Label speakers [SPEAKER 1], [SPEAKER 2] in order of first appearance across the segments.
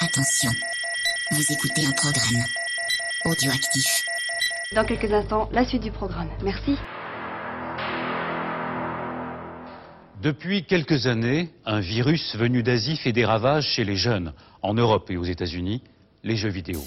[SPEAKER 1] Attention, vous écoutez un programme audioactif.
[SPEAKER 2] Dans quelques instants, la suite du programme. Merci.
[SPEAKER 3] Depuis quelques années, un virus venu d'Asie fait des ravages chez les jeunes, en Europe et aux États-Unis, les jeux vidéo.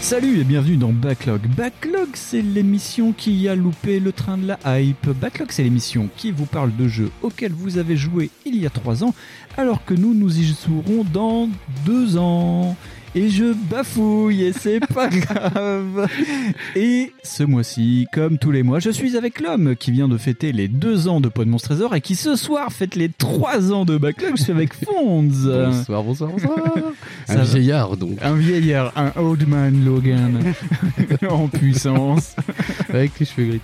[SPEAKER 4] Salut et bienvenue dans Backlog. Backlog, c'est l'émission qui a loupé le train de la hype. Backlog, c'est l'émission qui vous parle de jeux auxquels vous avez joué il y a 3 ans, alors que nous, nous y jouerons dans 2 ans. Et je bafouille, et c'est pas grave. Et ce mois-ci, comme tous les mois, je suis avec l'homme qui vient de fêter les 2 ans de Poids de Monstre Trésor et qui ce soir fête les 3 ans de Backlog. Je suis avec Fonz.
[SPEAKER 5] Bonsoir, bonsoir, bonsoir.
[SPEAKER 4] Ça
[SPEAKER 5] un
[SPEAKER 4] va.
[SPEAKER 5] vieillard, donc,
[SPEAKER 4] Un vieillard, un old man Logan en puissance
[SPEAKER 5] avec les cheveux gris.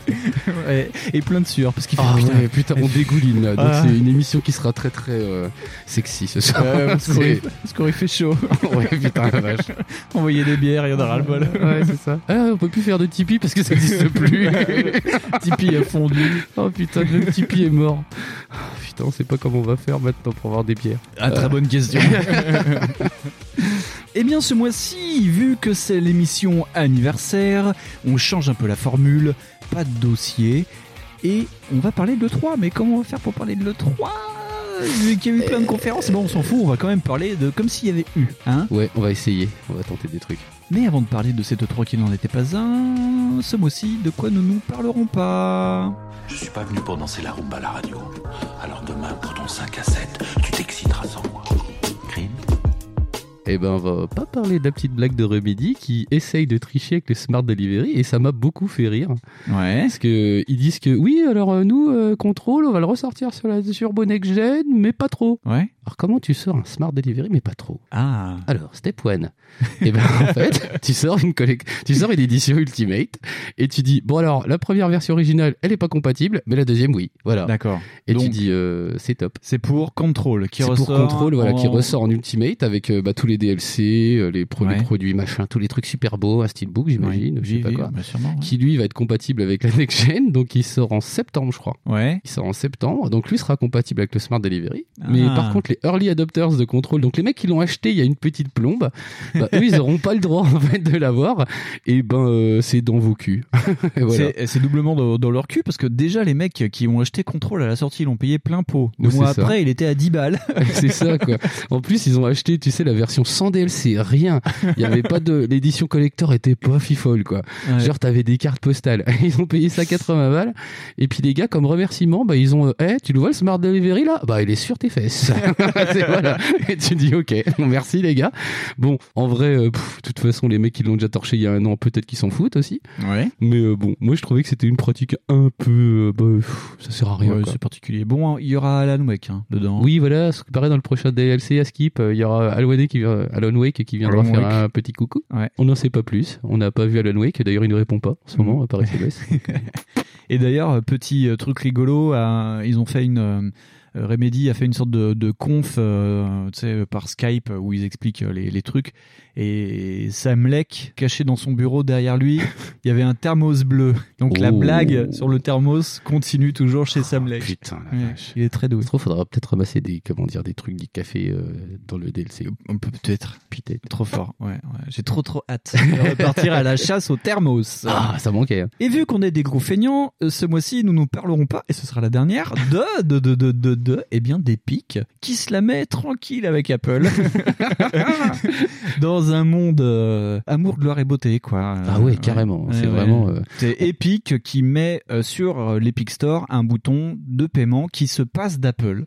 [SPEAKER 4] Ouais, et plein de sueur parce qu'il fait
[SPEAKER 5] Ah
[SPEAKER 4] putain.
[SPEAKER 5] ouais, putain, on dégouline là. Donc,
[SPEAKER 4] Ah.
[SPEAKER 5] c'est une émission qui sera très très euh, sexy ce soir.
[SPEAKER 4] euh, parce qu'on
[SPEAKER 5] C'est-
[SPEAKER 4] aurait- parce qu'on aurait fait chaud,
[SPEAKER 5] ouais, putain, la vache.
[SPEAKER 4] envoyer des bières, il y en aura le bol.
[SPEAKER 5] Ouais, c'est ça. Ah, on peut plus faire de Tipeee parce que ça n'existe plus.
[SPEAKER 4] Tipeee a fondu.
[SPEAKER 5] oh putain, le Tipeee est mort. Oh, putain, on sait pas comment on va faire maintenant pour avoir des bières.
[SPEAKER 4] Ah, très bonne question. Eh bien, ce mois-ci, vu que c'est l'émission anniversaire, on change un peu la formule, pas de dossier, et on va parler de l'E3. Mais comment on va faire pour parler de l'E3 Vu qu'il y a eu plein de conférences, bon, on s'en fout, on va quand même parler de comme s'il y avait eu, hein.
[SPEAKER 5] Ouais, on va essayer. On va tenter des trucs.
[SPEAKER 4] Mais avant de parler de cette 3 qui n'en était pas un, ce mois-ci, de quoi nous nous parlerons pas
[SPEAKER 6] Je suis pas venu pour danser la rumba à la radio. Alors demain, pour ton 5 à 7, tu t'exciteras sans moi. Crime
[SPEAKER 5] Eh ben, on va pas parler de la petite blague de Remedy qui essaye de tricher avec le Smart Delivery et ça m'a beaucoup fait rire.
[SPEAKER 4] Ouais.
[SPEAKER 5] Parce que ils disent que oui, alors euh, nous, euh, contrôle, on va le ressortir sur, la, sur Bonnet Gen, mais pas trop.
[SPEAKER 4] Ouais.
[SPEAKER 5] Alors comment tu sors un Smart Delivery, mais pas trop
[SPEAKER 4] Ah.
[SPEAKER 5] Alors, step one. Et ben en fait, tu sors une collec- tu sors une édition Ultimate et tu dis bon alors la première version originale, elle est pas compatible, mais la deuxième oui. Voilà.
[SPEAKER 4] D'accord.
[SPEAKER 5] Et tu
[SPEAKER 4] donc-
[SPEAKER 5] dis euh, c'est top.
[SPEAKER 4] C'est pour Control qui
[SPEAKER 5] C'est
[SPEAKER 4] ressort.
[SPEAKER 5] pour contrôle, voilà, qui
[SPEAKER 4] en-
[SPEAKER 5] ressort en Ultimate avec euh, bah, tous les DLC, euh, les, pro- les
[SPEAKER 4] Ouais.
[SPEAKER 5] produits machin, tous les trucs super beaux, un steelbook j'imagine,
[SPEAKER 4] Ouais,
[SPEAKER 5] je sais pas
[SPEAKER 4] oui,
[SPEAKER 5] quoi.
[SPEAKER 4] bah, sûrement, ouais.
[SPEAKER 5] Qui lui va être compatible avec la next gen, donc il sort en septembre je crois.
[SPEAKER 4] Ouais.
[SPEAKER 5] Il sort en septembre, donc lui sera compatible avec le Smart Delivery. Mais
[SPEAKER 4] Ah.
[SPEAKER 5] par contre, les early adopters de contrôle, donc les mecs qui l'ont acheté il y a une petite plombe, bah, eux ils n'auront pas le droit en fait de l'avoir. Et ben euh, c'est dans vos culs. Et voilà.
[SPEAKER 4] C'est- C'est doublement dans, dans leur cul parce que déjà les mecs qui ont acheté Control à la sortie, ils l'ont payé plein pot. Le
[SPEAKER 5] Oui,
[SPEAKER 4] mois
[SPEAKER 5] c'est ça.
[SPEAKER 4] après, il était à 10 balles.
[SPEAKER 5] C'est ça quoi. En plus, ils ont acheté, tu sais, la version sans DLC, rien. Il y avait pas de l'édition collector était pas fifole quoi.
[SPEAKER 4] Ouais.
[SPEAKER 5] Genre t'avais des cartes postales. Ils ont payé ça 80 balles. Et puis les gars, comme remerciement, bah ils ont, euh, Eh, tu le vois le Smart Delivery là Bah il est sur tes fesses. C'est- voilà. Et tu dis ok, bon, merci les gars. Bon, en vrai, euh, pff, de toute façon les mecs qui l'ont déjà torché il y a un an, peut-être qu'ils s'en foutent aussi.
[SPEAKER 4] Ouais.
[SPEAKER 5] Mais euh, bon, moi je trouvais que c'était une pratique un peu, euh, bah, pff, ça sert à rien.
[SPEAKER 4] Ouais,
[SPEAKER 5] quoi.
[SPEAKER 4] c'est particulier. Bon, il y aura Alan Wake hein, dedans.
[SPEAKER 5] Oui, voilà, ce qui paraît dans le prochain DLC à Skip, euh, il y aura Alan Wake qui, vient- Alan Wake qui viendra
[SPEAKER 4] Alan
[SPEAKER 5] faire
[SPEAKER 4] Wake.
[SPEAKER 5] un petit coucou.
[SPEAKER 4] Ouais. Mhm.
[SPEAKER 5] On n'en sait pas plus. On n'a pas vu Alan Wake. D'ailleurs, il ne répond pas en ce moment, par SMS.
[SPEAKER 4] Et d'ailleurs, euh, petit euh, truc rigolo, euh, ils ont fait une. euh, euh, Remedy a fait une sorte de, de conf euh, tu sais, euh, par Skype euh, où ils expliquent euh, les, les trucs. Et Sam Lake, caché dans son bureau derrière lui, il y avait un thermos bleu. Donc la
[SPEAKER 5] Oh.
[SPEAKER 4] blague sur le thermos continue toujours chez Sam Lake.
[SPEAKER 5] Putain, la
[SPEAKER 4] Ouais,
[SPEAKER 5] vache.
[SPEAKER 4] il est très doué.
[SPEAKER 5] Ça se trouve, faudra peut-être ramasser des, comment dire, des trucs, des cafés euh, dans le DLC.
[SPEAKER 4] On peut peut-être.
[SPEAKER 5] Putain.
[SPEAKER 4] Trop fort. Ouais, ouais. J'ai trop trop hâte de repartir à la chasse au thermos.
[SPEAKER 5] Ah, ça manquait. hein.
[SPEAKER 4] Et vu qu'on est des gros feignants, euh, ce mois-ci, nous nous parlerons pas, et ce sera la dernière, de, de, de, de, de, de, eh bien, d'Epic, qui se la met tranquille avec Apple. Dans un monde euh, amour, gloire et beauté, quoi. Euh,
[SPEAKER 5] Ah ouais, carrément.
[SPEAKER 4] Ouais,
[SPEAKER 5] c'est
[SPEAKER 4] ouais.
[SPEAKER 5] vraiment. euh,
[SPEAKER 4] C'est Epic qui met euh, sur euh, l'Epic Store un bouton de paiement qui se passe d'Apple.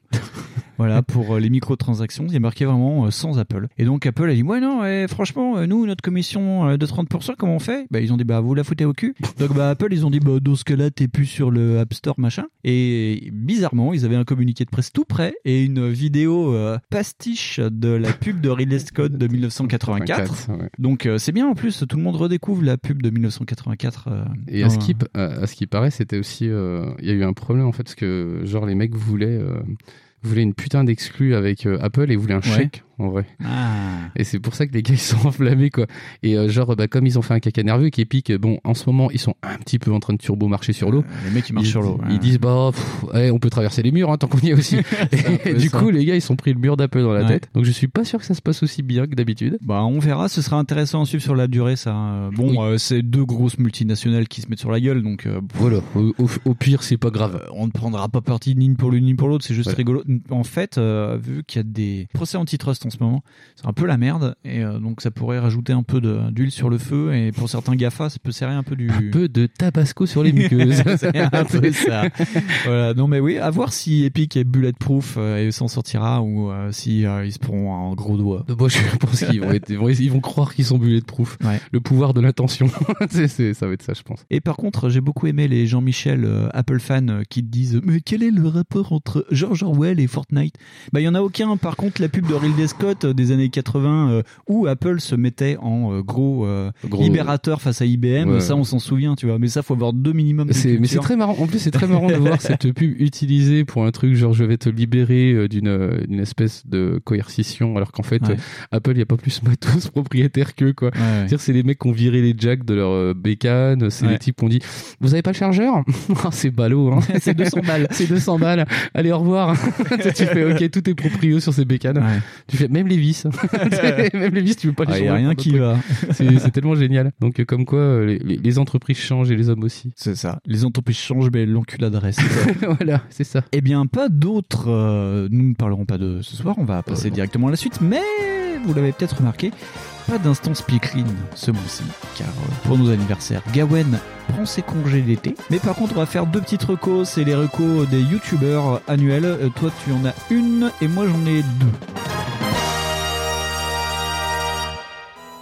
[SPEAKER 4] voilà, pour euh, les microtransactions, il est marqué vraiment euh, sans Apple. Et donc Apple a dit Ouais, non, ouais, franchement, euh, nous, notre commission euh, de 30%, comment on fait bah, Ils ont dit Bah, vous la foutez au cul. Donc, bah, Apple, ils ont dit Bah, dans ce cas-là, t'es plus sur le App Store, machin. Et bizarrement, ils avaient un communiqué de presse tout prêt et une vidéo euh, pastiche de la pub de Ridley Scott de 1984.
[SPEAKER 5] 24, ouais.
[SPEAKER 4] Donc euh, c'est bien en plus, tout le monde redécouvre la pub de 1984. euh,
[SPEAKER 5] Et
[SPEAKER 4] dans-
[SPEAKER 5] à Skip, à, à ce qui paraît, c'était aussi. euh, Il y a eu un problème en fait, parce que genre les mecs voulaient. euh, voulaient une putain d'exclus avec euh, Apple et voulaient un
[SPEAKER 4] Ouais.
[SPEAKER 5] chèque en vrai.
[SPEAKER 4] Ah.
[SPEAKER 5] Et c'est pour ça que les gars ils sont enflammés quoi. Et euh, genre bah comme ils ont fait un caca nerveux qui est pique, bon en ce moment ils sont un petit peu en train de turbo marcher sur l'eau.
[SPEAKER 4] euh, Les mecs, ils marchent
[SPEAKER 5] Ils-
[SPEAKER 4] sur l'eau.
[SPEAKER 5] Ils
[SPEAKER 4] ouais.
[SPEAKER 5] disent bah pff, ouais, on peut traverser les murs hein, tant qu'on y est aussi.
[SPEAKER 4] un
[SPEAKER 5] Et
[SPEAKER 4] peu
[SPEAKER 5] du
[SPEAKER 4] ça.
[SPEAKER 5] coup les gars ils sont pris le mur d'Apple dans la
[SPEAKER 4] Ouais.
[SPEAKER 5] tête. Donc je suis pas sûr que ça se passe aussi bien que d'habitude.
[SPEAKER 4] Bah, on verra, ce sera intéressant à suivre sur la durée, ça. Euh, Bon,
[SPEAKER 5] Oui.
[SPEAKER 4] euh, c'est deux grosses multinationales qui se mettent sur la gueule, donc euh, pff,
[SPEAKER 5] Voilà. Au, au- au pire c'est pas grave.
[SPEAKER 4] euh, on ne prendra pas parti ni pour l'une ni pour l'autre, c'est juste
[SPEAKER 5] Voilà.
[SPEAKER 4] rigolo. En fait, euh, vu qu'il y a des procès antitrust en ce moment, c'est un peu la merde, et euh, donc ça pourrait rajouter un peu de- d'huile sur le feu, et pour certains GAFA, ça peut serrer un peu du...
[SPEAKER 5] Un peu de tabasco sur les muqueuses.
[SPEAKER 4] c'est un peu ça. Voilà. Non mais oui, à voir si Epic est bulletproof euh, et s'en sortira ou euh, si euh, ils se prend un gros doigt.
[SPEAKER 5] Moi, je pense qu'ils vont, être- ils vont- ils vont croire qu'ils sont bulletproof.
[SPEAKER 4] Ouais.
[SPEAKER 5] Le pouvoir de l'attention. C'est- c'est- ça va être ça, je pense.
[SPEAKER 4] Et par contre, j'ai beaucoup aimé les Jean-Michel euh, Apple fans euh, qui te disent mais quel est le rapport entre George Orwell et Fortnite Bah il y en a aucun. Par contre, la pub de Ridley Scott euh, des années 80 euh, où Apple se mettait en euh, gros, euh,
[SPEAKER 5] Gros-
[SPEAKER 4] libérateur face à IBM,
[SPEAKER 5] Ouais.
[SPEAKER 4] ça on s'en souvient, tu vois. Mais ça faut avoir deux minimums. de
[SPEAKER 5] C'est- mais c'est
[SPEAKER 4] culture.
[SPEAKER 5] très marrant. En plus, c'est très marrant de voir cette pub utilisée pour un truc genre je vais te libérer euh, d'une euh, d'une espèce de coercition, alors qu'en fait,
[SPEAKER 4] Ouais.
[SPEAKER 5] euh, Apple, il n'y a pas plus matos propriétaire qu'eux, quoi.
[SPEAKER 4] Ouais, ouais.
[SPEAKER 5] C'est-à-dire, c'est les mecs qui ont viré les jacks de leur euh, bécane, c'est
[SPEAKER 4] Ouais.
[SPEAKER 5] les types qui ont dit Vous avez pas le chargeur Ah, C'est ballot, hein. c'est 200 balles. c'est 200 balles. Allez, au revoir. tu fais Ok, tout est proprio sur ces bécanes.
[SPEAKER 4] Ouais.
[SPEAKER 5] Tu fais même les vis. même les vis, tu veux pas les
[SPEAKER 4] Ah, y
[SPEAKER 5] changer
[SPEAKER 4] a rien
[SPEAKER 5] pour
[SPEAKER 4] qui
[SPEAKER 5] d'autres
[SPEAKER 4] va.
[SPEAKER 5] trucs. C'est c'est tellement génial. Donc, euh, comme quoi, euh, les- les, les entreprises changent et les hommes aussi.
[SPEAKER 4] C'est ça. Les entreprises changent, mais l'enculade reste.
[SPEAKER 5] voilà, c'est ça.
[SPEAKER 4] eh bien, pas d'autres. euh, nous ne parlerons pas de ce soir. On va passer
[SPEAKER 5] Euh, non.
[SPEAKER 4] directement à la suite. Mais vous l'avez peut-être remarqué, pas d'instant speakerine ce mois-ci, car euh, pour nos anniversaires, Gawen prend ses congés d'été. Mais par contre, on va faire deux petites recos. C'est les recos des youtubeurs annuels. Euh, toi, tu en as une et moi, j'en ai deux.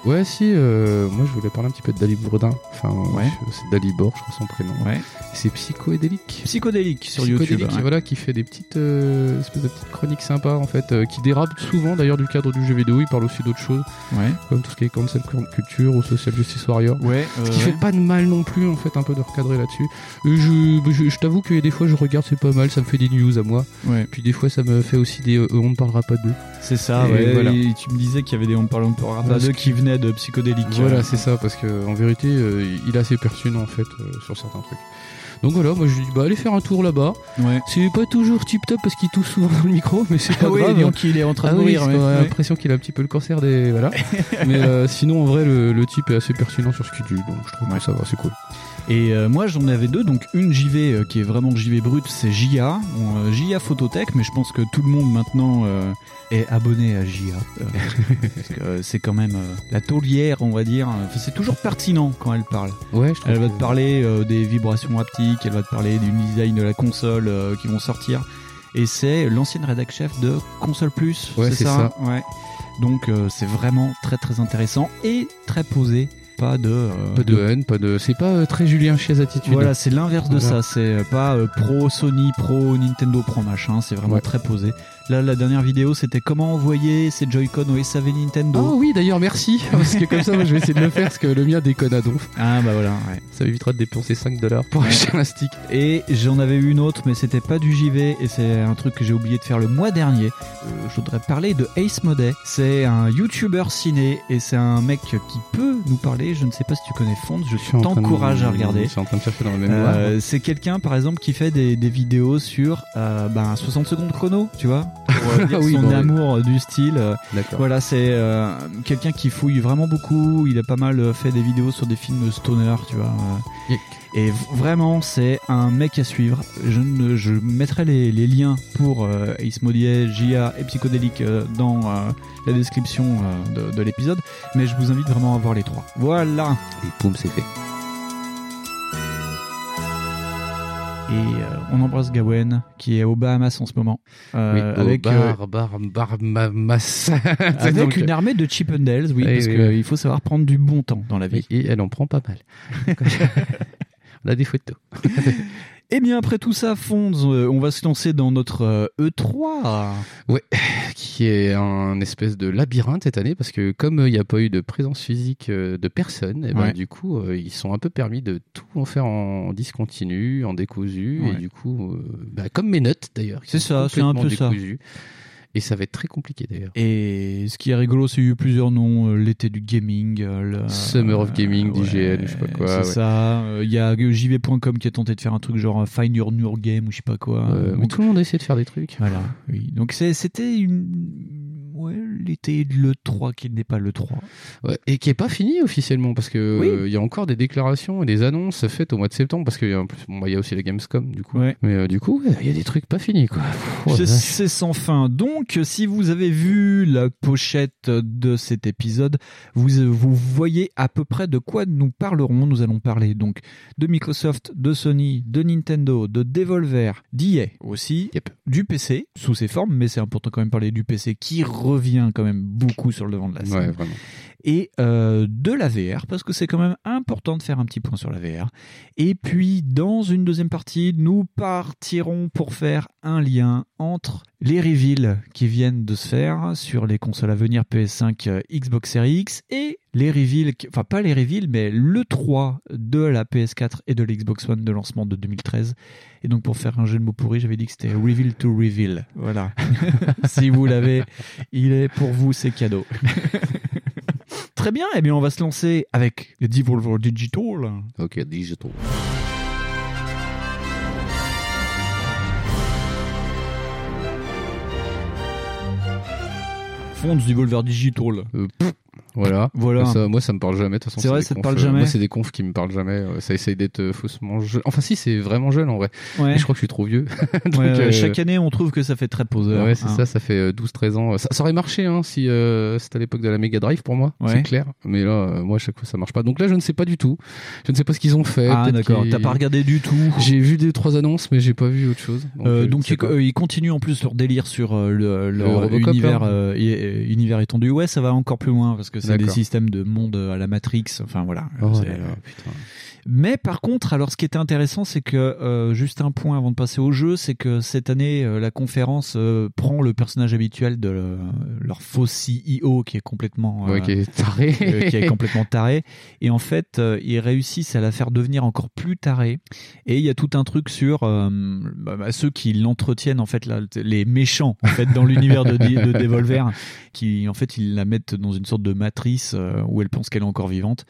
[SPEAKER 5] Ouais, si, euh, moi je voulais parler un petit peu de Dali Bourdin. Enfin,
[SPEAKER 4] Ouais.
[SPEAKER 5] je- c'est Dalibor, je crois son prénom.
[SPEAKER 4] Ouais.
[SPEAKER 5] C'est psychoédélique.
[SPEAKER 4] Psychodélique sur
[SPEAKER 5] Psychodélique,
[SPEAKER 4] YouTube. hein.
[SPEAKER 5] voilà, qui fait des petites euh, espèces de petites chroniques sympas en fait, euh, qui dérapent souvent d'ailleurs du cadre du jeu vidéo. Il parle aussi d'autres choses,
[SPEAKER 4] Ouais.
[SPEAKER 5] comme tout ce qui est cancel culture ou social justice warrior.
[SPEAKER 4] Ouais.
[SPEAKER 5] Ce qui fait pas de mal non plus en fait, un peu de recadrer là-dessus. Et Je, je, je t'avoue que des fois je regarde, c'est pas mal, ça me fait des news à moi.
[SPEAKER 4] ouais.
[SPEAKER 5] Puis des fois ça me fait aussi des euh, on ne parlera pas d'eux.
[SPEAKER 4] C'est ça,
[SPEAKER 5] Et
[SPEAKER 4] ouais.
[SPEAKER 5] voilà.
[SPEAKER 4] et tu me disais qu'il y avait des On parle, on parle pas
[SPEAKER 5] Parce
[SPEAKER 4] d'eux
[SPEAKER 5] que-
[SPEAKER 4] qui venaient de psychodélique.
[SPEAKER 5] Voilà, c'est ça, parce que en vérité, euh, il est assez pertinent en fait euh, sur certains trucs. Donc voilà, moi je lui dis bah allez faire un tour là-bas.
[SPEAKER 4] Ouais.
[SPEAKER 5] C'est pas toujours tip top parce qu'il tousse souvent dans le micro, mais c'est pas
[SPEAKER 4] Ah oui,
[SPEAKER 5] grave.
[SPEAKER 4] donc il est en train
[SPEAKER 5] Ah
[SPEAKER 4] de
[SPEAKER 5] oui,
[SPEAKER 4] mourir.
[SPEAKER 5] parce
[SPEAKER 4] ouais.
[SPEAKER 5] qu'on a
[SPEAKER 4] Ouais.
[SPEAKER 5] l'impression qu'il a un petit peu le cancer des voilà. mais euh, sinon en vrai le, le type est assez pertinent sur ce qu'il dit, donc je trouve
[SPEAKER 4] Ouais.
[SPEAKER 5] que ça va, c'est cool.
[SPEAKER 4] Et euh, moi j'en avais deux, donc une JV euh, qui est vraiment JV brute, c'est JA, Bon, euh, JA Phototech, mais je pense que tout le monde maintenant euh, est abonné à JA. euh, parce que euh, c'est quand même euh, la taulière, on va dire. Enfin, c'est toujours pertinent quand elle parle.
[SPEAKER 5] Ouais, je trouve.
[SPEAKER 4] Elle va
[SPEAKER 5] que-
[SPEAKER 4] te parler euh, des vibrations haptiques, elle va te parler du design de la console euh, qui vont sortir. Et c'est l'ancienne rédac chef de Console Plus,
[SPEAKER 5] Ouais,
[SPEAKER 4] c'est
[SPEAKER 5] c'est
[SPEAKER 4] ça, Ouais. Donc euh, c'est vraiment très très intéressant et très posé, pas de... euh,
[SPEAKER 5] Pas de haine, pas de. C'est pas euh, très Julien Chies attitude.
[SPEAKER 4] Voilà, c'est l'inverse de
[SPEAKER 5] Voilà.
[SPEAKER 4] ça, c'est euh, pas euh, pro Sony, pro Nintendo, pro machin, c'est vraiment
[SPEAKER 5] Ouais.
[SPEAKER 4] très posé. Là, la dernière vidéo, c'était comment envoyer ces Joy-Con au SAV Nintendo.
[SPEAKER 5] Oh oui, d'ailleurs, merci. Parce que comme ça, moi, je vais essayer de le faire parce que le mien déconne à donf.
[SPEAKER 4] Ah bah voilà, ouais.
[SPEAKER 5] Ça m'évitera de dépenser 5 dollars pour
[SPEAKER 4] Ouais.
[SPEAKER 5] acheter un stick.
[SPEAKER 4] Et j'en avais eu une autre, mais c'était pas du JV, et c'est un truc que j'ai oublié de faire le mois dernier. Euh, je voudrais parler de Ace Modet. C'est un YouTuber ciné, et c'est un mec qui peut nous parler. Je ne sais pas si tu connais Fonds, je
[SPEAKER 5] suis en train de-
[SPEAKER 4] t'encourage à regarder.
[SPEAKER 5] Je suis en train de chercher dans la mémoire.
[SPEAKER 4] Euh, c'est quelqu'un par exemple qui fait des, des vidéos sur euh, ben, 60 secondes chrono, tu vois, pour euh, dire
[SPEAKER 5] Oui,
[SPEAKER 4] son
[SPEAKER 5] bon, oui.
[SPEAKER 4] amour euh, du style. euh,
[SPEAKER 5] D'accord.
[SPEAKER 4] voilà, c'est euh, quelqu'un qui fouille vraiment beaucoup. Il a pas mal euh, fait des vidéos sur des films stoner, tu vois. euh,
[SPEAKER 5] Yek.
[SPEAKER 4] et v- vraiment, c'est un mec à suivre. Je, ne- je mettrai les, les liens pour euh, Ace Modier, Jia et Psychodélique euh, dans euh, la description euh, de, de l'épisode. Mais je vous invite vraiment à voir les trois. Voilà
[SPEAKER 5] Et poum, c'est fait.
[SPEAKER 4] Et euh, on embrasse Gawen, qui est aux Bahamas en ce moment. Euh, avec euh,
[SPEAKER 5] bar, bar, bar, ma- massa.
[SPEAKER 4] avec
[SPEAKER 5] Donc,
[SPEAKER 4] une armée de Chip and Dales, oui,
[SPEAKER 5] Eh
[SPEAKER 4] parce
[SPEAKER 5] oui,
[SPEAKER 4] qu'il
[SPEAKER 5] oui.
[SPEAKER 4] faut savoir prendre du bon temps dans la vie.
[SPEAKER 5] euh, oui, Et elle en prend pas mal. On a des photos.
[SPEAKER 4] Et Eh bien après tout ça, Fonds, euh, on va se lancer dans notre euh, E3.
[SPEAKER 5] Qui est un espèce de labyrinthe cette année parce que comme euh, il n'y a pas eu de présence physique euh, de personne, eh ben,
[SPEAKER 4] Ouais.
[SPEAKER 5] du coup euh, ils sont un peu permis de tout en faire en discontinu, en décousu
[SPEAKER 4] Ouais.
[SPEAKER 5] et du coup, euh, bah, comme mes notes d'ailleurs. qui
[SPEAKER 4] C'est
[SPEAKER 5] sont
[SPEAKER 4] ça, c'est un
[SPEAKER 5] complètement
[SPEAKER 4] peu ça.
[SPEAKER 5] décousues. Et ça va être très compliqué d'ailleurs.
[SPEAKER 4] Et ce qui est rigolo, c'est qu'il y a eu plusieurs noms. euh, L'été du gaming. euh, le-
[SPEAKER 5] Summer of
[SPEAKER 4] euh,
[SPEAKER 5] Gaming, IGN, je sais pas quoi,
[SPEAKER 4] C'est
[SPEAKER 5] ouais.
[SPEAKER 4] ça. euh, Il y a jv.com qui a tenté de faire un truc genre euh, Find Your New Game ou je sais pas quoi.
[SPEAKER 5] Euh,
[SPEAKER 4] Donc,
[SPEAKER 5] mais tout le monde essaie de faire des trucs.
[SPEAKER 4] Voilà, oui. Donc c'est- c'était une... ouais, l'été de l'E3 qui n'est pas l'E3.
[SPEAKER 5] Ouais, et qui est pas fini officiellement parce que euh,
[SPEAKER 4] Oui.
[SPEAKER 5] il y a encore des déclarations et des annonces faites au mois de septembre parce qu'il y a en plus bon, bah, il y a aussi la Gamescom du coup.
[SPEAKER 4] Ouais.
[SPEAKER 5] Mais euh, du coup, ouais, il y a des trucs pas finis quoi. Oh,
[SPEAKER 4] C'est-
[SPEAKER 5] la vache.
[SPEAKER 4] c'est sans fin. Donc, si vous avez vu la pochette de cet épisode, vous, vous voyez à peu près de quoi nous parlerons. Nous allons parler donc de Microsoft, de Sony, de Nintendo, de Devolver, d'EA aussi,
[SPEAKER 5] Yep.
[SPEAKER 4] du PC sous ses formes, mais c'est important quand même de parler du PC qui revient quand même beaucoup sur le devant de la scène.
[SPEAKER 5] Ouais, vraiment.
[SPEAKER 4] et euh, de la VR, parce que c'est quand même important de faire un petit point sur la VR. Et puis, dans une deuxième partie, nous partirons pour faire un lien entre les reveals qui viennent de se faire sur les consoles à venir PS5, euh, Xbox Series X, et les reveals, qui- enfin pas les reveals, mais le 3 de la PS4 et de l'Xbox One de lancement de 2013. Et donc, pour faire un jeu de mots pourri, j'avais dit que c'était reveal to reveal. Voilà. si vous l'avez, il est pour vous, c'est cadeau. Très bien, eh bien on va se lancer avec le Devolver Digital.
[SPEAKER 5] OK, digital.
[SPEAKER 4] Fonds du Devolver Digital.
[SPEAKER 5] Voilà.
[SPEAKER 4] Voilà.
[SPEAKER 5] Ça, moi, ça me parle jamais. de toute façon,
[SPEAKER 4] C'est vrai,
[SPEAKER 5] des
[SPEAKER 4] ça te
[SPEAKER 5] confs,
[SPEAKER 4] parle
[SPEAKER 5] euh,
[SPEAKER 4] jamais
[SPEAKER 5] Moi, c'est des confs qui me parlent jamais. euh, Ça essaye d'être euh, faussement jeune. Enfin, si, c'est vraiment jeune en vrai.
[SPEAKER 4] Ouais.
[SPEAKER 5] Mais Je crois que je suis trop vieux. Donc,
[SPEAKER 4] Ouais,
[SPEAKER 5] euh,
[SPEAKER 4] Chaque année, on trouve que ça fait très poseur.
[SPEAKER 5] Ouais, c'est
[SPEAKER 4] hein.
[SPEAKER 5] ça, ça fait euh, 12-13 ans. Ça, ça aurait marché hein, si euh, c'était à l'époque de la Mega Drive pour moi,
[SPEAKER 4] Ouais.
[SPEAKER 5] c'est clair. Mais là, euh, moi, à chaque fois, ça marche pas. Donc là, je ne sais pas du tout. Je ne sais pas ce qu'ils ont fait.
[SPEAKER 4] Ah
[SPEAKER 5] Peut-être
[SPEAKER 4] d'accord,
[SPEAKER 5] qu'ils-
[SPEAKER 4] t'as pas regardé du tout.
[SPEAKER 5] J'ai vu des trois annonces, mais j'ai pas vu autre chose. Donc,
[SPEAKER 4] Euh,
[SPEAKER 5] euh, je
[SPEAKER 4] donc
[SPEAKER 5] sais
[SPEAKER 4] ils,
[SPEAKER 5] pas.
[SPEAKER 4] euh, ils continuent en plus leur délire sur euh, le, leur
[SPEAKER 5] Robocop,
[SPEAKER 4] univers,
[SPEAKER 5] hein.
[SPEAKER 4] euh, et- euh, univers étendu. Ouais, ça va encore plus loin parce que c'est des
[SPEAKER 5] D'accord.
[SPEAKER 4] systèmes de monde euh, à la Matrix. Enfin voilà.
[SPEAKER 5] Oh
[SPEAKER 4] C'est-
[SPEAKER 5] là là, putain.
[SPEAKER 4] Mais par contre, alors ce qui était intéressant, c'est que euh, juste un point avant de passer au jeu, c'est que cette année, euh, la conférence euh, prend le personnage habituel de le- leur faux CEO qui est complètement euh,
[SPEAKER 5] Ouais, qui est taré.
[SPEAKER 4] euh, qui est complètement taré. Et en fait, euh, ils réussissent à la faire devenir encore plus tarée. Et il y a tout un truc sur euh, bah, bah, ceux qui l'entretiennent, en fait, là, les méchants, en fait, dans l'univers de, Di- de Devolver, qui, en fait, ils la mettent dans une sorte de matrice euh, où elle pense qu'elle est encore vivante.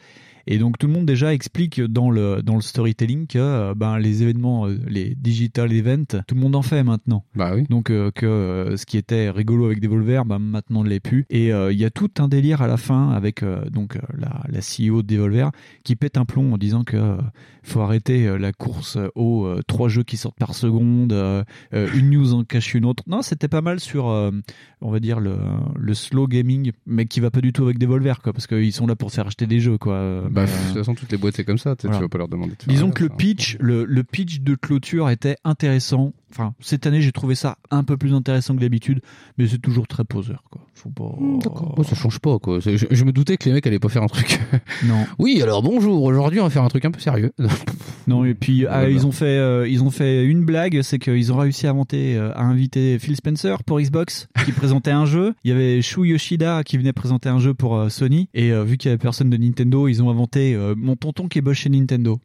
[SPEAKER 4] Et donc tout le monde déjà explique dans le, dans le storytelling que euh, ben, les événements, euh, les digital events, tout le monde en fait maintenant.
[SPEAKER 5] Bah oui.
[SPEAKER 4] Donc euh, que euh, ce qui était rigolo avec Devolver, bah, maintenant ne l'est plus. Et euh, il y a tout un délire à la fin avec euh, donc euh, la, la CEO de Devolver qui pète un plomb en disant que euh, faut arrêter euh, la course aux euh, trois jeux qui sortent par seconde, euh, euh, une news en cache une autre. Non, c'était pas mal sur, euh, on va dire le, le slow gaming, mais qui va pas du tout avec Devolver quoi, parce qu'ils sont là pour se faire acheter des jeux quoi. Euh, mais,
[SPEAKER 5] Bah, de toute
[SPEAKER 4] euh,
[SPEAKER 5] façon, toutes les boîtes, c'est comme ça. Tu sais,
[SPEAKER 4] voilà.
[SPEAKER 5] Tu vas pas leur demander. de faire
[SPEAKER 4] Disons
[SPEAKER 5] rien,
[SPEAKER 4] que le
[SPEAKER 5] ça.
[SPEAKER 4] pitch, le, le pitch de clôture était intéressant. Enfin, cette année, j'ai trouvé ça un peu plus intéressant que d'habitude, mais c'est toujours très poseur, quoi. Faut pas.
[SPEAKER 5] Hmm, D'accord. Bon, ça change pas, quoi. C'est- Je, je me doutais que les mecs allaient pas faire un truc.
[SPEAKER 4] Non,
[SPEAKER 5] oui, alors bonjour. Aujourd'hui, on va faire un truc un peu sérieux.
[SPEAKER 4] non. Et puis, ah,
[SPEAKER 5] Voilà.
[SPEAKER 4] ils ont fait, euh, ils ont fait une blague, c'est qu'ils ont réussi à inventer, euh, à inviter Phil Spencer pour Xbox, qui présentait un jeu. Il y avait Shu Yoshida qui venait présenter un jeu pour euh, Sony. Et euh, vu qu'il y avait personne de Nintendo, ils ont inventé euh, mon tonton qui bosse chez Nintendo.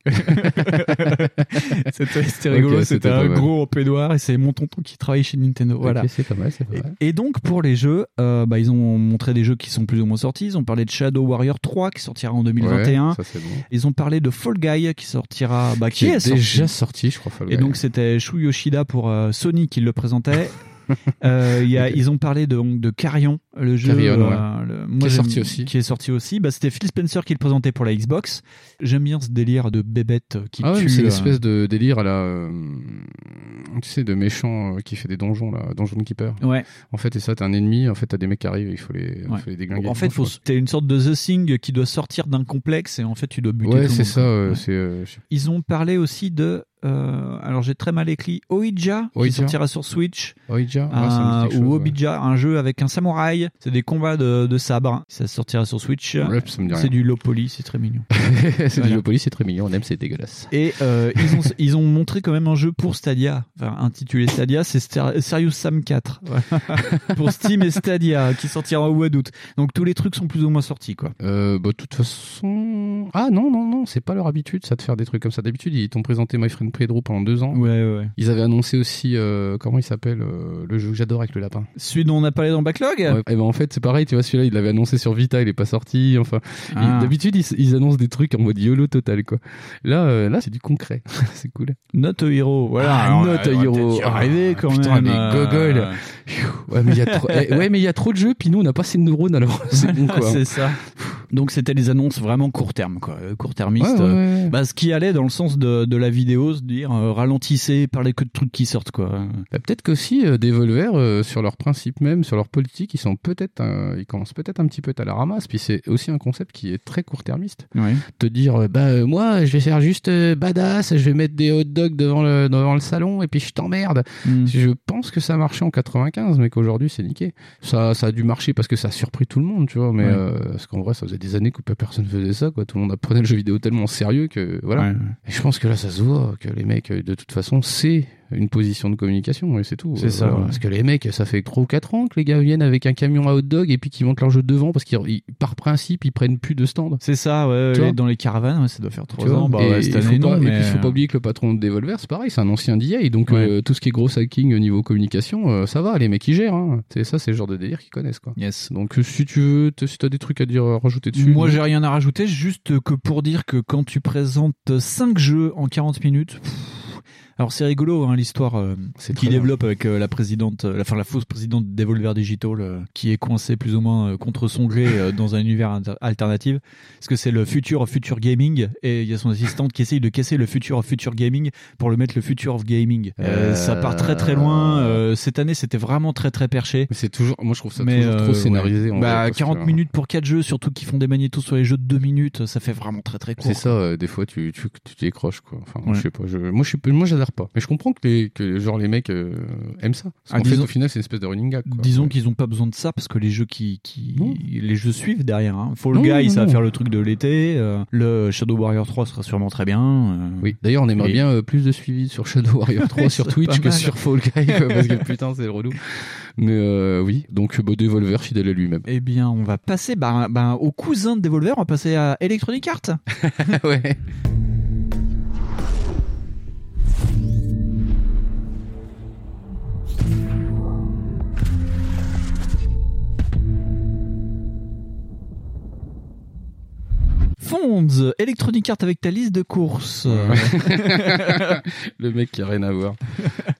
[SPEAKER 4] c'était c'était
[SPEAKER 5] Ok,
[SPEAKER 4] rigolo. c'était
[SPEAKER 5] c'était
[SPEAKER 4] un
[SPEAKER 5] pas mal.
[SPEAKER 4] gros pédoir et c'est mon tonton qui travaille chez Nintendo. Voilà.
[SPEAKER 5] Ok, c'est pas mal, c'est pas
[SPEAKER 4] Et-
[SPEAKER 5] mal.
[SPEAKER 4] Et donc pour les jeux, euh, bah, ils ont montré des jeux qui sont plus ou moins sortis. Ils ont parlé de Shadow Warrior 3 qui sortira en 2021.
[SPEAKER 5] Ouais, ça, c'est bon.
[SPEAKER 4] ils ont parlé de Fall Guy qui sortira, bah, qui,
[SPEAKER 5] Qui
[SPEAKER 4] est
[SPEAKER 5] est déjà
[SPEAKER 4] sorti.
[SPEAKER 5] sorti, je crois. Fall
[SPEAKER 4] Et
[SPEAKER 5] Guy.
[SPEAKER 4] donc c'était Shu Yoshida pour euh, Sony qui le présentait. Euh, il y a,
[SPEAKER 5] Ok.
[SPEAKER 4] Ils ont parlé de, donc, de Carrion, le jeu euh,
[SPEAKER 5] Carrion, ouais.
[SPEAKER 4] le-
[SPEAKER 5] Qui
[SPEAKER 4] moi,
[SPEAKER 5] est
[SPEAKER 4] j'aime-
[SPEAKER 5] sorti aussi.
[SPEAKER 4] Qui est sorti aussi. Bah, c'était Phil Spencer qui le présentait pour la Xbox. J'aime bien ce délire de bébête qui
[SPEAKER 5] Ah ouais,
[SPEAKER 4] tue.
[SPEAKER 5] mais c'est
[SPEAKER 4] euh,
[SPEAKER 5] l'espèce de délire à la. euh, tu sais, de méchant euh, qui fait des donjons, là. Donjon Keeper.
[SPEAKER 4] Ouais.
[SPEAKER 5] En fait, et ça, t'es un ennemi. En fait, t'as des mecs qui arrivent et il faut les,
[SPEAKER 4] Ouais.
[SPEAKER 5] faut les déglinguer.
[SPEAKER 4] En fait, faut, t'as une sorte de The Thing qui doit sortir d'un complexe et en fait tu dois buter tout
[SPEAKER 5] Ouais,
[SPEAKER 4] le
[SPEAKER 5] c'est
[SPEAKER 4] monde,
[SPEAKER 5] ça.
[SPEAKER 4] quoi.
[SPEAKER 5] euh,
[SPEAKER 4] Ouais.
[SPEAKER 5] c'est, euh, je sais
[SPEAKER 4] Ils ont parlé aussi de, euh, alors j'ai très mal écrit, Oija, qui
[SPEAKER 5] Ouija.
[SPEAKER 4] sortira sur Switch,
[SPEAKER 5] pas. Oija Ah, ça me
[SPEAKER 4] un-
[SPEAKER 5] dit
[SPEAKER 4] Euh,
[SPEAKER 5] quelque
[SPEAKER 4] ou
[SPEAKER 5] chose, ouais.
[SPEAKER 4] Obija, un jeu avec un samouraï. C'est des combats de, de sabre. Ça sortira sur Switch.
[SPEAKER 5] Ouais, ça me dit
[SPEAKER 4] C'est
[SPEAKER 5] rien.
[SPEAKER 4] du low poly, c'est très mignon.
[SPEAKER 5] C'est du
[SPEAKER 4] Voilà.
[SPEAKER 5] Geopolis, c'est très mignon. On aime, c'est dégueulasse.
[SPEAKER 4] Et euh, ils, ont, ils ont montré quand même un jeu pour Stadia, enfin intitulé Stadia, c'est Star- Serious Sam 4. Voilà. pour Steam et Stadia, qui sortira au mois d'août. Donc tous les trucs sont plus ou moins sortis, quoi.
[SPEAKER 5] Euh, bah, de toute façon, non. Ah non, non, non, c'est pas leur habitude, ça, de faire des trucs comme ça. D'habitude, ils t'ont présenté My Friend Pedro pendant deux ans.
[SPEAKER 4] Ouais, ouais, ouais.
[SPEAKER 5] Ils avaient annoncé aussi, euh, comment il s'appelle, euh, le jeu que j'adore avec le lapin.
[SPEAKER 4] Celui dont on a parlé dans Backlog
[SPEAKER 5] Ouais, et ben en fait, c'est pareil, tu vois, celui-là, il l'avait annoncé sur Vita, il est pas sorti. Enfin,
[SPEAKER 4] Ah.
[SPEAKER 5] ils- d'habitude, ils, ils annoncent des trucs en mode YOLO total, quoi. Là, euh, là c'est du concret. c'est cool.
[SPEAKER 4] Not a Hero, voilà.
[SPEAKER 5] Ah,
[SPEAKER 4] Alors,
[SPEAKER 5] Not a
[SPEAKER 4] on va
[SPEAKER 5] Hero.
[SPEAKER 4] peut-être y
[SPEAKER 5] Ah,
[SPEAKER 4] arriver quand
[SPEAKER 5] putain,
[SPEAKER 4] même.
[SPEAKER 5] mais
[SPEAKER 4] euh,
[SPEAKER 5] gogol. Pfiou. Ouais, mais il y a trop, eh, ouais, mais il y a trop de jeux, puis nous, on n'a pas assez de neurones, alors c'est bon, quoi.
[SPEAKER 4] c'est ça. Donc c'était des annonces vraiment court terme, quoi, euh,
[SPEAKER 5] Ouais,
[SPEAKER 4] court-termistes.
[SPEAKER 5] ouais,
[SPEAKER 4] euh,
[SPEAKER 5] ouais.
[SPEAKER 4] Bah, ce qui allait dans le sens de, de la vidéo, se dire euh, ralentissez, parlez que de trucs qui sortent, quoi.
[SPEAKER 5] Bah, peut-être qu'aussi, euh, Devolver, euh, sur leur principe même, sur leur politique, ils sont peut-être, un- ils commencent peut-être un petit peu à la ramasse, puis c'est aussi un concept qui est très court-termiste.
[SPEAKER 4] Ouais.
[SPEAKER 5] te dire euh, bah euh, moi je vais faire juste euh, badass je vais mettre des hot dogs devant le devant le salon et puis je t'emmerde
[SPEAKER 4] Mm. Hmm.
[SPEAKER 5] je pense que ça marchait en 95 mais qu'aujourd'hui c'est niqué ça ça a dû marcher parce que ça a surpris tout le monde tu vois mais
[SPEAKER 4] Ouais.
[SPEAKER 5] euh, parce qu'en vrai ça faisait des années que personne faisait ça quoi tout le monde apprenait le jeu vidéo tellement sérieux que voilà
[SPEAKER 4] Ouais, ouais.
[SPEAKER 5] et je pense que là ça se voit que les mecs euh, de toute façon c'est une position de communication et c'est tout Euh,
[SPEAKER 4] C'est ça,
[SPEAKER 5] voilà.
[SPEAKER 4] ouais.
[SPEAKER 5] parce que les mecs ça fait 3 ou 4 ans que les gars viennent avec un camion à hot dog et puis qu'ils montent leur jeu devant parce qu'ils ils- par principe ils prennent plus de stand
[SPEAKER 4] C'est ça, ouais,
[SPEAKER 5] Tu
[SPEAKER 4] les-
[SPEAKER 5] vois
[SPEAKER 4] dans les caravanes, ouais, ça doit faire
[SPEAKER 5] tu
[SPEAKER 4] 3
[SPEAKER 5] vois.
[SPEAKER 4] ans. Bah,
[SPEAKER 5] et,
[SPEAKER 4] ouais, cette
[SPEAKER 5] il faut
[SPEAKER 4] année,
[SPEAKER 5] pas-
[SPEAKER 4] non,
[SPEAKER 5] et puis,
[SPEAKER 4] mais,
[SPEAKER 5] il faut
[SPEAKER 4] euh,
[SPEAKER 5] pas oublier que le patron de Devolver, c'est pareil, c'est un ancien DIA, donc
[SPEAKER 4] Ouais.
[SPEAKER 5] euh, tout ce qui est gros hacking au niveau communication, euh, ça va, les mecs ils gèrent. hein. C'est ça, c'est le genre de délire qu'ils connaissent quoi.
[SPEAKER 4] Yes.
[SPEAKER 5] Donc euh, si tu veux, t- si t'as des trucs à dire, euh, rajouter dessus.
[SPEAKER 4] Moi,
[SPEAKER 5] non
[SPEAKER 4] j'ai rien à rajouter, juste que pour dire que quand tu présentes 5 jeux en 40 minutes, pff, alors c'est rigolo hein, l'histoire euh,
[SPEAKER 5] C'est
[SPEAKER 4] qui
[SPEAKER 5] très bien.
[SPEAKER 4] développe avec euh, la présidente, euh, la- enfin la fausse présidente de Devolver Digital, euh, qui est coincée plus ou moins euh, contre son gré euh, dans un univers inter- alternatif, parce que c'est le futur of future gaming, et il y a son assistante qui essaye de casser le futur of future gaming pour le mettre le future of gaming. Euh,
[SPEAKER 5] Euh,
[SPEAKER 4] Ça part très très loin. euh, cette année, c'était vraiment très très perché.
[SPEAKER 5] Mais c'est toujours, moi je trouve ça
[SPEAKER 4] Mais,
[SPEAKER 5] toujours
[SPEAKER 4] euh,
[SPEAKER 5] trop scénarisé. en
[SPEAKER 4] Bah,
[SPEAKER 5] vrai, parce que,
[SPEAKER 4] 40
[SPEAKER 5] euh,
[SPEAKER 4] minutes pour 4 jeux, surtout qui font des magnétos sur les jeux de 2 minutes, ça fait vraiment très très court.
[SPEAKER 5] C'est ça, euh, des fois tu, tu, tu décroches quoi. Enfin,
[SPEAKER 4] Ouais.
[SPEAKER 5] je sais pas. Je, moi, je suis, moi, j'adhère pas. Mais je comprends que les, que genre les mecs euh, aiment ça. Parce
[SPEAKER 4] Ah,
[SPEAKER 5] qu'en fait,
[SPEAKER 4] disons-
[SPEAKER 5] au final, c'est une espèce de running gag. Quoi.
[SPEAKER 4] Disons qu'ils n'ont pas besoin de ça parce que les jeux qui, qui
[SPEAKER 5] Non.
[SPEAKER 4] les jeux suivent derrière. Hein. Fall
[SPEAKER 5] Non,
[SPEAKER 4] Guys,
[SPEAKER 5] non,
[SPEAKER 4] ça va
[SPEAKER 5] non.
[SPEAKER 4] faire le truc de l'été. euh, le Shadow Warrior 3 sera sûrement très bien. euh.
[SPEAKER 5] Oui, d'ailleurs, on aimerait
[SPEAKER 4] Et-
[SPEAKER 5] bien euh, plus de suivi sur Shadow Warrior 3 sur
[SPEAKER 4] C'est
[SPEAKER 5] Twitch
[SPEAKER 4] pas
[SPEAKER 5] que
[SPEAKER 4] mal.
[SPEAKER 5] sur Fall Guy, quoi, parce que putain, c'est relou. Mais euh, oui, donc bah, Devolver fidèle à lui-même.
[SPEAKER 4] Eh bien, on va passer bah, bah, au cousin de Devolver, on va passer à Electronic Arts. Ah
[SPEAKER 5] ouais.
[SPEAKER 4] Fonds, Electronic Arts avec ta liste de courses. Euh,
[SPEAKER 5] Le mec qui a rien à voir.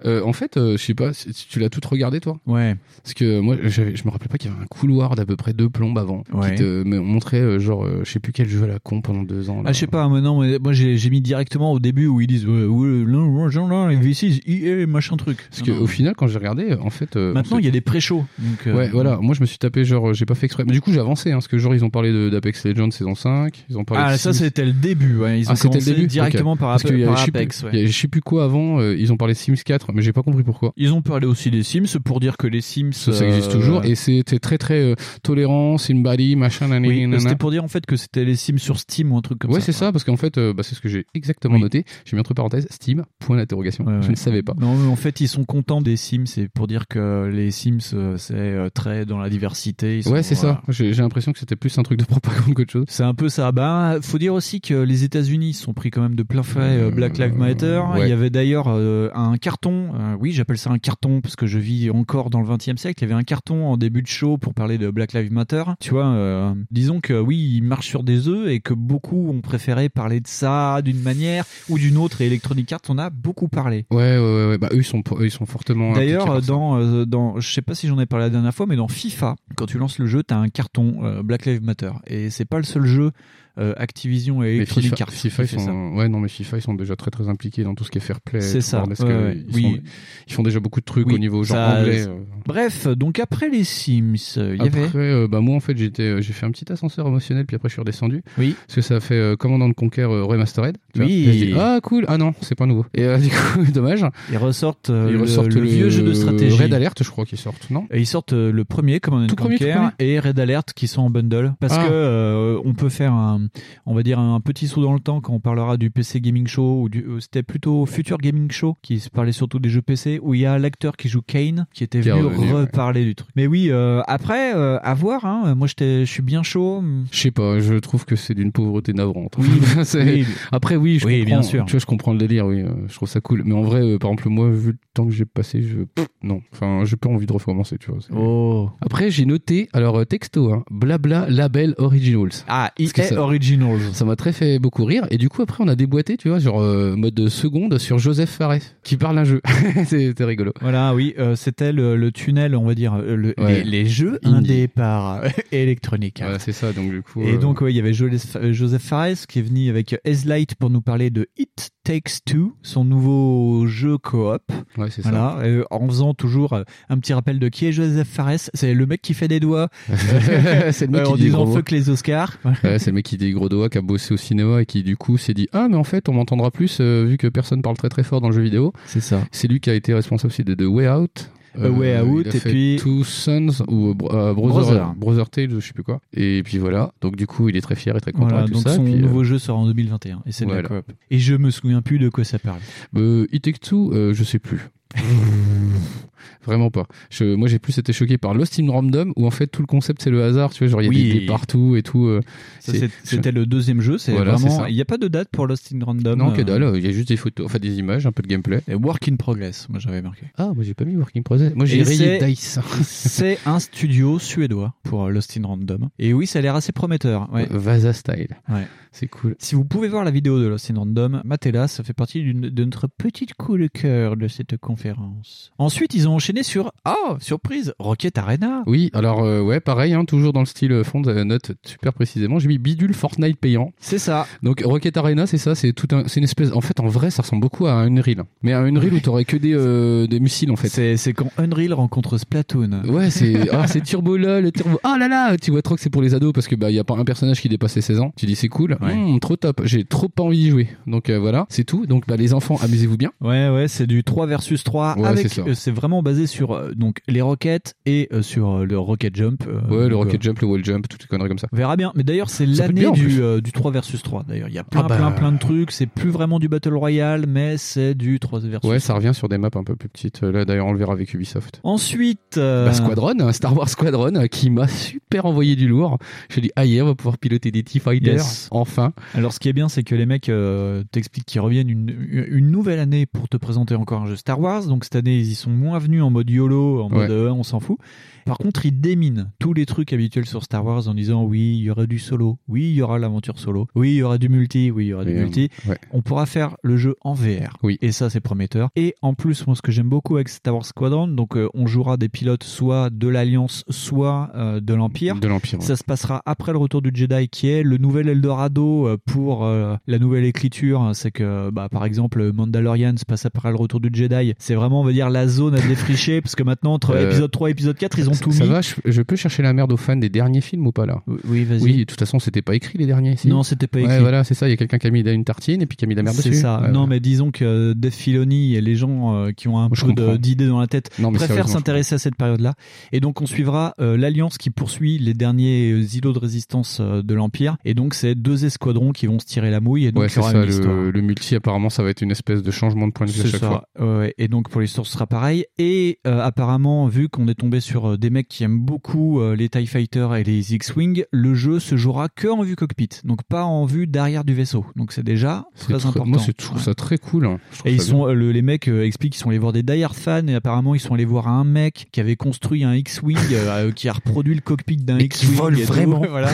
[SPEAKER 5] Euh, en fait, euh, je sais pas, si tu l'as tout regardé toi
[SPEAKER 4] Ouais,
[SPEAKER 5] Parce que moi, j'avais- je me rappelais pas qu'il y avait un couloir d'à peu près deux plombes avant
[SPEAKER 4] Ouais.
[SPEAKER 5] qui te me montrait euh, genre, euh, je sais plus quel jeu à la con pendant deux ans. là.
[SPEAKER 4] ah, je sais pas, mais non, mais moi j'ai j'ai mis directement au début où ils disent ouais, ouais, non, non, non, non, V6, EA, machin truc.
[SPEAKER 5] Parce
[SPEAKER 4] Non,
[SPEAKER 5] que
[SPEAKER 4] non.
[SPEAKER 5] au final, quand j'ai regardé, en fait, euh,
[SPEAKER 4] Maintenant,
[SPEAKER 5] on se-
[SPEAKER 4] il y a des pré-shows. donc, euh,
[SPEAKER 5] Ouais, voilà. Moi, je me suis tapé, genre, euh, j'ai pas fait exprès. Mais du coup, j'ai avancé, hein, parce que, genre, ils ont parlé de- d'Apex Legends saison 5, ils ont parlé
[SPEAKER 4] Ah,
[SPEAKER 5] de
[SPEAKER 4] ça
[SPEAKER 5] Sims.
[SPEAKER 4] c'était le début. ouais. Ils ont
[SPEAKER 5] Ah, c'était le
[SPEAKER 4] commencé
[SPEAKER 5] début
[SPEAKER 4] directement par,
[SPEAKER 5] Parce
[SPEAKER 4] Ape-
[SPEAKER 5] qu'il y avait,
[SPEAKER 4] par
[SPEAKER 5] je sais plus-
[SPEAKER 4] Apex. ouais.
[SPEAKER 5] il y avait je sais plus quoi avant, euh, ils ont parlé de Sims 4, mais j'ai pas compris pourquoi.
[SPEAKER 4] Ils ont parlé aussi des Sims pour dire que les Sims
[SPEAKER 5] Ça, ça existe
[SPEAKER 4] euh,
[SPEAKER 5] toujours, et c'était très très euh, tolérant, Simbali, machin, nanani,
[SPEAKER 4] oui,
[SPEAKER 5] nanana.
[SPEAKER 4] c'était pour dire en fait que c'était les Sims sur Steam ou un truc comme
[SPEAKER 5] ouais,
[SPEAKER 4] ça.
[SPEAKER 5] c'est ça, parce qu'en fait, euh, bah, c'est ce que j'ai exactement
[SPEAKER 4] Oui.
[SPEAKER 5] noté. J'ai mis entre parenthèses Steam, point d'interrogation.
[SPEAKER 4] Ouais,
[SPEAKER 5] je
[SPEAKER 4] ouais.
[SPEAKER 5] ne savais pas.
[SPEAKER 4] Non, mais en fait, ils sont contents des Sims, c'est pour dire que les Sims euh, c'est euh, très dans la diversité. ils sont- euh,
[SPEAKER 5] ouais, c'est
[SPEAKER 4] voilà.
[SPEAKER 5] ça. J'ai j'ai l'impression que c'était plus un truc de propagande qu'autre chose.
[SPEAKER 4] C'est un peu ça. Ben, faut dire aussi que les États-Unis sont pris quand même de plein frais euh, Black Lives Matter.
[SPEAKER 5] Euh, ouais.
[SPEAKER 4] Il y avait d'ailleurs euh, un carton. euh, oui, j'appelle ça un carton parce que je vis encore dans le 20e siècle. Il y avait un carton en début de show pour parler de Black Lives Matter. Tu vois, euh, disons que oui, ils marchent sur des œufs et que beaucoup ont préféré parler de ça d'une manière ou d'une autre. Et Electronic Arts en a beaucoup parlé.
[SPEAKER 5] Ouais, ouais, ouais. ouais. Bah, eux, ils sont, pro- eux, ils sont fortement. impliqués
[SPEAKER 4] D'ailleurs,
[SPEAKER 5] par ça.
[SPEAKER 4] dans, euh, dans, je sais pas si j'en ai parlé la dernière fois, mais dans FIFA, quand tu lances le jeu, t'as un carton euh, Black Lives Matter, et c'est pas le seul jeu euh, Activision et
[SPEAKER 5] Mais
[SPEAKER 4] Electronic
[SPEAKER 5] FIFA,
[SPEAKER 4] Arts qui
[SPEAKER 5] FIFA, ils
[SPEAKER 4] fait ça.
[SPEAKER 5] sont, ouais, non, mais FIFA, ils sont déjà très très impliqués dans tout ce qui est fair play.
[SPEAKER 4] C'est
[SPEAKER 5] tout
[SPEAKER 4] ça.
[SPEAKER 5] le bordel,
[SPEAKER 4] ouais,
[SPEAKER 5] parce que
[SPEAKER 4] ouais.
[SPEAKER 5] Ils,
[SPEAKER 4] Oui.
[SPEAKER 5] sont- ils font déjà beaucoup de trucs
[SPEAKER 4] Oui,
[SPEAKER 5] au niveau genre
[SPEAKER 4] ça-
[SPEAKER 5] anglais. euh.
[SPEAKER 4] Bref, donc après les Sims, euh, il y
[SPEAKER 5] Après,
[SPEAKER 4] avait.
[SPEAKER 5] euh, bah moi en fait j'étais, euh, j'ai fait un petit ascenseur émotionnel puis après je suis redescendu
[SPEAKER 4] Oui.
[SPEAKER 5] parce que ça fait euh, Commandant de Conquer euh, Remastered. tu vois.
[SPEAKER 4] Oui.
[SPEAKER 5] Et je dis, ah cool, ah non c'est pas nouveau. Et euh, du coup dommage.
[SPEAKER 4] Ils ressortent, euh,
[SPEAKER 5] Ils
[SPEAKER 4] le,
[SPEAKER 5] ressortent
[SPEAKER 4] le vieux jeu de stratégie.
[SPEAKER 5] Red Alert je crois qu'ils sortent non
[SPEAKER 4] Et ils sortent euh, le premier comme un
[SPEAKER 5] Tout premier, tout premier.
[SPEAKER 4] et Red Alert qui sont en bundle parce
[SPEAKER 5] Ah.
[SPEAKER 4] que euh, on peut faire un on va dire un petit saut dans le temps quand on parlera du PC gaming show ou du euh, c'était plutôt Future Gaming Show qui se parlait surtout plutôt des jeux PC où il y a l'acteur qui joue Kane qui était
[SPEAKER 5] Qui est
[SPEAKER 4] venu
[SPEAKER 5] revenu, ouais.
[SPEAKER 4] reparler du truc. Mais oui, euh, après, euh, à voir. Hein, moi, j'étais- je suis bien chaud.
[SPEAKER 5] Je sais pas, je trouve que c'est d'une pauvreté navrante.
[SPEAKER 4] Oui,
[SPEAKER 5] C'est-
[SPEAKER 4] Oui,
[SPEAKER 5] Après, oui, je
[SPEAKER 4] Oui,
[SPEAKER 5] comprends,
[SPEAKER 4] bien sûr.
[SPEAKER 5] Tu vois, je comprends le délire, oui, euh, je trouve ça cool. Mais en vrai, euh, par exemple, moi, vu le temps que j'ai passé, je. pff, non. Enfin, j'ai pas envie de recommencer, tu vois. c'est-
[SPEAKER 4] Oh.
[SPEAKER 5] Après, j'ai noté, alors, euh, texto, hein, blabla label originals.
[SPEAKER 4] Ah,
[SPEAKER 5] Parce que
[SPEAKER 4] EA
[SPEAKER 5] ça-
[SPEAKER 4] Originals.
[SPEAKER 5] Ça m'a très fait beaucoup rire. Et du coup, après, on a déboîté, tu vois, genre euh, mode seconde sur Joseph Fares, qui parle un jeu. C'était rigolo.
[SPEAKER 4] Voilà, oui, euh, c'était le, le tunnel, on va dire, euh, le- les,
[SPEAKER 5] Ouais.
[SPEAKER 4] les jeux
[SPEAKER 5] Indie.
[SPEAKER 4] indés par électronique.
[SPEAKER 5] Ouais, c'est ça, donc du coup.
[SPEAKER 4] Et
[SPEAKER 5] euh,
[SPEAKER 4] donc, ouais, il y avait Joles- euh, Joseph Fares qui est venu avec Ezlight pour nous parler de It Takes Two, son nouveau jeu coop.
[SPEAKER 5] ouais, c'est ça.
[SPEAKER 4] Voilà, euh, en faisant toujours euh, un petit rappel de qui est Joseph Fares. C'est le mec qui fait des doigts
[SPEAKER 5] c'est le mec
[SPEAKER 4] euh,
[SPEAKER 5] qui
[SPEAKER 4] en
[SPEAKER 5] dit des
[SPEAKER 4] disant
[SPEAKER 5] gros
[SPEAKER 4] fuck les Oscars.
[SPEAKER 5] doigts. Ouais, c'est le mec qui dit des gros doigts, qui a bossé au cinéma et qui du coup s'est dit ah mais en fait on m'entendra plus euh, vu que personne parle très très fort dans le jeu vidéo.
[SPEAKER 4] C'est ça.
[SPEAKER 5] C'est lui qui a été responsable aussi de The Way Out. Euh,
[SPEAKER 4] A Way Out,
[SPEAKER 5] il a
[SPEAKER 4] et
[SPEAKER 5] fait
[SPEAKER 4] puis-
[SPEAKER 5] Two Sons ou euh, Bro- euh, Brother,
[SPEAKER 4] Brother.
[SPEAKER 5] Brother Tales, je sais plus quoi. Et puis voilà. Donc du coup, il est très fier et très content
[SPEAKER 4] Voilà,
[SPEAKER 5] et tout
[SPEAKER 4] donc
[SPEAKER 5] ça.
[SPEAKER 4] son
[SPEAKER 5] et puis, euh,
[SPEAKER 4] nouveau jeu sort en 2021 et c'est de la
[SPEAKER 5] voilà.
[SPEAKER 4] coop. Et je me souviens plus de quoi ça parle.
[SPEAKER 5] Euh, It Takes Two, euh, je sais plus. Vraiment pas. Je- moi, j'ai plus été choqué par Lost in Random, où en fait tout le concept c'est le hasard, tu vois, genre il y a
[SPEAKER 4] Oui.
[SPEAKER 5] des dés partout et tout. euh,
[SPEAKER 4] Ça,
[SPEAKER 5] C'est-
[SPEAKER 4] c'est- C'était le deuxième jeu, c'est
[SPEAKER 5] Voilà, c'est
[SPEAKER 4] vraiment.
[SPEAKER 5] ça.
[SPEAKER 4] Il n'y a pas de date pour Lost in Random.
[SPEAKER 5] non, que
[SPEAKER 4] euh,
[SPEAKER 5] dalle, euh, il y a juste des photos, enfin des images, un peu de gameplay.
[SPEAKER 4] et Work in Progress, moi j'avais marqué.
[SPEAKER 5] Ah, moi j'ai pas mis Working Process. Moi j'ai
[SPEAKER 4] Et
[SPEAKER 5] rayé
[SPEAKER 4] c'est-
[SPEAKER 5] Dice.
[SPEAKER 4] c'est un studio suédois pour euh, Lost in Random. Et oui, ça a l'air assez prometteur. ouais.
[SPEAKER 5] Euh, Vasa Style.
[SPEAKER 4] Ouais.
[SPEAKER 5] C'est cool.
[SPEAKER 4] Si vous pouvez voir la vidéo de Lost in Random, Matela, ça fait partie d'une- de notre petite coup de cœur de cette conférence. Ensuite, ils ont enchaîné sur, oh, surprise, Rocket Arena.
[SPEAKER 5] Oui, alors euh, ouais, pareil, hein, toujours dans le style euh, fond, euh, note super précisément. J'ai mis bidule Fortnite payant.
[SPEAKER 4] C'est ça.
[SPEAKER 5] Donc Rocket Arena, c'est ça, c'est tout un, c'est une espèce. En fait, en vrai, ça ressemble beaucoup à Unreal, mais à Unreal où t'aurais que des euh, des missiles en fait.
[SPEAKER 4] C'est c'est quand Unreal rencontre Splatoon.
[SPEAKER 5] Ouais, c'est ah, c'est Turbo LOL, Turbo. Oh là là, tu vois trop que c'est pour les ados parce que bah y a pas un personnage qui dépasse les 16 ans. Tu dis c'est cool,
[SPEAKER 4] Ouais.
[SPEAKER 5] Hmm, trop top. J'ai trop pas envie d'y jouer. Donc euh, voilà, c'est tout. Donc bah les enfants, amusez-vous bien.
[SPEAKER 4] Ouais, ouais, c'est du 3 versus 3.
[SPEAKER 5] Ouais,
[SPEAKER 4] avec,
[SPEAKER 5] c'est ça.
[SPEAKER 4] euh, c'est vraiment basé sur euh, donc, les roquettes et euh, sur euh, le rocket jump. euh,
[SPEAKER 5] Ouais,
[SPEAKER 4] donc,
[SPEAKER 5] le rocket
[SPEAKER 4] euh,
[SPEAKER 5] jump, le wall jump, toutes les conneries comme ça.
[SPEAKER 4] On verra bien. Mais d'ailleurs, c'est
[SPEAKER 5] Ça peut être bien,
[SPEAKER 4] l'année
[SPEAKER 5] en plus.
[SPEAKER 4] du, euh, du 3 versus 3. D'ailleurs, il y a plein,
[SPEAKER 5] Ah bah.
[SPEAKER 4] plein, plein de trucs. C'est plus vraiment du Battle Royale, mais c'est du 3 versus
[SPEAKER 5] Ouais, ça revient sur des maps un peu plus petites. Euh, Là d'ailleurs, on le verra avec Ubisoft.
[SPEAKER 4] Ensuite, euh,
[SPEAKER 5] Bah, Squadron, hein, Star Wars Squadron, euh, qui m'a super envoyé du lourd. Je dis, ah yeah, on va pouvoir piloter des T-Fighters.
[SPEAKER 4] Yes.
[SPEAKER 5] Enfin.
[SPEAKER 4] alors ce qui est bien, c'est que les mecs euh, t'expliquent qu'ils reviennent une, une nouvelle année pour te présenter encore un jeu Star Wars. Donc cette année, ils y sont moins venus en mode YOLO, en mode
[SPEAKER 5] Ouais.
[SPEAKER 4] euh, on s'en fout. Par contre, ils déminent tous les trucs habituels sur Star Wars en disant oui, il y aura du solo, oui, il y aura l'aventure solo, oui, il y aura du multi, oui, il y aura du
[SPEAKER 5] Et, euh,
[SPEAKER 4] multi.
[SPEAKER 5] ouais.
[SPEAKER 4] On pourra faire le jeu en VR.
[SPEAKER 5] Oui.
[SPEAKER 4] Et ça, c'est prometteur. Et en plus, moi, ce que j'aime beaucoup avec Star Wars Squadron, donc euh, on jouera des pilotes soit de l'Alliance, soit euh, de l'Empire.
[SPEAKER 5] De l'Empire. ouais.
[SPEAKER 4] Ça se passera après le retour du Jedi, qui est le nouvel Eldorado euh, pour euh, la nouvelle écriture. C'est que, bah, par exemple, Mandalorian se passe après le retour du Jedi. C'est vraiment, on va dire, la zone à défricher, parce que maintenant, entre
[SPEAKER 5] Euh,
[SPEAKER 4] épisode 3 et épisode 4, ils ont
[SPEAKER 5] Ça-
[SPEAKER 4] tout
[SPEAKER 5] ça
[SPEAKER 4] mis.
[SPEAKER 5] va, je, je peux chercher la merde aux fans des derniers films ou pas là
[SPEAKER 4] oui, vas-y.
[SPEAKER 5] Oui, de toute façon, c'était pas écrit les derniers. si
[SPEAKER 4] Non, c'était pas écrit.
[SPEAKER 5] Ouais, voilà, c'est ça. Il y a quelqu'un qui a mis une tartine et puis qui a mis de la merde
[SPEAKER 4] c'est
[SPEAKER 5] dessus.
[SPEAKER 4] ça.
[SPEAKER 5] Ouais,
[SPEAKER 4] non,
[SPEAKER 5] ouais.
[SPEAKER 4] mais disons que Dave Filoni et les gens euh, qui ont un
[SPEAKER 5] Je
[SPEAKER 4] peu
[SPEAKER 5] comprends.
[SPEAKER 4] de- d'idées dans la tête
[SPEAKER 5] Non, mais
[SPEAKER 4] préfèrent
[SPEAKER 5] sérieusement,
[SPEAKER 4] s'intéresser à cette période-là. Et donc, on suivra euh, l'Alliance qui poursuit les derniers euh, îlots de résistance euh, de l'Empire. Et donc, c'est deux escadrons qui vont se tirer la mouille. Et
[SPEAKER 5] je
[SPEAKER 4] donc,
[SPEAKER 5] comprends. Ouais,
[SPEAKER 4] il
[SPEAKER 5] c'est
[SPEAKER 4] y aura une
[SPEAKER 5] ça.
[SPEAKER 4] histoire.
[SPEAKER 5] Le, le multi, apparemment, ça va être une espèce de changement de point de vue à
[SPEAKER 4] C'est
[SPEAKER 5] chaque fois.
[SPEAKER 4] ça. ouais. Et donc pour les sources, ce sera pareil. Et euh, apparemment, vu qu'on est tombé sur euh, des mecs qui aiment beaucoup euh, les TIE Fighters et les X-Wing, le jeu se jouera que en vue cockpit, donc pas en vue derrière du vaisseau. Donc c'est déjà
[SPEAKER 5] C'est
[SPEAKER 4] très,
[SPEAKER 5] très-
[SPEAKER 4] important.
[SPEAKER 5] Moi, c'est- je trouve
[SPEAKER 4] Ouais.
[SPEAKER 5] ça très cool. hein. Je trouve
[SPEAKER 4] Et ils
[SPEAKER 5] ça bien.
[SPEAKER 4] sont, euh, le- les mecs euh, expliquent qu'ils sont allés voir des Die Hard fans et apparemment ils sont allés voir un mec qui avait construit un X-Wing euh, euh, qui a reproduit le cockpit d'un
[SPEAKER 5] Et qui
[SPEAKER 4] X-Wing.
[SPEAKER 5] vole
[SPEAKER 4] et tout.
[SPEAKER 5] vraiment.
[SPEAKER 4] Voilà.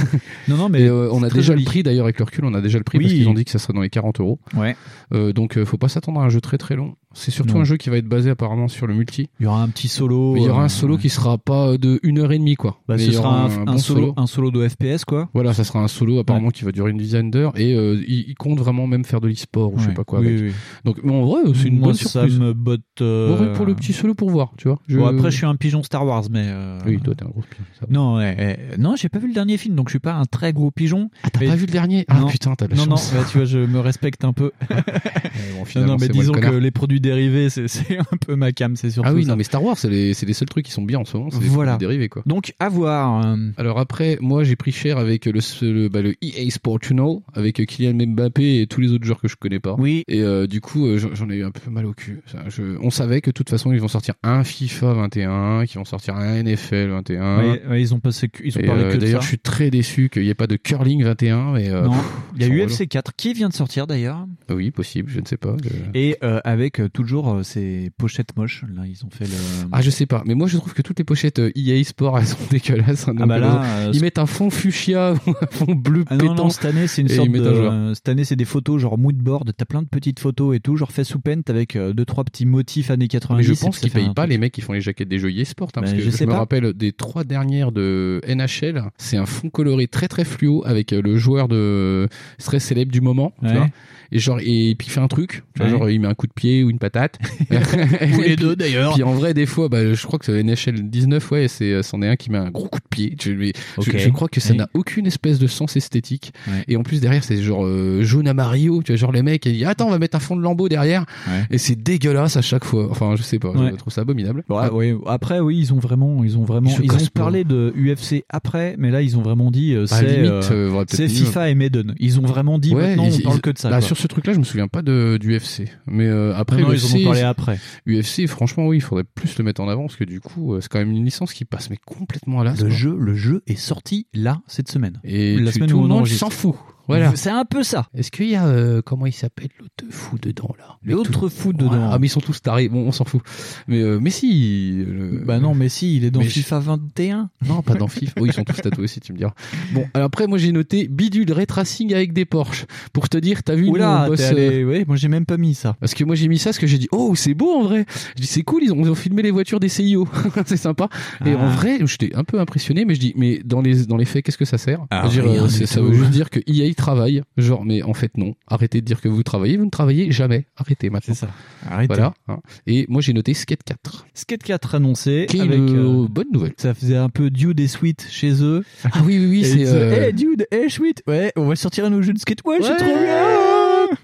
[SPEAKER 4] Non, non,
[SPEAKER 5] Et,
[SPEAKER 4] mais
[SPEAKER 5] euh, on a
[SPEAKER 4] c'est très
[SPEAKER 5] déjà
[SPEAKER 4] joli.
[SPEAKER 5] le prix d'ailleurs avec le recul, on a déjà le prix
[SPEAKER 4] Oui.
[SPEAKER 5] parce qu'ils ont dit que ça serait dans les 40 euros.
[SPEAKER 4] Ouais.
[SPEAKER 5] Euh, donc euh, faut pas s'attendre à un jeu très très long. C'est surtout
[SPEAKER 4] Non.
[SPEAKER 5] un jeu qui va être basé apparemment sur le multi.
[SPEAKER 4] il y aura un petit solo.
[SPEAKER 5] Mais il y aura
[SPEAKER 4] euh,
[SPEAKER 5] un solo qui sera pas de une heure et demie quoi.
[SPEAKER 4] Bah,
[SPEAKER 5] Mais
[SPEAKER 4] ce
[SPEAKER 5] il y aura
[SPEAKER 4] sera un, un
[SPEAKER 5] bon
[SPEAKER 4] solo, un solo de FPS quoi.
[SPEAKER 5] Voilà, ça sera un solo apparemment qui va durer une dizaine d'heures et euh, il, il compte vraiment même faire de l'e-sport ou je sais
[SPEAKER 4] Ouais.
[SPEAKER 5] pas quoi.
[SPEAKER 4] Oui,
[SPEAKER 5] avec.
[SPEAKER 4] oui.
[SPEAKER 5] Donc mais en vrai c'est une
[SPEAKER 4] Moi,
[SPEAKER 5] bonne
[SPEAKER 4] ça
[SPEAKER 5] surprise.
[SPEAKER 4] me botte. euh,
[SPEAKER 5] Heureux pour le petit solo pour voir, tu vois. Je-
[SPEAKER 4] Bon, après, je suis un pigeon Star Wars, mais. euh,
[SPEAKER 5] Oui, toi t'es un gros pigeon. ça va.
[SPEAKER 4] Non, ouais, ouais. non, j'ai pas vu le dernier film, donc je suis pas un très gros pigeon.
[SPEAKER 5] Ah, t'as
[SPEAKER 4] mais-
[SPEAKER 5] pas vu le dernier Ah
[SPEAKER 4] Non.
[SPEAKER 5] putain, t'as de la
[SPEAKER 4] non,
[SPEAKER 5] chance.
[SPEAKER 4] non, bah, tu vois, je me respecte un peu.
[SPEAKER 5] Eh, bon,
[SPEAKER 4] non,
[SPEAKER 5] finalement,
[SPEAKER 4] non, mais
[SPEAKER 5] c'est moi le
[SPEAKER 4] disons que
[SPEAKER 5] connard.
[SPEAKER 4] les produits dérivés, c'est- c'est un peu ma cam, c'est surtout
[SPEAKER 5] Ah oui,
[SPEAKER 4] ça.
[SPEAKER 5] non, mais Star Wars, c'est les, c'est les seuls trucs qui sont bien en ce moment. C'est des
[SPEAKER 4] Voilà.
[SPEAKER 5] produits dérivés, quoi.
[SPEAKER 4] Donc, à voir. euh,
[SPEAKER 5] Alors après, moi j'ai pris cher avec le, ce- le, bah, le EA Sport Tunnel, avec Kylian Mbappé et tous les autres joueurs que je connais pas.
[SPEAKER 4] Oui.
[SPEAKER 5] Et euh, du coup, euh, j'en j'en ai eu un peu mal au cul. Ça, je- on savait que de toute façon, ils vont sortir un FIFA 21, qu'ils vont sortir un NFL 21.
[SPEAKER 4] Ouais, ouais, ils ont passé, que- ils ont
[SPEAKER 5] Hein Et,
[SPEAKER 4] parlé
[SPEAKER 5] euh,
[SPEAKER 4] que de ça.
[SPEAKER 5] d'ailleurs, je suis très déçu qu'il n'y ait pas de curling 21. Mais, euh,
[SPEAKER 4] Non,
[SPEAKER 5] pff,
[SPEAKER 4] il y a
[SPEAKER 5] sans
[SPEAKER 4] UFC 4 qui vient de sortir d'ailleurs.
[SPEAKER 5] oui, possible, je ne sais pas. je-
[SPEAKER 4] Et euh, avec euh, toujours euh, ces pochettes moches. Là, ils ont fait le.
[SPEAKER 5] Ah, je sais pas. Mais moi, je trouve que toutes les pochettes euh, EA Sport, elles sont dégueulasses. hein,
[SPEAKER 4] Ah
[SPEAKER 5] donc,
[SPEAKER 4] bah
[SPEAKER 5] euh,
[SPEAKER 4] là. euh,
[SPEAKER 5] ils mettent un fond fuchsia ou un fond bleu
[SPEAKER 4] Ah non,
[SPEAKER 5] pétant.
[SPEAKER 4] non, cette année, c'est une
[SPEAKER 5] Et
[SPEAKER 4] sorte
[SPEAKER 5] ils
[SPEAKER 4] de.
[SPEAKER 5] mettent un joueur.
[SPEAKER 4] euh, cette année, c'est des photos genre moodboard. T'as plein de petites photos et tout, genre fait sous peint avec euh, deux trois petits motifs années 90.
[SPEAKER 5] Mais je
[SPEAKER 4] et puis
[SPEAKER 5] pense
[SPEAKER 4] ça
[SPEAKER 5] qu'ils
[SPEAKER 4] fait un E
[SPEAKER 5] payent pas
[SPEAKER 4] truc.
[SPEAKER 5] les mecs qui font les jaquettes des jeux eSport. hein,
[SPEAKER 4] Ben,
[SPEAKER 5] parce que
[SPEAKER 4] je
[SPEAKER 5] je,
[SPEAKER 4] sais
[SPEAKER 5] me
[SPEAKER 4] pas.
[SPEAKER 5] rappelle des trois dernières de NHL. C'est un fond coloré très très fluo avec euh, le joueur de très célèbre du moment. tu
[SPEAKER 4] Ouais.
[SPEAKER 5] vois. et genre et puis il fait un truc. tu
[SPEAKER 4] Ouais.
[SPEAKER 5] vois, genre il met un coup de pied ou une patate.
[SPEAKER 4] Ou
[SPEAKER 5] Et
[SPEAKER 4] les
[SPEAKER 5] puis-
[SPEAKER 4] deux d'ailleurs.
[SPEAKER 5] Puis en vrai des fois, bah, je crois que c'est NHL 19 ouais, c'est euh, c'en est un qui met un gros coup de pied. Je, mais je-
[SPEAKER 4] Ok.
[SPEAKER 5] je crois que ça
[SPEAKER 4] Ouais.
[SPEAKER 5] n'a aucune espèce de sens esthétique.
[SPEAKER 4] Ouais.
[SPEAKER 5] Et en plus derrière c'est genre euh, jaune à Mario. Tu vois genre les mecs ils disent attends on va mettre un fond de lambeau derrière.
[SPEAKER 4] Ouais.
[SPEAKER 5] Et c'est dégueulasse à chaque fois. Enfin, je sais pas,
[SPEAKER 4] Ouais.
[SPEAKER 5] je trouve ça abominable. Bah,
[SPEAKER 4] Bon, ah, ouais, Après, oui, ils ont vraiment, ils ont vraiment,
[SPEAKER 5] Ils se
[SPEAKER 4] ils, ont
[SPEAKER 5] cassent pas.
[SPEAKER 4] parlé de UFC après, mais là, ils ont vraiment dit euh,
[SPEAKER 5] Bah,
[SPEAKER 4] c'est
[SPEAKER 5] limite,
[SPEAKER 4] euh,
[SPEAKER 5] euh, faudrait
[SPEAKER 4] c'est
[SPEAKER 5] peut-être mieux.
[SPEAKER 4] FIFA et Madden. Ils ont vraiment dit
[SPEAKER 5] Ouais,
[SPEAKER 4] maintenant,
[SPEAKER 5] ils-
[SPEAKER 4] on parle
[SPEAKER 5] ils-
[SPEAKER 4] que de ça.
[SPEAKER 5] Bah,
[SPEAKER 4] quoi.
[SPEAKER 5] sur ce truc-là, je me souviens pas de, du UFC. Mais euh, après,
[SPEAKER 4] Non, non, ils en
[SPEAKER 5] UFC,
[SPEAKER 4] ont parlé après.
[SPEAKER 5] UFC, franchement, oui, il faudrait plus le mettre en avant parce que du coup, euh, c'est quand même une licence qui passe mais complètement à l'as.
[SPEAKER 4] Le
[SPEAKER 5] quoi.
[SPEAKER 4] jeu, le jeu est sorti là cette semaine.
[SPEAKER 5] Et
[SPEAKER 4] la
[SPEAKER 5] tu-
[SPEAKER 4] semaine
[SPEAKER 5] tout
[SPEAKER 4] où
[SPEAKER 5] le
[SPEAKER 4] on
[SPEAKER 5] monde
[SPEAKER 4] enregistre.
[SPEAKER 5] s'en fout. Voilà.
[SPEAKER 4] C'est un peu ça.
[SPEAKER 5] Est-ce qu'il y a euh, comment il s'appelle l'autre fou dedans là
[SPEAKER 4] L'autre fou
[SPEAKER 5] Voilà.
[SPEAKER 4] dedans.
[SPEAKER 5] Ah mais ils sont tous tarés. Bon, on s'en fout. Mais euh, mais si. euh,
[SPEAKER 4] Bah non, mais si, il est dans
[SPEAKER 5] Mais je-
[SPEAKER 4] FIFA 21.
[SPEAKER 5] Non, pas dans FIFA. Oui, ils sont tous tatoués aussi, tu me diras. Bon, alors après, moi j'ai noté bidule ray tracing avec des Porsche. Pour te dire, t'as vu nous,
[SPEAKER 4] Oula,
[SPEAKER 5] on bosse,
[SPEAKER 4] t'es
[SPEAKER 5] euh,
[SPEAKER 4] allé. Ouais, moi j'ai même pas mis ça.
[SPEAKER 5] Parce que moi j'ai mis ça parce que j'ai dit oh c'est beau en vrai. Je dis c'est cool ils ont, ils ont filmé les voitures des CIO c'est sympa. Et
[SPEAKER 4] Ah.
[SPEAKER 5] en vrai j'étais un peu impressionné mais je dis mais dans les dans les faits qu'est-ce que ça sert
[SPEAKER 4] Ah,
[SPEAKER 5] Je veux dire,
[SPEAKER 4] rien
[SPEAKER 5] euh,
[SPEAKER 4] du
[SPEAKER 5] c'est- Ça
[SPEAKER 4] tout.
[SPEAKER 5] veut juste dire que EA travaille genre mais en fait non arrêtez de dire que vous travaillez vous ne travaillez jamais arrêtez maintenant.
[SPEAKER 4] ça. Arrêtez.
[SPEAKER 5] Voilà. hein. Et moi j'ai noté Skate 4
[SPEAKER 4] Skate 4 annoncé
[SPEAKER 5] qui est
[SPEAKER 4] avec.
[SPEAKER 5] une
[SPEAKER 4] euh,
[SPEAKER 5] bonne nouvelle.
[SPEAKER 4] Ça faisait un peu Dude et Sweet chez eux.
[SPEAKER 5] Ah oui oui oui
[SPEAKER 4] Et
[SPEAKER 5] c'est
[SPEAKER 4] ils
[SPEAKER 5] euh,
[SPEAKER 4] disaient, Hey Dude, hey Sweet, ouais, on va sortir un nouveau jeu de skate. Ouais, c'est
[SPEAKER 5] Ouais.
[SPEAKER 4] trop bien.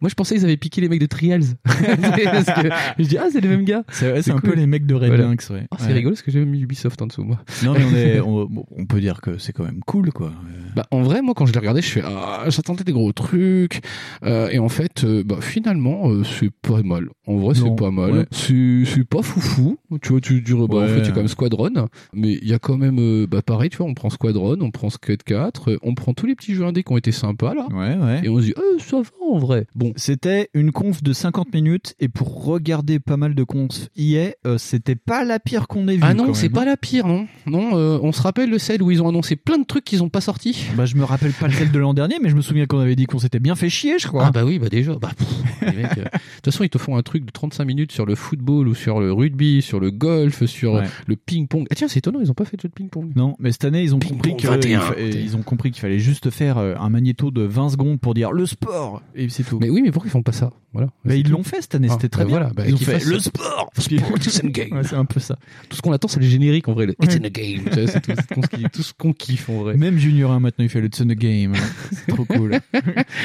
[SPEAKER 5] moi je pensais qu'ils avaient piqué les mecs de Trials. Parce que je dis ah c'est les mêmes gars.
[SPEAKER 4] C'est ouais, c'est
[SPEAKER 5] C'est
[SPEAKER 4] un
[SPEAKER 5] cool.
[SPEAKER 4] peu les mecs de Red
[SPEAKER 5] Voilà.
[SPEAKER 4] Lynx, ouais.
[SPEAKER 5] Ah, c'est
[SPEAKER 4] Ouais.
[SPEAKER 5] rigolo parce que j'ai mis Ubisoft en dessous moi.
[SPEAKER 4] Non, mais on, est, on, bon, on peut dire que c'est quand même cool, quoi.
[SPEAKER 5] Bah, en vrai, moi, quand je l'ai regardé, je fais ah, j'attendais des gros trucs. Euh, et en fait, euh, bah, finalement, euh, c'est pas mal. En vrai,
[SPEAKER 4] Non,
[SPEAKER 5] c'est pas mal.
[SPEAKER 4] ouais.
[SPEAKER 5] C'est c'est pas foufou. Tu vois, tu dirais, bah, en
[SPEAKER 4] Ouais.
[SPEAKER 5] fait, il y a quand même Squadron. Mais il y a quand même, euh, bah, pareil, tu vois, on prend Squadron, on prend Skate 4, euh, on prend tous les petits jeux indés qui ont été sympas, là.
[SPEAKER 4] Ouais, ouais.
[SPEAKER 5] Et on se dit, euh, ça va en vrai. Bon,
[SPEAKER 4] C'était une conf de 50 minutes et pour regarder pas mal de confs hier, euh, c'était pas la pire qu'on ait vue.
[SPEAKER 5] ah non,
[SPEAKER 4] quand
[SPEAKER 5] c'est
[SPEAKER 4] même.
[SPEAKER 5] pas la pire, non. Non, euh, on se rappelle de celle où ils ont annoncé plein de trucs qu'ils ont pas sortis.
[SPEAKER 4] Bah, je me rappelle pas lequel de l'an dernier, mais je me souviens qu'on avait dit qu'on s'était bien fait chier, je crois.
[SPEAKER 5] Ah bah oui, bah déjà. Bah, pff, les mecs, euh, de toute façon, ils te font un truc de 35 minutes sur le football ou sur le rugby, sur le golf, sur euh,
[SPEAKER 4] Ouais.
[SPEAKER 5] le ping-pong. Ah tiens, c'est étonnant, ils ont pas fait de jeu de ping-pong.
[SPEAKER 4] Non, mais cette année, ils ont
[SPEAKER 5] Ping
[SPEAKER 4] compris
[SPEAKER 5] pong
[SPEAKER 4] que
[SPEAKER 5] 21.
[SPEAKER 4] il fa- et ils ont compris qu'il fallait juste faire euh, un magnéto de 20 secondes pour dire le sport et c'est tout.
[SPEAKER 5] Mais oui, mais pourquoi ils font pas ça Voilà.
[SPEAKER 4] Bah,
[SPEAKER 5] C'est
[SPEAKER 4] ils
[SPEAKER 5] tout.
[SPEAKER 4] l'ont fait cette année,
[SPEAKER 5] Ah,
[SPEAKER 4] c'était très
[SPEAKER 5] bah
[SPEAKER 4] bien.
[SPEAKER 5] voilà, bah,
[SPEAKER 4] ils ont
[SPEAKER 5] qu'ils
[SPEAKER 4] fait
[SPEAKER 5] fassent-
[SPEAKER 4] le sport.
[SPEAKER 5] Sport is in game.
[SPEAKER 4] Ouais, c'est un peu ça.
[SPEAKER 5] Tout ce qu'on attend, c'est le générique en vrai. le It's in a game. Tu vois, C'est tout, c'est tout ce qui- tout ce qu'on kiffe en vrai.
[SPEAKER 4] Même Junior 1 maintenant, il fait le It's in the Game. hein. C'est trop cool.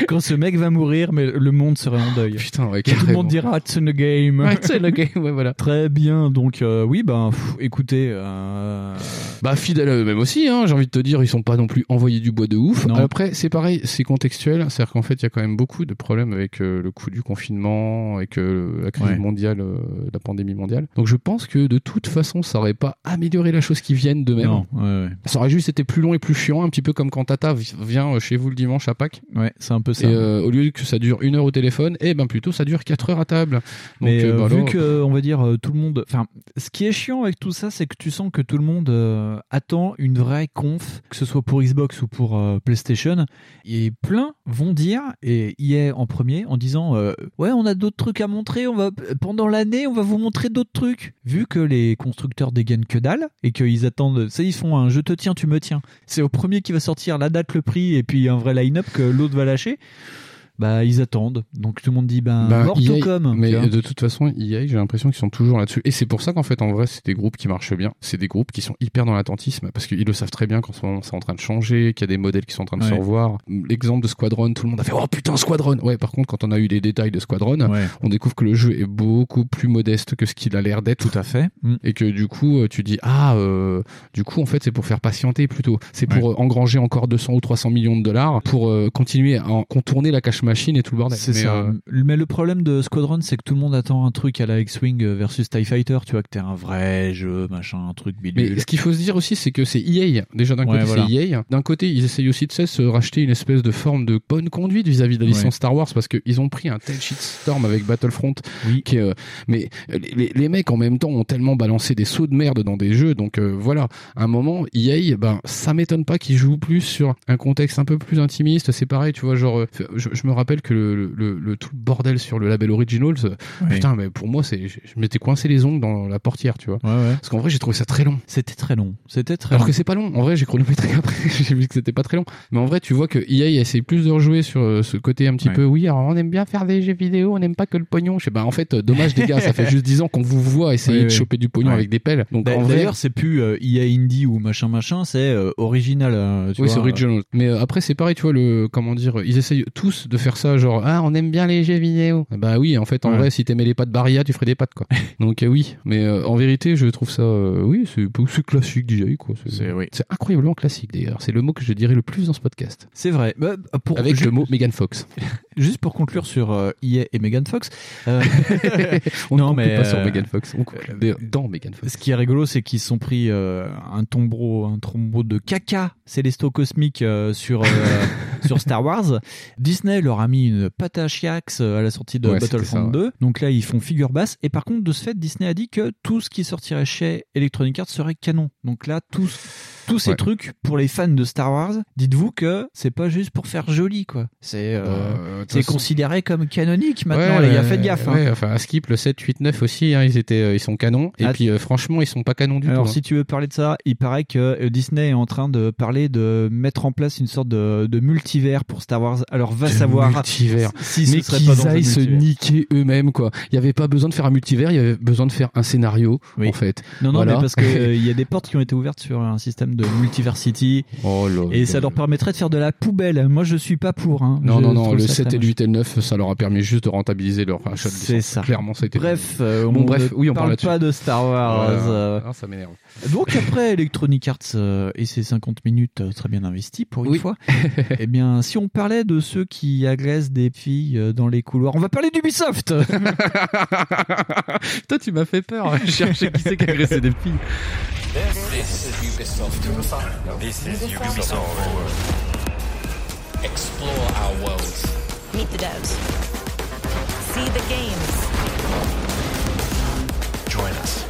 [SPEAKER 4] Quand ce mec va mourir, mais le monde sera en deuil.
[SPEAKER 5] Putain, ouais,
[SPEAKER 4] Tout le
[SPEAKER 5] carrément.
[SPEAKER 4] monde dira It's in the Game.
[SPEAKER 5] Ouais, It's in a game, ouais, voilà.
[SPEAKER 4] Très bien, donc euh, oui, ben pff, écoutez, euh,
[SPEAKER 5] Bah fidèle à eux-mêmes aussi, hein, j'ai envie de te dire, ils sont pas non plus envoyés du bois de ouf.
[SPEAKER 4] Non.
[SPEAKER 5] Après, c'est pareil, c'est contextuel, c'est-à-dire qu'en fait, il y a quand même beaucoup de problèmes avec euh, le coût du confinement, avec euh, la crise
[SPEAKER 4] Ouais.
[SPEAKER 5] mondiale, euh, la pandémie mondiale. Donc je pense que de toute façon, ça aurait pas amélioré la chose qui viennent de même.
[SPEAKER 4] non, ouais,
[SPEAKER 5] Ça aurait juste été plus long et plus chiant, un petit peu comme quand Tata vi- vient euh, chez vous le dimanche à Pâques,
[SPEAKER 4] ouais, ouais, c'est un peu
[SPEAKER 5] et
[SPEAKER 4] ça.
[SPEAKER 5] euh, au lieu que ça dure une heure au téléphone, et ben plutôt ça dure quatre heures à table. Donc
[SPEAKER 4] Mais
[SPEAKER 5] euh,
[SPEAKER 4] euh,
[SPEAKER 5] bah,
[SPEAKER 4] vu
[SPEAKER 5] alors,
[SPEAKER 4] que, on va dire, euh, tout le monde. Enfin, ce qui est chiant avec tout ça, c'est que tu sens que tout le monde euh, attend une vraie conf, que ce soit pour Xbox ou pour euh, PlayStation. Et plein vont dire, et hier en premier, en disant euh, Ouais, on a d'autres trucs à montrer, on va, pendant l'année, on va vous montrer d'autres trucs. Vu que les constructeurs dégainent que dalle, et qu'ils attendent. Ça, ils font un je te tiens, tu me tiens. C'est au premier qui va sortir la date, le prix, et puis un vrai line-up que l'autre va lâcher. bah ils attendent. Donc tout le monde dit ben,
[SPEAKER 5] Ben,
[SPEAKER 4] mort
[SPEAKER 5] EA,
[SPEAKER 4] tout comme.
[SPEAKER 5] Mais
[SPEAKER 4] tu vois.
[SPEAKER 5] de toute façon, EA, j'ai l'impression qu'ils sont toujours là-dessus. Et c'est pour ça qu'en fait, en vrai, c'est des groupes qui marchent bien. C'est des groupes qui sont hyper dans l'attentisme parce qu'ils le savent très bien qu'en ce moment, c'est en train de changer, qu'il y a des modèles qui sont en train de se
[SPEAKER 4] Ouais.
[SPEAKER 5] revoir. L'exemple de Squadron, tout le monde a fait Oh putain, Squadron Ouais, par contre, quand on a eu les détails de Squadron,
[SPEAKER 4] Ouais.
[SPEAKER 5] on découvre que le jeu est beaucoup plus modeste que ce qu'il a l'air d'être.
[SPEAKER 4] Tout à fait. Mm.
[SPEAKER 5] Et que du coup, euh, tu dis Ah, euh, du coup, en fait, c'est pour faire patienter plutôt. C'est pour euh, engranger encore 200 ou 300 millions de dollars pour euh, continuer à en contourner la cache machine et tout le bordel.
[SPEAKER 4] C'est
[SPEAKER 5] Mais,
[SPEAKER 4] ça.
[SPEAKER 5] euh,
[SPEAKER 4] Mais le problème de Squadron, c'est que tout le monde attend un truc à la X-Wing versus TIE Fighter, tu vois, que t'es un vrai jeu, machin, un truc
[SPEAKER 5] Mais
[SPEAKER 4] bidule.
[SPEAKER 5] ce qu'il faut se dire aussi, c'est que c'est EA. Déjà, d'un
[SPEAKER 4] Ouais,
[SPEAKER 5] côté,
[SPEAKER 4] voilà.
[SPEAKER 5] c'est EA. D'un côté, ils essayent aussi de se- se racheter une espèce de forme de bonne conduite vis-à-vis de la
[SPEAKER 4] Ouais.
[SPEAKER 5] licence Star Wars parce qu'ils ont pris un tel shitstorm avec Battlefront.
[SPEAKER 4] Oui.
[SPEAKER 5] Qui est, euh, mais euh, les- les, les mecs, en même temps, ont tellement balancé des sauts de merde dans des jeux. Donc euh, voilà, à un moment, EA, ben, ça m'étonne pas qu'ils jouent plus sur un contexte un peu plus intimiste. C'est pareil, tu vois, genre, euh, je, je me rappelle que le, le- le- le tout bordel sur le label Originals, euh,
[SPEAKER 4] Oui.
[SPEAKER 5] putain, mais pour moi, c'est, je, je m'étais coincé les ongles dans la portière, tu vois.
[SPEAKER 4] Ouais, ouais.
[SPEAKER 5] Parce qu'en vrai, j'ai trouvé ça très long.
[SPEAKER 4] C'était très long. C'était très
[SPEAKER 5] Alors
[SPEAKER 4] long.
[SPEAKER 5] que c'est pas long. En vrai, j'ai chronométré après. j'ai vu que c'était pas très long. Mais en vrai, tu vois que EA essaye plus de rejouer sur euh, ce côté un petit
[SPEAKER 4] Ouais.
[SPEAKER 5] peu. Oui, alors on aime bien faire des jeux vidéo, on n'aime pas que le pognon. Je sais pas. En fait, euh, dommage les gars, ça fait juste 10 ans qu'on vous voit essayer
[SPEAKER 4] Oui,
[SPEAKER 5] de
[SPEAKER 4] oui.
[SPEAKER 5] choper du pognon
[SPEAKER 4] Ouais.
[SPEAKER 5] avec des pelles. Donc
[SPEAKER 4] D'a-
[SPEAKER 5] en vrai,
[SPEAKER 4] D'ailleurs, c'est plus euh, IA Indie ou machin machin, c'est euh, original. euh, tu
[SPEAKER 5] oui,
[SPEAKER 4] vois,
[SPEAKER 5] c'est original. Mais euh, après, c'est pareil, tu vois, le, comment dire, ils essayent tous de faire ça, genre, ah, on aime bien les jeux vidéo. Ah Bah oui, en fait, en
[SPEAKER 4] Ouais.
[SPEAKER 5] vrai, si t'aimais les pattes Barilla, tu ferais des pattes, quoi. Donc euh, oui, mais euh, en vérité, je trouve ça, euh, oui, c'est c'est classique déjà, quoi.
[SPEAKER 4] euh,
[SPEAKER 5] C'est-
[SPEAKER 4] C'est oui.
[SPEAKER 5] C'est incroyablement classique d'ailleurs. C'est le mot que je dirais le plus dans ce podcast.
[SPEAKER 4] C'est vrai. Bah, pour-
[SPEAKER 5] Avec
[SPEAKER 4] ju-
[SPEAKER 5] le mot Megan Fox.
[SPEAKER 4] Juste pour conclure sur euh, EA et Megan Fox, euh,
[SPEAKER 5] On
[SPEAKER 4] Non,
[SPEAKER 5] ne conclut
[SPEAKER 4] mais,
[SPEAKER 5] pas sur
[SPEAKER 4] euh,
[SPEAKER 5] Megan Fox. On conclut
[SPEAKER 4] euh,
[SPEAKER 5] d'ailleurs dans Megan Fox.
[SPEAKER 4] ce qui est rigolo, c'est qu'ils se sont pris euh, un tombereau, un tombeau de caca célesto cosmique euh, sur euh, sur Star Wars. Disney leur a mis une patte à chiax euh, à la sortie de
[SPEAKER 5] Ouais, c'était
[SPEAKER 4] Battlefront
[SPEAKER 5] ça, ouais.
[SPEAKER 4] 2. Donc là, ils font figure basse. Et par contre, de ce fait, Disney a dit que tout ce qui sortirait chez Electronic Arts serait canon. Donc là, tous tous ces
[SPEAKER 5] Ouais.
[SPEAKER 4] trucs pour les fans de Star Wars, dites-vous que c'est pas juste pour faire joli, quoi. C'est
[SPEAKER 5] Bah,
[SPEAKER 4] euh, c'est considéré comme canonique maintenant, les gars. Faites gaffe. hein.
[SPEAKER 5] Ouais, enfin, Skip, le 7, 8, 9 aussi, hein, ils, étaient, euh, ils sont canons. Et
[SPEAKER 4] Ah,
[SPEAKER 5] puis, euh, franchement, ils sont pas canons du
[SPEAKER 4] Alors,
[SPEAKER 5] tout. hein.
[SPEAKER 4] si tu veux parler de ça, il paraît que euh, Disney est en train de parler de mettre en place une sorte de, de multivers pour Star Wars. Alors, va
[SPEAKER 5] De
[SPEAKER 4] savoir
[SPEAKER 5] multivers.
[SPEAKER 4] si ce
[SPEAKER 5] mais
[SPEAKER 4] serait pas
[SPEAKER 5] qu'ils
[SPEAKER 4] dans un
[SPEAKER 5] aillent se
[SPEAKER 4] multivers.
[SPEAKER 5] niquer eux-mêmes, quoi. Il y avait pas besoin de faire un multivers, il y avait besoin de faire un scénario,
[SPEAKER 4] Oui.
[SPEAKER 5] en fait.
[SPEAKER 4] Non, non,
[SPEAKER 5] Voilà.
[SPEAKER 4] mais parce qu'il y a des portes qui ont été ouvertes sur un système de multiversity
[SPEAKER 5] Oh là
[SPEAKER 4] et ça
[SPEAKER 5] là
[SPEAKER 4] leur
[SPEAKER 5] là.
[SPEAKER 4] permettrait de faire de la poubelle. Moi, je suis pas pour. Hein.
[SPEAKER 5] Non,
[SPEAKER 4] Je
[SPEAKER 5] non, non,
[SPEAKER 4] trouve
[SPEAKER 5] le
[SPEAKER 4] ça
[SPEAKER 5] 7
[SPEAKER 4] très
[SPEAKER 5] et le
[SPEAKER 4] moche.
[SPEAKER 5] 8 et le 9, ça leur a permis juste de rentabiliser leur achat de
[SPEAKER 4] C'est
[SPEAKER 5] licence.
[SPEAKER 4] ça.
[SPEAKER 5] Clairement, ça a été.
[SPEAKER 4] Bref, euh,
[SPEAKER 5] Bon,
[SPEAKER 4] on
[SPEAKER 5] bref,
[SPEAKER 4] ne
[SPEAKER 5] oui, on parle
[SPEAKER 4] parle
[SPEAKER 5] là-dessus.
[SPEAKER 4] pas de Star Wars. euh.
[SPEAKER 5] Ah, ça m'énerve.
[SPEAKER 4] Donc après Electronic Arts euh, et ses 50 minutes euh, très bien investies pour une
[SPEAKER 5] Oui.
[SPEAKER 4] fois, eh bien si on parlait de ceux qui agressent des filles euh, dans les couloirs, on va parler d'Ubisoft
[SPEAKER 5] Toi, tu m'as fait peur. Je cherchais qui c'est qui agressait des filles.
[SPEAKER 7] Meet the devs. See the games.
[SPEAKER 6] Join us.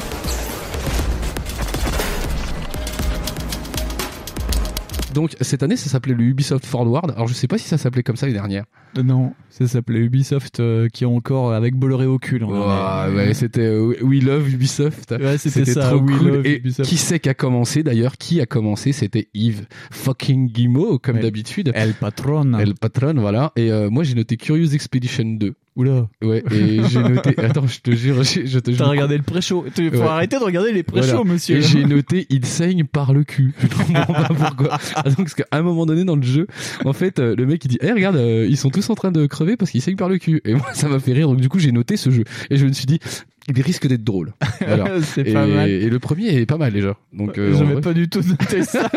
[SPEAKER 5] Donc, cette année, ça s'appelait le Ubisoft Forward. Alors, je sais pas si ça s'appelait comme ça les dernières.
[SPEAKER 4] Non, ça s'appelait Ubisoft euh, qui est encore avec Bolloré au cul. on en
[SPEAKER 5] Ouah,
[SPEAKER 4] est-
[SPEAKER 5] ouais, c'était euh, We Love Ubisoft.
[SPEAKER 4] Ah, Ouais, c'était ça,
[SPEAKER 5] trop
[SPEAKER 4] We
[SPEAKER 5] cool.
[SPEAKER 4] Love
[SPEAKER 5] Et
[SPEAKER 4] Ubisoft.
[SPEAKER 5] qui c'est qui a commencé d'ailleurs Qui a commencé C'était Yves fucking Guimau, comme
[SPEAKER 4] Ouais.
[SPEAKER 5] d'habitude.
[SPEAKER 4] El Patron.
[SPEAKER 5] Elle patronne, voilà. Et euh, moi, j'ai noté Curious Expedition 2.
[SPEAKER 4] Oula,
[SPEAKER 5] Ouais, et j'ai noté. Attends, je te jure, j'ai- je te jure.
[SPEAKER 4] t'as regardé le pré-show. Tu- Faut
[SPEAKER 5] Ouais.
[SPEAKER 4] arrêter de regarder les pré-shows,
[SPEAKER 5] Voilà.
[SPEAKER 4] monsieur.
[SPEAKER 5] Et j'ai noté, il saigne par le cul. Je comprends pas pourquoi. Ah, donc, parce qu'à un moment donné dans le jeu, en fait, euh, le mec il dit, eh regarde, euh, ils sont tous en train de crever parce qu'ils saignent par le cul. Et moi, ça m'a fait rire. Donc du coup, j'ai noté ce jeu et je me suis dit, il risque d'être drôle. Voilà.
[SPEAKER 4] C'est
[SPEAKER 5] Et,
[SPEAKER 4] pas mal.
[SPEAKER 5] et le premier est pas mal déjà. Donc, euh, en
[SPEAKER 4] J'avais
[SPEAKER 5] vrai.
[SPEAKER 4] pas du tout noté ça.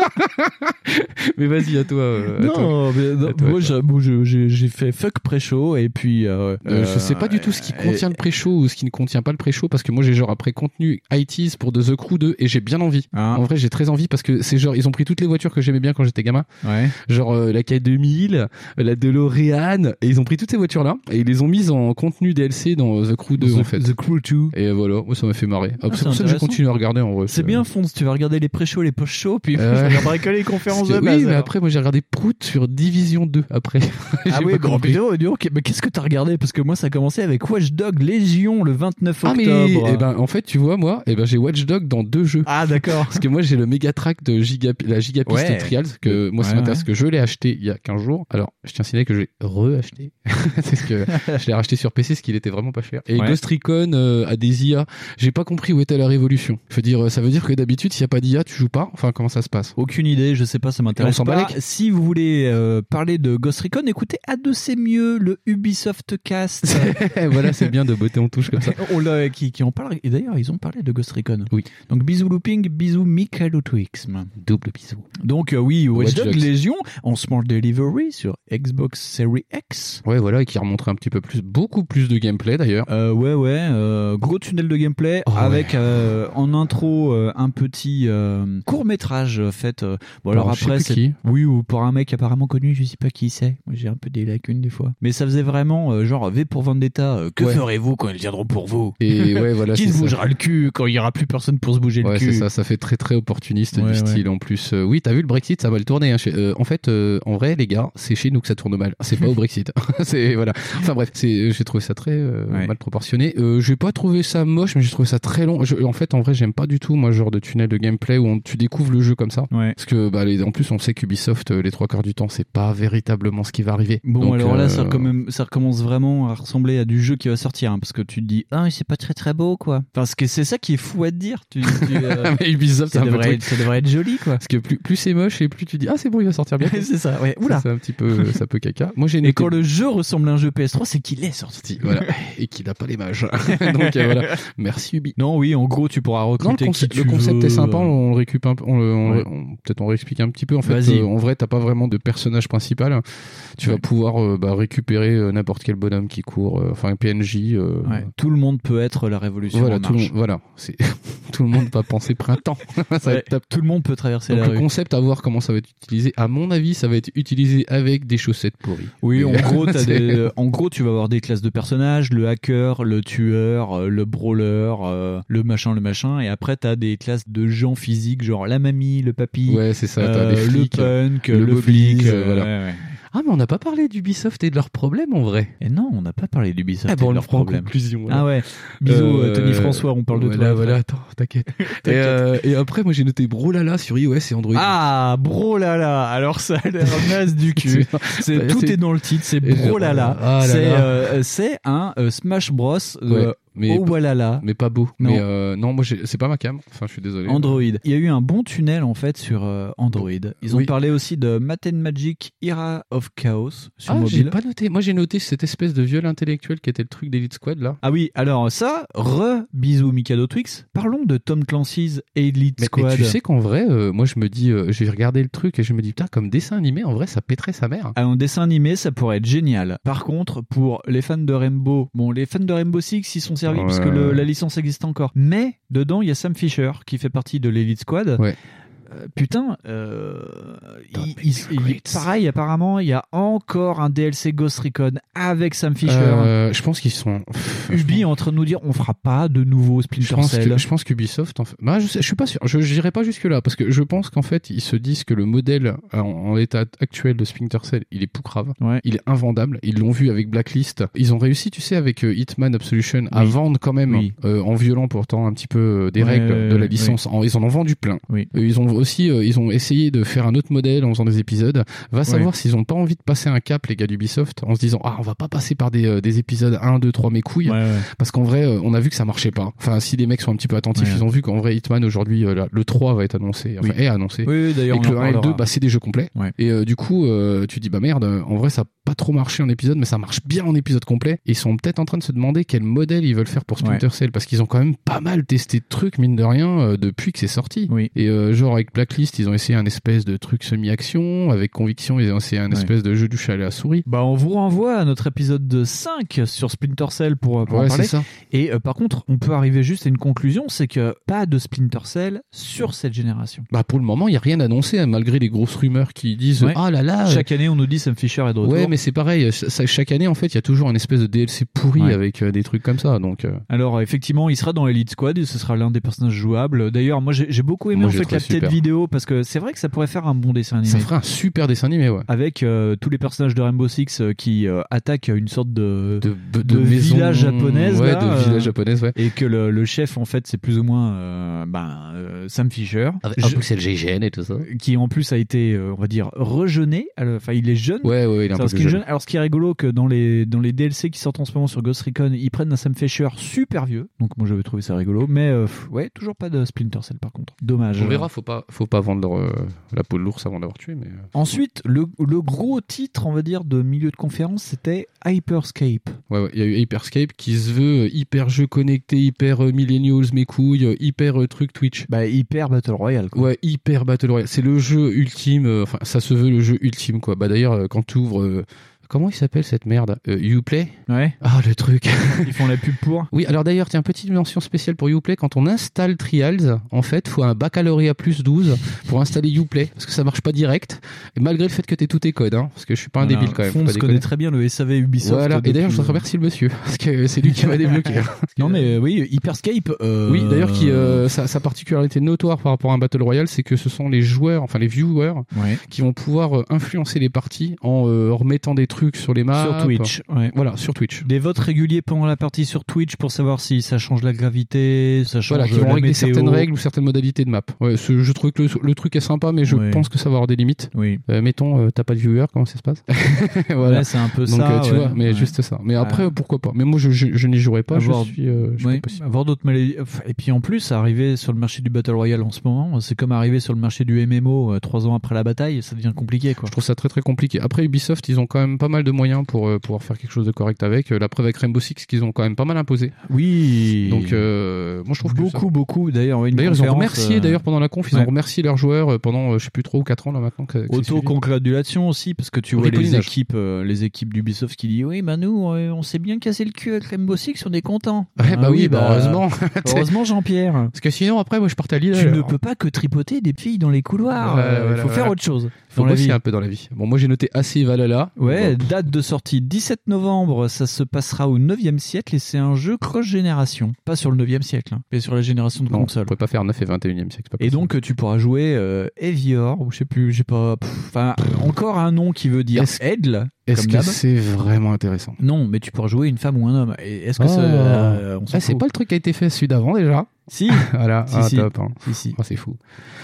[SPEAKER 5] mais vas-y à toi. euh, à toi.
[SPEAKER 4] non, mais non,
[SPEAKER 5] à toi,
[SPEAKER 4] moi
[SPEAKER 5] à toi.
[SPEAKER 4] j'ai- bon, je- j'ai j'ai fait fuck pré-show et puis. euh,
[SPEAKER 5] Euh, je sais pas du tout ce qui
[SPEAKER 4] euh,
[SPEAKER 5] contient le pré-show ou ce qui ne contient pas le pré-show parce que moi j'ai genre après contenu ITs pour The Crew 2 et j'ai bien envie.
[SPEAKER 4] Hein,
[SPEAKER 5] En vrai j'ai très envie parce que c'est genre ils ont pris toutes les voitures que j'aimais bien quand j'étais gamin
[SPEAKER 4] ouais.
[SPEAKER 5] genre euh, la K2000, euh, la DeLorean, et ils ont pris toutes ces voitures-là et ils les ont mises en contenu DLC dans euh, The Crew 2 en fait.
[SPEAKER 4] The Crew 2, tout.
[SPEAKER 5] Et voilà, moi ça m'a fait marrer.
[SPEAKER 4] Ah,
[SPEAKER 5] Ah, c'est
[SPEAKER 4] c'est
[SPEAKER 5] pour ça que j'ai
[SPEAKER 4] intéressant.
[SPEAKER 5] continué à regarder en vrai.
[SPEAKER 4] C'est bien, Fonds, tu vas regarder les pré-shows, les post-shows, puis
[SPEAKER 5] Euh.
[SPEAKER 4] tu vas bricoler les conférences
[SPEAKER 5] Parce que-
[SPEAKER 4] de
[SPEAKER 5] oui,
[SPEAKER 4] base.
[SPEAKER 5] mais
[SPEAKER 4] alors.
[SPEAKER 5] après, moi j'ai regardé Prout sur Division 2 après. J'ai
[SPEAKER 4] Ah
[SPEAKER 5] pas
[SPEAKER 4] oui, bon,
[SPEAKER 5] compris.
[SPEAKER 4] putain, dis donc, mais qu'est-ce que t'as regardé Parce que moi, ça a commencé avec Watch Dog Légion le 29
[SPEAKER 5] Ah, mais
[SPEAKER 4] octobre.
[SPEAKER 5] eh ben, en fait, tu vois, moi, eh ben, j'ai Watch Dog dans deux jeux.
[SPEAKER 4] Ah, d'accord.
[SPEAKER 5] Parce que moi, j'ai le méga track de Giga, la Gigapiste
[SPEAKER 4] Ouais.
[SPEAKER 5] Trials, que moi, ça
[SPEAKER 4] Ouais,
[SPEAKER 5] m'intéresse, que je l'ai acheté il y a 15 jours. Alors, je tiens à signaler que je l'ai re-acheté. c'est ce que je l'ai racheté sur PC, ce qu'il était vraiment pas cher. Et
[SPEAKER 4] Ouais.
[SPEAKER 5] Ghost Recon euh, a des IA. J'ai pas compris où était la révolution. Je veux dire, euh, ça veut dire que d'habitude, s'il y a pas d'IA, tu joues pas. Enfin, comment ça se passe?
[SPEAKER 4] Aucune idée, je sais pas, ça
[SPEAKER 5] Et on
[SPEAKER 4] m'intéresse
[SPEAKER 5] s'en
[SPEAKER 4] pas.
[SPEAKER 5] balèque.
[SPEAKER 4] Si vous voulez euh, parler de Ghost Recon, écoutez A2 c'est mieux, le Ubisoft Cast.
[SPEAKER 5] voilà, c'est bien de botter en touche comme ça.
[SPEAKER 4] On l'a- Oh qui, qui en parle. Et d'ailleurs, ils ont parlé de Ghost Recon.
[SPEAKER 5] Oui.
[SPEAKER 4] Donc bisous looping, bisous Michaelotwixm.
[SPEAKER 5] Double bisou.
[SPEAKER 4] Donc euh, oui, Watch,
[SPEAKER 5] Watch
[SPEAKER 4] Dogs
[SPEAKER 5] Dogs.
[SPEAKER 4] Légion en Smart Delivery sur Xbox Series X.
[SPEAKER 5] Ouais, voilà, et qui remonterait un petit peu plus, beaucoup plus de gameplay d'ailleurs.
[SPEAKER 4] Euh, ouais ouais euh, gros tunnel de gameplay
[SPEAKER 5] Oh,
[SPEAKER 4] avec euh, en intro euh, un petit court métrage fait euh, bon alors
[SPEAKER 5] Par je sais
[SPEAKER 4] après
[SPEAKER 5] plus
[SPEAKER 4] c'est
[SPEAKER 5] qui.
[SPEAKER 4] Oui, ou pour un mec apparemment connu, je sais pas qui c'est. Moi, j'ai un peu des lacunes des fois. Mais ça faisait vraiment euh, genre V pour Vendetta. euh, que
[SPEAKER 5] Ouais.
[SPEAKER 4] ferez-vous quand ils viendront pour vous
[SPEAKER 5] Et ouais, voilà.
[SPEAKER 4] Qui
[SPEAKER 5] c'est
[SPEAKER 4] se
[SPEAKER 5] ça.
[SPEAKER 4] bougera le cul quand il y aura plus personne pour se bouger
[SPEAKER 5] Ouais,
[SPEAKER 4] le
[SPEAKER 5] c'est
[SPEAKER 4] cul
[SPEAKER 5] ça, ça fait très très opportuniste
[SPEAKER 4] Ouais,
[SPEAKER 5] du
[SPEAKER 4] ouais.
[SPEAKER 5] style en plus. Euh, oui, t'as vu le Brexit, ça va le tourner. hein, chez- euh, en fait, euh, en vrai, les gars, c'est chez nous que ça tourne mal. C'est pas au Brexit. c'est voilà. Enfin bref, c'est, j'ai trouvé ça très euh,
[SPEAKER 4] Ouais.
[SPEAKER 5] mal proportionné. Euh, j'ai pas trouvé ça moche, mais j'ai trouvé ça très long. Je- en fait, en vrai, j'aime pas du tout moi ce genre de tunnel de gameplay où on, tu découvres le jeu comme ça.
[SPEAKER 4] Ouais.
[SPEAKER 5] Parce que bah, les- en plus, on sait qu'Ubisoft, euh, les trois quarts du temps, c'est pas véritablement ce qui va arriver.
[SPEAKER 4] Bon,
[SPEAKER 5] Donc,
[SPEAKER 4] alors là,
[SPEAKER 5] euh,
[SPEAKER 4] ça, quand même- ça recommence vraiment à ressembler à du jeu qui va sortir. hein, parce que tu te dis, ah, c'est pas très très beau, quoi. Parce que c'est ça qui est fou à te dire. Tu, tu, euh,
[SPEAKER 5] mais Ubisoft, c'est
[SPEAKER 4] ça,
[SPEAKER 5] un peu le
[SPEAKER 4] devrait
[SPEAKER 5] truc.
[SPEAKER 4] être, ça devrait être joli, quoi.
[SPEAKER 5] Parce que plus, plus c'est moche et plus tu dis ah c'est bon, il va sortir bientôt.
[SPEAKER 4] c'est ça, ouais.
[SPEAKER 5] Ça,
[SPEAKER 4] Oula.
[SPEAKER 5] C'est un petit peu, ça peut caca. Moi, j'ai
[SPEAKER 4] Et
[SPEAKER 5] noté-
[SPEAKER 4] quand le jeu ressemble à un jeu PS3, c'est qu'il est sorti.
[SPEAKER 5] sorti, voilà, et qu'il n'a pas les mages. Donc euh, voilà, merci Ubi.
[SPEAKER 4] Non, oui, en gros, tu pourras
[SPEAKER 5] Non, le
[SPEAKER 4] recruter
[SPEAKER 5] concept,
[SPEAKER 4] qui
[SPEAKER 5] le
[SPEAKER 4] tu
[SPEAKER 5] concept
[SPEAKER 4] veux.
[SPEAKER 5] est sympa, on le récup un peu, on le- on le-
[SPEAKER 4] Ouais.
[SPEAKER 5] on- peut-être on réexplique un petit peu. En fait,
[SPEAKER 4] Vas-y.
[SPEAKER 5] euh, en vrai, t'as pas vraiment de personnage principal. Tu vas
[SPEAKER 4] Ouais.
[SPEAKER 5] pouvoir euh, bah, récupérer euh, n'importe quel bonhomme qui court, euh, enfin un PNJ. euh,
[SPEAKER 4] Ouais. Tout le monde peut être la révolution
[SPEAKER 5] Voilà,
[SPEAKER 4] en
[SPEAKER 5] tout le,
[SPEAKER 4] marche.
[SPEAKER 5] monde, voilà, c'est tout le monde va penser printemps. ça va
[SPEAKER 4] Ouais,
[SPEAKER 5] être top.
[SPEAKER 4] Tout le monde peut traverser
[SPEAKER 5] Donc
[SPEAKER 4] la
[SPEAKER 5] le
[SPEAKER 4] rue.
[SPEAKER 5] concept à voir comment ça va être utilisé. À mon avis, ça va être utilisé avec des chaussettes pourries.
[SPEAKER 4] Oui, en
[SPEAKER 5] Et-
[SPEAKER 4] gros, t'as
[SPEAKER 5] c'est-
[SPEAKER 4] des- euh, en gros, tu vas avoir des classes de personnages, le hacker, le tueur, euh, le brawler, euh, le machin, le machin, et après t'as des classes de gens physiques, genre la mamie, le papy,
[SPEAKER 5] Ouais, c'est ça. t'as
[SPEAKER 4] euh,
[SPEAKER 5] des
[SPEAKER 4] le
[SPEAKER 5] flics.
[SPEAKER 4] punk,
[SPEAKER 5] le
[SPEAKER 4] le,
[SPEAKER 5] bobby,
[SPEAKER 4] flic.
[SPEAKER 5] euh, voilà.
[SPEAKER 4] ouais, ouais.
[SPEAKER 5] Ah, mais on n'a pas parlé d'Ubisoft et de leurs problèmes en vrai.
[SPEAKER 4] Et non, on n'a pas parlé d'Ubisoft,
[SPEAKER 5] Ah
[SPEAKER 4] c'est
[SPEAKER 5] bon,
[SPEAKER 4] leur problème.
[SPEAKER 5] conclusion.
[SPEAKER 4] Ah ouais, bisous
[SPEAKER 5] Euh,
[SPEAKER 4] euh, Tony François, on parle de
[SPEAKER 5] voilà,
[SPEAKER 4] toi.
[SPEAKER 5] Voilà, attends, t'inquiète. et, euh, et après, moi j'ai noté Brolala sur iOS et Android.
[SPEAKER 4] Ah, brolala, alors ça a l'air naze du cul. C'est- tout
[SPEAKER 5] C'est-
[SPEAKER 4] est dans le titre, c'est
[SPEAKER 5] Et genre,
[SPEAKER 4] brolala.
[SPEAKER 5] ah là
[SPEAKER 4] c'est
[SPEAKER 5] là.
[SPEAKER 4] euh, c'est un euh, Smash Bros.
[SPEAKER 5] Ouais,
[SPEAKER 4] euh,
[SPEAKER 5] mais,
[SPEAKER 4] oh walala.
[SPEAKER 5] mais pas beau.
[SPEAKER 4] Non.
[SPEAKER 5] Mais euh, non, moi j'ai- c'est pas ma cam. Enfin, je suis désolé.
[SPEAKER 4] Android. Il y a eu un bon tunnel en fait sur euh, Android. Ils ont
[SPEAKER 5] Oui.
[SPEAKER 4] parlé aussi de Math and Magic Era of Chaos sur
[SPEAKER 5] Ah, j'ai
[SPEAKER 4] mobile.
[SPEAKER 5] pas noté. Moi j'ai noté cette espèce de viol intellectuel qui était le truc d'Elite Squad là.
[SPEAKER 4] Ah oui, alors ça, re bisous Mikado Twix. Parlons de Tom Clancy's Elite
[SPEAKER 5] Mais, mais
[SPEAKER 4] Squad.
[SPEAKER 5] tu sais qu'en vrai, euh, moi je me dis, euh, j'ai regardé le truc et je me dis, putain, comme dessin animé, en vrai ça pèterait sa mère.
[SPEAKER 4] Ah, En dessin animé, ça pourrait être génial. Par contre, pour les fans de Rainbow, bon, les fans de Rainbow Six, ils sont servis
[SPEAKER 5] Ouais.
[SPEAKER 4] parce que le- la licence existe encore. Mais dedans, il y a Sam Fisher qui fait partie de l'Elite Squad.
[SPEAKER 5] Ouais.
[SPEAKER 4] Euh, Putain, euh,
[SPEAKER 5] Don't
[SPEAKER 4] il-
[SPEAKER 5] make
[SPEAKER 4] il-
[SPEAKER 5] me
[SPEAKER 4] il-
[SPEAKER 5] great.
[SPEAKER 4] pareil, apparemment, il y a encore un DLC Ghost Recon avec Sam Fisher.
[SPEAKER 5] Euh, je pense qu'ils sont. Pff,
[SPEAKER 4] Ubi est en train de nous dire on fera pas de nouveau Splinter
[SPEAKER 5] Je pense,
[SPEAKER 4] Cell.
[SPEAKER 5] que, je pense qu'Ubisoft, en fait- bah, je, sais- je suis pas sûr, je n'irai pas jusque-là, parce que je pense qu'en fait, ils se disent que le modèle euh, en, en l'état actuel de Splinter Cell, il est poucrave,
[SPEAKER 4] Ouais.
[SPEAKER 5] il est invendable, ils l'ont vu avec Blacklist, ils ont réussi, tu sais, avec euh, Hitman Absolution, à vendre quand même,
[SPEAKER 4] Oui.
[SPEAKER 5] euh, en violant pourtant un petit peu euh, des
[SPEAKER 4] Ouais,
[SPEAKER 5] règles
[SPEAKER 4] ouais,
[SPEAKER 5] de la
[SPEAKER 4] ouais,
[SPEAKER 5] licence, En- ils en ont vendu plein.
[SPEAKER 4] Oui.
[SPEAKER 5] Euh, ils ont aussi euh, ils ont essayé de faire un autre modèle en faisant des épisodes. Va savoir s'ils ont pas envie de passer un cap, les gars d'Ubisoft, en se disant, ah, on va pas passer par des, euh, des épisodes 1, 2, 3, mes couilles.
[SPEAKER 4] Ouais, ouais.
[SPEAKER 5] Parce qu'en vrai, euh, on a vu que ça marchait pas. Enfin, si les mecs sont un petit peu attentifs,
[SPEAKER 4] Ouais.
[SPEAKER 5] ils ont vu qu'en vrai, Hitman aujourd'hui, euh, là, le 3 va être annoncé, enfin, est annoncé.
[SPEAKER 4] Oui, oui, d'ailleurs,
[SPEAKER 5] Et
[SPEAKER 4] on
[SPEAKER 5] que
[SPEAKER 4] en
[SPEAKER 5] le 1 et le 2,
[SPEAKER 4] parlera.
[SPEAKER 5] bah, c'est des jeux complets.
[SPEAKER 4] Ouais.
[SPEAKER 5] Et euh, du coup, euh, tu dis, bah merde, euh, en vrai, ça a pas trop marché en épisode, mais ça marche bien en épisode complet. Ils sont peut-être en train de se demander quel modèle ils veulent faire pour Splinter Cell, parce qu'ils ont quand même pas mal testé de trucs, mine de rien, euh, depuis que c'est sorti.
[SPEAKER 4] Oui.
[SPEAKER 5] Et euh, genre avec avec Blacklist, ils ont essayé un espèce de truc semi-action. Avec Conviction, ils ont essayé un
[SPEAKER 4] Ouais.
[SPEAKER 5] espèce de jeu du chat à la souris.
[SPEAKER 4] Bah, on vous renvoie à notre épisode 5 sur Splinter Cell pour, pour en
[SPEAKER 5] Ouais,
[SPEAKER 4] parler.
[SPEAKER 5] c'est ça.
[SPEAKER 4] Et euh, par contre, on peut arriver juste à une conclusion, c'est que pas de Splinter Cell sur cette génération.
[SPEAKER 5] Bah, pour le moment, il n'y a rien annoncé, hein, malgré les grosses rumeurs qui disent
[SPEAKER 4] Ouais.
[SPEAKER 5] Ah là là euh,
[SPEAKER 4] Chaque année, on nous dit Sam Fisher est de retour.
[SPEAKER 5] Ouais, mais c'est pareil. ch- ça- Chaque année, en fait, il y a toujours un espèce de DLC pourri
[SPEAKER 4] Ouais.
[SPEAKER 5] avec euh, des trucs comme ça. Donc, euh,
[SPEAKER 4] Alors euh, effectivement, il sera dans Elite Squad et ce sera l'un des personnages jouables. D'ailleurs, moi j'ai j'ai beaucoup aimé
[SPEAKER 5] Moi,
[SPEAKER 4] en
[SPEAKER 5] je
[SPEAKER 4] fait
[SPEAKER 5] le
[SPEAKER 4] la
[SPEAKER 5] trouve super.
[SPEAKER 4] tête vidéo parce que c'est vrai que ça pourrait faire un bon dessin
[SPEAKER 5] ça
[SPEAKER 4] animé.
[SPEAKER 5] ferait un super dessin animé, ouais.
[SPEAKER 4] Avec euh, tous les personnages de Rainbow Six euh, qui euh, attaquent une sorte de...
[SPEAKER 5] De, de,
[SPEAKER 4] de
[SPEAKER 5] maison-
[SPEAKER 4] village japonaise,
[SPEAKER 5] Ouais,
[SPEAKER 4] là,
[SPEAKER 5] de
[SPEAKER 4] euh,
[SPEAKER 5] village japonaise, ouais.
[SPEAKER 4] Et que le, le chef en fait c'est plus ou moins euh, ben, euh, Sam Fisher. Je-
[SPEAKER 5] c'est le GGN et tout ça.
[SPEAKER 4] Qui en plus a été, euh, on va dire, rejeûné. Alors, Enfin, il est jeune.
[SPEAKER 5] Ouais, ouais, il est
[SPEAKER 4] C'est
[SPEAKER 5] un peu
[SPEAKER 4] un
[SPEAKER 5] plus
[SPEAKER 4] skin
[SPEAKER 5] jeune.
[SPEAKER 4] jeune. Alors, ce qui est rigolo, que dans les, dans les DLC qui sortent en ce moment sur Ghost Recon, ils prennent un Sam Fisher super vieux. Donc, moi, j'avais trouvé ça rigolo. Mais, euh, pff, ouais, toujours pas de Splinter Cell, par contre. Dommage.
[SPEAKER 5] On verra, faut pas, faut pas vendre euh, la peau de l'ours avant d'avoir tué, mais euh,
[SPEAKER 4] Ensuite, le, le gros titre, on va dire, de milieu de conférence, c'était Hyperscape.
[SPEAKER 5] ouais, ouais, il y a eu Hyperscape qui se veut euh, hyper jeu connecté, hyper euh, millennials mes couilles, euh, hyper euh, truc Twitch.
[SPEAKER 4] Bah, Hyper Battle Royale, quoi.
[SPEAKER 5] Ouais, hyper Battle Royale. C'est le jeu ultime, euh, enfin ça se veut le jeu ultime quoi. Bah d'ailleurs euh, quand tu ouvres comment il s'appelle cette merde Euh, Uplay
[SPEAKER 4] Ouais.
[SPEAKER 5] Ah le truc.
[SPEAKER 4] Ils font la pub pour.
[SPEAKER 5] oui, alors d'ailleurs, tiens petite mention spéciale pour Uplay quand on installe Trials, en fait, faut un baccalauréat plus 12 pour installer Uplay parce que ça marche pas direct et malgré le fait que tu tous tes codes hein, parce que je suis pas un
[SPEAKER 4] Voilà,
[SPEAKER 5] débile quand même. faut
[SPEAKER 4] Fonz
[SPEAKER 5] pas
[SPEAKER 4] connaît
[SPEAKER 5] déconner.
[SPEAKER 4] très bien le SAV Ubisoft.
[SPEAKER 5] Voilà, et
[SPEAKER 4] depuis- euh,
[SPEAKER 5] d'ailleurs je remercie le monsieur, parce que c'est lui qui m'a débloqué. hein.
[SPEAKER 4] Non, mais euh, oui, Hyperscape. euh,
[SPEAKER 5] Oui, d'ailleurs, qui, euh, sa, sa particularité notoire par rapport à un Battle Royale, c'est que ce sont les joueurs, enfin les viewers,
[SPEAKER 4] Ouais.
[SPEAKER 5] qui vont pouvoir euh, influencer les parties en euh, remettant des trucs sur les maps.
[SPEAKER 4] Sur Twitch. Ouais.
[SPEAKER 5] Voilà, sur Twitch.
[SPEAKER 4] des votes réguliers pendant la partie sur Twitch pour savoir si ça change la gravité, ça change
[SPEAKER 5] Voilà, qui
[SPEAKER 4] la
[SPEAKER 5] vont régler
[SPEAKER 4] météo.
[SPEAKER 5] certaines règles ou certaines modalités de map. Ouais, ce- je trouve que le, le truc est sympa, mais je
[SPEAKER 4] Ouais.
[SPEAKER 5] pense que ça va avoir des limites.
[SPEAKER 4] Oui.
[SPEAKER 5] Euh, mettons, euh, t'as pas de viewer, comment ça se passe Voilà.
[SPEAKER 4] Là, c'est un peu
[SPEAKER 5] Donc,
[SPEAKER 4] ça.
[SPEAKER 5] euh, tu
[SPEAKER 4] ouais.
[SPEAKER 5] vois, mais
[SPEAKER 4] Ouais.
[SPEAKER 5] juste ça. Mais après,
[SPEAKER 4] Ouais.
[SPEAKER 5] pourquoi pas Mais moi, je, je, je n'y jouerai pas,
[SPEAKER 4] Avoir-
[SPEAKER 5] je suis, euh, je suis
[SPEAKER 4] Ouais.
[SPEAKER 5] pas possible.
[SPEAKER 4] Avoir d'autres maladies. Enfin, Et puis en plus, arriver sur le marché du Battle Royale en ce moment, c'est comme arriver sur le marché du MMO euh, trois ans après la bataille, ça devient compliqué quoi.
[SPEAKER 5] Je trouve ça très très compliqué. Après Ubisoft, ils ont quand même pas mal de moyens pour euh, pouvoir faire quelque chose de correct avec. Euh, La preuve avec Rainbow Six qu'ils ont quand même pas mal imposé.
[SPEAKER 4] Oui.
[SPEAKER 5] Donc euh, moi je trouve que ça-
[SPEAKER 4] beaucoup, beaucoup. D'ailleurs, une
[SPEAKER 5] D'ailleurs ils ont
[SPEAKER 4] conférence,
[SPEAKER 5] remercié
[SPEAKER 4] euh,
[SPEAKER 5] d'ailleurs pendant la conf, ils
[SPEAKER 4] ouais.
[SPEAKER 5] ont remercié leurs joueurs euh, pendant euh, je sais plus trop ou 4 ans là maintenant. que- que c'est suivi.
[SPEAKER 4] Auto-congratulation aussi, parce que tu
[SPEAKER 5] Pour
[SPEAKER 4] vois les
[SPEAKER 5] l'épousinage.
[SPEAKER 4] équipes, euh, les équipes d'Ubisoft qui disent Oui, bah nous, euh, on s'est bien cassé le cul avec Rainbow Six, on est Ah content.
[SPEAKER 5] Ouais, bah oui, bah, heureusement.
[SPEAKER 4] Heureusement, Jean-Pierre.
[SPEAKER 5] Parce que sinon après moi je partais à Lille.
[SPEAKER 4] Tu ne peux pas que tripoter des filles dans les couloirs.
[SPEAKER 5] Ouais,
[SPEAKER 4] euh, Il
[SPEAKER 5] voilà,
[SPEAKER 4] faut
[SPEAKER 5] voilà.
[SPEAKER 4] faire autre chose.
[SPEAKER 5] Faut
[SPEAKER 4] dans la
[SPEAKER 5] bosser
[SPEAKER 4] vie.
[SPEAKER 5] un peu dans la vie. Bon moi j'ai noté assez Valhalla.
[SPEAKER 4] Ouais,
[SPEAKER 5] Bon,
[SPEAKER 4] date de sortie 17 novembre, ça se passera au 9e siècle et c'est un jeu cross-génération. Pas sur le 9e siècle, hein, mais sur la génération de
[SPEAKER 5] non, on
[SPEAKER 4] consoles.
[SPEAKER 5] pourrait pas faire 9 et 21 e siècle.
[SPEAKER 4] Et donc tu pourras jouer euh, Evior, ou je sais plus, j'ai pas. pff, Enfin, encore un nom qui veut dire
[SPEAKER 5] Est-ce-
[SPEAKER 4] Edle.
[SPEAKER 5] est-ce
[SPEAKER 4] comme
[SPEAKER 5] que
[SPEAKER 4] d'hab.
[SPEAKER 5] c'est vraiment intéressant
[SPEAKER 4] Non, mais tu pourras jouer une femme ou un homme. Et Est-ce que
[SPEAKER 5] Oh.
[SPEAKER 4] ça. euh, on s'en
[SPEAKER 5] Ah, c'est
[SPEAKER 4] fout.
[SPEAKER 5] pas le truc qui a été fait celui d'avant déjà.
[SPEAKER 4] Si,
[SPEAKER 5] Voilà,
[SPEAKER 4] Si,
[SPEAKER 5] ah,
[SPEAKER 4] si.
[SPEAKER 5] top. hein.
[SPEAKER 4] si, si.
[SPEAKER 5] Ah, c'est fou.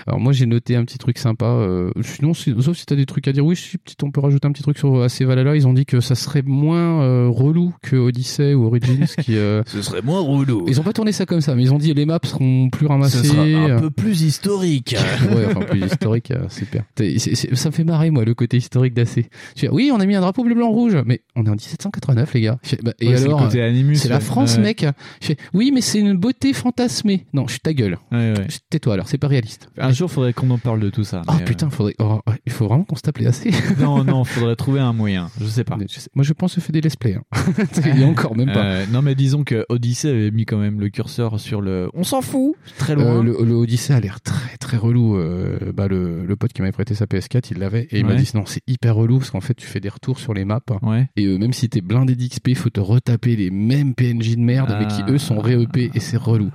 [SPEAKER 5] Alors moi j'ai noté un petit truc sympa. euh, sinon, si- sauf si t'as des trucs à dire, oui, si, petit, on peut rajouter un petit truc sur AC Valhalla. Ils ont dit que ça serait moins euh, relou que Odyssey ou Origins. qui, euh,
[SPEAKER 4] Ce serait moins relou.
[SPEAKER 5] Ils ont pas tourné ça comme ça, mais ils ont dit les maps seront plus ramassées. euh,
[SPEAKER 4] plus historique.
[SPEAKER 5] ouais, enfin plus historique, euh, super. T'es- c'est- c'est- ça me fait marrer moi le côté historique d'AC. Tu dis, oui, on a mis un drapeau bleu blanc rouge, mais on est en 1789 les gars. Je fais, bah, et
[SPEAKER 4] Ouais, c'est le
[SPEAKER 5] alors
[SPEAKER 4] côté Animus,
[SPEAKER 5] c'est la
[SPEAKER 4] ouais.
[SPEAKER 5] France,
[SPEAKER 4] Ouais,
[SPEAKER 5] mec. Je fais, oui, mais c'est une beauté fantasmée. Non, je suis ta gueule.
[SPEAKER 4] ouais, ouais.
[SPEAKER 5] Je- Tais-toi alors, c'est pas réaliste.
[SPEAKER 4] Un jour, faudrait qu'on en parle de tout ça.
[SPEAKER 5] Ah
[SPEAKER 4] mais, euh,
[SPEAKER 5] putain, faudrait... oh, ouais, il faut vraiment qu'on se tape les AC.
[SPEAKER 4] Non, non, faudrait trouver un moyen. Je sais pas.
[SPEAKER 5] Je sais- Moi je pense que je fais des let's play. hein. il y a encore même pas.
[SPEAKER 4] Euh, non, mais disons que Odyssey avait mis quand même le curseur sur le. On s'en fout. Très
[SPEAKER 5] Euh,
[SPEAKER 4] loin.
[SPEAKER 5] le, le Odyssey a l'air très très relou. euh, bah, le, le pote qui m'avait prêté sa PS4, il l'avait et il m'a
[SPEAKER 4] Ouais.
[SPEAKER 5] dit non, c'est hyper relou parce qu'en fait tu fais des retours sur les maps
[SPEAKER 4] Ouais.
[SPEAKER 5] et euh, même si t'es blindé d'XP, faut te retaper les mêmes PNJ de merde mais qui
[SPEAKER 4] Ah. Hmm.
[SPEAKER 5] eux sont ré-EP et c'est relou.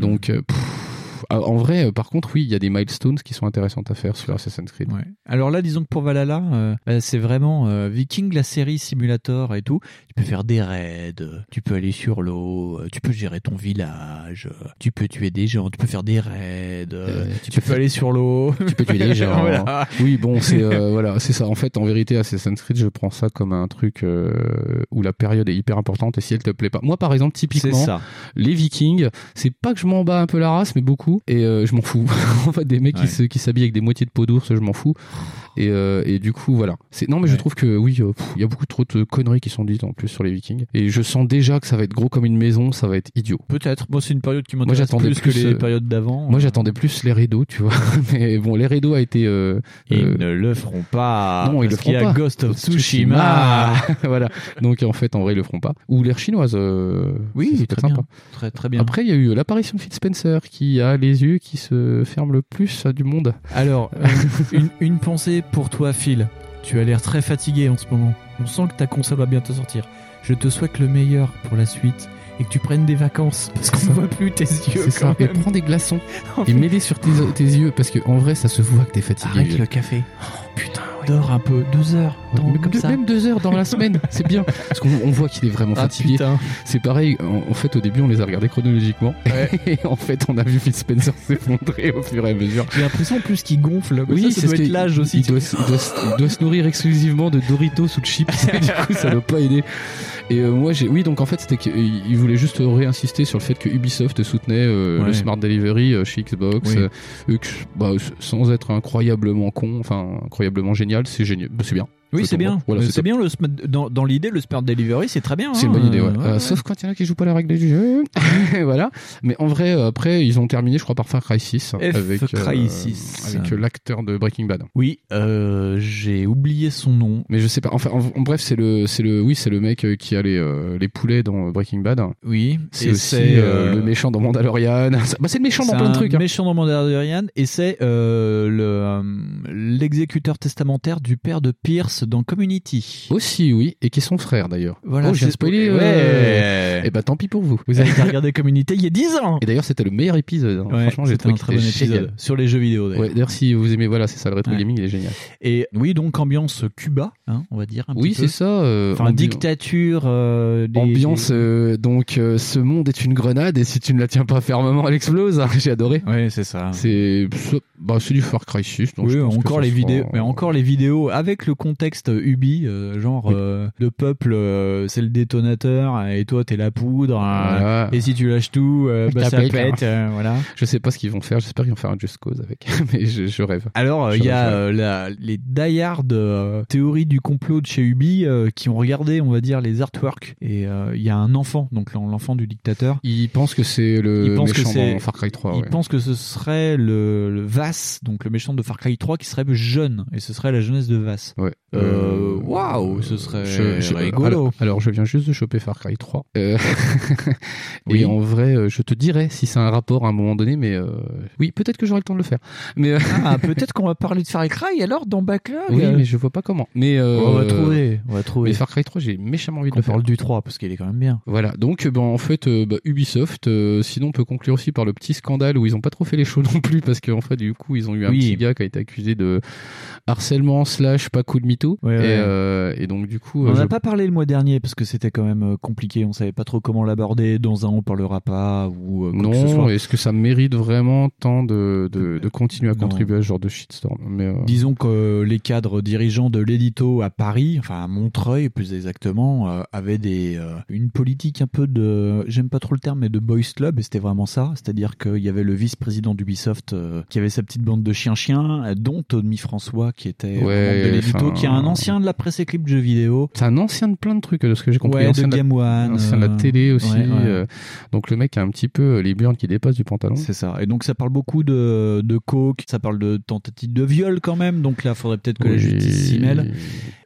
[SPEAKER 5] Donc euh, pff, ah, en vrai, euh, par contre, oui, il y a des milestones qui sont intéressantes à faire sur Assassin's Creed.
[SPEAKER 4] Ouais. Alors là, disons que pour Valhalla, euh, bah, c'est vraiment euh, Viking, la série simulator et tout. Tu peux faire des raids, tu peux aller sur l'eau, euh, tu peux gérer ton village, euh, tu peux tuer des gens, tu peux faire des raids, euh,
[SPEAKER 5] Euh,
[SPEAKER 4] tu, peux, aller sur l'eau.
[SPEAKER 5] tu peux tuer des gens. hein.
[SPEAKER 4] Voilà.
[SPEAKER 5] Oui, bon, c'est euh, voilà, c'est ça. En fait, en vérité, Assassin's Creed, je prends ça comme un truc euh, où la période est hyper importante et si elle te plaît pas. Moi, par exemple,
[SPEAKER 4] C'est
[SPEAKER 5] typiquement,
[SPEAKER 4] ça.
[SPEAKER 5] les Vikings, c'est pas que je m'en bats un peu la race, mais beaucoup, et euh, je m'en fous. en fait, des mecs
[SPEAKER 4] Ouais.
[SPEAKER 5] qui se- qui s'habillent avec des moitiés de peau d'ours, je m'en fous. Et, euh, et du coup, voilà. C'est- Non, mais je
[SPEAKER 4] Ouais.
[SPEAKER 5] trouve que oui, euh, pff, il y a beaucoup trop de conneries qui sont dites en plus sur les Vikings. Et je sens déjà que ça va être gros comme une maison, ça va être idiot.
[SPEAKER 4] Peut-être. Moi, c'est une période qui m'intéresse
[SPEAKER 5] j'attendais
[SPEAKER 4] plus, que
[SPEAKER 5] plus,
[SPEAKER 4] les
[SPEAKER 5] euh,
[SPEAKER 4] périodes d'avant.
[SPEAKER 5] Moi, j'attendais plus les rideaux, tu vois. Mais bon, les rideaux a été. euh,
[SPEAKER 4] Ils
[SPEAKER 5] euh,
[SPEAKER 4] ne le feront pas.
[SPEAKER 5] non, ils
[SPEAKER 4] parce
[SPEAKER 5] le
[SPEAKER 4] qu'il y
[SPEAKER 5] feront
[SPEAKER 4] a
[SPEAKER 5] pas.
[SPEAKER 4] Ghost of Tsushima.
[SPEAKER 5] voilà. Donc en fait, en vrai, ils le feront pas. Ou l'air chinoise. euh, ça,
[SPEAKER 4] Oui,
[SPEAKER 5] c'est
[SPEAKER 4] très
[SPEAKER 5] sympa.
[SPEAKER 4] bien. Très, très bien.
[SPEAKER 5] Après, il y a eu l'apparition de Fitzpenser qui a les yeux qui se ferment le plus euh, du monde.
[SPEAKER 4] Alors, euh, une, une pensée pour toi, Phil. Tu as l'air très fatigué en ce moment. On sent que ta console va bientôt sortir. Je te souhaite le meilleur pour la suite et que tu prennes des vacances parce qu'on ne voit plus tes yeux
[SPEAKER 5] C'est ça.
[SPEAKER 4] quand
[SPEAKER 5] Et
[SPEAKER 4] même.
[SPEAKER 5] prends des glaçons
[SPEAKER 4] En
[SPEAKER 5] et
[SPEAKER 4] fait,
[SPEAKER 5] mets-les sur tes, tes yeux parce que en vrai, ça se voit que t'es fatigué.
[SPEAKER 4] Arrête le café. Oh,
[SPEAKER 5] Putain, ouais.
[SPEAKER 4] Dors un peu. Deux heures. Dors
[SPEAKER 5] Même,
[SPEAKER 4] comme
[SPEAKER 5] deux-
[SPEAKER 4] ça.
[SPEAKER 5] même deux heures dans la semaine, c'est bien. Parce qu'on on voit qu'il est vraiment
[SPEAKER 4] Ah
[SPEAKER 5] fatigué.
[SPEAKER 4] putain.
[SPEAKER 5] C'est pareil, en, en fait, au début, on les a regardés chronologiquement. Et en fait, on a vu Fitzpenser s'effondrer au fur et à mesure.
[SPEAKER 4] J'ai l'impression en plus qu'il gonfle.
[SPEAKER 5] Oui,
[SPEAKER 4] ça,
[SPEAKER 5] c'est
[SPEAKER 4] ça
[SPEAKER 5] ce
[SPEAKER 4] doit
[SPEAKER 5] que-
[SPEAKER 4] être l'âge aussi.
[SPEAKER 5] Il doit, se- il doit se- il doit se nourrir exclusivement de Doritos ou de chips. Et du coup, ça ne doit pas aider. Et euh, moi, j'ai. Oui, donc en fait, c'était qu'il il voulait juste réinsister sur le fait que Ubisoft soutenait euh,
[SPEAKER 4] Ouais.
[SPEAKER 5] le Smart Delivery euh, chez Xbox.
[SPEAKER 4] Oui.
[SPEAKER 5] euh, et que, bah, s- sans être incroyablement con, enfin, incroyablement génial, c'est génial. Bah, c'est bien.
[SPEAKER 4] Oui,
[SPEAKER 5] Faut
[SPEAKER 4] c'est
[SPEAKER 5] tomber.
[SPEAKER 4] bien.
[SPEAKER 5] Voilà,
[SPEAKER 4] Mais
[SPEAKER 5] c'est
[SPEAKER 4] c'est bien le sm- dans, dans l'idée le smart delivery, c'est très bien.
[SPEAKER 5] C'est
[SPEAKER 4] hein.
[SPEAKER 5] une bonne idée, ouais.
[SPEAKER 4] Euh,
[SPEAKER 5] Euh, Sauf quand il y en a qui jouent pas la règle du jeu. voilà. Mais en vrai, euh, après, ils ont terminé, je crois, par Far Cry 6.
[SPEAKER 4] F
[SPEAKER 5] avec euh,
[SPEAKER 4] Cry 6.
[SPEAKER 5] avec euh, l'acteur de Breaking Bad.
[SPEAKER 4] Oui, euh, j'ai oublié son nom.
[SPEAKER 5] Mais je sais pas. Enfin, en, en bref, c'est le, c'est le, oui, c'est le mec euh, qui a les, euh, les poulets dans Breaking Bad.
[SPEAKER 4] Oui,
[SPEAKER 5] C'est
[SPEAKER 4] et
[SPEAKER 5] aussi
[SPEAKER 4] c'est,
[SPEAKER 5] euh,
[SPEAKER 4] euh,
[SPEAKER 5] le méchant dans Mandalorian. Bah, c'est le méchant dans
[SPEAKER 4] C'est
[SPEAKER 5] plein de
[SPEAKER 4] un
[SPEAKER 5] trucs. hein.
[SPEAKER 4] Méchant dans Mandalorian et c'est euh, le, euh, l'exécuteur testamentaire du père de Pierce dans Community.
[SPEAKER 5] Aussi, oui, et qui est son frère d'ailleurs.
[SPEAKER 4] Voilà,
[SPEAKER 5] oh, j'ai
[SPEAKER 4] c'est-
[SPEAKER 5] spoilé. euh,
[SPEAKER 4] Ouais.
[SPEAKER 5] Eh bah, tant pis pour vous.
[SPEAKER 4] Vous avez pas regardé Community il y a 10 ans.
[SPEAKER 5] Et d'ailleurs, c'était le meilleur épisode. hein.
[SPEAKER 4] Ouais,
[SPEAKER 5] Franchement, j'ai
[SPEAKER 4] c'était
[SPEAKER 5] trouvé
[SPEAKER 4] un
[SPEAKER 5] qu'il
[SPEAKER 4] très bon
[SPEAKER 5] était
[SPEAKER 4] épisode
[SPEAKER 5] génial.
[SPEAKER 4] sur les jeux vidéo d'ailleurs.
[SPEAKER 5] Ouais, d'ailleurs, si vous aimez, voilà, c'est ça, le rétro
[SPEAKER 4] Ouais.
[SPEAKER 5] gaming, il est génial.
[SPEAKER 4] Et oui, donc ambiance Cuba, hein, on va dire un
[SPEAKER 5] Oui,
[SPEAKER 4] petit peu.
[SPEAKER 5] c'est ça. euh,
[SPEAKER 4] Enfin,
[SPEAKER 5] ambi-
[SPEAKER 4] dictature. euh, des-
[SPEAKER 5] Ambiance, euh, donc euh, ce monde est une grenade et si tu ne la tiens pas fermement, elle explose. hein. J'ai adoré.
[SPEAKER 4] Ouais, c'est ça.
[SPEAKER 5] C'est bah, c'est du Far Cry 6.
[SPEAKER 4] Ah.
[SPEAKER 5] donc
[SPEAKER 4] oui,
[SPEAKER 5] je pense que
[SPEAKER 4] encore
[SPEAKER 5] ça
[SPEAKER 4] les
[SPEAKER 5] sera-
[SPEAKER 4] vidéos, mais encore les vidéos avec le contexte euh, Ubi, euh, genre
[SPEAKER 5] Oui.
[SPEAKER 4] euh, le peuple, euh, c'est le détonateur euh, et toi t'es la poudre. euh,
[SPEAKER 5] Voilà.
[SPEAKER 4] Et si tu lâches tout, euh, bah,
[SPEAKER 5] Ça
[SPEAKER 4] ça
[SPEAKER 5] pète,
[SPEAKER 4] pète, euh, voilà.
[SPEAKER 5] Je sais pas ce qu'ils vont faire, j'espère qu'ils vont faire un Just Cause avec, mais je, je rêve.
[SPEAKER 4] Alors euh,
[SPEAKER 5] Ça
[SPEAKER 4] il y
[SPEAKER 5] va
[SPEAKER 4] a
[SPEAKER 5] faire.
[SPEAKER 4] euh, la- les die-hard euh, théories du complot de chez Ubi euh, qui ont regardé, on va dire, les artworks et euh, il y a un enfant, donc l'en- l'enfant du dictateur.
[SPEAKER 5] Ils pensent que c'est le
[SPEAKER 4] Ils pensent que
[SPEAKER 5] méchant
[SPEAKER 4] c'est-
[SPEAKER 5] dans Far Cry 3.
[SPEAKER 4] Il
[SPEAKER 5] ouais.
[SPEAKER 4] pense que ce serait le, le Vass, donc le méchant de Far Cry 3, qui serait jeune, et ce serait la jeunesse de Vass.
[SPEAKER 5] Ouais.
[SPEAKER 4] Euh,
[SPEAKER 5] Euh,
[SPEAKER 4] waouh, ce serait rigolo.
[SPEAKER 5] Alors, alors, je viens juste de choper Far Cry 3. Euh,
[SPEAKER 4] Oui.
[SPEAKER 5] Et en vrai, euh, je te dirais si c'est un rapport à un moment donné, mais euh, oui, peut-être que j'aurai le temps de le faire. Mais euh,
[SPEAKER 4] Ah, peut-être qu'on va parler de Far Cry alors dans Backlog.
[SPEAKER 5] oui, mais je vois pas comment. Mais euh,
[SPEAKER 4] Ah, on va trouver, on va trouver.
[SPEAKER 5] Mais Far Cry 3, j'ai méchamment envie de
[SPEAKER 4] on
[SPEAKER 5] le faire.
[SPEAKER 4] parle du 3 parce qu'il est quand même bien.
[SPEAKER 5] Voilà, donc euh, ben, en fait, euh, bah, Ubisoft, euh, sinon on peut conclure aussi par le petit scandale où ils ont pas trop fait les choses non plus parce qu'en fait, du coup, ils ont eu un
[SPEAKER 4] Oui.
[SPEAKER 5] petit gars qui a été accusé de harcèlement slash pas coup de mytho.
[SPEAKER 4] Ouais,
[SPEAKER 5] et,
[SPEAKER 4] ouais.
[SPEAKER 5] euh, et donc, du coup,
[SPEAKER 4] on
[SPEAKER 5] euh,
[SPEAKER 4] n'a
[SPEAKER 5] je-
[SPEAKER 4] pas parlé le mois dernier parce que c'était quand même euh, compliqué, on savait pas trop comment l'aborder. Dans un, on parlera pas ou euh, quoi que ce
[SPEAKER 5] non,
[SPEAKER 4] soit.
[SPEAKER 5] est-ce que ça mérite vraiment tant de, de, de continuer à
[SPEAKER 4] Non.
[SPEAKER 5] contribuer à ce genre de shitstorm Mais, euh,
[SPEAKER 4] Disons que euh, les cadres dirigeants de l'édito à Paris, enfin à Montreuil plus exactement, euh, avaient des, euh, une politique un peu de, j'aime pas trop le terme, mais de boys club, et c'était vraiment ça. C'est-à-dire qu'il y avait le vice-président d'Ubisoft euh, qui avait sa petite bande de chiens-chiens, euh, dont Tommy François qui était euh,
[SPEAKER 5] Ouais,
[SPEAKER 4] membre de l'édito,
[SPEAKER 5] enfin,
[SPEAKER 4] qui est un ancien de la presse éclipse jeux vidéo,
[SPEAKER 5] c'est un ancien de plein de trucs, de ce que j'ai compris.
[SPEAKER 4] ouais, de
[SPEAKER 5] ancien de la-
[SPEAKER 4] Game One,
[SPEAKER 5] ancien de la
[SPEAKER 4] euh,
[SPEAKER 5] télé aussi.
[SPEAKER 4] ouais, ouais.
[SPEAKER 5] euh, donc le mec a un petit peu euh, les burnes qui dépassent du pantalon.
[SPEAKER 4] C'est ça. Et donc ça parle beaucoup de, de coke, ça parle de tentative de viol quand même. Donc là, faudrait peut-être que la
[SPEAKER 5] Oui.
[SPEAKER 4] justice s'y mêle.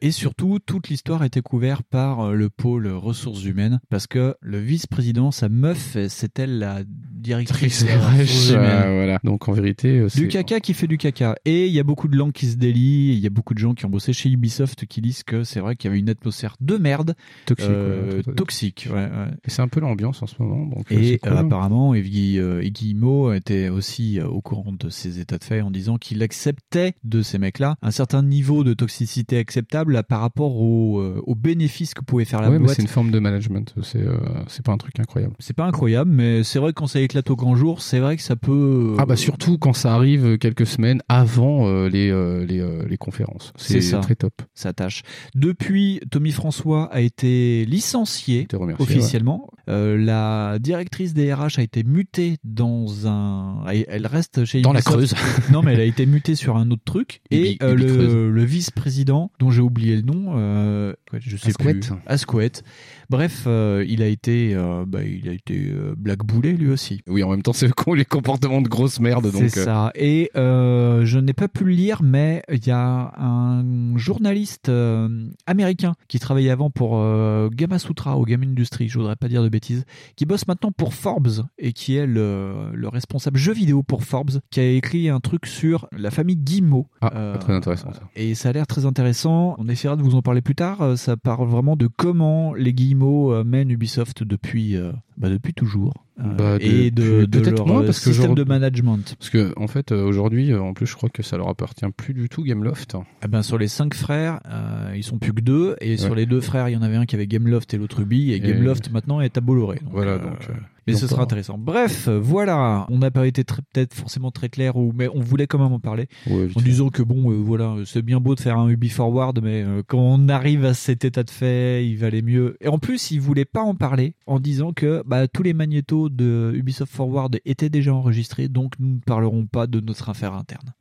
[SPEAKER 4] Et surtout, toute l'histoire était couverte par euh, le pôle ressources humaines parce que le vice-président, sa meuf, euh, c'est elle la directrice des ressources
[SPEAKER 5] Tricerèche,
[SPEAKER 4] humaines.
[SPEAKER 5] euh, voilà. Donc en vérité, euh,
[SPEAKER 4] Du
[SPEAKER 5] c'est-
[SPEAKER 4] caca qui fait du caca. Et il y a beaucoup de langues qui se délient, il y a beaucoup de gens qui ont bossé chez Ubisoft qui disent que c'est vrai qu'il y avait une atmosphère de merde,
[SPEAKER 5] toxique.
[SPEAKER 4] euh,
[SPEAKER 5] ouais.
[SPEAKER 4] toxique. ouais, ouais.
[SPEAKER 5] Et c'est un peu l'ambiance en ce moment. Donc, euh,
[SPEAKER 4] Et
[SPEAKER 5] c'est cool.
[SPEAKER 4] euh, apparemment, Evgui- euh, et Guillemot était aussi euh, au courant de ces états de fait en disant qu'il acceptait de ces mecs-là un certain niveau de toxicité acceptable à- par rapport au, euh, aux bénéfices que pouvait faire la
[SPEAKER 5] Ouais, mais
[SPEAKER 4] boîte.
[SPEAKER 5] euh, c'est une forme de management. C'est euh, c'est pas un truc incroyable.
[SPEAKER 4] C'est pas incroyable, mais c'est vrai que quand ça éclate éclate au grand jour, c'est vrai que ça peut. euh,
[SPEAKER 5] Ah bah surtout quand ça arrive euh, quelques semaines avant euh, les, euh, les, euh, les conférences. C'est
[SPEAKER 4] C'est ça.
[SPEAKER 5] très top.
[SPEAKER 4] Ça tâche. Depuis, Tommy François a été
[SPEAKER 5] Je
[SPEAKER 4] licencié
[SPEAKER 5] te remercie.
[SPEAKER 4] officiellement. Euh, la directrice des RH a été mutée dans un. Elle elle reste chez
[SPEAKER 5] ouais. Dans la
[SPEAKER 4] Ubisoft.
[SPEAKER 5] Creuse.
[SPEAKER 4] Non, mais elle a été mutée sur un autre truc.
[SPEAKER 5] Ubi-
[SPEAKER 4] Et euh,
[SPEAKER 5] Ubicreuse.
[SPEAKER 4] le, le vice-président, dont j'ai oublié le nom, euh, je sais
[SPEAKER 5] Asquette.
[SPEAKER 4] plus. Asquette. Bref, euh, il a été, euh, bah, il a été euh, blackboulé lui aussi.
[SPEAKER 5] Oui, en même temps, c'est con les comportements de grosse merde.
[SPEAKER 4] C'est
[SPEAKER 5] Donc, euh,
[SPEAKER 4] ça. Et euh, je n'ai pas pu le lire, mais il y a un journaliste euh, américain qui travaillait avant pour euh, Gamma Sutra ou Game Industry, je voudrais pas dire de bêtises, qui bosse maintenant pour Forbes et qui est le, le responsable jeu vidéo pour Forbes, qui a écrit un truc sur la famille Guimau.
[SPEAKER 5] Ah,
[SPEAKER 4] Euh,
[SPEAKER 5] très intéressant ça.
[SPEAKER 4] Et ça a l'air très intéressant. On essaiera de vous en parler plus tard. Euh, Ça parle vraiment de comment les Guillemots euh, mènent Ubisoft depuis, euh, bah, depuis toujours. Euh,
[SPEAKER 5] Bah,
[SPEAKER 4] et de,
[SPEAKER 5] depuis-
[SPEAKER 4] de
[SPEAKER 5] peut-être
[SPEAKER 4] leur
[SPEAKER 5] moins,
[SPEAKER 4] euh,
[SPEAKER 5] parce que
[SPEAKER 4] système
[SPEAKER 5] genre-
[SPEAKER 4] de management.
[SPEAKER 5] Parce que, en fait, euh, aujourd'hui, euh, en plus, je crois que ça leur appartient plus du tout, Gameloft.
[SPEAKER 4] Eh ben, sur les cinq frères, euh, ils sont plus que deux. Et sur
[SPEAKER 5] Ouais.
[SPEAKER 4] les deux frères, il y en avait un qui avait Gameloft et l'autre Ubi. Et
[SPEAKER 5] Et-
[SPEAKER 4] Gameloft maintenant est à Bolloré. Donc,
[SPEAKER 5] Voilà,
[SPEAKER 4] euh,
[SPEAKER 5] donc. euh,
[SPEAKER 4] Mais
[SPEAKER 5] ils
[SPEAKER 4] ce
[SPEAKER 5] ont
[SPEAKER 4] sera
[SPEAKER 5] pas-
[SPEAKER 4] intéressant. Bref, euh, voilà. On n'a pas été très- peut-être forcément très clair, ou, mais on voulait quand même en parler.
[SPEAKER 5] Ouais, vite
[SPEAKER 4] En
[SPEAKER 5] fait.
[SPEAKER 4] disant que bon, euh, voilà, euh, c'est bien beau de faire un Ubi Forward, mais euh, quand on arrive à cet état de fait, il valait mieux. Et en plus, il voulait pas en parler en disant que bah, tous les magnétos de Ubisoft Forward étaient déjà enregistrés, donc nous ne parlerons pas de notre affaire interne.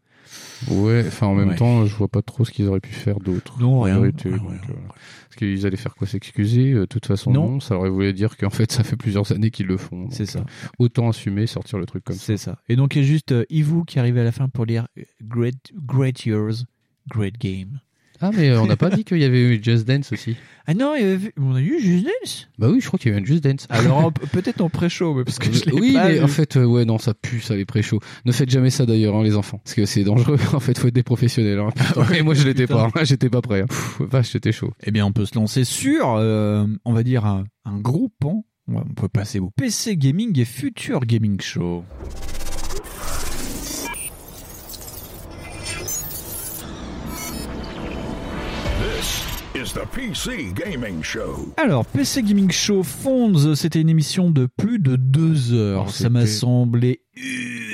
[SPEAKER 5] Ouais, enfin en même
[SPEAKER 4] Ouais.
[SPEAKER 5] temps, je vois pas trop ce qu'ils auraient pu faire d'autre.
[SPEAKER 4] Non,
[SPEAKER 5] en
[SPEAKER 4] rien.
[SPEAKER 5] vérité,
[SPEAKER 4] Ouais,
[SPEAKER 5] donc,
[SPEAKER 4] ouais,
[SPEAKER 5] euh, parce qu'ils allaient faire quoi s'excuser Euh, De toute façon, non.
[SPEAKER 4] Non.
[SPEAKER 5] Ça aurait voulu dire qu'en fait, ça fait plusieurs années qu'ils le font. donc,
[SPEAKER 4] C'est ça.
[SPEAKER 5] euh, Autant assumer, sortir le truc comme ça.
[SPEAKER 4] C'est ça. Et donc, il y a juste euh, Ivu qui arrive à la fin pour dire euh, Great, great Years, Great Game.
[SPEAKER 5] Ah, mais euh, on n'a pas dit qu'il y avait eu Just Dance aussi.
[SPEAKER 4] Ah non, il y avait- on a eu Just Dance
[SPEAKER 5] Bah oui, je crois qu'il y a eu un Just Dance.
[SPEAKER 4] Alors, en- peut-être en pré-show, mais parce que je l'ai
[SPEAKER 5] oui,
[SPEAKER 4] pas
[SPEAKER 5] mais
[SPEAKER 4] lu.
[SPEAKER 5] en fait, euh, ouais, non, ça pue, ça les pré-shows. Ne faites jamais ça d'ailleurs, hein, les enfants, parce que c'est dangereux. En fait, faut être des professionnels. Hein. Et moi, je l'étais
[SPEAKER 4] Ah Putain.
[SPEAKER 5] pas. hein, J'étais pas prêt. hein. Pff, vache, j'étais chaud.
[SPEAKER 4] Eh bien, on peut se lancer sur, euh, on va dire, un, un gros pan. Ouais, on peut passer au PC Gaming et Future Gaming Show.
[SPEAKER 8] This is the PC Gaming Show.
[SPEAKER 4] Alors, PC Gaming Show Fonds, c'était une émission de plus de deux heures.
[SPEAKER 5] Oh,
[SPEAKER 4] ça m'a
[SPEAKER 5] c'était-
[SPEAKER 4] semblé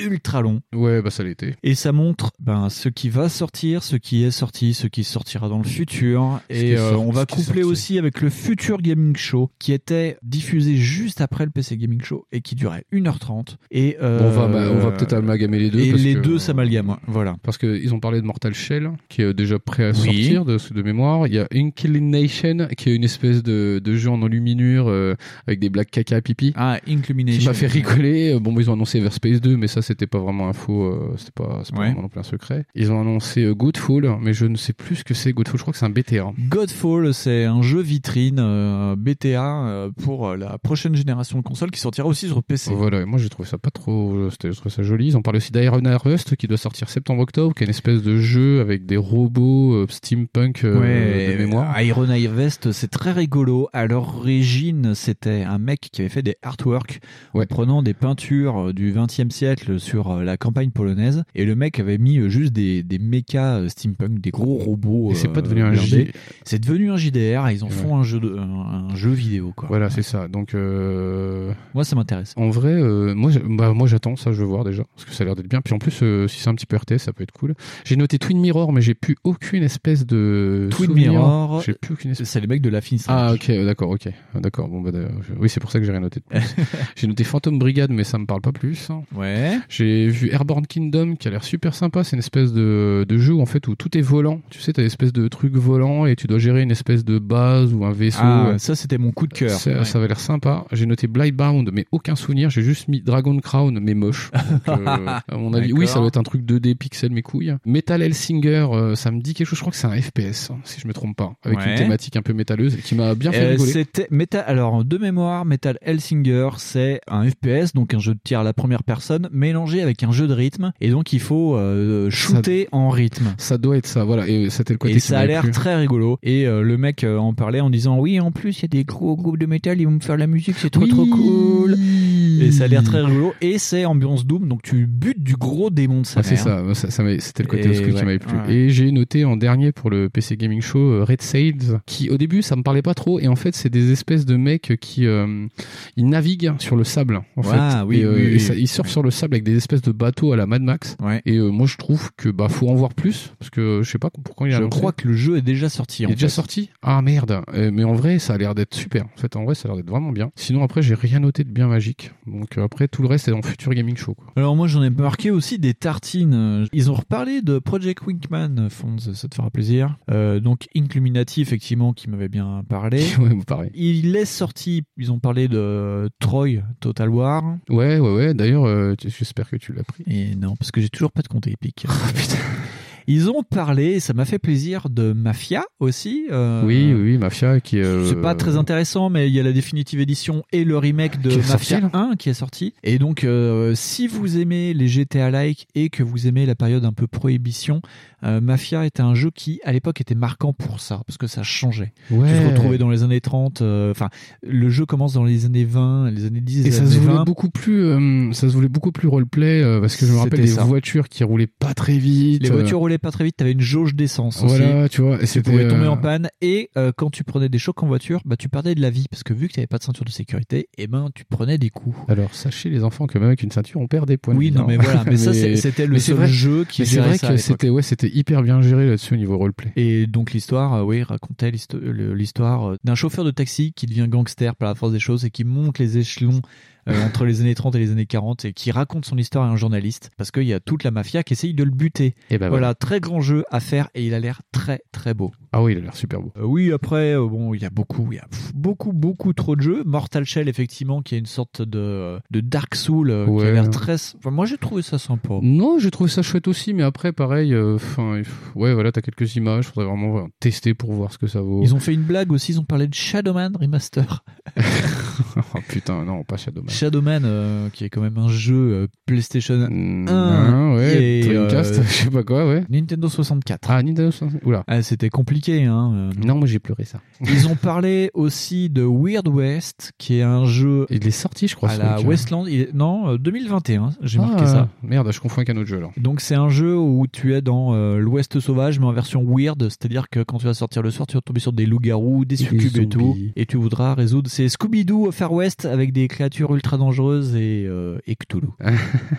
[SPEAKER 4] ultra long.
[SPEAKER 5] Ouais, bah ça l'était.
[SPEAKER 4] Et ça montre ben, ce qui va sortir, ce qui est sorti, ce qui sortira dans le futur.
[SPEAKER 5] Ce qui
[SPEAKER 4] Et
[SPEAKER 5] est
[SPEAKER 4] euh,
[SPEAKER 5] sorti,
[SPEAKER 4] on va
[SPEAKER 5] ce qui est
[SPEAKER 4] coupler
[SPEAKER 5] sorti.
[SPEAKER 4] aussi avec le futur Gaming Show qui était diffusé juste après le PC Gaming Show et qui durait 1h30. Et, euh,
[SPEAKER 5] Bon, on va, bah, on va peut-être amalgamer les deux.
[SPEAKER 4] et
[SPEAKER 5] parce
[SPEAKER 4] les
[SPEAKER 5] que,
[SPEAKER 4] deux
[SPEAKER 5] euh,
[SPEAKER 4] s'amalgament. Voilà.
[SPEAKER 5] Parce qu'ils ont parlé de Mortal Shell, qui est déjà prêt à
[SPEAKER 4] Oui.
[SPEAKER 5] sortir de, de mémoire. Il y a Inclination, qui est une espèce de, de jeu en enluminure euh, avec des blagues caca pipi.
[SPEAKER 4] Ah,
[SPEAKER 5] Qui
[SPEAKER 4] Inclumination.
[SPEAKER 5] m'a fait rigoler. Euh, Bon, ils ont annoncé Everspace 2, mais ça, c'était pas vraiment un faux, euh, c'était pas, c'est pas
[SPEAKER 4] Ouais.
[SPEAKER 5] vraiment non plus un secret. Ils ont annoncé euh, Godfall, mais je ne sais plus ce que c'est Godfall. Je crois que c'est un BTA.
[SPEAKER 4] Godfall, c'est un jeu vitrine euh, BTA euh, pour euh, la prochaine génération de consoles qui sortira aussi sur PC.
[SPEAKER 5] Voilà, et moi j'ai trouvé ça pas trop. euh, c'était- Je trouvé ça joli. Ils ont parlé aussi d'Iron Harvest qui doit sortir septembre-octobre, qui est une espèce de jeu avec des robots euh, steampunk euh, de mémoire.
[SPEAKER 4] Iron Harvest, c'est très rigolo. À l'origine, c'était un mec qui avait fait des artworks
[SPEAKER 5] Ouais.
[SPEAKER 4] en prenant des peintures euh, du XXe siècle sur euh, la campagne polonaise. Et le mec avait mis euh, juste des, des mechas euh, steampunk, des gros robots.
[SPEAKER 5] Et c'est
[SPEAKER 4] euh,
[SPEAKER 5] pas devenu un
[SPEAKER 4] blindés.
[SPEAKER 5] jeu.
[SPEAKER 4] C'est devenu un JDR et ils en
[SPEAKER 5] Ouais.
[SPEAKER 4] font un jeu, de- un, un jeu vidéo. Quoi.
[SPEAKER 5] Voilà, c'est ça. Donc, euh,
[SPEAKER 4] Moi, ça m'intéresse.
[SPEAKER 5] en vrai, euh, moi, je- bah, moi j'attends ça, je veux voir déjà, parce que ça a l'air d'être bien. Puis en plus, euh, si c'est un petit peu RTS, ça peut être cool. J'ai noté Twin Mirror, mais j'ai plus aucune espèce de.
[SPEAKER 4] Twin
[SPEAKER 5] souvenir.
[SPEAKER 4] Mirror.
[SPEAKER 5] J'ai plus aucune espèce.
[SPEAKER 4] C'est les mecs de la Finistère.
[SPEAKER 5] Ah ok euh, d'accord ok Euh, d'accord bon bah euh, je- oui c'est pour ça que j'ai rien noté de plus j'ai noté Phantom Brigade mais ça me parle pas plus hein.
[SPEAKER 4] Ouais.
[SPEAKER 5] J'ai vu Airborne Kingdom qui a l'air super sympa. C'est une espèce de, de jeu où, en fait où tout est volant. Tu sais, t'as une espèce de truc volant et tu dois gérer une espèce de base ou un vaisseau.
[SPEAKER 4] Ah, ça, c'était mon coup de
[SPEAKER 5] Euh,
[SPEAKER 4] cœur.
[SPEAKER 5] ça,
[SPEAKER 4] Ouais.
[SPEAKER 5] ça avait l'air sympa. J'ai noté Blightbound, mais aucun souvenir. J'ai juste mis Dragon Crown, mais moche. Donc, euh, à mon avis, oui, ça
[SPEAKER 4] D'accord.
[SPEAKER 5] doit être un truc 2D pixel, mes couilles. Metal Hellsinger, euh, ça me dit quelque chose. Je crois que c'est un FPS, hein, si je me trompe pas, avec une
[SPEAKER 4] Ouais.
[SPEAKER 5] thématique un peu métalleuse qui m'a bien fait
[SPEAKER 4] Euh,
[SPEAKER 5] rigoler.
[SPEAKER 4] C'était Metal. Alors de mémoire, Metal Hellsinger, c'est un FPS, donc un jeu de tir à la première personne mélangé avec un jeu de rythme, et donc il faut euh, shooter en rythme.
[SPEAKER 5] Ça doit être ça, voilà. Et euh, c'était le côté
[SPEAKER 4] Et
[SPEAKER 5] qui
[SPEAKER 4] ça a
[SPEAKER 5] m'avait
[SPEAKER 4] l'air
[SPEAKER 5] plu.
[SPEAKER 4] très rigolo. Et euh, le mec euh, en parlait en disant oui, en plus il y a des gros groupes de métal, ils vont me faire la musique, c'est trop trop cool.
[SPEAKER 5] oui.
[SPEAKER 4] Et ça a l'air très rigolo. Et c'est ambiance Doom, donc tu butes du gros démon de sa
[SPEAKER 5] Ah, c'est
[SPEAKER 4] mère.
[SPEAKER 5] ça, ça, ça m'avait- c'était le côté
[SPEAKER 4] Et
[SPEAKER 5] obscur
[SPEAKER 4] ouais,
[SPEAKER 5] qui m'avait plu.
[SPEAKER 4] ouais.
[SPEAKER 5] Et j'ai noté en dernier pour le PC Gaming Show euh, Red Sales, qui au début ça me parlait pas trop, et en fait c'est des espèces de mecs qui euh, ils naviguent sur le sable, en
[SPEAKER 4] Ah,
[SPEAKER 5] fait.
[SPEAKER 4] oui,
[SPEAKER 5] et, euh,
[SPEAKER 4] oui,
[SPEAKER 5] et
[SPEAKER 4] oui.
[SPEAKER 5] ça- ils surfent sur le sable avec des espèces de bateaux à la Mad Max.
[SPEAKER 4] Ouais.
[SPEAKER 5] Et euh, moi je trouve que bah faut en voir plus, parce que je sais pas pourquoi il a
[SPEAKER 4] Je
[SPEAKER 5] annoncé.
[SPEAKER 4] crois que le jeu est déjà sorti.
[SPEAKER 5] Il
[SPEAKER 4] en
[SPEAKER 5] est déjà
[SPEAKER 4] fait.
[SPEAKER 5] sorti Ah merde Euh, Mais en vrai, ça a l'air d'être super. En fait, en vrai, ça a l'air d'être vraiment bien. Sinon, après, j'ai rien noté de bien magique. Donc euh, après, tout le reste est dans le futur gaming show. Quoi.
[SPEAKER 4] Alors moi j'en ai marqué aussi des tartines. Ils ont reparlé de Project Winkman, Fonds, ça te fera plaisir. Euh, donc Incluminati effectivement qui m'avait bien parlé.
[SPEAKER 5] ouais, bah, pareil.
[SPEAKER 4] Ils laissent sorti, ils ont parlé de Troy Total War.
[SPEAKER 5] Ouais, ouais, ouais. D'ailleurs, euh, tu- j'espère que tu l'as pris.
[SPEAKER 4] Et non, parce que j'ai toujours pas de compte épique. Ils ont parlé, et ça m'a fait plaisir, de Mafia aussi. euh,
[SPEAKER 5] Oui, oui, Mafia qui. euh,
[SPEAKER 4] C'est pas très intéressant, mais il y a la définitive édition et le remake de
[SPEAKER 5] Qui est
[SPEAKER 4] Mafia
[SPEAKER 5] sorti,
[SPEAKER 4] 1 qui est sorti. Et donc, euh, si vous aimez les GTA-like et que vous aimez la période un peu prohibition, euh, Mafia était un jeu qui, à l'époque, était marquant pour ça, parce que ça changeait.
[SPEAKER 5] Ouais.
[SPEAKER 4] Tu te retrouvais dans les années 30, euh, enfin, le jeu commence dans les années 20, les années 10,
[SPEAKER 5] Et
[SPEAKER 4] les
[SPEAKER 5] ça
[SPEAKER 4] années
[SPEAKER 5] se
[SPEAKER 4] 20.
[SPEAKER 5] voulait beaucoup plus, euh, ça se voulait beaucoup plus roleplay euh, parce que je me rappelle
[SPEAKER 4] C'était
[SPEAKER 5] des
[SPEAKER 4] ça.
[SPEAKER 5] voitures qui roulaient pas très vite.
[SPEAKER 4] Les
[SPEAKER 5] euh,
[SPEAKER 4] voitures roulaient pas très vite, t'avais une jauge d'essence aussi.
[SPEAKER 5] Voilà, tu vois. Et
[SPEAKER 4] tu
[SPEAKER 5] c'était,
[SPEAKER 4] pouvais tomber en
[SPEAKER 5] euh,
[SPEAKER 4] panne et euh, quand tu prenais des chocs en voiture bah tu perdais de la vie parce que vu que tu n'avais pas de ceinture de sécurité et ben tu prenais des coups
[SPEAKER 5] Alors sachez les enfants que même avec une ceinture on perd des points. de
[SPEAKER 4] oui
[SPEAKER 5] vie,
[SPEAKER 4] non
[SPEAKER 5] hein.
[SPEAKER 4] mais voilà mais, ça
[SPEAKER 5] Mais-
[SPEAKER 4] c'est- c'était le
[SPEAKER 5] mais c'est
[SPEAKER 4] seul
[SPEAKER 5] vrai-
[SPEAKER 4] jeu qui
[SPEAKER 5] Mais c'est
[SPEAKER 4] gérait
[SPEAKER 5] vrai
[SPEAKER 4] ça
[SPEAKER 5] que
[SPEAKER 4] à l'époque.
[SPEAKER 5] c'était ouais, c'était hyper bien géré là-dessus au niveau roleplay.
[SPEAKER 4] et donc l'histoire euh, oui racontait l'histo- le- l'histoire euh, d'un chauffeur de taxi qui devient gangster par la force des choses et qui monte les échelons euh, entre les années 30 et les années 40 et qui raconte son histoire à un journaliste parce qu'il y a toute la mafia qui essaye de le buter
[SPEAKER 5] Et bah
[SPEAKER 4] voilà très grand jeu à faire et il a l'air très très beau
[SPEAKER 5] Ah oui, il a l'air super beau.
[SPEAKER 4] Euh, oui, après, euh, bon, il y a beaucoup, il y a pff, beaucoup, beaucoup trop de jeux. Mortal Shell, effectivement, qui est une sorte de, euh, de Dark Soul, euh, qui a
[SPEAKER 5] Ouais.
[SPEAKER 4] l'air très. enfin, moi, j'ai trouvé ça sympa.
[SPEAKER 5] Non, j'ai trouvé ça chouette aussi, mais après, pareil, euh, enfin, euh, ouais, voilà, t'as quelques images, faudrait vraiment euh, tester pour voir ce que ça vaut.
[SPEAKER 4] Ils ont fait une blague aussi, ils ont parlé de Shadowman Remaster.
[SPEAKER 5] oh putain, non, pas Shadow Man.
[SPEAKER 4] Shadowman, euh, qui est quand même un jeu euh, PlayStation
[SPEAKER 5] Mm,
[SPEAKER 4] Un,
[SPEAKER 5] ouais,
[SPEAKER 4] et,
[SPEAKER 5] Dreamcast,
[SPEAKER 4] euh,
[SPEAKER 5] je sais pas quoi, ouais.
[SPEAKER 4] Nintendo 64.
[SPEAKER 5] Ah, Nintendo 64. Oula.
[SPEAKER 4] Ah, C'était compliqué, hein. euh.
[SPEAKER 5] Non, moi j'ai pleuré ça.
[SPEAKER 4] Ils ont parlé aussi de Weird West, qui est un jeu
[SPEAKER 5] Il est sorti, je crois.
[SPEAKER 4] à
[SPEAKER 5] ce
[SPEAKER 4] la
[SPEAKER 5] truc, hein.
[SPEAKER 4] Westland. il est- Non, euh, 2021, j'ai
[SPEAKER 5] Ah,
[SPEAKER 4] marqué ça.
[SPEAKER 5] Merde, je confonds avec un autre jeu alors.
[SPEAKER 4] Donc c'est un jeu où tu es dans euh, l'Ouest sauvage mais en version weird, c'est-à-dire que quand tu vas sortir le soir, tu vas tomber sur des loups-garous, des
[SPEAKER 5] Des
[SPEAKER 4] succubes et tout,
[SPEAKER 5] zombies.
[SPEAKER 4] et tu voudras résoudre ces Scooby-Doo au Far West avec des créatures ultra dangereuses et, euh, et Cthulhu.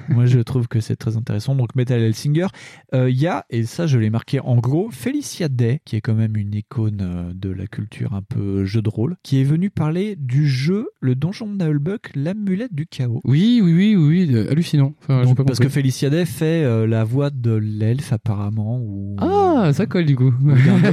[SPEAKER 4] Moi je trouve que c'est très intéressant. Donc Metal Hellsinger, Euh, il y a et ça je l'ai marqué en gros, Felicia Day qui est quand même une icône euh, de la culture un peu jeu de rôle, qui est venue parler du jeu Le Donjon de Nahulbuck, l'amulette du chaos.
[SPEAKER 5] Oui, oui, oui, oui, oui, euh, hallucinant. Enfin, j'ai
[SPEAKER 4] Donc,
[SPEAKER 5] pas
[SPEAKER 4] parce que
[SPEAKER 5] compris.
[SPEAKER 4] Felicia Day fait euh, la voix de l'elfe apparemment ou euh,
[SPEAKER 5] Ah, ça colle du coup.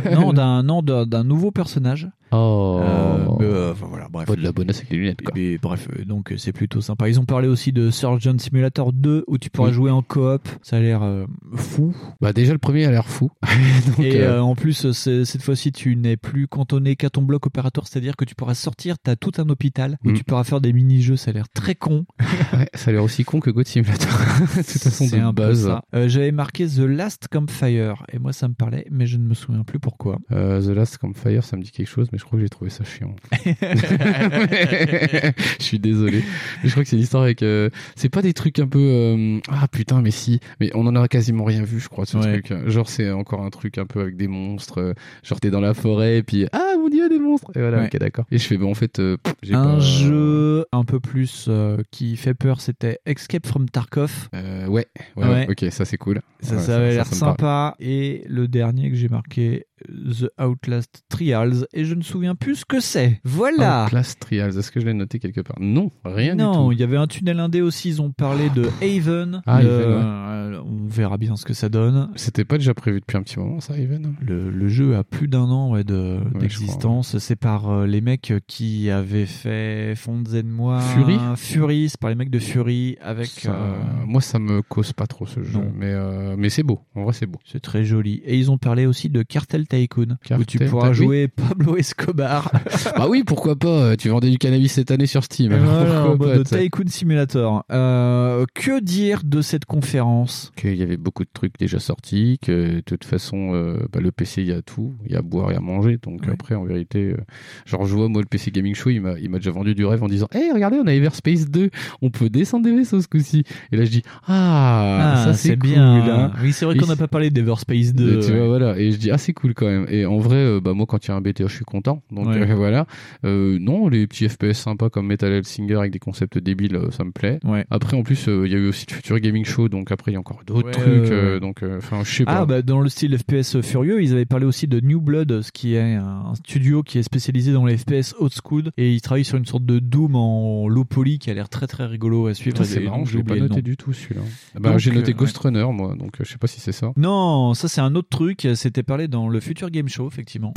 [SPEAKER 4] d'un- non d'un non, d'un d'un nouveau personnage.
[SPEAKER 5] Oh.
[SPEAKER 4] Euh, mais, euh, enfin, voilà bref.
[SPEAKER 5] Pas de la bonne avec les lunettes quoi.
[SPEAKER 4] Mais bref, euh, donc euh, c'est plutôt sympa. Ils ont parlé aussi de Surgeon Simulator 2 où tu pourras
[SPEAKER 5] Oui.
[SPEAKER 4] jouer en coop. Ça a l'air euh, fou.
[SPEAKER 5] Bah déjà le premier a l'air fou. Donc,
[SPEAKER 4] Et
[SPEAKER 5] euh,
[SPEAKER 4] euh, en plus, euh, c'est- cette fois-ci, tu n'es plus cantonné qu'à ton bloc opératoire, c'est-à-dire que tu pourras sortir, t'as tout un hôpital où
[SPEAKER 5] Mm.
[SPEAKER 4] tu pourras faire des mini-jeux. Ça a l'air très con.
[SPEAKER 5] ouais, ça a l'air aussi con que God Simulator. de toute façon,
[SPEAKER 4] euh, C'est
[SPEAKER 5] de
[SPEAKER 4] un peu
[SPEAKER 5] base.
[SPEAKER 4] ça. Euh, J'avais marqué The Last Campfire et moi ça me parlait, mais je ne me souviens plus pourquoi.
[SPEAKER 5] Euh, The Last Campfire, ça me dit quelque chose, mais je crois que j'ai trouvé ça chiant. je suis désolé. Je crois que c'est l'histoire avec. euh, C'est pas des trucs un peu. euh, Ah putain, mais si. Mais on en a quasiment rien vu, je crois, de ce
[SPEAKER 4] Ouais.
[SPEAKER 5] truc. Genre, c'est encore un truc un peu avec des monstres. euh, Genre, t'es dans la forêt, et puis. Ah mon dieu, des monstres Et voilà,
[SPEAKER 4] Ouais.
[SPEAKER 5] ok, d'accord. Et je fais, bon, en fait, euh, pff, j'ai
[SPEAKER 4] un
[SPEAKER 5] pas-
[SPEAKER 4] jeu un peu plus euh, qui fait peur, c'était Escape from Tarkov.
[SPEAKER 5] Euh, ouais, ouais,
[SPEAKER 4] Ouais.
[SPEAKER 5] ok, ça c'est cool.
[SPEAKER 4] Ça,
[SPEAKER 5] Ouais,
[SPEAKER 4] ça avait l'air
[SPEAKER 5] ça me parle.
[SPEAKER 4] sympa. Et le dernier que j'ai marqué, The Outlast Trials. Et je ne me souviens plus ce que c'est. Voilà.
[SPEAKER 5] Class Trials, est-ce que je l'ai noté quelque part Non, Ah, rien
[SPEAKER 4] non,
[SPEAKER 5] du tout.
[SPEAKER 4] il y avait un tunnel indé aussi. Ils ont parlé de Haven.
[SPEAKER 5] Ah,
[SPEAKER 4] Le-
[SPEAKER 5] Haven, ouais.
[SPEAKER 4] euh, On verra bien ce que ça donne.
[SPEAKER 5] C'était pas déjà prévu depuis un petit moment, ça, Even
[SPEAKER 4] Le, le jeu a plus d'un an ouais, de-
[SPEAKER 5] je
[SPEAKER 4] d'existence. c'est par euh, les mecs qui avaient fait Fonzenmois.
[SPEAKER 5] Fury
[SPEAKER 4] Fury, c'est par les mecs de Fury avec.
[SPEAKER 5] Ça-
[SPEAKER 4] euh,
[SPEAKER 5] Moi, ça me cause pas trop ce jeu,
[SPEAKER 4] non.
[SPEAKER 5] mais euh, mais c'est beau. En vrai, c'est beau.
[SPEAKER 4] C'est très joli. Et ils ont parlé aussi de Cartel Tycoon, où
[SPEAKER 5] Cartel
[SPEAKER 4] tu pourras
[SPEAKER 5] Tycoon.
[SPEAKER 4] jouer Pablo Escobar.
[SPEAKER 5] bah oui, pourquoi pas euh, Tu vendais du cannabis cette année sur Steam.
[SPEAKER 4] Et
[SPEAKER 5] alors
[SPEAKER 4] voilà, en
[SPEAKER 5] pourquoi pas,
[SPEAKER 4] mode
[SPEAKER 5] tu sais.
[SPEAKER 4] Tycoon Simulator. Euh, que dire de cette conférence
[SPEAKER 5] Qu'il y avait beaucoup de trucs déjà sortis, que de toute façon, euh, bah, le PC, il y a tout, il y a à boire et à manger, donc
[SPEAKER 4] Ouais.
[SPEAKER 5] après, en vérité. euh, Genre, je vois, moi, le PC Gaming Show, il m'a il m'a déjà vendu du rêve en disant Hé, regardez, on a Everspace 2, on peut descendre des vaisseaux ce coup-ci. Et là, je dis Ah, ça, c'est cool, hein.
[SPEAKER 4] Oui, c'est vrai qu'on n'a pas parlé d'Everspace 2.
[SPEAKER 5] Et tu vois, voilà. Et je dis, ah, c'est cool quand même. Et en vrai, euh, bah, moi, quand il y a un BTA, je suis content. Donc,
[SPEAKER 4] Ouais.
[SPEAKER 5] euh, voilà. Euh, non, les petits FPS sympas comme Metal Hellsinger avec des concepts débiles, euh, ça me plaît.
[SPEAKER 4] Ouais.
[SPEAKER 5] Après, en plus, euh, il y a eu aussi le Future Gaming Show. Donc, après, il y a encore d'autres
[SPEAKER 4] Ouais,
[SPEAKER 5] trucs. euh,
[SPEAKER 4] ouais.
[SPEAKER 5] donc, euh, enfin, je sais pas.
[SPEAKER 4] Ah, bah, dans le style FPS furieux, ils avaient parlé aussi de New Blood, ce qui est un studio qui est spécialisé dans les FPS old school. Et ils travaillent sur une sorte de Doom en low poly qui a l'air très très rigolo à suivre.
[SPEAKER 5] Putain, c'est
[SPEAKER 4] Et
[SPEAKER 5] marrant,
[SPEAKER 4] donc,
[SPEAKER 5] je
[SPEAKER 4] j'ai
[SPEAKER 5] l'ai pas
[SPEAKER 4] oublié le
[SPEAKER 5] noté
[SPEAKER 4] nom.
[SPEAKER 5] du tout celui-là. Bah,
[SPEAKER 4] Donc,
[SPEAKER 5] J'ai noté
[SPEAKER 4] euh,
[SPEAKER 5] Ghost Runner, moi, donc euh, je sais pas si c'est ça.
[SPEAKER 4] Non, ça c'est un autre truc, c'était parlé dans le futur game show effectivement.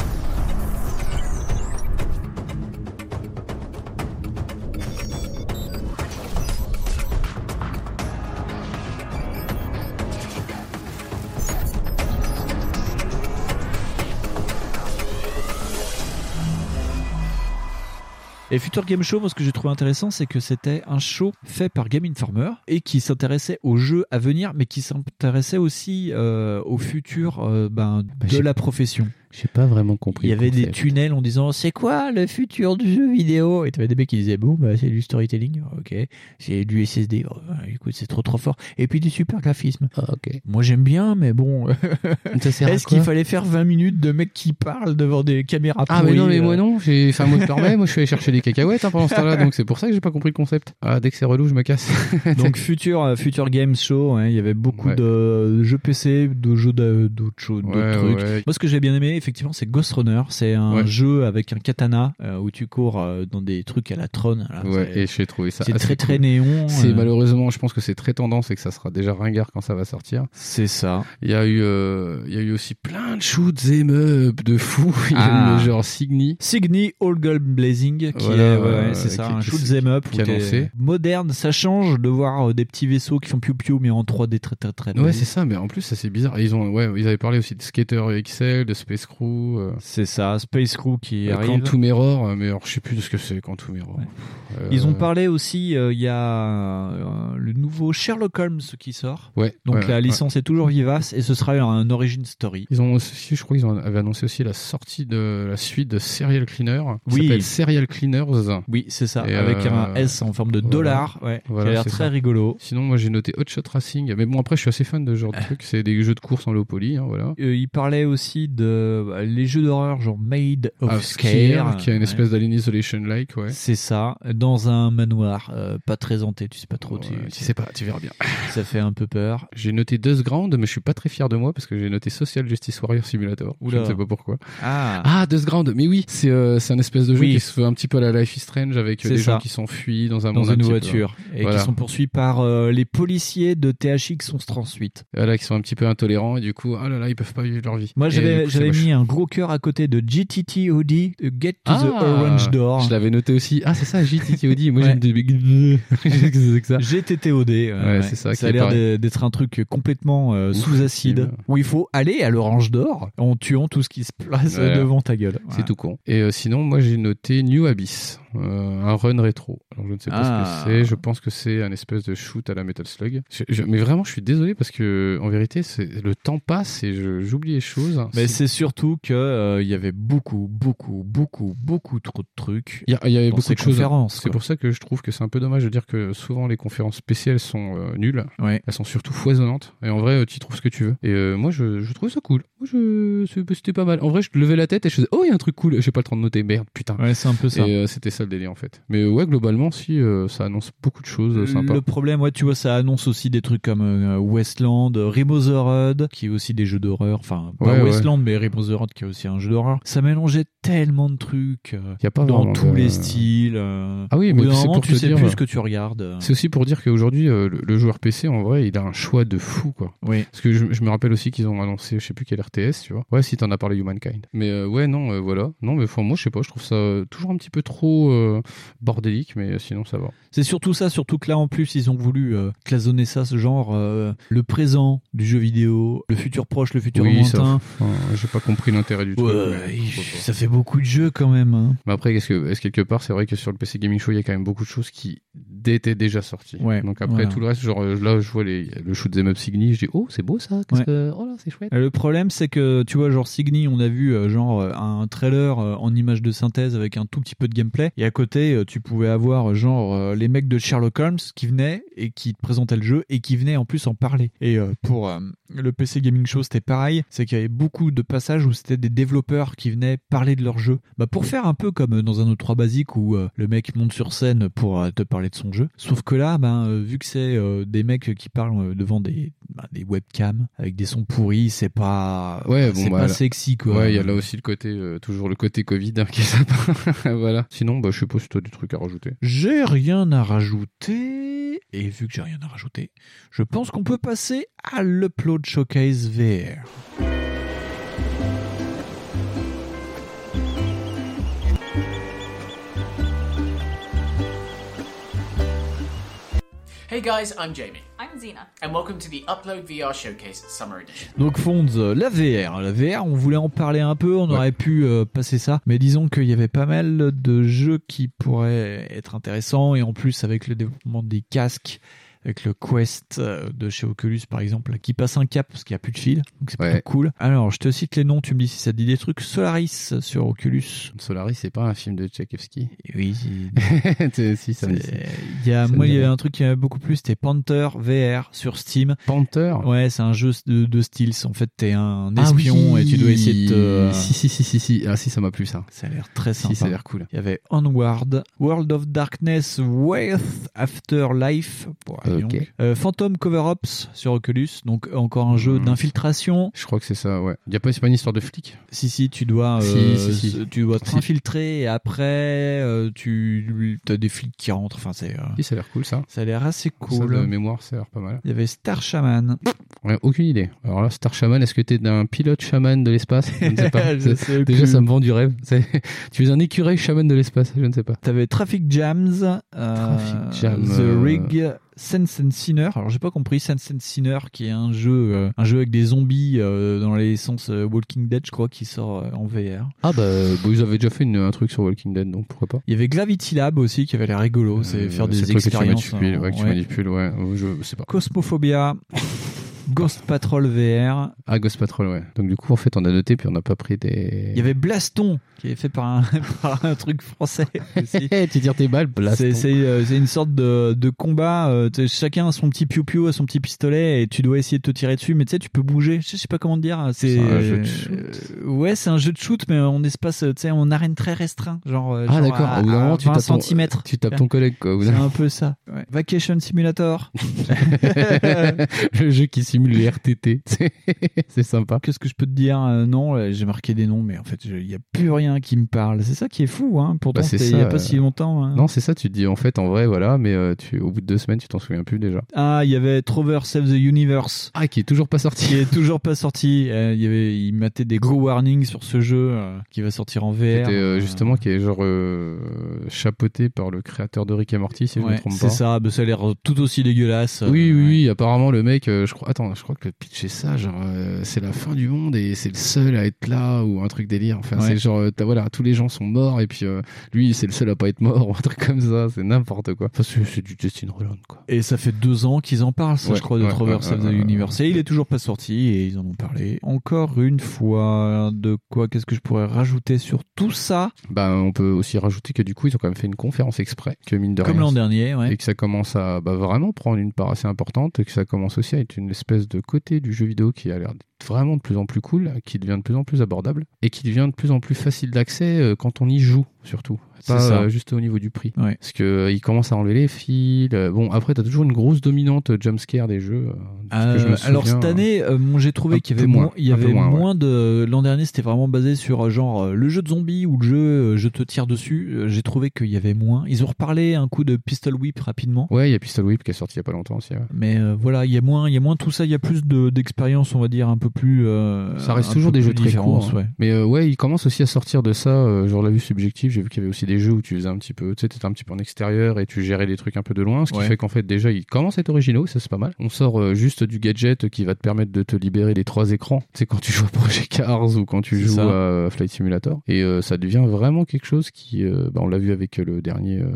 [SPEAKER 4] Et Future Game Show, moi ce que j'ai trouvé intéressant, c'est que c'était un show fait par Game Informer et qui s'intéressait aux jeux à venir, mais qui s'intéressait aussi euh, au futur euh, ben, de
[SPEAKER 5] j'ai-
[SPEAKER 4] la profession.
[SPEAKER 5] J'ai pas vraiment compris.
[SPEAKER 4] Il y
[SPEAKER 5] le
[SPEAKER 4] avait des
[SPEAKER 5] concept.
[SPEAKER 4] tunnels en disant c'est quoi le futur du jeu vidéo Et t'avais des mecs qui disaient bon bah c'est du storytelling, ok, c'est du SSD, oh, bah, écoute c'est trop trop fort, et puis du super graphisme.
[SPEAKER 5] Ah, ok.
[SPEAKER 4] Moi j'aime bien, mais bon,
[SPEAKER 5] Ça sert à
[SPEAKER 4] est-ce
[SPEAKER 5] quoi
[SPEAKER 4] qu'il fallait faire 20 minutes de mecs qui parlent devant des caméras
[SPEAKER 5] Ah, mais non,
[SPEAKER 4] pourries,
[SPEAKER 5] mais
[SPEAKER 4] euh,
[SPEAKER 5] moi non, j'ai enfin moi je permets, moi je suis allé chercher des cacahuètes hein, pendant ce temps-là, donc c'est pour ça que j'ai pas compris le concept. Ah, dès que c'est relou, je me casse.
[SPEAKER 4] Donc futur euh, futur game show, hein, il y avait beaucoup
[SPEAKER 5] Ouais.
[SPEAKER 4] de euh, jeux PC, de jeux d'a- d'autres choses, d'autres
[SPEAKER 5] Ouais,
[SPEAKER 4] trucs.
[SPEAKER 5] ouais.
[SPEAKER 4] Moi, ce que j'ai bien aimé, effectivement, c'est Ghost Runner. C'est un
[SPEAKER 5] Ouais.
[SPEAKER 4] jeu avec un katana euh, où tu cours euh, dans des trucs à la trône.
[SPEAKER 5] Ouais, et j'ai trouvé ça.
[SPEAKER 4] Ah, c'est
[SPEAKER 5] assez
[SPEAKER 4] très très
[SPEAKER 5] cool.
[SPEAKER 4] néon.
[SPEAKER 5] C'est
[SPEAKER 4] euh,
[SPEAKER 5] malheureusement, je pense que c'est très tendance et que ça sera déjà ringard quand ça va sortir.
[SPEAKER 4] C'est ça.
[SPEAKER 5] Il y a eu, euh, il y a eu aussi plein de shoots et up de fou. Il y a eu
[SPEAKER 4] Ah.
[SPEAKER 5] le genre Signy.
[SPEAKER 4] Signy All Gold Blazing, qui
[SPEAKER 5] Voilà,
[SPEAKER 4] est, ouais,
[SPEAKER 5] ouais,
[SPEAKER 4] c'est ça,
[SPEAKER 5] qui-
[SPEAKER 4] un
[SPEAKER 5] qui-
[SPEAKER 4] shoot 'em up
[SPEAKER 5] qui
[SPEAKER 4] où
[SPEAKER 5] a
[SPEAKER 4] t'es
[SPEAKER 5] lancé.
[SPEAKER 4] moderne. Ça change de voir euh, des petits vaisseaux qui font piou piou mais en 3D très très très.
[SPEAKER 5] Ouais,
[SPEAKER 4] beau.
[SPEAKER 5] c'est ça, mais en plus, ça c'est bizarre. Et Ils ont, ouais, ils avaient parlé aussi de Skater XL, de Space Crew. Euh...
[SPEAKER 4] c'est ça. Space Crew qui
[SPEAKER 5] euh,
[SPEAKER 4] arrive.
[SPEAKER 5] Quantum Error, euh, mais alors, je sais plus de ce que c'est Quantum Error.
[SPEAKER 4] Ouais.
[SPEAKER 5] Euh,
[SPEAKER 4] Ils ont parlé aussi, euh, il y a euh, le nouveau Sherlock Holmes qui sort.
[SPEAKER 5] Ouais.
[SPEAKER 4] Donc
[SPEAKER 5] ouais,
[SPEAKER 4] la
[SPEAKER 5] ouais.
[SPEAKER 4] licence est toujours vivace et ce sera un origin story.
[SPEAKER 5] Ils ont aussi, je crois, ils ont, avaient annoncé aussi la sortie de la suite de Serial Cleaner. qui
[SPEAKER 4] Oui.
[SPEAKER 5] s'appelle Serial Cleaners.
[SPEAKER 4] Oui, c'est ça,
[SPEAKER 5] Et
[SPEAKER 4] avec
[SPEAKER 5] euh,
[SPEAKER 4] un S en forme de
[SPEAKER 5] voilà.
[SPEAKER 4] dollar, ouais,
[SPEAKER 5] Voilà,
[SPEAKER 4] qui a l'air
[SPEAKER 5] c'est
[SPEAKER 4] très
[SPEAKER 5] ça.
[SPEAKER 4] rigolo.
[SPEAKER 5] Sinon, moi j'ai noté Hot Shot Racing. Mais bon, après, je suis assez fan de ce genre de
[SPEAKER 4] Ah.
[SPEAKER 5] trucs. C'est des jeux de course en low poly, hein, voilà.
[SPEAKER 4] Euh, il parlait aussi de bah, les jeux d'horreur genre Made of
[SPEAKER 5] Ah,
[SPEAKER 4] Scare,
[SPEAKER 5] Scare, qui a une
[SPEAKER 4] ouais.
[SPEAKER 5] espèce d'Alien Isolation-like, ouais.
[SPEAKER 4] C'est ça, dans un manoir, euh, pas très hanté, tu sais pas trop, tu,
[SPEAKER 5] Ouais, tu sais pas, tu verras bien.
[SPEAKER 4] ça fait un peu peur.
[SPEAKER 5] J'ai noté Dust Ground, mais je suis pas très fier de moi parce que j'ai noté Social Justice Warrior Simulator.
[SPEAKER 4] Oula.
[SPEAKER 5] Je ne sais pas pourquoi.
[SPEAKER 4] Ah,
[SPEAKER 5] Ah, Dust Ground, mais oui, c'est euh, c'est un espèce de jeu
[SPEAKER 4] Oui.
[SPEAKER 5] qui se fait un petit peu à la Life is Strange avec euh,
[SPEAKER 4] C'est
[SPEAKER 5] des
[SPEAKER 4] ça.
[SPEAKER 5] gens qui s'enfuient dans un
[SPEAKER 4] dans
[SPEAKER 5] monde un
[SPEAKER 4] une
[SPEAKER 5] petit peu-
[SPEAKER 4] voiture, et
[SPEAKER 5] Voilà.
[SPEAKER 4] qui sont poursuivis par euh, les policiers de THX 1138.
[SPEAKER 5] voilà, euh, qui sont un petit peu intolérants et du coup, ah là là, ils peuvent pas vivre leur vie.
[SPEAKER 4] Moi
[SPEAKER 5] Et du
[SPEAKER 4] j'avais
[SPEAKER 5] coup,
[SPEAKER 4] j'avais
[SPEAKER 5] c'est moche.
[SPEAKER 4] mis un gros cœur à côté de GTT Audi, euh, Get to the
[SPEAKER 5] Ah,
[SPEAKER 4] Orange Door.
[SPEAKER 5] Je l'avais noté aussi. Ah, c'est ça, JTTOD. Moi,
[SPEAKER 4] Ouais.
[SPEAKER 5] j'ai des. Qu'est-ce que c'est que ça
[SPEAKER 4] GTTOD. euh,
[SPEAKER 5] Ouais, c'est ça, qui
[SPEAKER 4] a
[SPEAKER 5] est
[SPEAKER 4] l'air
[SPEAKER 5] pareil.
[SPEAKER 4] d'e- d'être un truc complètement euh, sous acide,
[SPEAKER 5] Oufissime.
[SPEAKER 4] où il faut aller à l'orange d'or en tuant tout ce qui se place
[SPEAKER 5] Voilà.
[SPEAKER 4] devant ta gueule.
[SPEAKER 5] C'est tout con. Et euh, sinon, moi, j'ai noté New Abyss, euh, un run rétro. Alors, je ne sais pas
[SPEAKER 4] Ah.
[SPEAKER 5] ce que c'est. Je pense que c'est un espèce de shoot à la Metal Slug. Je- je- mais vraiment, je suis désolé parce que, en vérité, c'est- le temps passe et je- j'oublie les choses.
[SPEAKER 4] Mais
[SPEAKER 5] C'est-
[SPEAKER 4] c'est surtout que euh, il y avait beaucoup, beaucoup, beaucoup, beaucoup trop de trucs.
[SPEAKER 5] il y, a- il y avait
[SPEAKER 4] dans
[SPEAKER 5] beaucoup
[SPEAKER 4] ces
[SPEAKER 5] de choses. hein.
[SPEAKER 4] conférences,
[SPEAKER 5] C'est
[SPEAKER 4] quoi.
[SPEAKER 5] pour ça que je trouve que c'est un peu dommage de dire que souvent les conférences spéciales sont euh, nulles.
[SPEAKER 4] Ouais.
[SPEAKER 5] Elles sont surtout foisonnantes. Et en vrai, euh, tu y trouves ce que tu veux. Et euh, moi, je, je trouvais ça cool. Moi, je, c'est- c'était pas mal. En vrai, je levais la tête et je faisais, oh, il y a un truc cool. J'ai pas le temps de noter. Merde, putain.
[SPEAKER 4] Ouais, c'est un peu ça.
[SPEAKER 5] Et euh, c'était ça le délire en fait. Mais ouais, globalement, si euh, ça annonce beaucoup de choses euh, sympas.
[SPEAKER 4] Le problème, ouais, tu vois, ça annonce aussi des trucs comme euh, Westland, euh, Remo the Road, qui est aussi des jeux d'horreur. Enfin, pas
[SPEAKER 5] Ouais, ouais.
[SPEAKER 4] Westland, mais Remo the Road, qui est aussi un jeu d'horreur. Ça mélangeait tellement de trucs euh,
[SPEAKER 5] Il y a pas
[SPEAKER 4] dans
[SPEAKER 5] vraiment
[SPEAKER 4] tous
[SPEAKER 5] de-
[SPEAKER 4] les styles. euh.
[SPEAKER 5] Ah oui,
[SPEAKER 4] Au bout
[SPEAKER 5] mais
[SPEAKER 4] d'un
[SPEAKER 5] c'est
[SPEAKER 4] moment,
[SPEAKER 5] pour
[SPEAKER 4] tu
[SPEAKER 5] te
[SPEAKER 4] sais
[SPEAKER 5] dire.
[SPEAKER 4] plus ce que tu regardes. euh.
[SPEAKER 5] C'est aussi pour dire qu'aujourd'hui, euh, le, le joueur PC, en vrai, il a un choix de fou, quoi.
[SPEAKER 4] Oui.
[SPEAKER 5] Parce que je, je me rappelle aussi qu'ils ont annoncé, je sais plus quel RTS, tu vois. Ouais, si t'en as parlé, Humankind. Mais euh, ouais, non, euh, voilà. Non, mais enfin, moi, je sais pas, je trouve ça euh, toujours un petit peu trop euh, bordélique, mais euh, sinon, ça va.
[SPEAKER 4] C'est surtout ça, surtout que là en plus ils ont voulu euh, clasonner ça, ce genre euh, le présent du jeu vidéo, le futur proche, le futur
[SPEAKER 5] Oui, ça.
[SPEAKER 4] lointain.
[SPEAKER 5] Enfin, j'ai pas compris l'intérêt du
[SPEAKER 4] Ouais,
[SPEAKER 5] truc. mais
[SPEAKER 4] il-
[SPEAKER 5] pourquoi pas.
[SPEAKER 4] ça fait beaucoup de jeux quand même. hein.
[SPEAKER 5] Mais après, est-ce que, est-ce quelque part, c'est vrai que sur le PC Gaming Show, il y a quand même beaucoup de choses qui Red Dead était déjà sorti.
[SPEAKER 4] Ouais,
[SPEAKER 5] Donc après
[SPEAKER 4] voilà.
[SPEAKER 5] tout le reste, genre euh, là, je vois les, le shoot 'em up Signy, je dis oh c'est beau ça, qu'est-ce
[SPEAKER 4] Ouais.
[SPEAKER 5] que- oh là c'est chouette.
[SPEAKER 4] Euh, Le problème, c'est que tu vois, genre Signy, on a vu euh, genre euh, un trailer euh, en image de synthèse avec un tout petit peu de gameplay. Et à côté, euh, tu pouvais avoir euh, genre euh, les mecs de Sherlock Holmes qui venaient et qui te présentaient le jeu et qui venaient en plus en parler. Et euh, pour euh, le PC Gaming Show, c'était pareil. C'est qu'il y avait beaucoup de passages où c'était des développeurs qui venaient parler de leur jeu. Bah, pour faire un peu comme dans un autre 3 basique où euh, le mec monte sur scène pour euh, te parler de son jeu. Sauf que là, ben, euh, vu que c'est euh, des mecs qui parlent euh, devant des, ben, des webcams avec des sons pourris, c'est pas,
[SPEAKER 5] Ouais, bon,
[SPEAKER 4] c'est
[SPEAKER 5] bah,
[SPEAKER 4] pas
[SPEAKER 5] là-
[SPEAKER 4] sexy quoi.
[SPEAKER 5] Ouais, il y a là aussi le côté, euh, toujours le côté Covid hein, qui est sympa. voilà. Sinon, bah, je sais pas si t'as du truc à rajouter.
[SPEAKER 4] J'ai rien à rajouter. Et vu que j'ai rien à rajouter, je pense qu'on peut passer à l'Upload Showcase VR.
[SPEAKER 9] Hey guys, I'm Jamie,
[SPEAKER 10] I'm Xena.
[SPEAKER 9] and welcome to the Upload VR Showcase Summer Edition.
[SPEAKER 4] Donc Fonds, euh, la VR. La VR, on voulait en parler un peu, on aurait pu euh, passer ça. Mais disons qu'il y avait pas mal de jeux qui pourraient être intéressants. Et en plus, avec le développement des casques, avec le Quest euh, de chez Oculus par exemple, là, qui passe un cap parce qu'il n'y a plus de fil. Donc c'est plutôt
[SPEAKER 5] Ouais.
[SPEAKER 4] cool. Alors, je te cite les noms, tu me dis si ça te dit des trucs. Solaris sur Oculus.
[SPEAKER 5] Solaris, c'est pas un film de Tchaïkovski.
[SPEAKER 4] Et oui,
[SPEAKER 5] T'es- si, ça me dit.
[SPEAKER 4] c'est- il y a,
[SPEAKER 5] Eh Ça me
[SPEAKER 4] moi, il y
[SPEAKER 5] dit
[SPEAKER 4] a un truc qui m'a beaucoup plu, c'était Panther VR sur Steam.
[SPEAKER 5] Panther.
[SPEAKER 4] Ouais, c'est un jeu de, de styles. En fait, t'es un
[SPEAKER 5] Ah
[SPEAKER 4] espion
[SPEAKER 5] oui.
[SPEAKER 4] et tu dois essayer de te...
[SPEAKER 5] Si, si, si, si, si. Ah, si, ça m'a plu, ça.
[SPEAKER 4] Ça a l'air très
[SPEAKER 5] Si,
[SPEAKER 4] sympa.
[SPEAKER 5] ça a l'air cool.
[SPEAKER 4] Il y avait Onward, World of Darkness, Wraith, Afterlife, Bon, dis donc.
[SPEAKER 5] Ok.
[SPEAKER 4] Euh, Phantom Cover-Ups sur Oculus, donc encore un jeu
[SPEAKER 5] Mm.
[SPEAKER 4] d'infiltration.
[SPEAKER 5] Je crois que c'est ça, ouais. Y a pas, c'est pas une histoire de flic
[SPEAKER 4] Si si, tu dois,
[SPEAKER 5] Si,
[SPEAKER 4] euh,
[SPEAKER 5] si, si.
[SPEAKER 4] s- tu dois
[SPEAKER 5] Si.
[SPEAKER 4] t'infiltrer et après euh, tu as des flics qui rentrent. Enfin c'est, euh,
[SPEAKER 5] Si, ça a l'air cool, ça.
[SPEAKER 4] ça a l'air assez
[SPEAKER 5] Ça, de
[SPEAKER 4] cool.
[SPEAKER 5] mémoire, ça a l'air pas mal.
[SPEAKER 4] Il y avait Star Shaman.
[SPEAKER 5] Ouais, aucune idée. Alors là, Star Shaman, est-ce que t'es d'un pilote chaman de l'espace Je ne sais pas.
[SPEAKER 4] Je sais
[SPEAKER 5] Déjà,
[SPEAKER 4] plus.
[SPEAKER 5] ça me vend du rêve. C'est- Tu es un écureuil chaman de l'espace, je ne sais pas.
[SPEAKER 4] T'avais Traffic Jams, euh,
[SPEAKER 5] Traffic Jam, euh,
[SPEAKER 4] The Rig, Sense and Sinner. Alors j'ai pas compris Sense and Sinner, qui est un jeu, euh, un jeu avec des zombies euh, dans les sens euh, Walking Dead, je crois, qui sort euh, en VR.
[SPEAKER 5] Ah bah, bon, ils avaient déjà fait une- un truc sur Walking Dead, donc pourquoi pas
[SPEAKER 4] Il y avait Gravity Lab aussi, qui avait l'air rigolo, Oh, c'est
[SPEAKER 5] Euh,
[SPEAKER 4] faire
[SPEAKER 5] c'est
[SPEAKER 4] des
[SPEAKER 5] le truc
[SPEAKER 4] expériences. hein.
[SPEAKER 5] Que tu manipules, ouais, que tu
[SPEAKER 4] ouais.
[SPEAKER 5] manipules, ouais. Euh, Je sais pas.
[SPEAKER 4] Cosmophobia, Ghost Patrol VR.
[SPEAKER 5] Ah, Ghost Patrol, ouais. Donc du coup, en fait, on a noté, puis on n'a pas pris des.
[SPEAKER 4] Il y avait Blaston, qui est fait par un, par un truc français aussi.
[SPEAKER 5] Eh, tu tires tes balles,
[SPEAKER 4] C'est
[SPEAKER 5] blast.
[SPEAKER 4] c'est, euh, c'est une sorte de, de combat. euh, t'sais, chacun a son petit piou-piou, a son petit pistolet, et tu dois essayer de te tirer dessus. Mais tu sais, tu peux bouger. Je sais pas comment te dire. hein, C'est
[SPEAKER 5] C'est un jeu de
[SPEAKER 4] euh, ouais, c'est un jeu de shoot, mais en espace, tu sais, en arène très restreint, genre. euh,
[SPEAKER 5] Ah
[SPEAKER 4] genre
[SPEAKER 5] d'accord.
[SPEAKER 4] à-
[SPEAKER 5] Au bout d'un
[SPEAKER 4] à
[SPEAKER 5] moment, tu
[SPEAKER 4] 20
[SPEAKER 5] tapes ton-
[SPEAKER 4] centimètres.
[SPEAKER 5] Tu tapes ton collègue, quoi. au bout
[SPEAKER 4] C'est
[SPEAKER 5] d'un-
[SPEAKER 4] un peu ça. Ouais. Vacation Simulator.
[SPEAKER 5] le jeu qui simule les RTT. c'est sympa.
[SPEAKER 4] Qu'est-ce que je peux te dire Euh, Non, euh, j'ai marqué des noms, mais en fait, il n'y a plus rien qui me parle. C'est ça qui est fou, hein. Pourtant,
[SPEAKER 5] Bah, c'est
[SPEAKER 4] c'était il n'y a
[SPEAKER 5] ça,
[SPEAKER 4] pas
[SPEAKER 5] euh,
[SPEAKER 4] si longtemps. hein.
[SPEAKER 5] Non, c'est ça, tu te dis en fait en vrai, voilà, mais euh, tu, au bout de deux semaines, tu t'en souviens plus déjà.
[SPEAKER 4] Ah, il y avait Trover Save the Universe.
[SPEAKER 5] Ah, qui est toujours pas sorti.
[SPEAKER 4] qui est toujours pas sorti. Euh, il y avait, il mettait des gros warnings sur ce jeu euh, qui va sortir en VR.
[SPEAKER 5] Qui était, euh,
[SPEAKER 4] Euh,
[SPEAKER 5] justement, qui est genre euh, chapeauté par le créateur de Rick et Morty, si je
[SPEAKER 4] ouais,
[SPEAKER 5] me trompe
[SPEAKER 4] c'est
[SPEAKER 5] pas.
[SPEAKER 4] ça. bah, ça a l'air tout aussi dégueulasse.
[SPEAKER 5] Oui,
[SPEAKER 4] Euh,
[SPEAKER 5] oui, oui. Apparemment, le mec, euh, je crois. Attends, je crois que le pitch c'est ça. Genre, euh, c'est la fin du monde et c'est le seul à être là ou un truc délire. Enfin,
[SPEAKER 4] Ouais.
[SPEAKER 5] c'est genre, euh, t'as- voilà, tous les gens sont morts et puis euh, lui, c'est le seul à pas être mort ou un truc comme ça. C'est n'importe quoi. Enfin, c'est c'est du Justin Roland, quoi.
[SPEAKER 4] Et ça fait deux ans qu'ils en parlent, ça,
[SPEAKER 5] Ouais,
[SPEAKER 4] je crois, de
[SPEAKER 5] ouais,
[SPEAKER 4] Trover
[SPEAKER 5] ouais,
[SPEAKER 4] Save
[SPEAKER 5] ouais,
[SPEAKER 4] the
[SPEAKER 5] ouais,
[SPEAKER 4] Universe.
[SPEAKER 5] ouais.
[SPEAKER 4] Et il est toujours pas sorti et ils en ont parlé. Encore une fois, de quoi Qu'est-ce que je pourrais rajouter sur tout ça
[SPEAKER 5] Bah, on peut aussi rajouter que du coup, ils ont quand même fait une conférence exprès, que mine de
[SPEAKER 4] Comme
[SPEAKER 5] rien,
[SPEAKER 4] l'an dernier, ouais.
[SPEAKER 5] et que ça commence à bah, vraiment prendre une part assez importante et que ça commence aussi à être une espèce de côté du jeu vidéo qui a l'air d'être vraiment de plus en plus cool, qui devient de plus en plus abordable et qui devient de plus en plus facile d'accès euh, quand on y joue surtout.
[SPEAKER 4] C'est
[SPEAKER 5] Pas
[SPEAKER 4] ça.
[SPEAKER 5] euh, juste au niveau du prix.
[SPEAKER 4] Ouais.
[SPEAKER 5] Parce que euh, il commence à enlever les fils. euh, Bon, après, t'as toujours une grosse dominante euh, jumpscare des jeux. euh, parce que je me
[SPEAKER 4] Euh, alors
[SPEAKER 5] souviens,
[SPEAKER 4] cette année, euh, bon, j'ai trouvé
[SPEAKER 5] un
[SPEAKER 4] qu'il y
[SPEAKER 5] peu
[SPEAKER 4] avait
[SPEAKER 5] moins,
[SPEAKER 4] moins, il y
[SPEAKER 5] un peu
[SPEAKER 4] avait moins,
[SPEAKER 5] moins, ouais.
[SPEAKER 4] de. L'an dernier, c'était vraiment basé sur euh, genre euh, le jeu de zombie ou le jeu euh, je te tire dessus. Euh, J'ai trouvé qu'il y avait moins. Ils ont reparlé un coup de pistol whip rapidement.
[SPEAKER 5] euh, Ouais, il y a Pistol Whip qui est sorti il y a pas longtemps aussi. ouais.
[SPEAKER 4] Mais euh, voilà, il y a moins, il y a moins tout ça, il y a plus de- d'expérience, on va dire, un peu plus. euh,
[SPEAKER 5] Ça reste
[SPEAKER 4] un
[SPEAKER 5] toujours
[SPEAKER 4] peu
[SPEAKER 5] des
[SPEAKER 4] plus
[SPEAKER 5] jeux très
[SPEAKER 4] différents,
[SPEAKER 5] courts. hein.
[SPEAKER 4] ouais.
[SPEAKER 5] Mais euh, ouais, ils commencent aussi à sortir de ça. euh, genre la vue subjective, j'ai vu qu'il y avait aussi des jeux où tu faisais un petit peu, tu sais, t'étais un petit peu en extérieur et tu gérais des trucs un peu de loin. Ce qui
[SPEAKER 4] Ouais.
[SPEAKER 5] fait qu'en fait, déjà, ils commencent à être originaux. Ça, c'est pas mal. On sort euh, juste du gadget qui va te permettre de te libérer des trois écrans. Tu sais, quand tu joues à Project Cars ou quand tu
[SPEAKER 4] C'est
[SPEAKER 5] joues
[SPEAKER 4] ça.
[SPEAKER 5] à euh, Flight Simulator. Et euh, ça devient vraiment quelque chose qui, euh, bah, on l'a vu avec euh, le dernier euh,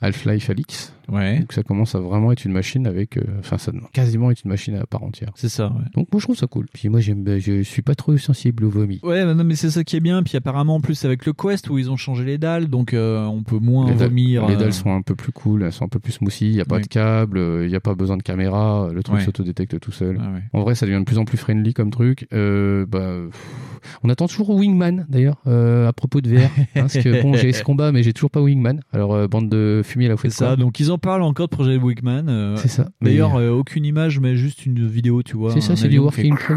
[SPEAKER 5] Half-Life Alix.
[SPEAKER 4] Ouais.
[SPEAKER 5] Donc ça commence à vraiment être une machine avec, euh, enfin, ça demande quasiment être une machine à part entière.
[SPEAKER 4] C'est ça, ouais.
[SPEAKER 5] Donc moi je trouve ça cool. Puis moi j'aime, ben, je suis pas trop sensible au vomi.
[SPEAKER 4] Ouais, bah non, mais c'est ça qui est bien. Puis apparemment, en plus, avec le Quest où ils ont changé les dalles, donc euh, on peut moins
[SPEAKER 5] Les dalles-
[SPEAKER 4] vomir.
[SPEAKER 5] Les
[SPEAKER 4] euh,
[SPEAKER 5] dalles sont un peu plus cool, elles sont un peu plus smoothies, il n'y a pas
[SPEAKER 4] Oui.
[SPEAKER 5] de câble, euh, il n'y a pas besoin de caméra, le truc
[SPEAKER 4] Ouais.
[SPEAKER 5] s'autodétecte tout seul.
[SPEAKER 4] ah ouais.
[SPEAKER 5] En vrai, ça devient de plus en plus friendly comme truc. Euh, bah, pff, on attend toujours Wingman d'ailleurs euh, à propos de VR. hein, parce que bon, j'ai ce combat, mais j'ai toujours pas Wingman. Alors euh, bande de fumier la
[SPEAKER 4] C'est
[SPEAKER 5] fouette.
[SPEAKER 4] ça. Donc ils en parlent encore de projet Wickman. euh,
[SPEAKER 5] C'est ça. Mais,
[SPEAKER 4] D'ailleurs, euh,
[SPEAKER 5] euh,
[SPEAKER 4] aucune image, mais juste une vidéo, tu vois.
[SPEAKER 5] c'est ça,
[SPEAKER 4] un
[SPEAKER 5] c'est du
[SPEAKER 4] avion qui fait-
[SPEAKER 5] working.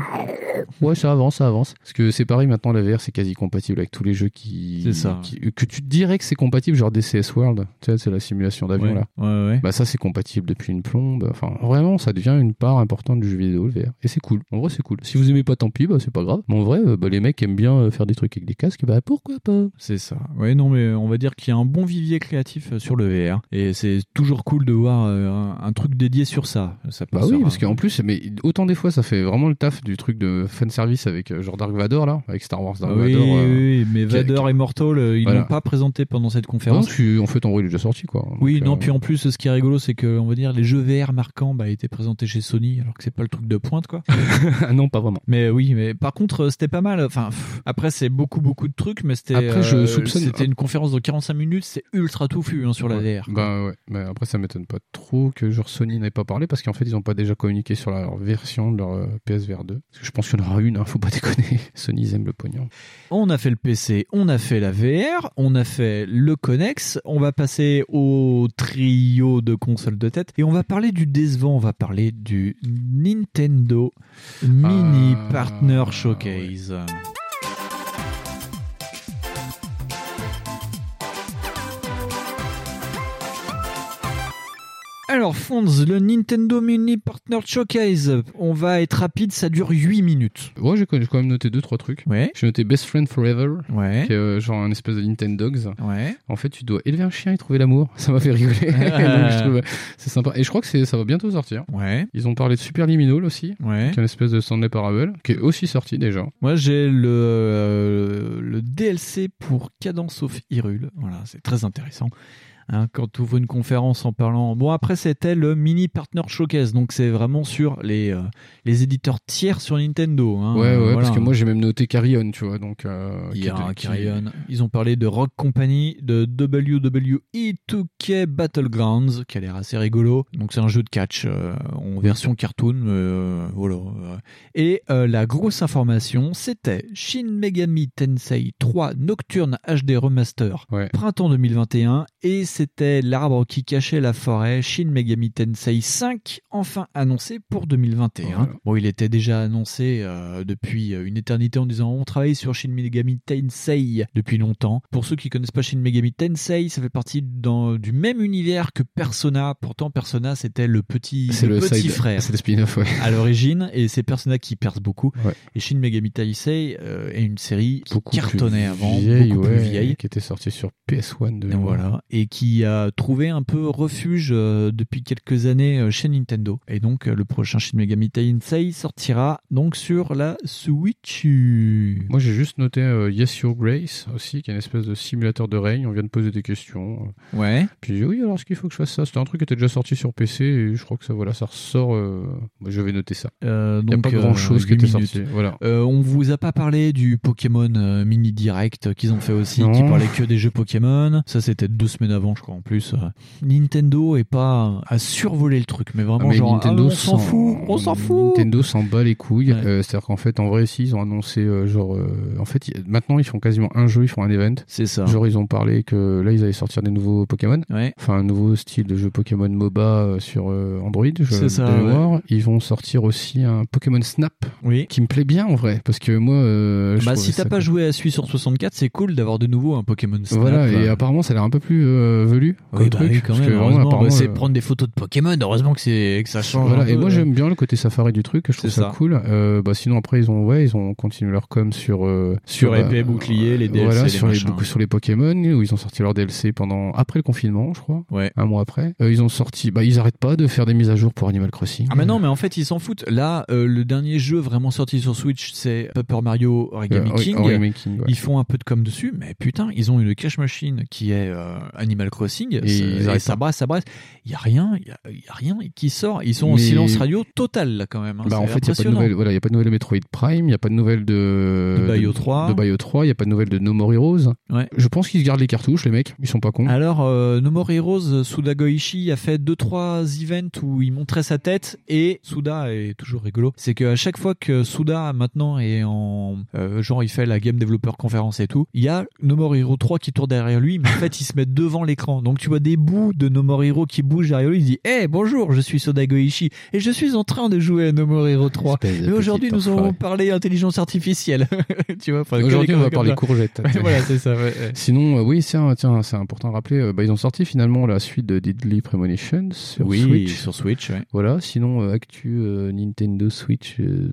[SPEAKER 5] Ouais, ça avance, ça avance. Parce que c'est pareil, maintenant la VR c'est quasi compatible avec tous les jeux qui,
[SPEAKER 4] C'est ça.
[SPEAKER 5] qui- que tu dirais que c'est compatible, genre DCS World, tu sais, c'est la simulation d'avion
[SPEAKER 4] Ouais,
[SPEAKER 5] là.
[SPEAKER 4] ouais, ouais.
[SPEAKER 5] Bah ça c'est compatible depuis une plombe. Enfin vraiment ça devient une part importante du jeu vidéo le VR. Et c'est cool. En vrai c'est cool. Si vous aimez pas tant pis, bah c'est pas grave. Mais en vrai euh, bah, les mecs aiment bien euh, faire des trucs avec des casques, bah pourquoi pas
[SPEAKER 4] C'est ça. Ouais, non, mais on va dire qu'il y a un bon vivier créatif euh, sur le VR. Et c'est toujours cool de voir euh, un, un truc dédié sur ça. ça peut
[SPEAKER 5] Bah oui,
[SPEAKER 4] faire,
[SPEAKER 5] parce
[SPEAKER 4] euh,
[SPEAKER 5] qu'en plus, mais autant des fois, ça fait vraiment le taf du truc de fanservice avec euh, genre Dark Vador là, avec Star Wars Dark
[SPEAKER 4] Ah Oui,
[SPEAKER 5] Vador. euh.
[SPEAKER 4] oui, mais
[SPEAKER 5] qui-
[SPEAKER 4] Vader et Mortal, euh, ils
[SPEAKER 5] Voilà.
[SPEAKER 4] l'ont pas présenté pendant cette
[SPEAKER 5] Non,
[SPEAKER 4] conférence.
[SPEAKER 5] tu- en fait, en vrai, il est déjà sorti quoi. Donc,
[SPEAKER 4] Oui, non,
[SPEAKER 5] euh,
[SPEAKER 4] puis en plus, ce qui est rigolo, c'est que, on va dire, les jeux VR marquants, bah, étaient présentés chez Sony, alors que c'est pas le truc de pointe, quoi.
[SPEAKER 5] Ah non, pas vraiment.
[SPEAKER 4] Mais oui, mais par contre, euh, c'était pas mal. Enfin, pff, après, c'est beaucoup, beaucoup de trucs, mais c'était.
[SPEAKER 5] Après, je
[SPEAKER 4] euh,
[SPEAKER 5] soupçonne-
[SPEAKER 4] C'était une conférence de 45 minutes, c'est ultra touffu, hein, sur la
[SPEAKER 5] Ouais.
[SPEAKER 4] VR. quoi.
[SPEAKER 5] Bah ouais, mais après ça m'étonne pas trop que genre Sony n'ait pas parlé parce qu'en fait ils ont pas déjà communiqué sur leur version de leur euh, PSVR 2. Parce que je pense qu'il y en aura une, hein, faut pas déconner. Sony ils aiment le pognon.
[SPEAKER 4] On a fait le PC, on a fait la VR, on a fait le Connex, on va passer au trio de consoles de tête et on va parler du décevant, on va parler du Nintendo Mini
[SPEAKER 5] Ah,
[SPEAKER 4] Partner
[SPEAKER 5] ouais.
[SPEAKER 4] Showcase. Alors Fonz, le Nintendo Mini Partner Showcase, on va être rapide, ça dure 8 minutes.
[SPEAKER 5] Ouais, j'ai quand j'ai quand même noté deux trois trucs.
[SPEAKER 4] Ouais.
[SPEAKER 5] J'ai noté Best Friend Forever.
[SPEAKER 4] Ouais.
[SPEAKER 5] Qui est euh, genre un espèce de Nintendogs.
[SPEAKER 4] Ouais.
[SPEAKER 5] En fait, tu dois élever un chien et trouver l'amour. Ça m'a fait rigoler.
[SPEAKER 4] Ah.
[SPEAKER 5] Donc, je trouve, euh, c'est sympa. Et je crois que c'est- ça va bientôt sortir.
[SPEAKER 4] Ouais.
[SPEAKER 5] Ils ont parlé de Superliminal aussi,
[SPEAKER 4] Ouais.
[SPEAKER 5] qui est une espèce de Stanley Parable, qui est aussi sorti déjà.
[SPEAKER 4] Moi, j'ai le, euh, le DLC pour Cadence of Hyrule. Voilà, c'est très intéressant. Hein, quand tu ouvres une conférence en parlant. Bon, après, c'était le mini partner showcase. Donc, c'est vraiment sur les, euh, les éditeurs tiers sur Nintendo. hein.
[SPEAKER 5] ouais, ouais,
[SPEAKER 4] Voilà.
[SPEAKER 5] parce que moi j'ai même noté Carrion, tu vois. Donc, euh,
[SPEAKER 4] Il
[SPEAKER 5] qui
[SPEAKER 4] y a
[SPEAKER 5] est-
[SPEAKER 4] un
[SPEAKER 5] qui-
[SPEAKER 4] Carrion. hein, Ils ont parlé de Rock Company, de WWE 2K Battlegrounds, qui a l'air assez rigolo. Donc c'est un jeu de catch euh, en version cartoon. euh, voilà. Et euh, la grosse information, c'était Shin Megami Tensei 3 Nocturne HD Remaster.
[SPEAKER 5] Ouais.
[SPEAKER 4] Printemps 2021, et c'était l'arbre qui cachait la forêt, Shin Megami Tensei 5, enfin annoncé pour 2021.
[SPEAKER 5] Voilà.
[SPEAKER 4] Bon, il était déjà annoncé euh, depuis une éternité en disant on travaille sur Shin Megami Tensei depuis longtemps. Pour ceux qui connaissent pas Shin Megami Tensei, ça fait partie dans- du même univers que Persona. Pourtant, Persona, c'était le petit,
[SPEAKER 5] C'est
[SPEAKER 4] le
[SPEAKER 5] le,
[SPEAKER 4] petit
[SPEAKER 5] side-
[SPEAKER 4] frère
[SPEAKER 5] C'est le spin-off, ouais.
[SPEAKER 4] à l'origine, et c'est Persona qui perce beaucoup.
[SPEAKER 5] Ouais.
[SPEAKER 4] Et Shin Megami Tensei euh, est une série qui
[SPEAKER 5] Beaucoup plus
[SPEAKER 4] cartonnait avant,
[SPEAKER 5] vieille,
[SPEAKER 4] beaucoup
[SPEAKER 5] ouais,
[SPEAKER 4] plus vieille.
[SPEAKER 5] Qui était sorti sur PS1 de
[SPEAKER 4] Et voilà, et qui a trouvé un peu refuge euh, depuis quelques années euh, chez Nintendo. Et donc euh, le prochain Shin Megami Tensei sortira donc sur la Switch.
[SPEAKER 5] Moi j'ai juste noté euh, Yes Your Grace aussi, qui est une espèce de simulateur de règne. On vient de poser des questions.
[SPEAKER 4] Ouais.
[SPEAKER 5] Puis j'ai dit, oui, alors est-ce qu'il faut que je fasse ça C'était un truc qui était déjà sorti sur PC et je crois que ça, voilà, ça ressort. euh, moi, je vais noter ça.
[SPEAKER 4] Euh,
[SPEAKER 5] Il n'y a
[SPEAKER 4] donc,
[SPEAKER 5] pas
[SPEAKER 4] euh,
[SPEAKER 5] grand chose qui
[SPEAKER 4] huit
[SPEAKER 5] était
[SPEAKER 4] minutes.
[SPEAKER 5] sorti. Voilà.
[SPEAKER 4] Euh, on vous a pas parlé du Pokémon euh, mini direct qu'ils ont fait aussi,
[SPEAKER 5] Non.
[SPEAKER 4] qui parlait que des jeux Pokémon. Ça, c'était deux semaines avant, je crois, en plus. Euh, Nintendo est pas à survoler le truc, mais vraiment,
[SPEAKER 5] Ah, mais
[SPEAKER 4] genre,
[SPEAKER 5] Nintendo
[SPEAKER 4] ah, on s'en
[SPEAKER 5] s'en-
[SPEAKER 4] fout, on s'en fout.
[SPEAKER 5] Nintendo s'en bat les couilles.
[SPEAKER 4] Ouais.
[SPEAKER 5] Euh, C'est-à-dire qu'en fait, en vrai, si, ils ont annoncé, euh, genre, euh, en fait, y- maintenant, ils font quasiment un jeu, ils font un event.
[SPEAKER 4] C'est ça.
[SPEAKER 5] Genre, ils ont parlé que là, ils allaient sortir des nouveaux Pokémon.
[SPEAKER 4] Ouais.
[SPEAKER 5] Enfin, un nouveau style de jeu Pokémon MOBA euh, sur euh, Android, je
[SPEAKER 4] C'est ça,
[SPEAKER 5] de
[SPEAKER 4] ouais.
[SPEAKER 5] mémoire. Ils vont sortir aussi un Pokémon Snap
[SPEAKER 4] Oui.
[SPEAKER 5] qui me plaît bien en vrai, parce que moi, euh, je
[SPEAKER 4] Bah,
[SPEAKER 5] trouvais
[SPEAKER 4] si t'as
[SPEAKER 5] ça
[SPEAKER 4] pas joué à celui sur 64, c'est cool d'avoir de nouveau un Pokémon Snap.
[SPEAKER 5] Voilà, et
[SPEAKER 4] Euh,
[SPEAKER 5] apparemment ça a l'air un peu plus euh, euh, velus.
[SPEAKER 4] Oui,
[SPEAKER 5] euh,
[SPEAKER 4] bah
[SPEAKER 5] trucs,
[SPEAKER 4] oui, quand
[SPEAKER 5] parce
[SPEAKER 4] même.
[SPEAKER 5] que,
[SPEAKER 4] heureusement,
[SPEAKER 5] apparemment,
[SPEAKER 4] bah, c'est
[SPEAKER 5] euh,
[SPEAKER 4] prendre des photos de Pokémon. Heureusement que, c'est- que ça change.
[SPEAKER 5] Voilà,
[SPEAKER 4] un
[SPEAKER 5] et
[SPEAKER 4] peu. euh,
[SPEAKER 5] moi j'aime bien le côté safari du truc, je trouve
[SPEAKER 11] C'est
[SPEAKER 5] ça,
[SPEAKER 11] ça.
[SPEAKER 5] cool. Euh, bah, sinon après ils ont ouais, ils ont continué leur com sur euh,
[SPEAKER 11] Sur
[SPEAKER 5] euh,
[SPEAKER 11] épée, bouclier, les DLC,
[SPEAKER 5] voilà,
[SPEAKER 11] les
[SPEAKER 5] sur les
[SPEAKER 11] machins.
[SPEAKER 5] bouc- sur les Pokémon où ils ont sorti leur DLC pendant après le confinement, je crois.
[SPEAKER 4] Ouais.
[SPEAKER 5] Un mois après, Euh, ils ont sorti bah ils arrêtent pas de faire des mises à jour pour Animal Crossing.
[SPEAKER 4] Ah mais non, mais en fait ils s'en foutent. Là, euh, le dernier jeu vraiment sorti sur Switch, c'est Paper Mario
[SPEAKER 5] Euh,
[SPEAKER 4] Origami
[SPEAKER 5] oui,
[SPEAKER 4] King.
[SPEAKER 5] Origami King, ouais.
[SPEAKER 4] Ils font un peu de com dessus, mais putain, ils ont une cash machine qui est euh, Animal Crossing.
[SPEAKER 5] Et
[SPEAKER 4] c'est-
[SPEAKER 5] ils
[SPEAKER 4] et
[SPEAKER 5] arrêtent
[SPEAKER 4] ça
[SPEAKER 5] pas.
[SPEAKER 4] brasse, ça brasse. Il y a rien, il y a, il y a rien qui sort. Ils sont en
[SPEAKER 5] Mais-
[SPEAKER 4] silence radio total là quand même. hein.
[SPEAKER 5] Bah, en
[SPEAKER 4] C'est
[SPEAKER 5] fait, il n'y a pas de
[SPEAKER 4] impressionnant.
[SPEAKER 5] nouvelle, voilà, y a pas de nouvelle Metroid Prime, il n'y a pas de nouvelle de.
[SPEAKER 4] De Bayo 3.
[SPEAKER 5] De Bayo 3, il n'y a pas de nouvelle de No More Heroes.
[SPEAKER 4] Ouais.
[SPEAKER 5] Je pense qu'ils se gardent les cartouches, les mecs, ils sont pas cons.
[SPEAKER 4] Alors, euh, No More Heroes, euh, Suda Goichi a fait 2-3 events où il montrait sa tête et Suda est toujours rigolo. C'est qu'à chaque fois que Suda maintenant est en. euh, genre, il fait la Game Developer Conference et tout, il y a No More Hero 3 qui tourne derrière lui, mais en fait, il se met devant l'écran. Donc, tu vois des bouts de No More Hero qui bougent derrière lui. Il dit Hé, bonjour, je suis Suda Goichi et je suis en train de jouer à No More Hero 3.
[SPEAKER 5] Espèce de
[SPEAKER 4] Mais aujourd'hui,
[SPEAKER 5] petit
[SPEAKER 4] nous allons
[SPEAKER 5] enfoiré.
[SPEAKER 4] parler intelligence artificielle. tu vois, enfin, que
[SPEAKER 5] Aujourd'hui,
[SPEAKER 4] des
[SPEAKER 5] on va
[SPEAKER 4] conneries comme
[SPEAKER 5] parler courgettes.
[SPEAKER 4] ça. voilà, c'est ça. ouais, ouais.
[SPEAKER 5] Sinon, euh, oui, c'est un- tiens, c'est important de rappeler. euh, bah, ils ont sorti finalement la suite de Deadly Premonition sur Switch.
[SPEAKER 4] sur Switch, ouais.
[SPEAKER 5] Voilà. Sinon, euh, actu euh, Nintendo Switch. euh,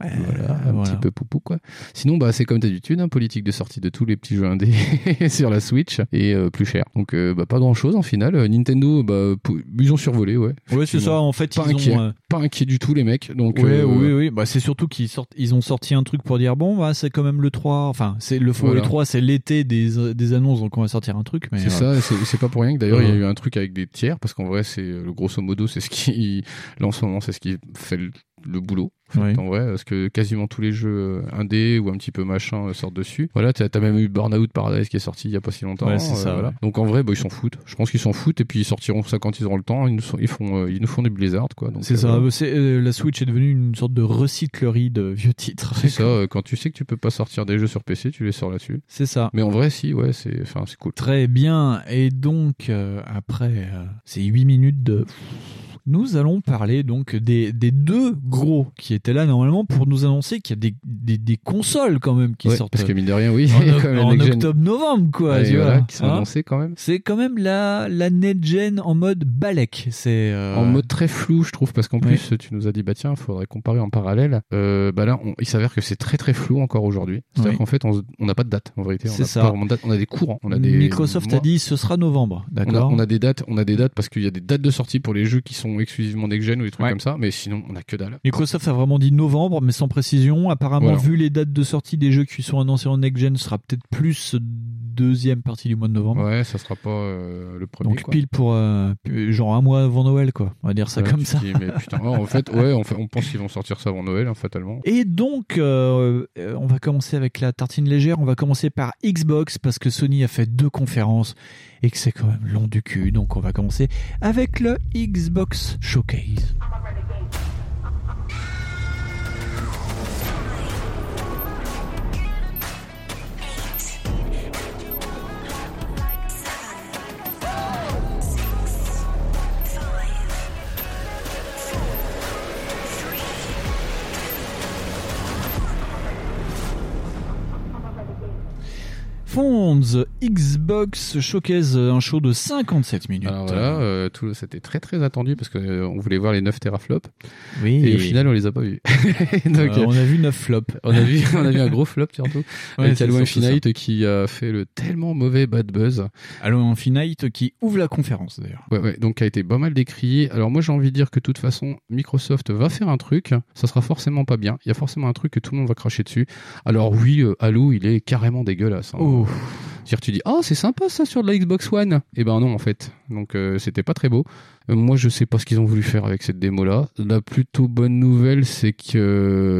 [SPEAKER 5] voilà, un
[SPEAKER 4] voilà.
[SPEAKER 5] petit peu poupou quoi. Sinon, bah, c'est comme d'habitude, hein, politique de sortie de tous les petits jeux indés sur la Switch et euh, plus cher. Donc, euh, bah, pas grand chose en final. Euh, Nintendo, bah, pou- ils ont survolé, ouais.
[SPEAKER 4] Ouais, c'est ça. En fait,
[SPEAKER 5] Pas
[SPEAKER 4] ils
[SPEAKER 5] inquiet.
[SPEAKER 4] ont. euh,
[SPEAKER 5] Pas inquiet du tout, les mecs. Donc,
[SPEAKER 4] ouais,
[SPEAKER 5] euh,
[SPEAKER 4] oui, oui. Bah, c'est surtout qu'ils sortent. Ils ont sorti un truc pour dire bon, bah, c'est quand même le 3. Enfin, c'est le,
[SPEAKER 5] Voilà.
[SPEAKER 4] le 3, c'est l'été des, euh, des annonces, donc on va sortir un truc. mais,
[SPEAKER 5] C'est
[SPEAKER 4] euh,
[SPEAKER 5] ça, c'est c'est pas pour rien que d'ailleurs il y a
[SPEAKER 4] Ouais.
[SPEAKER 5] eu un truc avec des tiers, parce qu'en vrai, c'est euh, le grosso modo, c'est ce qui, là en ce moment, c'est ce qui fait le, le boulot. en fait,
[SPEAKER 4] Ouais.
[SPEAKER 5] En vrai, parce que quasiment tous les jeux euh, indés ou un petit peu machin euh, sortent dessus. Voilà, t'as t'as même eu Burnout Paradise qui est sorti il y a pas si longtemps. euh,
[SPEAKER 4] Ouais, c'est ça, ouais.
[SPEAKER 5] Donc en vrai, bah, ils s'en foutent. Je pense qu'ils s'en foutent et puis ils sortiront ça quand ils auront le temps. Ils nous, sont- ils font, euh, ils nous font des blizzards quoi. Donc,
[SPEAKER 4] C'est
[SPEAKER 5] euh,
[SPEAKER 4] ça.
[SPEAKER 5] voilà.
[SPEAKER 4] euh, c'est, euh, la Switch est devenue une sorte de recyclerie de vieux titres.
[SPEAKER 5] C'est ça, euh, quand tu sais que tu peux pas sortir des jeux sur PC, tu les sors là-dessus.
[SPEAKER 4] C'est ça.
[SPEAKER 5] Mais en vrai, si, ouais, c'est enfin, c'est cool.
[SPEAKER 4] Très bien. Et donc, euh, après euh, ces 8 minutes de. Nous allons parler donc des, des deux gros qui étaient là normalement pour nous annoncer qu'il y a des, des, des consoles quand même qui
[SPEAKER 5] Ouais,
[SPEAKER 4] sortent. euh,
[SPEAKER 5] parce que mine de rien, oui, il y a quand même la
[SPEAKER 4] en,
[SPEAKER 5] next-gen.
[SPEAKER 4] octobre-novembre, quoi.
[SPEAKER 5] Ouais,
[SPEAKER 4] tu vois,
[SPEAKER 5] voilà, qui sont
[SPEAKER 4] hein.
[SPEAKER 5] annoncés quand même.
[SPEAKER 4] c'est quand même la, la next-gen en mode balèque. C'est euh,
[SPEAKER 5] En mode très flou, je trouve, parce qu'en
[SPEAKER 4] Ouais.
[SPEAKER 5] plus, tu nous as dit, bah tiens, faudrait comparer en parallèle. Euh, bah là, on- il s'avère que c'est très très flou encore aujourd'hui. C'est-à-dire
[SPEAKER 4] Ouais.
[SPEAKER 5] qu'en fait, on se- on n'a pas de date, en vérité. On
[SPEAKER 4] C'est
[SPEAKER 5] n'a
[SPEAKER 4] ça.
[SPEAKER 5] pas vraiment de date. On a des courants. On a des
[SPEAKER 4] Microsoft
[SPEAKER 5] mois.
[SPEAKER 4] a dit ce sera novembre,
[SPEAKER 5] On a,
[SPEAKER 4] d'accord
[SPEAKER 5] on a des dates, on a des dates parce qu'il y a des dates de sortie pour les jeux qui sont exclusivement next-gen ou des trucs
[SPEAKER 4] Ouais.
[SPEAKER 5] comme ça, mais sinon on a que dalle.
[SPEAKER 4] Microsoft a vraiment dit novembre, mais sans précision. Apparemment,
[SPEAKER 5] Voilà.
[SPEAKER 4] vu les dates de sortie des jeux qui sont annoncés en next-gen, ce sera peut-être plus deuxième partie du mois de novembre.
[SPEAKER 5] Ouais, ça sera pas euh, le premier.
[SPEAKER 4] Donc
[SPEAKER 5] quoi.
[SPEAKER 4] pile pour euh, genre un mois avant Noël, quoi. On va dire ça
[SPEAKER 5] Ouais,
[SPEAKER 4] comme
[SPEAKER 5] tu te
[SPEAKER 4] ça.
[SPEAKER 5] dis, mais putain, ouais, en fait, ouais, on, fait- on pense qu'ils vont sortir ça avant Noël, hein, fatalement.
[SPEAKER 4] Et donc, euh, euh, on va commencer avec la tartine légère. On va commencer par Xbox parce que Sony a fait deux conférences et que c'est quand même long du cul. Donc, on va commencer avec le Xbox Showcase. Fonds Xbox Showcase, un show de 57 minutes.
[SPEAKER 5] Alors voilà, euh, tout le- c'était très très attendu parce qu'on voulait voir les 9 teraflops
[SPEAKER 4] oui.
[SPEAKER 5] et, au final on les a pas vus.
[SPEAKER 4] Euh,
[SPEAKER 5] Donc, euh,
[SPEAKER 4] on a vu 9 flops.
[SPEAKER 5] On a vu, on a vu un gros flop surtout.
[SPEAKER 4] Ouais,
[SPEAKER 5] avec
[SPEAKER 4] c'est
[SPEAKER 5] Halo
[SPEAKER 4] surtout
[SPEAKER 5] Infinite qui a fait le tellement mauvais bad buzz.
[SPEAKER 4] ça. Halo Infinite qui ouvre la conférence d'ailleurs.
[SPEAKER 5] Ouais, ouais, donc qui a été pas mal décrié. Alors moi j'ai envie de dire que de toute façon Microsoft va faire un truc, ça sera forcément pas bien. Il y a forcément un truc que tout le monde va cracher dessus. Alors oui, euh, Halo il est carrément dégueulasse. hein.
[SPEAKER 4] Oh.
[SPEAKER 5] C'est-à-dire tu dis ah c'est sympa ça sur de la Xbox One. Eh ben non en fait. Donc euh, c'était pas très beau. Euh, Moi je sais pas ce qu'ils ont voulu faire avec cette démo là. La plutôt bonne nouvelle c'est que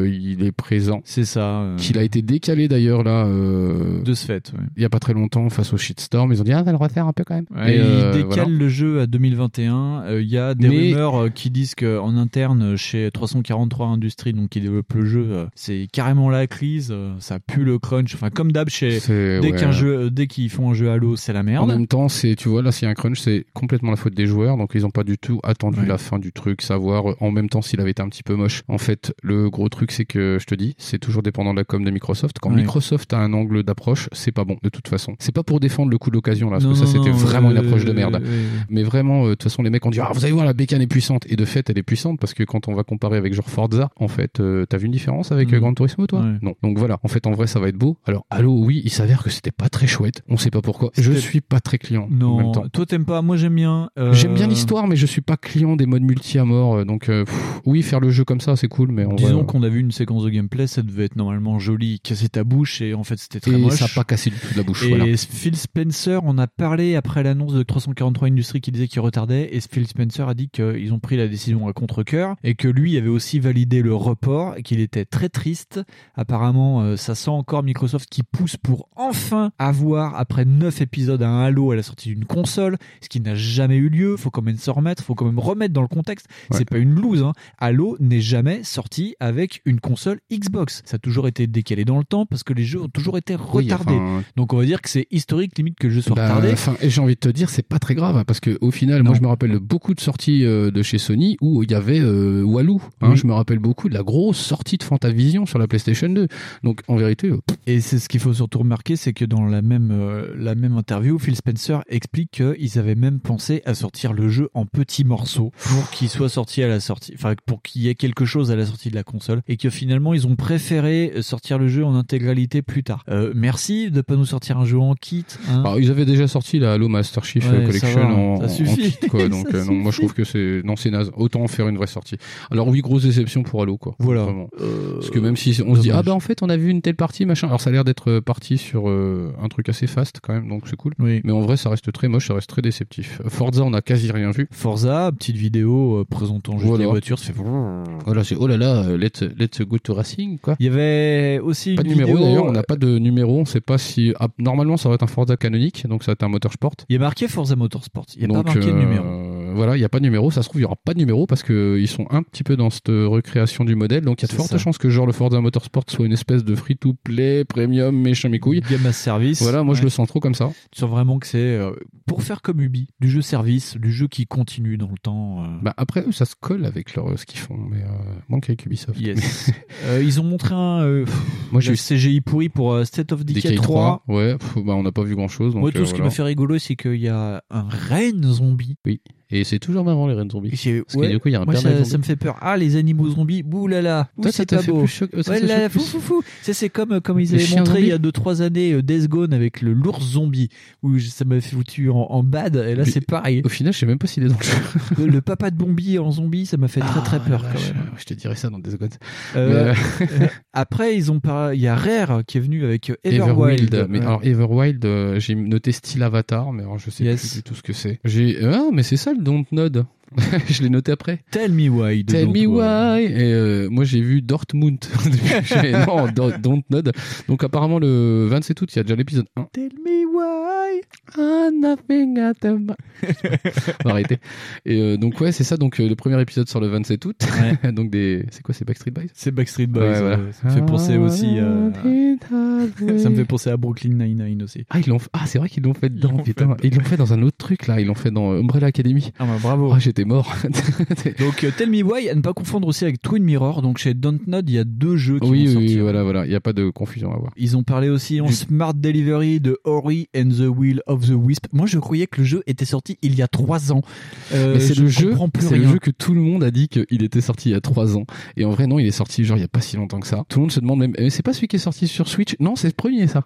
[SPEAKER 5] euh, il est présent.
[SPEAKER 4] C'est ça. euh,
[SPEAKER 5] Qu'il a été décalé d'ailleurs là. euh,
[SPEAKER 4] de ce fait. ouais.
[SPEAKER 5] il y a pas très longtemps face au shitstorm ils ont dit ah on va le refaire un peu quand même
[SPEAKER 4] Ouais,
[SPEAKER 5] Et, euh,
[SPEAKER 4] il décale
[SPEAKER 5] voilà.
[SPEAKER 4] le jeu à 2021. Euh, Il y a des
[SPEAKER 5] Mais-
[SPEAKER 4] rumeurs euh, qui disent qu'en interne, chez 343 Industries, donc qui développe le jeu, euh, c'est carrément la crise. euh, ça pue le crunch. Enfin, comme d'hab, chez
[SPEAKER 5] C'est-
[SPEAKER 4] dès
[SPEAKER 5] ouais.
[SPEAKER 4] qu'un jeu, euh, dès qu'ils font un jeu Halo, c'est la
[SPEAKER 5] En
[SPEAKER 4] merde.
[SPEAKER 5] même temps, c'est tu vois là, s'il y a un crunch, c'est complètement la faute des joueurs, donc ils n'ont pas du tout attendu
[SPEAKER 4] Ouais.
[SPEAKER 5] la fin du truc, savoir euh, en même temps s'il avait été un petit peu moche. En fait, le gros truc, c'est que je te dis, c'est toujours dépendant de la com de Microsoft. Quand
[SPEAKER 4] Ouais.
[SPEAKER 5] Microsoft a un angle d'approche, c'est pas bon de toute façon. C'est pas pour défendre le coup d'occasion là, parce
[SPEAKER 4] Non,
[SPEAKER 5] que ça
[SPEAKER 4] non,
[SPEAKER 5] c'était
[SPEAKER 4] non,
[SPEAKER 5] vraiment
[SPEAKER 4] euh,
[SPEAKER 5] une approche de merde.
[SPEAKER 4] euh, ouais, ouais.
[SPEAKER 5] Mais vraiment, euh, de toute façon, les mecs ont dit Ah, vous allez voir, la bécane est puissante. Et de fait, elle est puissante parce que quand on va comparer avec genre Forza, en fait, euh, t'as vu une différence avec
[SPEAKER 4] Mhm.
[SPEAKER 5] euh, Gran Turismo, toi
[SPEAKER 4] Ouais.
[SPEAKER 5] Non. Donc voilà, en fait, en vrai, ça va être beau. Alors, allô, oui, il s'avère que c'était pas très chouette. On sait pas pourquoi. Je
[SPEAKER 4] C'était-
[SPEAKER 5] suis pas très client en même
[SPEAKER 4] Non, Euh,
[SPEAKER 5] temps.
[SPEAKER 4] toi t'aimes pas, moi j'aime bien. euh,
[SPEAKER 5] J'aime bien l'histoire, mais je suis pas client des modes multi à mort. euh, Donc, euh, pff, oui, faire le jeu comme ça, c'est cool, mais en
[SPEAKER 4] Disons
[SPEAKER 5] vrai, euh,
[SPEAKER 4] qu'on a vu une séquence de gameplay, ça devait être normalement joli, casser ta bouche et en fait c'était très
[SPEAKER 5] euh, et
[SPEAKER 4] moche.
[SPEAKER 5] ça a pas cassé du tout de la bouche.
[SPEAKER 4] Et
[SPEAKER 5] Voilà.
[SPEAKER 4] Phil Spencer, on a parlé après l'annonce de 343 Industries qui disait qu'il retardait, et Phil Spencer a dit qu'ils ont pris la décision à contre-coeur, et que lui avait aussi validé le report, et qu'il était très triste. Apparemment, euh, ça sent encore Microsoft qui pousse pour enfin avoir, après 9 épisodes, un Halo à la sortie d'une console, ce qui n'a jamais eu lieu, faut quand même s'en remettre, faut quand même remettre dans le contexte.
[SPEAKER 5] Ouais.
[SPEAKER 4] C'est pas une loose, hein. Halo n'est jamais sorti avec une console Xbox. Ça a toujours été décalé dans le temps, parce que les jeux ont toujours été
[SPEAKER 5] Oui,
[SPEAKER 4] retardés.
[SPEAKER 5] enfin,
[SPEAKER 4] Donc on va dire que c'est historique limite que le jeu soit
[SPEAKER 5] Bah,
[SPEAKER 4] retardé.
[SPEAKER 5] enfin, et j'ai envie de te dire, c'est pas très grave hein, parce que au final, moi
[SPEAKER 4] Non.
[SPEAKER 5] je me rappelle de beaucoup de sorties euh, de chez Sony où il y avait euh, Walou. hein.
[SPEAKER 4] Oui.
[SPEAKER 5] Je me rappelle beaucoup de la grosse sortie de Fantavision sur la PlayStation 2. Donc en vérité, euh, pff,
[SPEAKER 4] Et c'est ce qu'il faut surtout remarquer, c'est que dans la même, euh, la même interview, Phil Spencer explique qu'ils avaient même pensé à sortir le jeu en petits morceaux pour qu'il soit sorti à la sortie, enfin pour qu'il y ait quelque chose à la sortie de la console, et que finalement ils ont préféré sortir le jeu en intégralité plus tard. Euh, merci de pas nous sortir un jeu en kit. hein.
[SPEAKER 5] alors, ils avaient déjà sorti la Halo Master Chief euh,
[SPEAKER 4] Ouais, ça
[SPEAKER 5] Collection
[SPEAKER 4] va,
[SPEAKER 5] en,
[SPEAKER 4] ça
[SPEAKER 5] en- en
[SPEAKER 4] suffit.
[SPEAKER 5] kit, quoi. Donc
[SPEAKER 4] Ça
[SPEAKER 5] euh, non, moi je trouve que c'est non c'est naze. Autant en faire une vraie sortie. Alors oui, grosse déception pour Halo quoi.
[SPEAKER 4] voilà.
[SPEAKER 5] Vraiment.
[SPEAKER 4] Euh,
[SPEAKER 5] Parce que même si on se dit
[SPEAKER 4] dommage.
[SPEAKER 5] ah bah en fait on a vu une telle partie machin. Alors ça a l'air d'être euh, parti sur euh, un truc assez fast quand même, donc c'est cool.
[SPEAKER 4] Oui.
[SPEAKER 5] Mais en vrai, ça reste très moche, ça reste très déceptif. Forza, on a quasi rien vu.
[SPEAKER 4] Forza, petite vidéo euh, présentant juste
[SPEAKER 5] Voilà.
[SPEAKER 4] les voitures, ça fait
[SPEAKER 5] Voilà, c'est oh là là, euh, let's, let's go to racing, quoi.
[SPEAKER 4] Il y avait aussi
[SPEAKER 5] Pas de
[SPEAKER 4] une
[SPEAKER 5] numéro
[SPEAKER 4] vidéo, euh,
[SPEAKER 5] d'ailleurs, on n'a pas de numéro, on sait pas si. ah, normalement, ça va être un Forza canonique, donc ça va être un moteur sport.
[SPEAKER 4] Il y a marqué Forza Motorsport. Il n'y a
[SPEAKER 5] donc,
[SPEAKER 4] pas marqué de
[SPEAKER 5] euh,
[SPEAKER 4] numéro.
[SPEAKER 5] Voilà, il n'y a pas de numéro, ça se trouve, il n'y aura pas de numéro parce qu'ils sont un petit peu dans cette euh, recréation du modèle, donc il y a de
[SPEAKER 4] C'est
[SPEAKER 5] fortes
[SPEAKER 4] ça.
[SPEAKER 5] chances que genre le Forza Motorsport soit une espèce de free to play, premium, méchant mes couilles.
[SPEAKER 4] Game as service.
[SPEAKER 5] Voilà, moi je
[SPEAKER 4] Ouais.
[SPEAKER 5] le sens trop comme ça.
[SPEAKER 4] Tu sens vraiment que c'est euh, pour faire comme Ubi, du jeu service, du jeu qui continue dans le temps. euh.
[SPEAKER 5] Bah après, eux, ça se colle avec leur, ce qu'ils font, mais euh, manque avec Ubisoft.
[SPEAKER 4] Yes. Euh, ils ont montré un euh,
[SPEAKER 5] Mais moi j'ai
[SPEAKER 4] le
[SPEAKER 5] eu
[SPEAKER 4] CGI pourri pour euh, State of Decay 3.
[SPEAKER 5] 3 ouais, pff, bah on n'a pas vu euh, grand chose.
[SPEAKER 4] Moi, tout ce qui m'a fait rigolo, c'est qu'il y a un reine zombie.
[SPEAKER 5] Et c'est toujours marrant les Red
[SPEAKER 4] Et
[SPEAKER 5] Zombies.
[SPEAKER 4] c'est-
[SPEAKER 5] Parce
[SPEAKER 4] ouais,
[SPEAKER 5] que du coup, il y a un
[SPEAKER 4] moi,
[SPEAKER 5] père
[SPEAKER 4] ça,
[SPEAKER 5] Red
[SPEAKER 4] ça me fait peur. Ah, les animaux zombies, boulala, ouh,
[SPEAKER 5] Toi, ça
[SPEAKER 4] c'est
[SPEAKER 5] t'a
[SPEAKER 4] pas
[SPEAKER 5] fait
[SPEAKER 4] beau.
[SPEAKER 5] plus choc. oh, ça,
[SPEAKER 4] Ouais,
[SPEAKER 5] ça
[SPEAKER 4] là,
[SPEAKER 5] choque
[SPEAKER 4] fou,
[SPEAKER 5] plus.
[SPEAKER 4] fou, fou. C'est, c'est comme, euh, comme ils
[SPEAKER 5] Les
[SPEAKER 4] avaient
[SPEAKER 5] chiens
[SPEAKER 4] montré il y
[SPEAKER 5] zombies.
[SPEAKER 4] a 2-3 années euh, Death Gone avec le lourd zombie, où je- ça m'avait foutu en, en bad, et là
[SPEAKER 5] Mais-
[SPEAKER 4] c'est pareil.
[SPEAKER 5] Au final, je sais même pas s'il est dans le jeu.
[SPEAKER 4] le, le papa de Bombi en zombie, ça m'a fait
[SPEAKER 5] Ah,
[SPEAKER 4] très très peur quand même.
[SPEAKER 5] Je te dirai ça dans des secondes.
[SPEAKER 4] Ah, Euh, euh, après, ils ont par- il y a Rare qui est venu avec euh, Everwild.
[SPEAKER 5] Mais
[SPEAKER 4] Ouais.
[SPEAKER 5] alors, Everwild, euh, j'ai noté style Avatar, mais alors je sais
[SPEAKER 4] Yes.
[SPEAKER 5] plus du tout ce que c'est. J'ai. Ah, mais c'est ça le Dontnod. je l'ai noté après.
[SPEAKER 4] Tell me why. de
[SPEAKER 5] Tell
[SPEAKER 4] Don't
[SPEAKER 5] me
[SPEAKER 4] Worry.
[SPEAKER 5] why. Et euh, moi, j'ai vu Dortmund. J'ai- non, Do- Dontnod. Donc, apparemment, le 27 août, il y a déjà l'épisode 1.
[SPEAKER 4] Tell me why.
[SPEAKER 5] Ah, nothing at the mo- On va arrêter. Et euh, donc, ouais, c'est ça. Donc, euh, le premier épisode sort le 27 août. donc, des. C'est quoi, c'est Backstreet Boys
[SPEAKER 4] C'est Backstreet Boys.
[SPEAKER 5] Ouais, voilà.
[SPEAKER 4] euh, Ça me fait penser aussi. euh, ça me fait penser à Brooklyn Nine-Nine aussi.
[SPEAKER 5] Ah, ils l'ont fait- ah, c'est vrai qu'ils l'ont fait dedans,
[SPEAKER 4] Ils l'ont
[SPEAKER 5] putain. Ils l'ont fait dans un autre truc, là. Ils l'ont fait dans Umbrella Academy.
[SPEAKER 4] Ah bah bravo.
[SPEAKER 5] Oh, j'étais mort.
[SPEAKER 4] Donc euh, Tell Me Why, à ne pas confondre aussi avec Twin Mirror. Donc chez Dontnod, il y a deux jeux qui
[SPEAKER 5] oui,
[SPEAKER 4] vont
[SPEAKER 5] oui, oui,
[SPEAKER 4] sortir.
[SPEAKER 5] voilà, voilà. Il n'y a pas de confusion à avoir.
[SPEAKER 4] Ils ont parlé aussi en
[SPEAKER 5] Du-
[SPEAKER 4] Smart Delivery de Ori and the Will of the Wisp. Moi, je croyais que le jeu était sorti il y a trois ans. Euh,
[SPEAKER 5] Mais c'est
[SPEAKER 4] je
[SPEAKER 5] le jeu,
[SPEAKER 4] comprends plus
[SPEAKER 5] c'est le
[SPEAKER 4] rien.
[SPEAKER 5] jeu que tout le monde a dit qu'il était sorti il y a trois ans. Et en vrai, non, il est sorti genre il y a pas si longtemps que ça. Tout le monde se demande même, eh, c'est pas celui qui est sorti sur Switch Non, c'est le premier ça.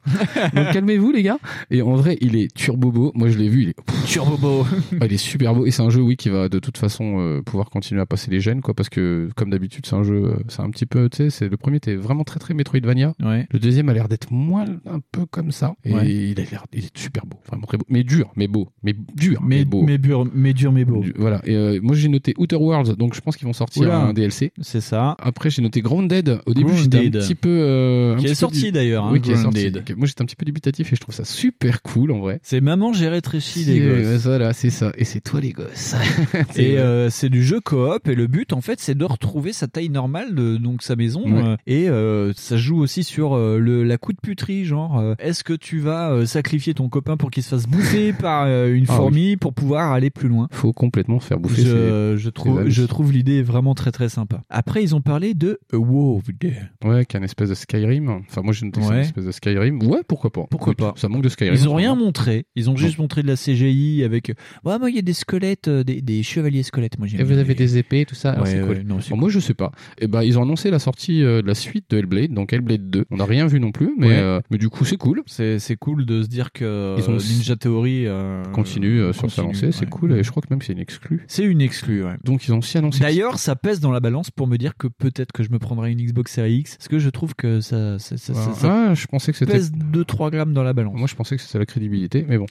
[SPEAKER 5] Donc calmez-vous les gars. Et en vrai, il est turbo beau. Moi, je l'ai vu, il est,
[SPEAKER 4] Turbo Bow.
[SPEAKER 5] ah, il est super beau. Et c'est un jeu, oui, qui va de toute façon euh, pouvoir continuer à passer les gènes, quoi, parce que comme d'habitude, c'est un jeu, euh, c'est un petit peu, tu sais, c'est le premier, t'es vraiment très très Metroidvania.
[SPEAKER 4] Ouais.
[SPEAKER 5] Le deuxième a l'air d'être moins un peu comme ça. Et
[SPEAKER 4] Ouais.
[SPEAKER 5] il a l'air, il est super beau, vraiment très beau, mais dur, mais beau, mais dur, mais,
[SPEAKER 4] Mais,
[SPEAKER 5] beau.
[SPEAKER 4] mais, bur- mais dur, mais beau.
[SPEAKER 5] Du- Voilà. Et euh, moi j'ai noté Outer Worlds, donc je pense qu'ils vont sortir
[SPEAKER 4] Oula.
[SPEAKER 5] un DLC.
[SPEAKER 4] C'est ça.
[SPEAKER 5] Après j'ai noté Grounded. Au début j'étais un
[SPEAKER 4] Grounded.
[SPEAKER 5] petit peu. euh, un
[SPEAKER 4] Qui
[SPEAKER 5] petit
[SPEAKER 4] est
[SPEAKER 5] peu
[SPEAKER 4] sorti
[SPEAKER 5] dé-
[SPEAKER 4] d'ailleurs. hein,
[SPEAKER 5] Oui, qui est sorti.
[SPEAKER 4] Grounded.
[SPEAKER 5] Moi j'étais un petit peu dubitatif et je trouve ça super cool en vrai.
[SPEAKER 4] C'est Maman, j'ai rétréci les
[SPEAKER 5] Si, euh,
[SPEAKER 4] gosses.
[SPEAKER 5] Voilà, c'est ça. Et c'est toi les gosses.
[SPEAKER 4] Et euh, c'est du jeu coop et le but en fait c'est de retrouver sa taille normale de donc sa maison
[SPEAKER 5] Ouais.
[SPEAKER 4] euh, et euh, ça joue aussi sur euh, le la coup de puterie genre euh, est-ce que tu vas euh, sacrifier ton copain pour qu'il se fasse bouffer par euh, une
[SPEAKER 5] Ah oui.
[SPEAKER 4] fourmi pour pouvoir aller plus loin
[SPEAKER 5] Faut complètement se faire bouffer. c'est-
[SPEAKER 4] je, je trouve
[SPEAKER 5] amis.
[SPEAKER 4] je trouve l'idée vraiment très très sympa. Après ils ont parlé de A Wolved.
[SPEAKER 5] Ouais, qu'un espèce de Skyrim. Enfin, moi, je ne
[SPEAKER 4] Ouais.
[SPEAKER 5] une espèce de Skyrim. Ouais, pourquoi pas.
[SPEAKER 4] Pourquoi
[SPEAKER 5] Écoute,
[SPEAKER 4] pas.
[SPEAKER 5] Ça manque de Skyrim.
[SPEAKER 4] Ils ont rien
[SPEAKER 5] sûrement.
[SPEAKER 4] montré, ils ont juste montré de la CGI avec ouais moi il y a des squelettes euh, des, des chevaliers squelettes moi j'aime
[SPEAKER 5] Et vous
[SPEAKER 4] bien
[SPEAKER 5] avez
[SPEAKER 4] les-
[SPEAKER 5] des épées, tout ça.
[SPEAKER 4] Ouais,
[SPEAKER 5] Alors, c'est cool.
[SPEAKER 4] ouais, non, c'est
[SPEAKER 5] Bon, moi je sais pas. Et ben ils ont annoncé la sortie euh, de la suite de Hellblade, donc Hellblade 2. On n'a rien vu non plus, mais,
[SPEAKER 4] Ouais.
[SPEAKER 5] euh, mais du coup c'est cool.
[SPEAKER 4] C'est, c'est cool de se dire que
[SPEAKER 5] Ils ont-
[SPEAKER 4] Ninja Theory euh,
[SPEAKER 5] Continue euh, sur sa
[SPEAKER 4] continue,
[SPEAKER 5] lancée, c'est
[SPEAKER 4] ouais.
[SPEAKER 5] cool. Et je crois que même c'est une exclue.
[SPEAKER 4] C'est une exclue, ouais.
[SPEAKER 5] Donc ils ont aussi annoncé.
[SPEAKER 4] D'ailleurs, ça pèse dans la balance pour me dire que peut-être que je me prendrai une Xbox Series X, parce que je trouve que ça, ça, ça, ça- ça
[SPEAKER 5] Ah, je pensais que c'était.
[SPEAKER 4] pèse 2-3 grammes dans la balance.
[SPEAKER 5] Moi je pensais que c'était la crédibilité, mais bon.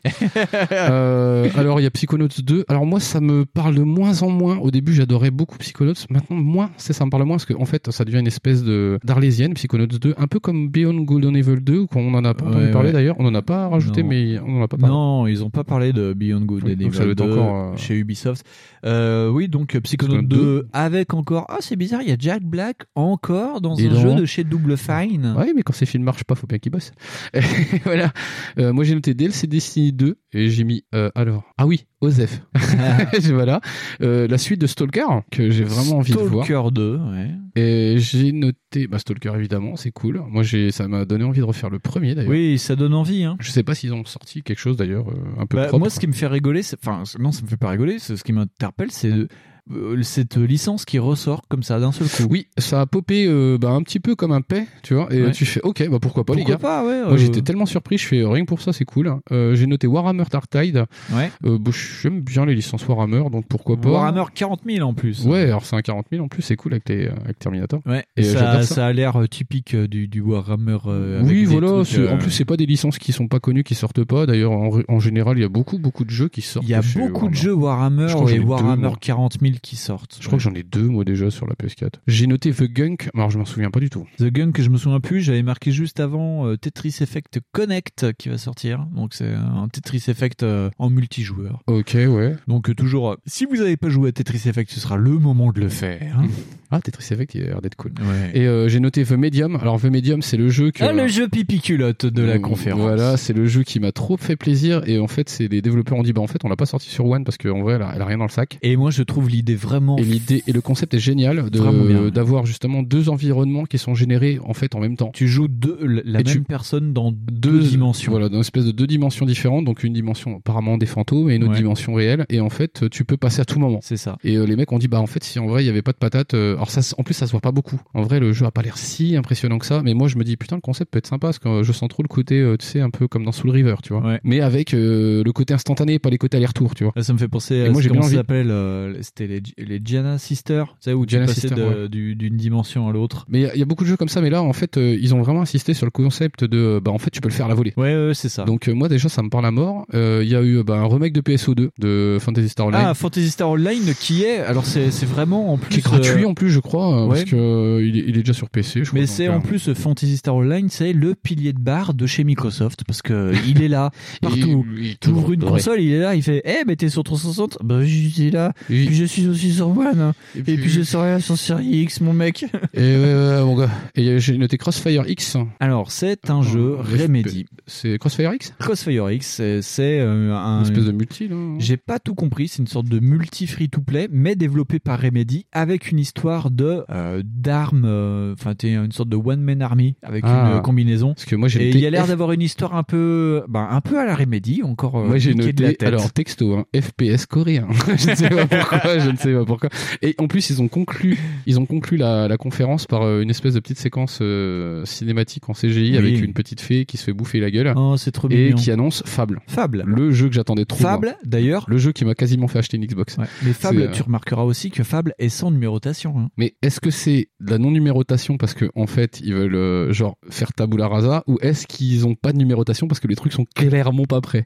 [SPEAKER 5] Euh, alors il y a Psychonauts 2. Alors moi ça me parle de moins en moins. Au début j'adorais beaucoup Psychonauts. Maintenant moins, c'est ça me parle moins parce qu'en fait ça devient une espèce de d'arlésienne Psychonauts 2, un peu comme Beyond Golden Evil 2 qu'on en a pas entendu
[SPEAKER 4] Ouais,
[SPEAKER 5] parler
[SPEAKER 4] ouais.
[SPEAKER 5] d'ailleurs. On en a pas rajouté,
[SPEAKER 4] Non.
[SPEAKER 5] mais on en a pas parlé.
[SPEAKER 4] non, ils ont pas parlé de Beyond Good
[SPEAKER 5] Oui,
[SPEAKER 4] and
[SPEAKER 5] donc ça
[SPEAKER 4] Evil
[SPEAKER 5] doit être
[SPEAKER 4] 2
[SPEAKER 5] encore, euh,
[SPEAKER 4] chez Ubisoft. Euh, oui, donc Psychonaut
[SPEAKER 5] Psychonaut
[SPEAKER 4] 2, avec encore. Ah, c'est bizarre, il y a Jack Black encore dans
[SPEAKER 5] Dis
[SPEAKER 4] un
[SPEAKER 5] donc.
[SPEAKER 4] jeu de chez Double Fine.
[SPEAKER 5] Oui, mais quand ces films marchent pas, faut bien qu'ils bossent. voilà. Euh, moi, j'ai noté DLC Destiny 2 et j'ai mis euh, alors. Ah oui, Osef. voilà. Euh, la suite de Stalker que j'ai vraiment envie de voir.
[SPEAKER 4] Stalker 2, ouais.
[SPEAKER 5] Et j'ai noté bah, Stalker évidemment, c'est cool. Moi, j'ai ça m'a donné envie de refaire le premier d'ailleurs.
[SPEAKER 4] Oui, ça donne envie, hein.
[SPEAKER 5] Je sais pas s'ils ont sorti quelque chose d'ailleurs euh, un peu
[SPEAKER 4] Bah,
[SPEAKER 5] propre.
[SPEAKER 4] moi, ce qui me fait rigoler, c'est- enfin, c- non, ça me fait pas rigoler. c'est- Ce qui m'interpelle, c'est euh, cette licence qui ressort comme ça d'un seul coup.
[SPEAKER 5] Oui, ça a popé euh, bah, un petit peu comme un paix, tu vois. Et
[SPEAKER 4] Ouais.
[SPEAKER 5] tu fais OK, bah pourquoi pas les
[SPEAKER 4] Pourquoi
[SPEAKER 5] gars.
[SPEAKER 4] pas, ouais.
[SPEAKER 5] Moi
[SPEAKER 4] euh,
[SPEAKER 5] j'étais tellement surpris, je fais rien que pour ça, c'est cool. Euh, j'ai noté Warhammer Dark Tide,
[SPEAKER 4] ouais.
[SPEAKER 5] Euh, bon, J'aime bien les licences Warhammer, donc pourquoi pas.
[SPEAKER 4] Warhammer 40 000 en plus.
[SPEAKER 5] Ouais, alors c'est un 40 000 en plus, c'est cool avec, les, avec Terminator.
[SPEAKER 4] Ouais.
[SPEAKER 5] Et
[SPEAKER 4] ça,
[SPEAKER 5] j'adore
[SPEAKER 4] ça.
[SPEAKER 5] ça.
[SPEAKER 4] a l'air euh, typique euh, du, du Warhammer. euh, avec
[SPEAKER 5] oui,
[SPEAKER 4] des
[SPEAKER 5] voilà.
[SPEAKER 4] trucs,
[SPEAKER 5] c'est-
[SPEAKER 4] euh,
[SPEAKER 5] En plus, c'est pas des licences qui sont pas connues, qui sortent pas. D'ailleurs, en, ré- en général, il y a beaucoup, beaucoup de jeux qui sortent.
[SPEAKER 4] il y a
[SPEAKER 5] chez
[SPEAKER 4] beaucoup de jeux Warhammer
[SPEAKER 5] Warhammer. Je crois que
[SPEAKER 4] et
[SPEAKER 5] j'en ai deux,
[SPEAKER 4] Warhammer
[SPEAKER 5] moi.
[SPEAKER 4] 40 000 qui sortent.
[SPEAKER 5] Je crois que j'en ai deux, moi, déjà, sur la PS4. J'ai noté The Gunk. Alors, je m'en souviens pas du tout.
[SPEAKER 4] The Gun que je me souviens plus, j'avais marqué juste avant euh, Tetris Effect Connect qui va sortir. Donc c'est un Tetris Effect euh, en multijoueur.
[SPEAKER 5] Ok, ouais.
[SPEAKER 4] Donc euh, toujours, euh, si vous n'avez pas joué à Tetris Effect, ce sera le moment de le faire. hein.
[SPEAKER 5] Ah, Tetris Effect, il a l'air d'être cool.
[SPEAKER 4] Ouais.
[SPEAKER 5] Et euh, j'ai noté The Medium. Alors, The Medium, c'est le jeu que.
[SPEAKER 4] Ah, le jeu pipi culotte de la
[SPEAKER 5] Euh,
[SPEAKER 4] conférence.
[SPEAKER 5] Voilà, c'est le jeu qui m'a trop fait plaisir. Et en fait, c'est les développeurs ont dit, bah, en fait, on l'a pas sorti sur One parce qu'en vrai, elle a- elle a rien dans le sac.
[SPEAKER 4] Et moi, je trouve l'idée vraiment.
[SPEAKER 5] Et l'idée et le concept est génial
[SPEAKER 4] Vraiment bien.
[SPEAKER 5] de- d'avoir justement deux environnements qui sont générés en fait en même temps.
[SPEAKER 4] Tu joues deux, la la
[SPEAKER 5] Et
[SPEAKER 4] même
[SPEAKER 5] tu-
[SPEAKER 4] personne dans deux, dimensions.
[SPEAKER 5] Voilà, dans une espèce de deux dimensions différentes, donc une dimension apparemment des fantômes et une autre
[SPEAKER 4] Ouais.
[SPEAKER 5] dimension réelle et en fait, tu peux passer à tout moment.
[SPEAKER 4] C'est ça.
[SPEAKER 5] Et euh, les mecs ont dit bah en fait si en vrai il y avait pas de patate euh, alors ça se- en plus ça se voit pas beaucoup. En vrai le jeu a pas l'air si impressionnant que ça mais moi je me dis putain le concept peut être sympa parce que euh, je sens trop le côté euh, tu sais un peu comme dans Soul River, tu vois.
[SPEAKER 4] Ouais.
[SPEAKER 5] Mais avec euh, le côté instantané pas les côtés aller-retour, tu vois.
[SPEAKER 4] Là, ça me fait penser
[SPEAKER 5] Et
[SPEAKER 4] à
[SPEAKER 5] moi, j'ai
[SPEAKER 4] comment
[SPEAKER 5] bien
[SPEAKER 4] ça
[SPEAKER 5] envie.
[SPEAKER 4] s'appelle euh, C'était les, les Gianna Sisters, tu sais, où
[SPEAKER 5] Gianna
[SPEAKER 4] tu passais
[SPEAKER 5] Sisters,
[SPEAKER 4] de- du- d'une dimension à l'autre.
[SPEAKER 5] Mais il y a- il y, a beaucoup de jeux comme ça mais là en fait euh, ils ont vraiment insisté sur le concept de euh, bah en fait tu peux le faire à la volée.
[SPEAKER 4] Ouais, ouais, c'est ça.
[SPEAKER 5] Donc euh, moi déjà ça me parle à mort. Euh, Il y a eu euh, bah, un remake de PSO2 de Fantasy Star Online.
[SPEAKER 4] ah, Fantasy Star Online qui est. Alors, c'est c'est vraiment en plus.
[SPEAKER 5] qui est gratuit
[SPEAKER 4] euh,
[SPEAKER 5] en plus je crois euh,
[SPEAKER 4] ouais.
[SPEAKER 5] parce que euh, il, est, il est déjà sur PC je crois.
[SPEAKER 4] Mais
[SPEAKER 5] donc,
[SPEAKER 4] c'est
[SPEAKER 5] euh,
[SPEAKER 4] en plus euh, Fantasy Star Online, c'est le pilier de barre de chez Microsoft parce que il est là partout.
[SPEAKER 5] il- il-
[SPEAKER 4] Tu ouvres une
[SPEAKER 5] ouais.
[SPEAKER 4] console, il est là, il fait Eh, mais t'es sur 360 Bah, je suis là.
[SPEAKER 5] Et,
[SPEAKER 4] Puis je suis aussi sur One. hein.
[SPEAKER 5] et
[SPEAKER 4] Et puis je serai là sur Series X, mon mec.
[SPEAKER 5] et ouais, ouais, ouais, mon gars. Et euh, j'ai noté Crossfire X.
[SPEAKER 4] Alors, c'est un jeu
[SPEAKER 5] Oh, respect.
[SPEAKER 4] Remedy.
[SPEAKER 5] C'est Crossfire X
[SPEAKER 4] Crossfire X, c'est- c'est euh,
[SPEAKER 5] Une
[SPEAKER 4] un.
[SPEAKER 5] espèce de multi là. hein.
[SPEAKER 4] J'ai pas tout compris, c'est une sorte de multi free to play, mais développé par Remedy avec une histoire de euh, d'armes. euh, Enfin, t'es une sorte de one man army avec
[SPEAKER 5] Ah.
[SPEAKER 4] une euh, combinaison.
[SPEAKER 5] Parce que moi j'ai
[SPEAKER 4] Et
[SPEAKER 5] noté
[SPEAKER 4] il y a l'air
[SPEAKER 5] F-
[SPEAKER 4] d'avoir une histoire un peu, ben, un peu à la Remedy, encore. euh,
[SPEAKER 5] Moi j'ai
[SPEAKER 4] piqué de la
[SPEAKER 5] noté
[SPEAKER 4] tête.
[SPEAKER 5] alors texto hein, FPS coréen. je ne sais pas pourquoi, je ne sais pas pourquoi. Et en plus ils ont conclu ils ont conclu la, la conférence par euh, une espèce de petite séquence euh, cinématique en CGI
[SPEAKER 4] Oui.
[SPEAKER 5] avec une petite fée qui se fait bouffer la gueule
[SPEAKER 4] Oh, c'est trop
[SPEAKER 5] et
[SPEAKER 4] mignon.
[SPEAKER 5] qui annonce Fable.
[SPEAKER 4] Fable.
[SPEAKER 5] Le jeu que j'attendais trop. moi.
[SPEAKER 4] Fable, d'ailleurs.
[SPEAKER 5] Le jeu qui m'a quasiment fait acheter une Xbox.
[SPEAKER 4] Ouais. Mais Fable,
[SPEAKER 5] euh,
[SPEAKER 4] tu remarqueras aussi que Fable est sans numérotation. hein.
[SPEAKER 5] Mais est-ce que c'est de la non-numérotation parce que en fait ils veulent euh, genre faire tabula rasa ou est-ce qu'ils ont pas de numérotation parce que les trucs sont clairement pas prêts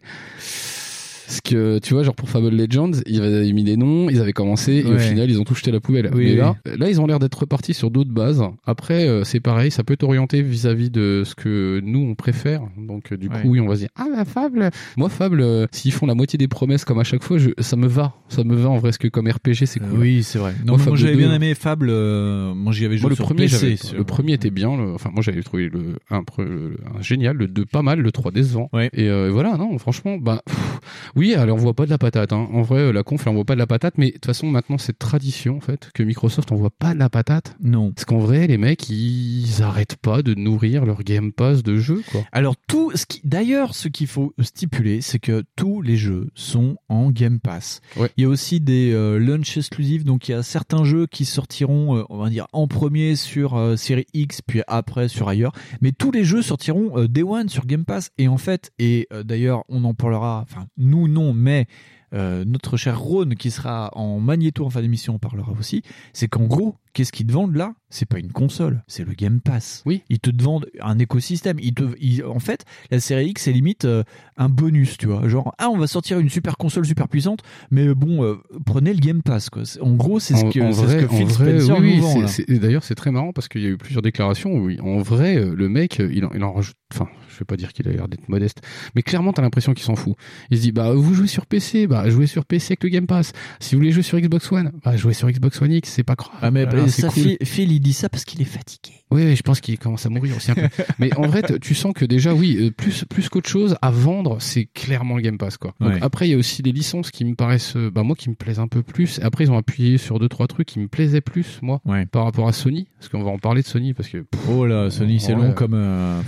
[SPEAKER 5] Parce que, tu vois, genre pour Fable Legends, ils avaient mis des noms, ils avaient commencé, et au
[SPEAKER 4] Ouais.
[SPEAKER 5] final, ils ont tout jeté à la poubelle.
[SPEAKER 4] Oui,
[SPEAKER 5] Mais
[SPEAKER 4] oui.
[SPEAKER 5] là, là, ils ont l'air d'être repartis sur d'autres bases. Après, euh, c'est pareil, ça peut t'orienter vis-à-vis de ce que nous, on préfère. Donc, euh, du
[SPEAKER 4] Ouais.
[SPEAKER 5] coup, oui, on va se dire, ah, bah, Fable Moi, Fable, euh, s'ils font la moitié des promesses comme à chaque fois, je- ça me va. Ça me va en vrai, parce que comme RPG, c'est cool.
[SPEAKER 4] Euh, oui, c'est vrai.
[SPEAKER 5] Moi,
[SPEAKER 4] Non, mais moi,
[SPEAKER 5] Fable
[SPEAKER 4] j'avais
[SPEAKER 5] 2,
[SPEAKER 4] bien
[SPEAKER 5] non.
[SPEAKER 4] aimé Fable. euh, moi, j'y avais joué
[SPEAKER 5] Moi, le
[SPEAKER 4] sur
[SPEAKER 5] premier,
[SPEAKER 4] PC.
[SPEAKER 5] j'avais-
[SPEAKER 4] sur-
[SPEAKER 5] le premier était bien. le- enfin, moi, j'avais trouvé le 1, génial, le 2 pas mal, le 3 décevant.
[SPEAKER 4] Ouais.
[SPEAKER 5] Et euh, voilà, non, franchement, bah, pff, oui, elle envoie pas de la patate. hein. En vrai, euh, la conf, elle envoie pas de la patate, mais de toute façon, maintenant, c'est tradition, en fait, que Microsoft envoie pas de la patate.
[SPEAKER 4] Non.
[SPEAKER 5] Parce qu'en vrai, les mecs, ils arrêtent pas de nourrir leur Game Pass de jeu, quoi.
[SPEAKER 4] Alors tout ce qui d'ailleurs ce qu'il faut stipuler c'est que tous les jeux sont en Game Pass.
[SPEAKER 5] Ouais.
[SPEAKER 4] Il y a aussi des euh, launch exclusives donc il y a certains jeux qui sortiront euh, on va dire en premier sur euh, série X puis après sur ailleurs mais tous les jeux sortiront euh, Day One sur Game Pass et en fait et euh, d'ailleurs on en parlera enfin nous non mais euh, notre cher Rhône qui sera en magnéto en fin d'émission en parlera aussi c'est qu'en gros qu'est-ce qu'ils te vendent là c'est pas une console c'est le Game Pass
[SPEAKER 5] Oui.
[SPEAKER 4] ils te vendent un écosystème ils te ils- en fait la série X c'est limite euh, un bonus tu vois genre ah on va sortir une super console super puissante mais bon euh, prenez le Game Pass quoi C'est- en gros c'est ce
[SPEAKER 5] En-
[SPEAKER 4] que
[SPEAKER 5] en
[SPEAKER 4] c'est ce
[SPEAKER 5] vrai-
[SPEAKER 4] que
[SPEAKER 5] en
[SPEAKER 4] Phil
[SPEAKER 5] vrai,
[SPEAKER 4] Spencer
[SPEAKER 5] oui, oui,
[SPEAKER 4] nous vend,
[SPEAKER 5] c'est-
[SPEAKER 4] là.
[SPEAKER 5] c'est- et d'ailleurs, c'est très marrant parce qu'il y a eu plusieurs déclarations où, il- en vrai, euh, le mec, euh, il en, il en rajoute. Enfin, je vais pas dire qu'il a l'air d'être modeste, mais clairement, t'as l'impression qu'il s'en fout. Il se dit, bah, vous jouez sur PC, bah, jouez sur PC avec le Game Pass. Si vous voulez jouer sur Xbox One, bah, jouez sur Xbox One X, c'est pas grave.
[SPEAKER 4] Ah, mais
[SPEAKER 5] Voilà, c'est
[SPEAKER 4] ça,
[SPEAKER 5] cool.
[SPEAKER 4] Phil, Phil, il dit ça parce qu'il est fatigué
[SPEAKER 5] Oui, oui, je pense qu'il commence à mourir aussi un peu. Mais en vrai, t- tu sens que déjà, oui, euh, plus, plus qu'autre chose, à vendre, c'est clairement le Game Pass, quoi. Donc,
[SPEAKER 4] Ouais.
[SPEAKER 5] Après, il y a aussi des licences qui me paraissent, euh, bah, moi, qui me plaisent un peu plus. Après, ils ont appuyé sur deux, trois trucs qui me plaisaient plus, moi,
[SPEAKER 4] Ouais.
[SPEAKER 5] par rapport à Sony. Parce qu'on va en parler de Sony, parce que, pff,
[SPEAKER 4] Oh là, Sony, c'est
[SPEAKER 5] Ouais.
[SPEAKER 4] long comme euh,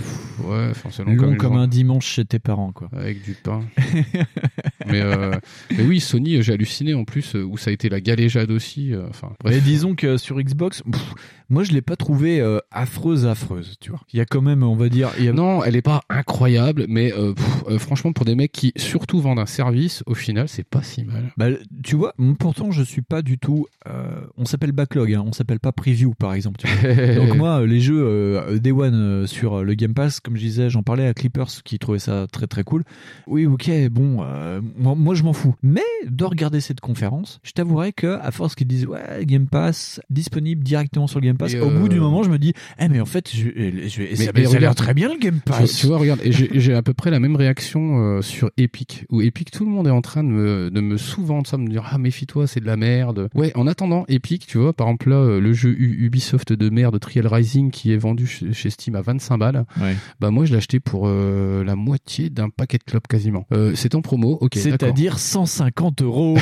[SPEAKER 5] ouais, enfin, c'est long,
[SPEAKER 4] long
[SPEAKER 5] une
[SPEAKER 4] comme,
[SPEAKER 5] journée.
[SPEAKER 4] un dimanche chez tes parents, quoi.
[SPEAKER 5] Avec du pain. mais, euh, mais oui, Sony, euh, j'ai halluciné en plus, euh, où ça a été la galéjade aussi. euh, Enfin, bref.
[SPEAKER 4] Mais disons que sur Xbox, pff, moi je l'ai pas trouvé euh, affreuse, affreuse, tu vois. Il y a quand même, on va dire, il y a-
[SPEAKER 5] Non, elle est pas incroyable, mais euh, pff, euh, franchement, pour des mecs qui surtout vendent un service, au final, c'est pas si mal.
[SPEAKER 4] Bah, tu vois, m- pourtant je suis pas du tout. euh, on s'appelle backlog, hein, on s'appelle pas preview par exemple. tu vois. Donc moi, euh, les jeux euh, Day One euh, sur euh, le Game Pass, comme je disais, j'en parlais à Clippers qui trouvait ça très très cool. Oui, ok, bon, euh, moi, moi, je m'en fous. Mais de regarder cette conférence, je t'avouerai que à force qu'ils disent ouais Game Pass disponible directement sur le Game Pass,
[SPEAKER 5] Et,
[SPEAKER 4] au
[SPEAKER 5] euh,
[SPEAKER 4] bout du moment, je me dis, eh mais en fait, je, je vais- ça,
[SPEAKER 5] mais
[SPEAKER 4] ça a l'air
[SPEAKER 5] regarde-
[SPEAKER 4] très bien le Game
[SPEAKER 5] tu,
[SPEAKER 4] Pass.
[SPEAKER 5] tu vois, regarde, et j'ai j'ai à peu près la même réaction euh, sur Epic, où Epic, tout le monde est en train de me, de me souvent de ça, me dire ah méfie-toi, c'est de la merde. Ouais, en attendant, Epic, tu vois, par exemple là, euh, le jeu U- Ubisoft de merde, Trial Rising, qui est vendu chez chez Steam à 25 balles,
[SPEAKER 4] Ouais.
[SPEAKER 5] bah moi je l'ai acheté pour euh, la moitié d'un paquet de clubs quasiment. Euh, c'est en promo, ok. d'accord.
[SPEAKER 4] C'est-à-dire 150 euros.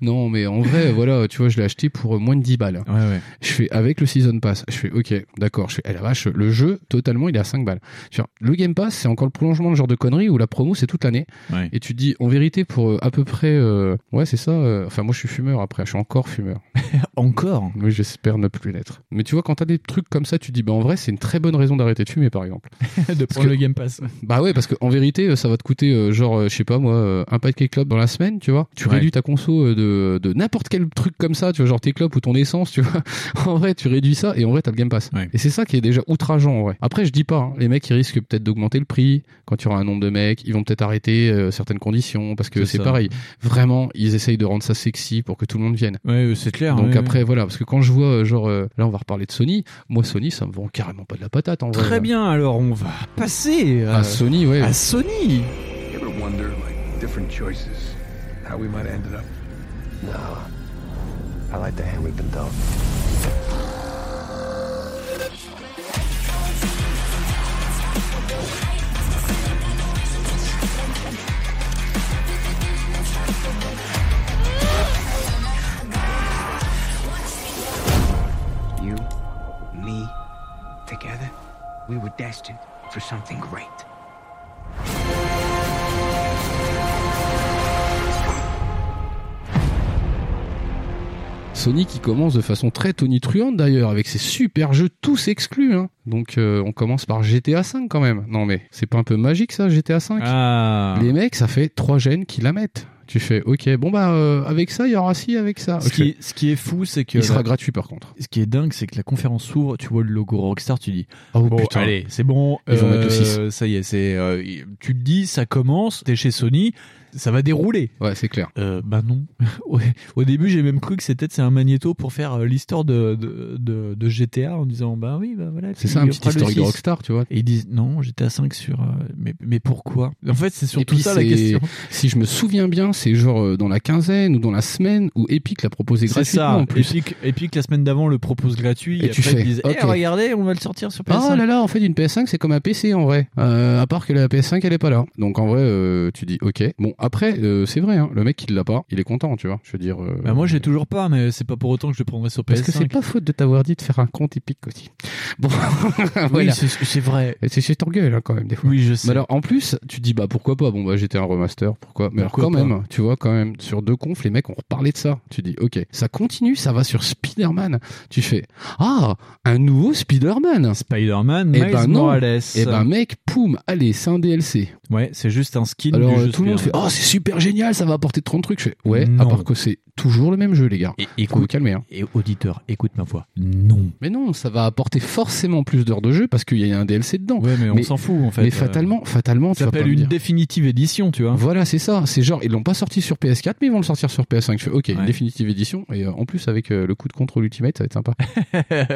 [SPEAKER 5] Non, mais en vrai, voilà, tu vois, je l'ai acheté pour euh, moins de 10 balles.
[SPEAKER 4] ouais, ouais.
[SPEAKER 5] Je fais avec le season pass. Je fais ok, d'accord. Je fais eh la vache, le jeu totalement il est à 5 balles. Je veux dire, Le game pass c'est encore le prolongement de genre de conneries où la promo c'est toute l'année.
[SPEAKER 4] Ouais.
[SPEAKER 5] Et tu te dis en vérité pour euh, à peu près euh, ouais c'est ça. euh, enfin moi je suis fumeur après, je suis encore fumeur.
[SPEAKER 4] Encore.
[SPEAKER 5] Oui j'espère ne plus l'être. Mais tu vois quand t'as des trucs comme ça, tu te dis bah en vrai c'est une très bonne raison d'arrêter de fumer par exemple.
[SPEAKER 4] de prendre
[SPEAKER 5] que-
[SPEAKER 4] le Game Pass.
[SPEAKER 5] Bah ouais, parce que en vérité, euh, ça va te coûter euh, genre, euh, je sais pas moi, euh, un paquet de clopes dans la semaine, tu vois. Tu
[SPEAKER 4] Ouais.
[SPEAKER 5] réduis ta conso euh, de, de n'importe quel truc comme ça, tu vois, genre tes clopes ou ton essence, tu vois. en vrai, tu réduis ça et en vrai, t'as le Game Pass.
[SPEAKER 4] Ouais.
[SPEAKER 5] Et c'est ça qui est déjà outrageant en vrai. Après, je dis pas, hein, les mecs, ils risquent peut-être d'augmenter le prix quand tu auras un nombre de mecs, ils vont peut-être arrêter euh, certaines conditions parce que
[SPEAKER 4] C'est
[SPEAKER 5] c'est
[SPEAKER 4] ça.
[SPEAKER 5] pareil. Vraiment, ils essayent de rendre ça sexy pour que tout le monde vienne.
[SPEAKER 4] Ouais, c'est clair.
[SPEAKER 5] Donc
[SPEAKER 4] ouais,
[SPEAKER 5] après, voilà, parce que quand je vois, euh, genre, euh, là, on va reparler de Sony. Moi, Sony, ça me vend carrément pas de la patate en
[SPEAKER 4] ouais.
[SPEAKER 5] vrai.
[SPEAKER 4] Très bien, alors on va passer euh,
[SPEAKER 5] À Sony, ouais.
[SPEAKER 4] à Sony.
[SPEAKER 12] You ever wonder, like, different choices, how we might have ended up?
[SPEAKER 13] I like the hand we've been dealt.
[SPEAKER 14] You, me, together, we were destined for something great.
[SPEAKER 5] Sony qui commence de façon très tonitruante d'ailleurs, avec ses super jeux tous exclus. Hein. Donc euh, on commence par GTA 5 quand même. Non mais c'est pas un peu magique ça, GTA 5
[SPEAKER 4] Ah.
[SPEAKER 5] Les mecs, ça fait trois gènes qui la mettent. Tu fais ok, bon bah euh, avec ça, il y aura ci, avec ça.
[SPEAKER 4] Ce,
[SPEAKER 5] Je fais,
[SPEAKER 4] qui, ce qui est fou, c'est que
[SPEAKER 5] il sera
[SPEAKER 4] la-
[SPEAKER 5] gratuit par contre.
[SPEAKER 4] ce qui est dingue, c'est que la conférence s'ouvre, tu vois le logo Rockstar, tu dis
[SPEAKER 5] Oh
[SPEAKER 4] bon, allez, c'est bon,
[SPEAKER 5] Ils vont mettre le
[SPEAKER 4] euh, ça y est, c'est euh, tu te dis ça commence, t'es chez Sony, ça va dérouler.
[SPEAKER 5] Ouais, c'est clair.
[SPEAKER 4] Euh, ben non. Ouais. Au début, j'ai même cru que c'était c'est un magnéto pour faire euh, l'histoire de, de, de- de GTA en disant bah oui, bah voilà.
[SPEAKER 5] C'est ça un
[SPEAKER 4] il
[SPEAKER 5] petit
[SPEAKER 4] fera le
[SPEAKER 5] historique de
[SPEAKER 4] 6.
[SPEAKER 5] Rockstar, tu vois.
[SPEAKER 4] Et ils disent non, j'étais à 5 sur. euh, mais, mais pourquoi En fait, c'est
[SPEAKER 5] Et
[SPEAKER 4] surtout
[SPEAKER 5] puis
[SPEAKER 4] ça la
[SPEAKER 5] c'est-
[SPEAKER 4] question.
[SPEAKER 5] Si je me souviens bien, c'est genre euh, dans la quinzaine ou dans la semaine où Epic l'a proposé
[SPEAKER 4] C'est
[SPEAKER 5] gratuitement
[SPEAKER 4] ça.
[SPEAKER 5] en
[SPEAKER 4] Et
[SPEAKER 5] plus.
[SPEAKER 4] puis, que- et puis que la semaine d'avant le propose gratuit.
[SPEAKER 5] Et
[SPEAKER 4] Et,
[SPEAKER 5] tu
[SPEAKER 4] après,
[SPEAKER 5] fais,
[SPEAKER 4] ils disent Eh,
[SPEAKER 5] ok.
[SPEAKER 4] regardez, on va le sortir sur PS5.
[SPEAKER 5] Ah là là, en fait, une PS5, c'est comme un PC en vrai. Euh, à part que la PS5, elle est pas là. Donc en vrai, euh, tu dis ok. Bon, après, euh, c'est vrai, hein, le mec qui l'a pas, il est content, tu vois. Je veux dire. euh,
[SPEAKER 4] Bah, moi, j'ai toujours pas, mais c'est pas pour autant que je le prendrai sur PS5.
[SPEAKER 5] Parce que c'est pas faute de t'avoir dit de faire un compte Epic aussi. Bon,
[SPEAKER 4] Oui,
[SPEAKER 5] voilà.
[SPEAKER 4] c'est- c'est vrai.
[SPEAKER 5] Et C'est chez ton gueule hein, quand même des fois.
[SPEAKER 4] Oui, je sais.
[SPEAKER 5] Mais alors en plus, tu dis bah pourquoi pas Bon bah j'étais un remaster, pourquoi Mais
[SPEAKER 4] Pourquoi
[SPEAKER 5] alors quand
[SPEAKER 4] pas
[SPEAKER 5] même, tu vois quand même sur deux confs les mecs ont reparlé de ça. Tu dis OK, ça continue, ça va sur Spider-Man. Tu fais ah, un nouveau Spider-Man.
[SPEAKER 4] Spider-Man,
[SPEAKER 5] Eh
[SPEAKER 4] Miles
[SPEAKER 5] ben non.
[SPEAKER 4] Morales.
[SPEAKER 5] Et ben mec, poum, allez, c'est un DLC.
[SPEAKER 4] Ouais, c'est juste un skin
[SPEAKER 5] Alors
[SPEAKER 4] du
[SPEAKER 5] euh,
[SPEAKER 4] jeu
[SPEAKER 5] tout le monde fait
[SPEAKER 4] Spider-Man.
[SPEAKER 5] "Oh, c'est super génial, ça va apporter 30 trucs." Je fais "Ouais, à
[SPEAKER 4] Non.
[SPEAKER 5] part que c'est toujours le même jeu les gars."
[SPEAKER 4] Et
[SPEAKER 5] Faut vous
[SPEAKER 4] écoute,
[SPEAKER 5] calmer hein.
[SPEAKER 4] et auditeur, écoute ma voix. Non.
[SPEAKER 5] Mais non, ça va apporter forcément plus d'heures de jeu parce qu'il y a un DLC dedans.
[SPEAKER 4] Ouais, mais
[SPEAKER 5] Mais-
[SPEAKER 4] on s'en fout en fait.
[SPEAKER 5] Mais fatalement, fatalement,
[SPEAKER 4] Euh,
[SPEAKER 5] tu
[SPEAKER 4] Ça
[SPEAKER 5] vas pas
[SPEAKER 4] s'appelle
[SPEAKER 5] me
[SPEAKER 4] une
[SPEAKER 5] dire.
[SPEAKER 4] définitive édition, tu vois.
[SPEAKER 5] Voilà, c'est ça. C'est genre, ils l'ont pas sorti sur PS4, mais ils vont le sortir sur PS5. Je fais, ok,
[SPEAKER 4] Ouais.
[SPEAKER 5] définitive édition. Et euh, en plus, avec euh, le coup de contrôle Ultimate, ça va être sympa.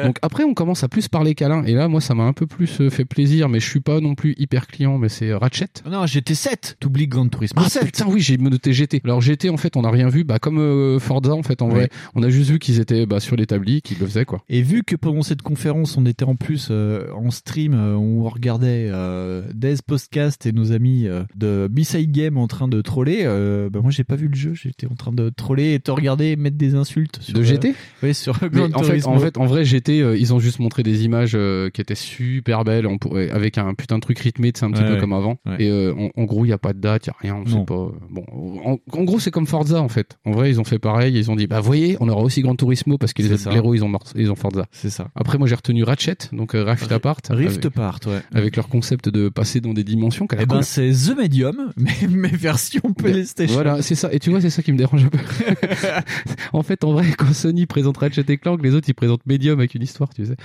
[SPEAKER 5] Donc après, on commence à plus parler câlin. Et là, moi, ça m'a un peu plus euh, fait plaisir, mais je suis pas non plus hyper client, mais c'est euh, Ratchet.
[SPEAKER 4] Ah Non, GT7. T'oublies Grand Turismo
[SPEAKER 5] Ah
[SPEAKER 4] 7.
[SPEAKER 5] putain oui j'ai me noté GT. Alors GT en fait on n'a rien vu bah comme euh, Forza en fait en
[SPEAKER 4] Ouais.
[SPEAKER 5] vrai on a juste vu qu'ils étaient bah, sur l'établi qu'ils le faisaient quoi.
[SPEAKER 4] Et vu que pendant cette conférence, on était en plus euh, en stream, euh, on regardait euh, Days Podcast et nos amis euh, de B-Side Game en train de troller, euh, bah moi j'ai pas vu le jeu, j'étais en train de troller et te regarder et mettre des insultes. Sur,
[SPEAKER 5] De GT
[SPEAKER 4] euh, Oui, sur
[SPEAKER 5] Mais
[SPEAKER 4] Gran
[SPEAKER 5] en, fait,
[SPEAKER 4] Turismo.
[SPEAKER 5] en fait, en vrai, GT, euh, ils ont juste montré des images euh, qui étaient super belles, on pourrait- avec un putain de truc rythmé, c'est un petit
[SPEAKER 4] Ouais,
[SPEAKER 5] peu
[SPEAKER 4] ouais.
[SPEAKER 5] comme avant.
[SPEAKER 4] Ouais.
[SPEAKER 5] Et euh, en, en gros, il n'y a pas de date, il n'y a rien, on sait
[SPEAKER 4] Non.
[SPEAKER 5] pas. euh, Bon, en, en gros, c'est comme Forza, en fait. En vrai, ils ont fait pareil, ils ont dit, bah voyez, on aura aussi Gran Turismo parce que les
[SPEAKER 4] C'est
[SPEAKER 5] autres
[SPEAKER 4] ça.
[SPEAKER 5] blaireaux, ils ont, Mar- ils ont Forza.
[SPEAKER 4] C'est ça.
[SPEAKER 5] Après, moi, j'ai retenu Ratchet, donc euh, Rift
[SPEAKER 4] Ri-
[SPEAKER 5] Apart,
[SPEAKER 4] Rift
[SPEAKER 5] avec,
[SPEAKER 4] Part, ouais.
[SPEAKER 5] avec leur concept de passer dans des dimensions. qu'elle a
[SPEAKER 4] Eh
[SPEAKER 5] cool.
[SPEAKER 4] ben c'est The Medium, mais, mais version PlayStation.
[SPEAKER 5] Voilà, c'est ça. Et tu vois, c'est ça qui me dérange un peu. en fait, en vrai, quand Sony présente Ratchet et Clank, les autres, ils présentent Medium avec une histoire, tu sais.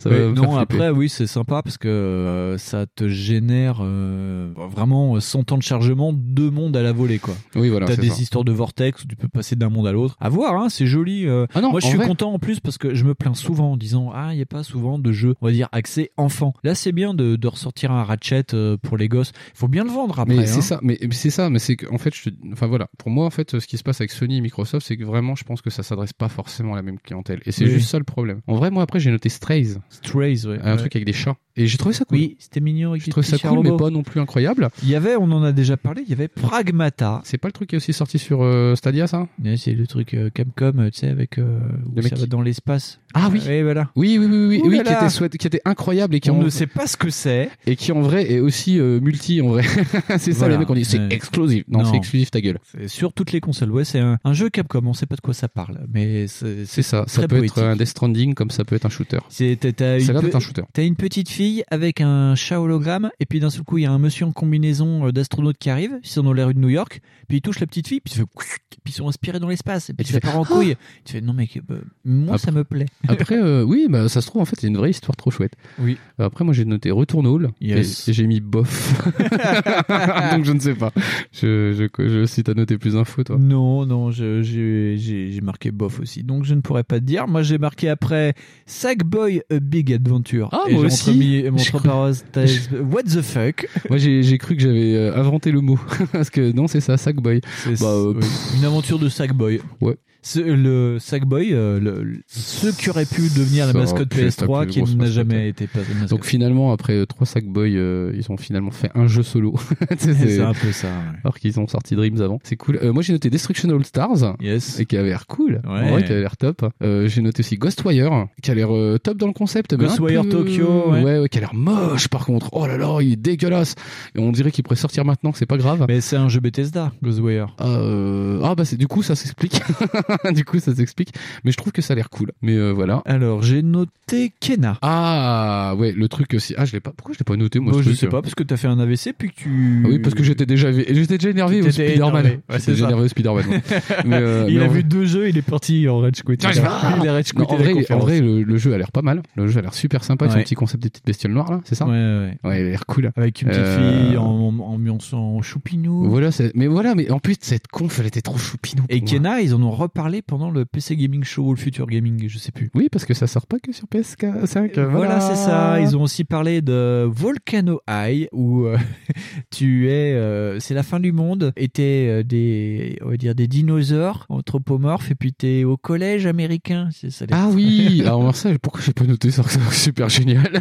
[SPEAKER 5] Ça va
[SPEAKER 4] Mais
[SPEAKER 5] me faire
[SPEAKER 4] Euh, non,
[SPEAKER 5] flipper.
[SPEAKER 4] après, oui, c'est sympa parce que euh, ça te génère euh, vraiment euh, 100 ans de chargement, deux mondes à la volée, quoi.
[SPEAKER 5] Oui, voilà.
[SPEAKER 4] T'as
[SPEAKER 5] c'est
[SPEAKER 4] des
[SPEAKER 5] ça.
[SPEAKER 4] histoires de vortex où tu peux passer d'un monde à l'autre. À voir, hein, c'est joli. euh.
[SPEAKER 5] Ah non,
[SPEAKER 4] Moi, je
[SPEAKER 5] en
[SPEAKER 4] suis
[SPEAKER 5] vrai-
[SPEAKER 4] content en plus parce que je me plains souvent en disant Ah, il n'y a pas souvent de jeux, on va dire, accès enfant. Là, c'est bien de, de ressortir un Ratchet euh, pour les gosses. faut bien le vendre après.
[SPEAKER 5] Mais
[SPEAKER 4] hein.
[SPEAKER 5] c'est ça, mais mais c'est ça, mais c'est que, en fait, je te- enfin voilà, pour moi en fait, ce qui se passe avec Sony et Microsoft, c'est que vraiment, je pense que ça s'adresse pas forcément à la même clientèle, et c'est
[SPEAKER 4] Oui.
[SPEAKER 5] juste ça le problème. En vrai, moi après, j'ai noté Strays,
[SPEAKER 4] Strays, ouais.
[SPEAKER 5] un
[SPEAKER 4] Ouais.
[SPEAKER 5] truc avec des chats, et j'ai trouvé ça cool.
[SPEAKER 4] Oui, c'était mignon. avec
[SPEAKER 5] Je
[SPEAKER 4] des
[SPEAKER 5] trouve ça
[SPEAKER 4] petits
[SPEAKER 5] cool, mais
[SPEAKER 4] charlots.
[SPEAKER 5] pas non plus incroyable.
[SPEAKER 4] Il y avait, on en a déjà parlé, il y avait Pragmata.
[SPEAKER 5] C'est pas le truc qui est aussi sorti sur euh, Stadia, ça
[SPEAKER 4] Ouais, C'est le truc euh, Capcom, euh, tu sais, avec euh, où
[SPEAKER 5] Le mec
[SPEAKER 4] ça
[SPEAKER 5] qui-
[SPEAKER 4] va dans l'espace.
[SPEAKER 5] Ah oui.
[SPEAKER 4] Ouais, voilà.
[SPEAKER 5] Oui, oui, oui, oui,
[SPEAKER 4] Ouh
[SPEAKER 5] oui,
[SPEAKER 4] Oh là
[SPEAKER 5] qui
[SPEAKER 4] là.
[SPEAKER 5] était, souhait- qui était incroyable et qui,
[SPEAKER 4] on
[SPEAKER 5] en...
[SPEAKER 4] ne sait pas ce que c'est.
[SPEAKER 5] et qui en vrai est aussi euh, multi en vrai. c'est ça,
[SPEAKER 4] Voilà.
[SPEAKER 5] les mecs, on dit c'est
[SPEAKER 4] Ouais.
[SPEAKER 5] exclusif. Non,
[SPEAKER 4] Non.
[SPEAKER 5] c'est exclusif ta gueule.
[SPEAKER 4] C'est Sur toutes les consoles, ouais, c'est un, un jeu Capcom, on sait pas de quoi ça parle, mais c'est
[SPEAKER 5] C'est
[SPEAKER 4] c'est-
[SPEAKER 5] ça, ça
[SPEAKER 4] très
[SPEAKER 5] peut être
[SPEAKER 4] poétique. Ah,
[SPEAKER 5] un Death Stranding comme ça peut être un shooter.
[SPEAKER 4] c'est t'as- t'as
[SPEAKER 5] Ça a
[SPEAKER 4] une,
[SPEAKER 5] l'air
[SPEAKER 4] pe-
[SPEAKER 5] d'être un shooter.
[SPEAKER 4] t'as une petite fille avec un chat hologramme et puis d'un seul coup il y a un monsieur en combinaison euh, d'astronaute qui arrive, ils sont dans les rues de New York, puis il touche la petite fille, puis, il fait couic, puis ils sont inspirés dans l'espace et puis
[SPEAKER 5] tu
[SPEAKER 4] ça
[SPEAKER 5] fais,
[SPEAKER 4] part en couille. Tu fais non mais euh, moi
[SPEAKER 5] Après-
[SPEAKER 4] ça me plaît.
[SPEAKER 5] Après, euh, oui, bah, ça se trouve, en fait, c'est une vraie histoire trop chouette.
[SPEAKER 4] Oui.
[SPEAKER 5] Euh, Après, moi, j'ai noté Retourne Hall
[SPEAKER 4] Yes.
[SPEAKER 5] et, et j'ai mis bof. Donc, je ne sais pas. Je, je, je, si t'as noté plus d'infos, toi.
[SPEAKER 4] Non, non, je- j'ai j'ai- j'ai marqué bof aussi, donc je ne pourrais pas te dire. Moi j'ai marqué après Sackboy A Big Adventure.
[SPEAKER 5] Ah,
[SPEAKER 4] Et
[SPEAKER 5] moi
[SPEAKER 4] j'ai
[SPEAKER 5] aussi.
[SPEAKER 4] entremis- mon
[SPEAKER 5] Je
[SPEAKER 4] entre
[SPEAKER 5] crois-
[SPEAKER 4] parenthèses, What the fuck
[SPEAKER 5] Moi, j'ai j'ai cru que j'avais euh, inventé le mot. Parce que non, c'est ça, Sackboy.
[SPEAKER 4] Ah,
[SPEAKER 5] Bah, euh,
[SPEAKER 4] Oui. Une aventure de Sackboy.
[SPEAKER 5] Ouais.
[SPEAKER 4] Ce- le Sackboy, euh, le, le- ce qui aurait pu devenir la
[SPEAKER 5] Ça
[SPEAKER 4] mascotte
[SPEAKER 5] aurait pu être la
[SPEAKER 4] PS3
[SPEAKER 5] plus
[SPEAKER 4] qui
[SPEAKER 5] grosse
[SPEAKER 4] n'a
[SPEAKER 5] mascotte.
[SPEAKER 4] jamais été pas une mascotte.
[SPEAKER 5] Donc, finalement, après euh, trois Sackboy, euh, ils ont finalement fait un jeu solo. Tu sais,
[SPEAKER 4] c'est
[SPEAKER 5] c'est-
[SPEAKER 4] un peu ça. ouais.
[SPEAKER 5] Alors qu'ils ont sorti Dreams avant. C'est cool. Euh, moi, j'ai noté Destruction All Stars.
[SPEAKER 4] Yes.
[SPEAKER 5] Et qui avait l'air cool, en
[SPEAKER 4] Ouais.
[SPEAKER 5] vrai, qui avait l'air top. Euh, J'ai noté aussi Ghostwire, qui a l'air euh, top dans le concept. mais un
[SPEAKER 4] Ghostwire
[SPEAKER 5] peu-
[SPEAKER 4] Tokyo, ouais.
[SPEAKER 5] ouais, qui a l'air moche par contre. Oh là là, il est dégueulasse. Et on dirait qu'il pourrait sortir maintenant, c'est pas grave.
[SPEAKER 4] Mais c'est un jeu Bethesda, Ghostwire.
[SPEAKER 5] Ah, euh, ah, bah c'est du coup ça s'explique. du coup, ça s'explique. Mais je trouve que ça a l'air cool. Mais euh, voilà.
[SPEAKER 4] Alors, j'ai noté Kena.
[SPEAKER 5] Ah, ouais, le truc aussi. Ah, je l'ai pas. Pourquoi je l'ai pas noté, moi
[SPEAKER 4] Bon,
[SPEAKER 5] ce
[SPEAKER 4] je
[SPEAKER 5] truc
[SPEAKER 4] sais pas, parce que t'as fait un AVC, puis que tu.
[SPEAKER 5] Ah oui, parce que j'étais déjà, j'étais déjà énervé au
[SPEAKER 4] T'étais
[SPEAKER 5] Spider-Man.
[SPEAKER 4] énervé. Ouais,
[SPEAKER 5] j'étais
[SPEAKER 4] c'est
[SPEAKER 5] déjà
[SPEAKER 4] ça.
[SPEAKER 5] énervé au Spider-Man. ouais. mais, euh,
[SPEAKER 4] Il
[SPEAKER 5] mais
[SPEAKER 4] a
[SPEAKER 5] en vrai-
[SPEAKER 4] vu deux jeux, il est parti en Rage Quit.
[SPEAKER 5] Non,
[SPEAKER 4] Il
[SPEAKER 5] je
[SPEAKER 4] a- il a Rage
[SPEAKER 5] Non,
[SPEAKER 4] quitté
[SPEAKER 5] en
[SPEAKER 4] la
[SPEAKER 5] vrai, en
[SPEAKER 4] conférence.
[SPEAKER 5] vrai, le, le jeu a l'air pas mal. Le jeu a l'air super sympa. avec Son
[SPEAKER 4] Ouais.
[SPEAKER 5] petit concept des petites bestioles noires, là, c'est ça
[SPEAKER 4] Ouais, ouais.
[SPEAKER 5] Ouais, il a l'air cool.
[SPEAKER 4] Avec une petite
[SPEAKER 5] Euh,
[SPEAKER 4] fille en, en, ambiance en choupinou.
[SPEAKER 5] Voilà, c'est- mais voilà, mais en plus cette conf, elle était trop choupinou. pour
[SPEAKER 4] Et
[SPEAKER 5] moi.
[SPEAKER 4] Kena, ils en ont reparlé pendant le PC Gaming Show ou le Future Gaming, je sais plus.
[SPEAKER 5] Oui, parce que ça sort pas que sur PS5. euh, Voilà,
[SPEAKER 4] Voilà, c'est ça. Ils ont aussi parlé de Volcano High, où euh, tu es, euh, c'est la fin du monde, et t'es euh, des, on va dire des dinosaures anthropomorphes, et puis t'es au collège américain. C'est ça. les-
[SPEAKER 5] Ah oui, alors ça, pourquoi j'ai pas noté ça C'est super génial.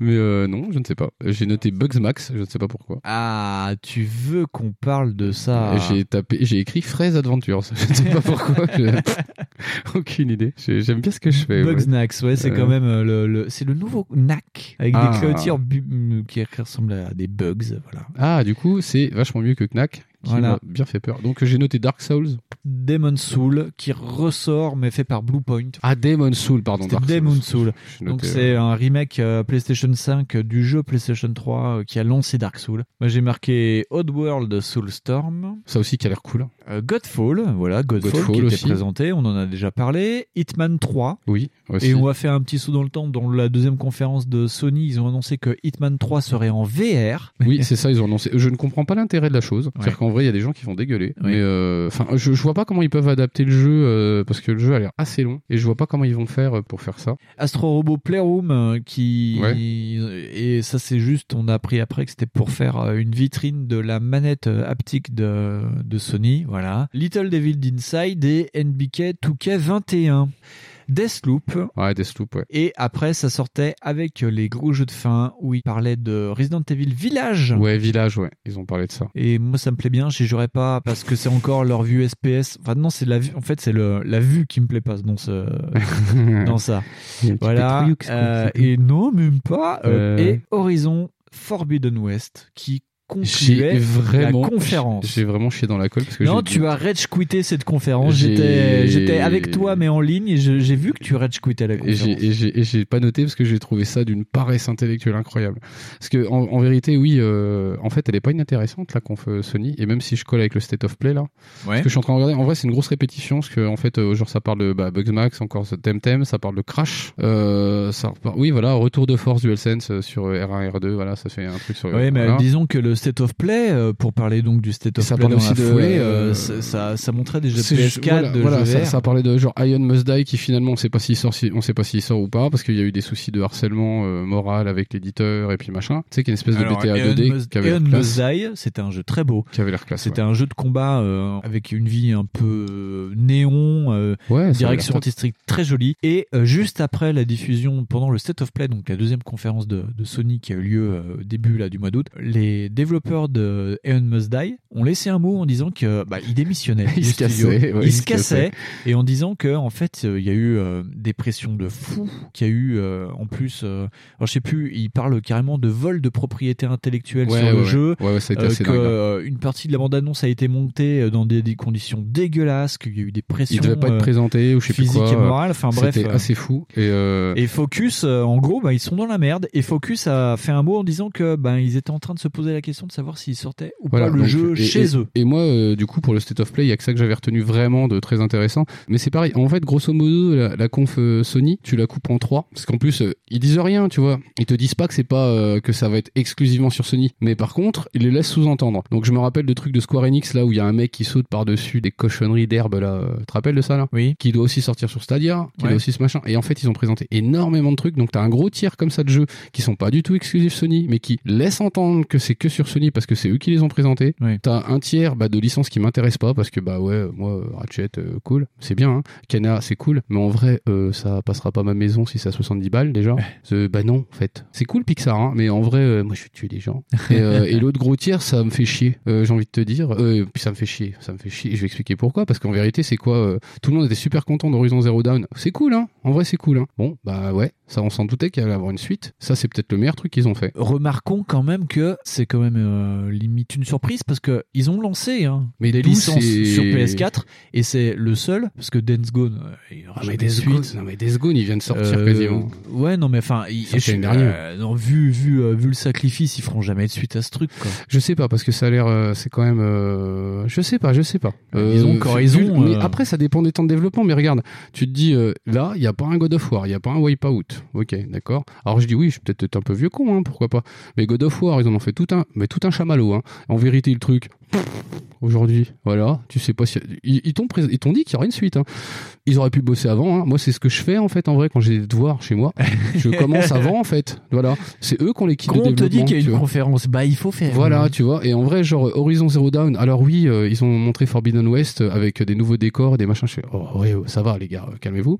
[SPEAKER 5] mais euh, non, je ne sais pas. J'ai noté Bugs Max, je ne sais pas pourquoi.
[SPEAKER 4] Ah, tu veux qu'on parle de ça
[SPEAKER 5] Et J'ai tapé, j'ai écrit Fraise Adventures. Je ne sais pas pourquoi. je- Aucune idée. J'ai- J'aime bien ce que je fais. ouais.
[SPEAKER 4] Bugs Nax, ouais, c'est
[SPEAKER 5] Euh.
[SPEAKER 4] quand même euh, le, le- c'est le nouveau Knack avec
[SPEAKER 5] Ah.
[SPEAKER 4] des créatures bu- qui ressemblent à des bugs, voilà.
[SPEAKER 5] Ah, du coup, c'est vachement mieux que Knack, qui
[SPEAKER 4] Voilà.
[SPEAKER 5] m'a bien fait peur. Donc j'ai noté Dark Souls.
[SPEAKER 4] Demon Soul qui ressort mais fait par Bluepoint.
[SPEAKER 5] Ah, Demon Soul, pardon.
[SPEAKER 4] C'était
[SPEAKER 5] Dark
[SPEAKER 4] Demon Soul.
[SPEAKER 5] J'ai
[SPEAKER 4] Donc
[SPEAKER 5] noté,
[SPEAKER 4] c'est un remake euh, PlayStation 5 du jeu PlayStation 3 euh, qui a lancé Dark Soul. Moi j'ai marqué Oddworld Soulstorm,
[SPEAKER 5] Ça aussi qui a l'air cool.
[SPEAKER 4] euh, Godfall, voilà Godfall,
[SPEAKER 5] Godfall
[SPEAKER 4] qui était
[SPEAKER 5] aussi.
[SPEAKER 4] présenté, on en a déjà parlé, Hitman 3
[SPEAKER 5] Oui, aussi.
[SPEAKER 4] et on va faire un petit saut dans le temps dans la deuxième conférence de Sony, ils ont annoncé que Hitman 3 serait en VR.
[SPEAKER 5] Oui, c'est ça, ils ont annoncé. Je ne comprends pas l'intérêt de la chose. C'est-à-dire qu'en vrai, il y a des gens qui vont dégueuler.
[SPEAKER 4] Ouais.
[SPEAKER 5] Mais euh, enfin, je, je vois pas comment ils peuvent adapter le jeu euh, parce que le jeu a l'air assez long et je vois pas comment ils vont faire euh, pour faire ça.
[SPEAKER 4] Astro Robot Playroom euh, qui
[SPEAKER 5] Ouais.
[SPEAKER 4] et ça c'est juste on a appris après que c'était pour faire euh, une vitrine de la manette euh, haptique de, de Sony voilà Little Devil d'Inside et NBK 2K21 Deathloop
[SPEAKER 5] Ouais, Deathloop, ouais.
[SPEAKER 4] et après ça sortait avec les gros jeux de fin où ils parlaient de Resident Evil Village
[SPEAKER 5] Ouais, Village, ouais. Ils ont parlé de ça.
[SPEAKER 4] et moi ça me plaît bien j'y jouerai pas parce que c'est encore leur vue SPS enfin non c'est la vue en fait c'est le la vue qui me plaît pas dans ce dans ça
[SPEAKER 5] Il y a un petit
[SPEAKER 4] voilà.
[SPEAKER 5] peu de trouilleux, quoi.
[SPEAKER 4] euh, et non, même pas. euh,
[SPEAKER 5] Euh.
[SPEAKER 4] Et Horizon Forbidden West qui
[SPEAKER 5] J'ai
[SPEAKER 4] concluait
[SPEAKER 5] vraiment
[SPEAKER 4] la conférence.
[SPEAKER 5] J'ai vraiment chié dans la colle parce que
[SPEAKER 4] non,
[SPEAKER 5] j'ai-
[SPEAKER 4] tu as rage quitté cette conférence.
[SPEAKER 5] J'ai-
[SPEAKER 4] J'étais, j'étais avec toi, mais en ligne, et je- j'ai vu que tu rage quittais la
[SPEAKER 5] Et
[SPEAKER 4] conférence.
[SPEAKER 5] j'ai- et j'ai et j'ai pas noté parce que j'ai trouvé ça d'une paresse intellectuelle incroyable. Parce que en, en vérité, oui, euh, en fait, elle est pas inintéressante la conf euh, Sony. Et même si je colle avec le State of Play là, parce que je suis en train de regarder, en vrai, c'est une grosse répétition parce que en fait, euh, genre ça parle de bah, Bugs Max, encore ce Temtem, ça parle de Crash, euh, ça, repart- oui, voilà, retour de force DualSense euh, sur euh, R1, R2, voilà, ça fait un truc sur.
[SPEAKER 4] Ouais, mais
[SPEAKER 5] voilà.
[SPEAKER 4] disons que le State of Play, euh, pour parler donc du State of
[SPEAKER 5] Ça
[SPEAKER 4] Play
[SPEAKER 5] parle
[SPEAKER 4] dans la
[SPEAKER 5] aussi de-
[SPEAKER 4] foulée,
[SPEAKER 5] euh,
[SPEAKER 4] euh, ça, ça- ça montrait des jeux
[SPEAKER 5] C'est
[SPEAKER 4] PS4,
[SPEAKER 5] juste- voilà,
[SPEAKER 4] de
[SPEAKER 5] voilà,
[SPEAKER 4] jeux
[SPEAKER 5] ça,
[SPEAKER 4] VR.
[SPEAKER 5] ça parlait de genre Ion Must Die qui finalement on sait pas s'il sort si- on sait pas s'il sort ou pas parce qu'il y a eu des soucis de harcèlement euh, moral avec l'éditeur et puis machin tu sais qu'il y a une espèce
[SPEAKER 4] Alors,
[SPEAKER 5] de BTA
[SPEAKER 4] Aeon
[SPEAKER 5] 2D
[SPEAKER 4] Must-
[SPEAKER 5] qui avait l'air
[SPEAKER 4] Aeon
[SPEAKER 5] classe,
[SPEAKER 4] Must Die, c'était un jeu très beau.
[SPEAKER 5] qui avait l'air classe
[SPEAKER 4] C'était un jeu de combat euh, avec une vie un peu euh, néon, euh,
[SPEAKER 5] ouais. Ouais, ça avait
[SPEAKER 4] direction
[SPEAKER 5] l'air
[SPEAKER 4] artistique très jolie. Et euh, juste après la diffusion, pendant le State of Play, donc la deuxième conférence de, de Sony qui a eu lieu euh, au début là, du mois d'août, les développeurs de Aeon Must Die ont laissé un mot en disant que bah, ils démissionnaient.
[SPEAKER 5] Ils
[SPEAKER 4] du
[SPEAKER 5] se
[SPEAKER 4] studio.
[SPEAKER 5] cassaient, ouais,
[SPEAKER 4] ils se cassaient. Et en disant que en fait, euh, il y a eu euh, des pressions de fou, qu'il y a eu euh, en plus, euh, alors je sais plus, ils parlent carrément de vol de propriété intellectuelle
[SPEAKER 5] top. Ouais,
[SPEAKER 4] sur le
[SPEAKER 5] ouais,
[SPEAKER 4] jeu.
[SPEAKER 5] ouais. ouais, ouais, ça a été
[SPEAKER 4] Euh,
[SPEAKER 5] assez
[SPEAKER 4] que
[SPEAKER 5] dingue hein.
[SPEAKER 4] euh, une partie de la bande-annonce a été montée euh, dans des, des conditions dégueulasses, qu'il y a eu des pressions
[SPEAKER 5] il devait pas
[SPEAKER 4] euh,
[SPEAKER 5] être présenté ou je sais plus
[SPEAKER 4] physiques
[SPEAKER 5] quoi
[SPEAKER 4] et morales. Enfin bref.
[SPEAKER 5] c'était
[SPEAKER 4] euh,
[SPEAKER 5] assez fou et, euh,
[SPEAKER 4] Et Focus, euh, en gros, bah, ils sont dans la merde. Et Focus a fait un mot en disant que ben ils étaient en train de se poser la question de savoir s'ils sortaient ou
[SPEAKER 5] Voilà,
[SPEAKER 4] pas le
[SPEAKER 5] donc,
[SPEAKER 4] jeu
[SPEAKER 5] et-
[SPEAKER 4] chez
[SPEAKER 5] et-
[SPEAKER 4] eux.
[SPEAKER 5] Et moi, euh, du coup, pour le State of Play, il y a que ça que j'avais retenu vraiment de très intéressant. Mais c'est pareil. En fait, grosso modo, la, la conf euh, Sony, tu la coupes en trois. Parce qu'en plus, euh, ils disent rien, tu vois. Ils te disent pas que c'est pas euh, que ça va être exclusivement sur Sony. Mais par contre, ils les laissent sous-entendre. Donc je me rappelle le truc de Square Enix là où il y a un mec qui saute par-dessus des cochonneries d'herbe là. euh, Tu te rappelles de ça là
[SPEAKER 4] Oui.
[SPEAKER 5] qui doit aussi sortir sur Stadia, qui
[SPEAKER 4] Ouais.
[SPEAKER 5] doit aussi ce machin. Et en fait, ils ont présenté énormément de trucs. Donc, t'as un gros tiers comme ça de jeux qui sont pas du tout exclusifs Sony, mais qui laissent entendre que c'est que sur Sony parce que c'est eux qui les ont présentés.
[SPEAKER 4] Ouais.
[SPEAKER 5] T'as un tiers bah, de licences qui m'intéressent pas parce que, bah ouais, euh, moi, euh, Ratchet, euh, cool, c'est bien. Hein. Kena, c'est cool. Mais en vrai, euh, ça passera pas ma maison si c'est à 70 balles déjà. Euh, bah non, en fait. C'est cool Pixar, hein, mais en vrai, euh, moi, je vais tuer des gens. Et, euh, et l'autre gros tiers, ça me fait chier, euh, j'ai envie de te dire. Euh, puis ça me fait chier, ça me fait chier. Et je vais expliquer pourquoi, parce qu'en vérité, c'est quoi euh, Tout le monde était super content d'Horizon Zero Dawn. C'est cool, hein En vrai, c'est cool, hein Bon, bah ouais, Ça, on s'en doutait qu'il allait avoir une suite. Ça, c'est peut-être le meilleur truc qu'ils ont fait.
[SPEAKER 4] Remarquons quand même que c'est quand même euh, limite une surprise parce que ils ont lancé hein,
[SPEAKER 5] Mais
[SPEAKER 4] les
[SPEAKER 5] tout,
[SPEAKER 4] licences
[SPEAKER 5] c'est-
[SPEAKER 4] sur PS4 et c'est le seul parce que Dance Gone, euh, il y aura
[SPEAKER 5] Ah,
[SPEAKER 4] jamais
[SPEAKER 5] mais
[SPEAKER 4] de
[SPEAKER 5] Death Gone,
[SPEAKER 4] suite.
[SPEAKER 5] non, mais Death Gone, ils viennent sortir
[SPEAKER 4] Euh,
[SPEAKER 5] quasiment.
[SPEAKER 4] ouais, non, mais enfin, il-
[SPEAKER 5] Sortir
[SPEAKER 4] je-
[SPEAKER 5] une dernière.
[SPEAKER 4] euh, non, vu, vu, euh, vu le sacrifice, ils feront jamais de suite à ce truc. Quoi.
[SPEAKER 5] Je sais pas parce que ça a l'air, euh, c'est quand même, euh, je sais pas, je sais pas.
[SPEAKER 4] Euh, ils ont encore
[SPEAKER 5] vu-
[SPEAKER 4] raison,
[SPEAKER 5] mais
[SPEAKER 4] euh.
[SPEAKER 5] après ça dépend des temps de développement. Mais regarde, tu te dis euh, là, il y a pas un God of War, il y a pas un Wipeout. Ok, d'accord. Alors je dis oui, je suis peut-être un peu vieux con, hein, pourquoi pas. Mais God of War, ils en ont fait tout un, mais tout un chamallow. Hein. En vérité, le truc. pff, Aujourd'hui, voilà, tu sais pas si. Ils, ils t'ont prés- ils t'ont dit qu'il y aurait une suite. hein. Ils auraient pu bosser avant. hein. Moi, c'est ce que je fais en fait, en vrai, quand j'ai des devoirs chez moi. Je commence avant en fait. Voilà. C'est eux qui ont l'équipe de
[SPEAKER 4] Quand on te
[SPEAKER 5] développement.
[SPEAKER 4] dit qu'il y a
[SPEAKER 5] tu
[SPEAKER 4] une
[SPEAKER 5] vois.
[SPEAKER 4] conférence, bah il faut faire.
[SPEAKER 5] Voilà, tu vois. Et en vrai, genre euh, Horizon Zero Dawn. Alors oui, euh, ils ont montré Forbidden West euh, avec des nouveaux décors, des machins. Je fais, oh ouais, ouais, ça va les gars, euh, calmez-vous.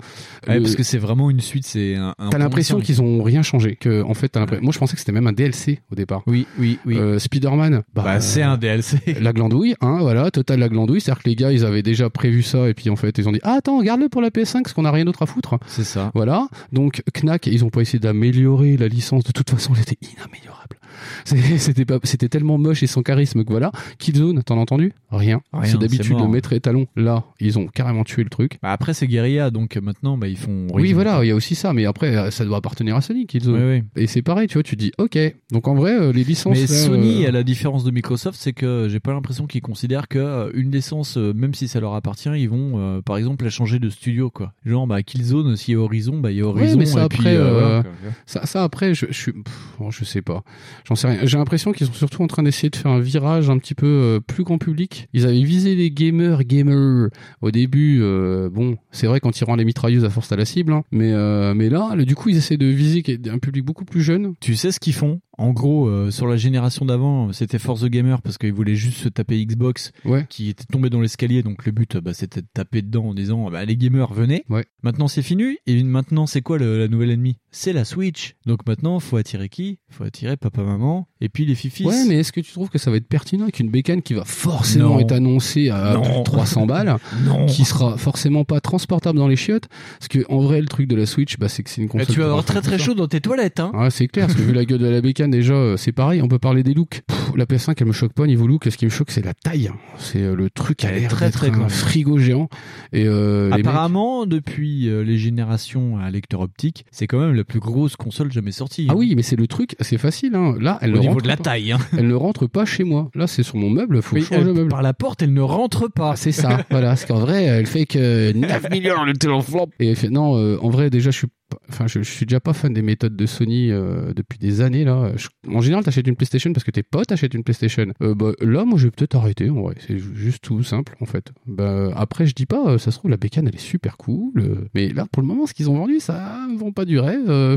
[SPEAKER 4] Ouais,
[SPEAKER 5] Euh,
[SPEAKER 4] parce que c'est vraiment une suite, c'est un. un
[SPEAKER 5] t'as l'impression
[SPEAKER 4] point de
[SPEAKER 5] qu'ils ont rien changé. Que en fait, t'as l'impression- moi je pensais que c'était même un DLC au départ.
[SPEAKER 4] Oui, oui, oui.
[SPEAKER 5] Euh, Spider-Man, bah,
[SPEAKER 4] bah, c'est un DLC.
[SPEAKER 5] la glandouille, hein, voilà, total la glandouille. C'est-à-dire que les gars, ils avaient déjà prévu ça et puis en fait, ils ont dit ah attends, garde-le pour la PS5 parce qu'on a rien d'autre à foutre.
[SPEAKER 4] C'est ça.
[SPEAKER 5] Voilà. Donc, Knack, ils ont pas essayé d'améliorer la licence. De toute façon, elle était inaméliorable. C'est- C'était pas, c'était tellement moche et sans charisme que voilà. Killzone, t'en as entendu Rien.
[SPEAKER 4] Rien,
[SPEAKER 5] C'est d'habitude
[SPEAKER 4] c'est mort.
[SPEAKER 5] le maître étalon. Là, ils ont carrément tué le truc.
[SPEAKER 4] Bah, après, c'est guérilla, donc euh, maintenant, bah, ils font.
[SPEAKER 5] Oui, voilà, il y a aussi ça, mais après, euh, ça doit appartenir à Sony,
[SPEAKER 4] Ouais,
[SPEAKER 5] Killzone.
[SPEAKER 4] ouais.
[SPEAKER 5] Et c'est pareil, tu vois, tu dis, ok. Donc en vrai, euh, les licences.
[SPEAKER 4] Mais
[SPEAKER 5] là,
[SPEAKER 4] Sony,
[SPEAKER 5] euh,
[SPEAKER 4] à la différence de Microsoft, c'est que j'ai pas l'impression qu'ils considèrent que euh, une licence, euh, même si ça leur appartient, ils vont, euh, par exemple, la changer de studio, quoi. Genre, bah, Killzone, s'il y a Horizon, bah, il y a Horizon.
[SPEAKER 5] mais ça,
[SPEAKER 4] et puis,
[SPEAKER 5] après,
[SPEAKER 4] euh, voilà,
[SPEAKER 5] euh,
[SPEAKER 4] quoi.
[SPEAKER 5] Ça, ça, après, je, je suis, pff, oh, je sais pas. J'en sais rien. J'ai l'impression qu'ils sont surtout en train d'essayer de faire un virage un petit peu euh, plus grand public. Ils avaient visé les gamers, gamers au début. euh, bon, c'est vrai qu'en tirant les mitrailleuses à force à la cible, hein, mais euh, mais là, le- du coup, ils essaient de viser qui- un public beaucoup plus jeune.
[SPEAKER 4] Tu sais ce qu'ils font En gros, euh, sur la génération d'avant, euh, c'était Force the Gamer parce qu'ils voulaient juste se taper Xbox
[SPEAKER 5] Ouais.
[SPEAKER 4] qui était tombé dans l'escalier. Donc le but, euh, bah, c'était de taper dedans en disant bah, les gamers, venez.
[SPEAKER 5] Ouais.
[SPEAKER 4] Maintenant, c'est fini. Et maintenant, c'est quoi le- la nouvelle ennemie C'est la Switch. Donc maintenant, faut attirer qui Faut attirer papa, maman et puis les fifis.
[SPEAKER 5] Ouais, mais est-ce que tu trouves que ça va être pertinent avec une bécane qui va forcément
[SPEAKER 4] Non.
[SPEAKER 5] être annoncée à
[SPEAKER 4] Non.
[SPEAKER 5] plus de 300 balles,
[SPEAKER 4] non
[SPEAKER 5] qui sera forcément pas transportable dans les chiottes Parce que en vrai, le truc de la Switch, bah, c'est que c'est une console.
[SPEAKER 4] Eh, Tu vas
[SPEAKER 5] pour
[SPEAKER 4] avoir
[SPEAKER 5] enfants
[SPEAKER 4] très très
[SPEAKER 5] tout ça.
[SPEAKER 4] chaud dans tes toilettes. Hein.
[SPEAKER 5] Ah, c'est clair, parce que vu la gueule de la bécane, déjà, euh, c'est pareil. On peut parler des looks. Pff, la PS5, elle me choque pas niveau look. Ce qui me choque, c'est la taille. C'est euh, le truc à
[SPEAKER 4] Elle est
[SPEAKER 5] l'air
[SPEAKER 4] très,
[SPEAKER 5] d'être
[SPEAKER 4] très
[SPEAKER 5] un
[SPEAKER 4] grande.
[SPEAKER 5] frigo géant. Et euh, les mecs-
[SPEAKER 4] Apparemment, depuis euh, les générations à lecteur optique, c'est quand même la plus grosse console jamais sortie.
[SPEAKER 5] Ah
[SPEAKER 4] hein.
[SPEAKER 5] oui, mais c'est le truc, c'est facile. Hein. Là, elle
[SPEAKER 4] Au
[SPEAKER 5] ne
[SPEAKER 4] niveau
[SPEAKER 5] rentre
[SPEAKER 4] de la
[SPEAKER 5] pas.
[SPEAKER 4] taille. Hein.
[SPEAKER 5] Elle ne rentre pas chez moi. Là, c'est sur mon meuble. Faut
[SPEAKER 4] Oui,
[SPEAKER 5] que je change
[SPEAKER 4] elle-
[SPEAKER 5] le meuble.
[SPEAKER 4] par la porte, elle ne rentre pas.
[SPEAKER 5] Ah, c'est ça, voilà. Parce qu'en vrai, elle fait que 9 millions le téléflop. Et elle fait- non, euh, en vrai, déjà, je suis pas- Enfin, je, je suis déjà pas fan des méthodes de Sony euh, depuis des années là. Je- en général, t'achètes une PlayStation parce que tes potes achètent une PlayStation. Euh, bah, là, moi, je vais peut-être arrêter. En vrai, c'est ju- juste tout simple en fait. Bah, après, je dis pas. euh, ça se trouve, la bécane, elle est super cool. euh, mais là, pour le moment, ce qu'ils ont vendu, ça me vend pas du rêve. euh.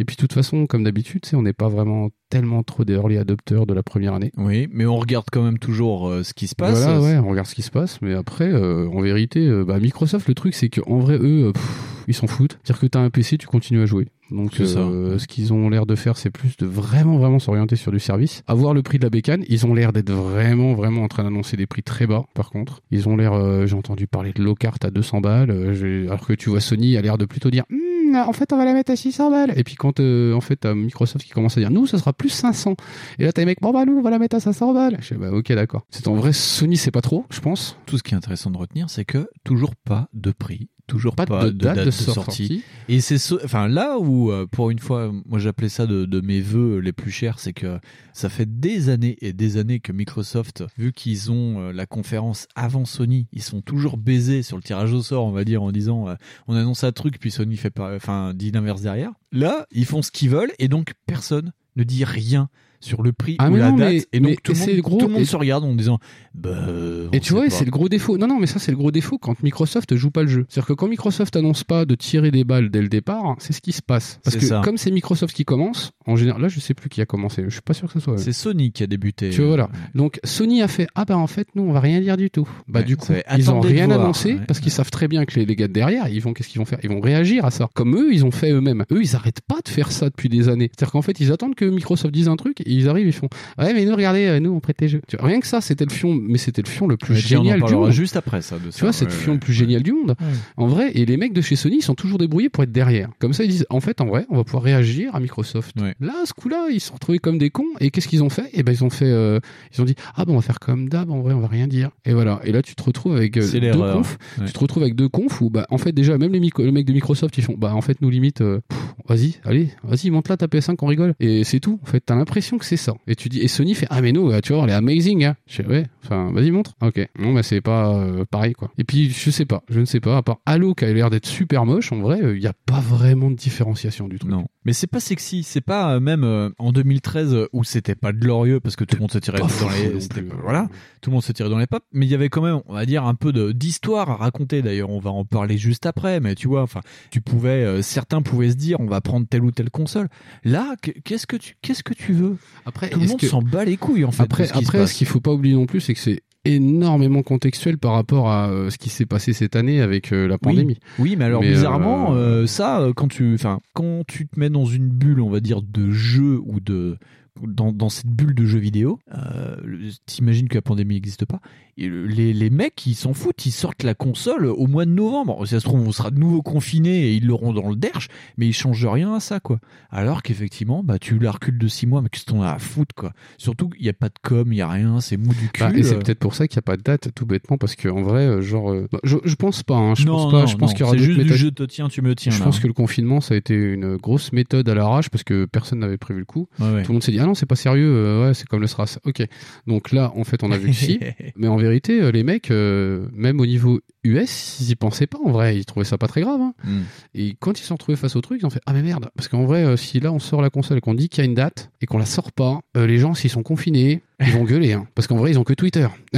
[SPEAKER 5] Et puis, de toute façon, comme d'habitude, tu sais, on n'est pas vraiment tellement trop des early adopteurs de la première année.
[SPEAKER 4] Oui, mais on regarde quand même toujours euh, ce qui se passe.
[SPEAKER 5] Voilà, ouais, on regarde ce qui se passe, mais après, euh, en vérité, euh, bah, Microsoft, le truc, c'est qu'en vrai, eux, euh, pff, ils s'en foutent. Dire que t'as un PC, tu continues à jouer. Donc,
[SPEAKER 4] C'est
[SPEAKER 5] euh, ce qu'ils ont l'air de faire, c'est plus de vraiment, vraiment s'orienter sur du service. Avoir le prix de la bécane, ils ont l'air d'être vraiment, vraiment en train d'annoncer des prix très bas, par contre. Ils ont l'air, euh, j'ai entendu parler de Lockhart à 200 balles, euh, j'ai- alors que tu vois Sony a l'air de plutôt dire, Hmm, en fait, on va la mettre à 600 balles. Et puis, quand, euh, en fait, t'as Microsoft qui commence à dire, nous, ça sera plus 500. Et là, t'as les mecs, bon bah nous, on va la mettre à 500 balles. Je fais, bah ok, d'accord. C'est en vrai, Sony, c'est pas trop, je pense.
[SPEAKER 4] Tout ce qui est intéressant de retenir, c'est que toujours pas de prix, toujours
[SPEAKER 5] Pas,
[SPEAKER 4] pas,
[SPEAKER 5] de date, de sortie.
[SPEAKER 4] Et c'est ce- enfin là où, euh, pour une fois, moi j'appelais ça de, de mes voeux les plus chers, c'est que ça fait des années et des années que Microsoft, vu qu'ils ont euh, la conférence avant Sony, ils sont toujours baisés sur le tirage au sort, on va dire, en disant euh, on annonce un truc puis Sony fait pas, enfin dit l'inverse derrière. Là, ils font ce qu'ils veulent et donc personne ne dit rien sur le prix
[SPEAKER 5] Ah,
[SPEAKER 4] ou
[SPEAKER 5] mais
[SPEAKER 4] la
[SPEAKER 5] non,
[SPEAKER 4] date
[SPEAKER 5] mais-
[SPEAKER 4] et donc
[SPEAKER 5] mais
[SPEAKER 4] tout, le
[SPEAKER 5] c'est
[SPEAKER 4] monde,
[SPEAKER 5] gros,
[SPEAKER 4] tout le monde
[SPEAKER 5] et-
[SPEAKER 4] se regarde en disant bah, euh, on
[SPEAKER 5] Et tu
[SPEAKER 4] sait
[SPEAKER 5] vois,
[SPEAKER 4] pas.
[SPEAKER 5] c'est le gros défaut. Non, non, mais ça, c'est le gros défaut quand Microsoft joue pas le jeu. C'est-à-dire que quand Microsoft annonce pas de tirer des balles dès le départ, c'est ce qui se passe. Parce
[SPEAKER 4] C'est
[SPEAKER 5] que
[SPEAKER 4] ça.
[SPEAKER 5] comme c'est Microsoft qui commence, en général, là, je sais plus qui a commencé. Je suis pas sûr que ce soit. eux.
[SPEAKER 4] c'est Sony qui a débuté.
[SPEAKER 5] Tu vois, voilà. Donc Sony a fait ah bah en fait nous on va rien dire du tout. Bah
[SPEAKER 4] Ouais,
[SPEAKER 5] du coup
[SPEAKER 4] c'est-
[SPEAKER 5] ils ont
[SPEAKER 4] attendez de
[SPEAKER 5] rien
[SPEAKER 4] voir.
[SPEAKER 5] annoncé
[SPEAKER 4] Ouais,
[SPEAKER 5] parce qu'ils savent très bien que les, les gars de derrière ils vont qu'est-ce qu'ils vont faire Ils vont réagir à ça. Comme eux ils ont fait eux-mêmes. Eux ils arrêtent pas de faire ça depuis des années. C'est-à-dire qu'en fait ils attendent que Microsoft dise un truc et ils arrivent, ils font Ouais, mais nous, regardez, euh, nous, on prêtait jeu. Tu vois, rien que ça, c'était le fion, mais c'était le fion le plus
[SPEAKER 15] Tiens, on en
[SPEAKER 5] génial du
[SPEAKER 15] parlera
[SPEAKER 5] monde.
[SPEAKER 15] juste après ça. De
[SPEAKER 5] Tu vois, c'est le fion le plus génial du monde.
[SPEAKER 4] Ouais.
[SPEAKER 5] En vrai, et les mecs de chez Sony, ils sont toujours débrouillés pour être derrière. Comme ça, ils disent, en fait, en vrai, on va pouvoir réagir à Microsoft.
[SPEAKER 4] Ouais.
[SPEAKER 5] Là, à ce coup-là, ils se sont retrouvés comme des cons. Et qu'est-ce qu'ils ont fait Eh ben, ils ont fait, euh, ils ont dit, ah ben, on va faire comme d'hab. En vrai, on va rien dire. Et voilà. Et là, tu te retrouves avec euh,
[SPEAKER 4] C'est
[SPEAKER 5] deux
[SPEAKER 4] l'erreur.
[SPEAKER 5] confs.
[SPEAKER 4] Ouais.
[SPEAKER 5] Tu te retrouves avec deux confs où, bah, en fait, déjà, même les, micro- les mecs de Microsoft, ils font, bah, en fait, nous limite, euh, pff, vas-y, allez, vas-y, monte là ta PS5, on rigole. Et c'est tout. En fait, t'as l'impression que c'est ça. Et tu dis, et Sony fait, ah mais nous, euh, tu vois, on est amazing. Hein. Je fais, ouais, enfin, vas-y, montre. Ah, Ok, non, mais c'est pas euh, pareil, quoi. Et puis, je sais pas, je ne sais pas, à part Halo qui a l'air d'être super moche, en vrai, il n'y a pas vraiment de différenciation du truc.
[SPEAKER 4] Non. Mais c'est pas sexy. C'est pas euh, même euh, en 2013 euh, où c'était pas glorieux parce que tout le monde se tirait
[SPEAKER 5] Pas
[SPEAKER 4] dans
[SPEAKER 5] fou non
[SPEAKER 4] les. c'était
[SPEAKER 5] plus.
[SPEAKER 4] pas- Voilà. Tout le monde se tirait dans les papes. Mais il y avait quand même, on va dire, un peu de- d'histoire à raconter. D'ailleurs, on va en parler juste après. Mais tu vois, enfin, tu pouvais, euh, certains pouvaient se dire, on va prendre telle ou telle console. Là, que- qu'est-ce que tu, qu'est-ce que tu veux
[SPEAKER 5] Après,
[SPEAKER 4] Tout le
[SPEAKER 5] est-ce
[SPEAKER 4] monde
[SPEAKER 5] que-
[SPEAKER 4] s'en bat les couilles en fait. de
[SPEAKER 5] Après,
[SPEAKER 4] ce qui se
[SPEAKER 5] après,
[SPEAKER 4] passe.
[SPEAKER 5] ce qu'il faut pas oublier non plus, c'est que c'est énormément contextuel par rapport à euh, ce qui s'est passé cette année avec euh, la pandémie.
[SPEAKER 4] Oui, mais alors
[SPEAKER 5] Mais,
[SPEAKER 4] bizarrement,
[SPEAKER 5] euh,
[SPEAKER 4] euh, ça, euh, quand tu, enfin, quand tu te mets dans une bulle, on va dire de jeu ou de dans, dans cette bulle de jeux vidéo, euh, le- t'imagines que la pandémie n'existe pas. Et le- les, les mecs, ils s'en foutent, ils sortent la console au mois de novembre. Si ça se trouve, on sera de nouveau confinés et ils l'auront dans le derche, mais ils changent rien à ça, quoi. Alors qu'effectivement, bah, tu la recules de six mois, mais qu'est-ce qu'on a à foutre, quoi. Surtout qu'il n'y a pas de com, il n'y a rien, c'est mou du cul.
[SPEAKER 5] Bah, et c'est
[SPEAKER 4] euh.
[SPEAKER 5] peut-être pour ça qu'il n'y a pas de date, tout bêtement, parce que en vrai, euh, genre, euh, bah, je, je pense pas. hein, je
[SPEAKER 4] non,
[SPEAKER 5] pense pas.
[SPEAKER 4] non,
[SPEAKER 5] je pense
[SPEAKER 4] non,
[SPEAKER 5] qu'il y aura
[SPEAKER 4] c'est
[SPEAKER 5] d'autres
[SPEAKER 4] juste
[SPEAKER 5] méthodes.
[SPEAKER 4] du je te tiens, tu me tiens.
[SPEAKER 5] Je
[SPEAKER 4] là,
[SPEAKER 5] pense
[SPEAKER 4] hein.
[SPEAKER 5] que le confinement, ça a été une grosse méthode à l'arrache parce que personne n'avait prévu le coup.
[SPEAKER 4] Ouais, ouais.
[SPEAKER 5] Tout le monde s'est dit ah non c'est pas sérieux, euh, ouais c'est comme le SRAS. Ok. Donc là en fait on a vu que si. Mais en vérité euh, les mecs euh, même au niveau US ils y pensaient pas en vrai, ils trouvaient ça pas très grave. hein.
[SPEAKER 4] Hmm.
[SPEAKER 5] Et quand ils se sont retrouvés face au truc, ils ont fait Ah, mais merde Parce qu'en vrai, euh, si là on sort la console et qu'on dit qu'il y a une date et qu'on la sort pas, euh, les gens, s'ils sont confinés, ils vont gueuler. hein. parce qu'en vrai, ils ont que Twitter.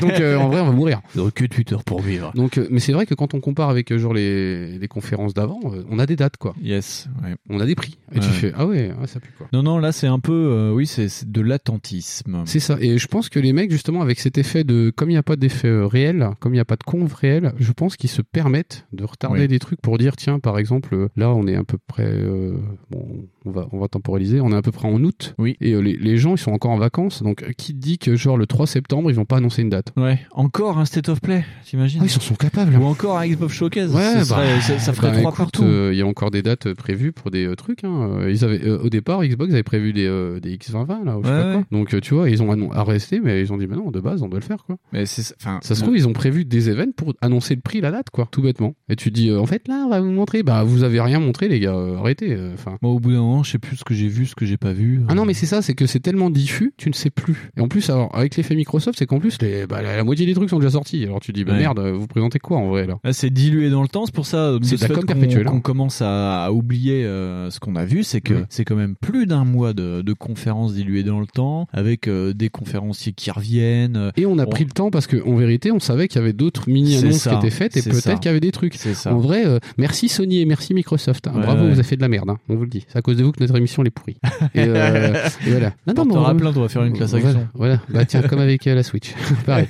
[SPEAKER 5] Donc euh, en vrai, on va mourir.
[SPEAKER 4] Donc, que Twitter pour vivre.
[SPEAKER 5] Donc, euh, mais c'est vrai que quand on compare avec euh, genre les, les conférences d'avant, euh, on a des dates quoi.
[SPEAKER 4] Yes. ouais.
[SPEAKER 5] On a des prix. Et tu
[SPEAKER 4] Ouais.
[SPEAKER 5] fais Ah ouais, ouais, ça pue quoi.
[SPEAKER 4] Non, non, là c'est un peu, euh, oui, c'est c'est de l'attentisme.
[SPEAKER 5] C'est ça. Et je pense que les mecs, justement, avec cet effet de. Comme il n'y a pas d'effet euh, réel, comme il n'y a pas de conve réel, je pense qu'ils se permettent de retarder
[SPEAKER 4] Oui.
[SPEAKER 5] des trucs pour dire tiens, par exemple, euh, là, on est à peu près. euh, bon, on va, on va temporaliser. On est à peu près en août.
[SPEAKER 4] Oui.
[SPEAKER 5] Et euh, les, les gens, ils sont encore en vacances. Donc, euh, qui te dit que, genre, le 3 septembre, ils vont pas annoncer une date
[SPEAKER 4] Ouais. Encore un state of play, t'imagines
[SPEAKER 5] Ah, ils en sont capables.
[SPEAKER 4] Ou encore un Xbox Showcase.
[SPEAKER 5] Ouais,
[SPEAKER 4] ce
[SPEAKER 5] bah,
[SPEAKER 4] serait- hein. ça, ça ferait
[SPEAKER 5] Bah,
[SPEAKER 4] trois
[SPEAKER 5] écoute,
[SPEAKER 4] partout.
[SPEAKER 5] euh, Il y a encore des dates euh, prévues pour des euh, trucs. hein. Euh, Ils avaient, euh, au départ, Xbox avait prévu des, euh, des X2020, là, ou je sais
[SPEAKER 4] Ouais,
[SPEAKER 5] pas quoi.
[SPEAKER 4] ouais.
[SPEAKER 5] Donc, euh, tu vois, ils ont annon- arrêté, mais ils ont dit, mais non, de base, on doit le faire, quoi.
[SPEAKER 4] Mais c'est, enfin,
[SPEAKER 5] Ça se trouve, ils ont prévu des événements pour annoncer le prix, la date, quoi, tout bêtement. Et tu te dis, euh, en fait, là, on va vous montrer. Bah, vous avez rien montré, les gars, euh, arrêtez. euh, Enfin.
[SPEAKER 4] moi, au bout d'un moment, je sais plus ce que j'ai vu, ce que j'ai pas vu.
[SPEAKER 5] ah non, mais c'est ça, c'est que c'est tellement diffus, tu ne sais plus. Et en plus, alors, avec l'effet Microsoft, c'est qu'en plus, les, bah, la, la moitié des trucs sont déjà sortis. Alors tu te dis, bah
[SPEAKER 4] Ouais.
[SPEAKER 5] merde, euh, vous présentez quoi en vrai, là
[SPEAKER 4] Là, c'est dilué dans le temps, c'est pour ça de
[SPEAKER 5] C'est de
[SPEAKER 4] ce
[SPEAKER 5] la
[SPEAKER 4] fait
[SPEAKER 5] com'
[SPEAKER 4] qu'on-
[SPEAKER 5] perpétuelle, hein.
[SPEAKER 4] qu'on commence à, à oublier euh, ce qu'on a vu, c'est que
[SPEAKER 5] Mhm.
[SPEAKER 4] c'est quand même plus d'un mois de, de conférences diluées dans le temps, avec euh, des conférenciers qui reviennent. euh,
[SPEAKER 5] Et on a
[SPEAKER 4] Bon.
[SPEAKER 5] pris le temps parce que, en vérité, on savait qu'il y avait d'autres mini-annonces
[SPEAKER 4] C'est
[SPEAKER 5] qui
[SPEAKER 4] ça,
[SPEAKER 5] étaient faites et
[SPEAKER 4] c'est ça.
[SPEAKER 5] peut-être qu'il y avait des trucs.
[SPEAKER 4] C'est ça.
[SPEAKER 5] En vrai, euh, merci Sony et merci Microsoft. hein.
[SPEAKER 4] Ouais,
[SPEAKER 5] Bravo,
[SPEAKER 4] ouais.
[SPEAKER 5] vous avez fait de la merde, hein. on vous le dit. C'est à cause de vous que notre émission elle est pourrie. Et, euh, et voilà. Non, non, mais on-
[SPEAKER 4] Portera plainte, Ah on va faire une classe action.
[SPEAKER 5] Voilà, voilà. Bah, tiens, comme avec euh, la Switch. Pareil.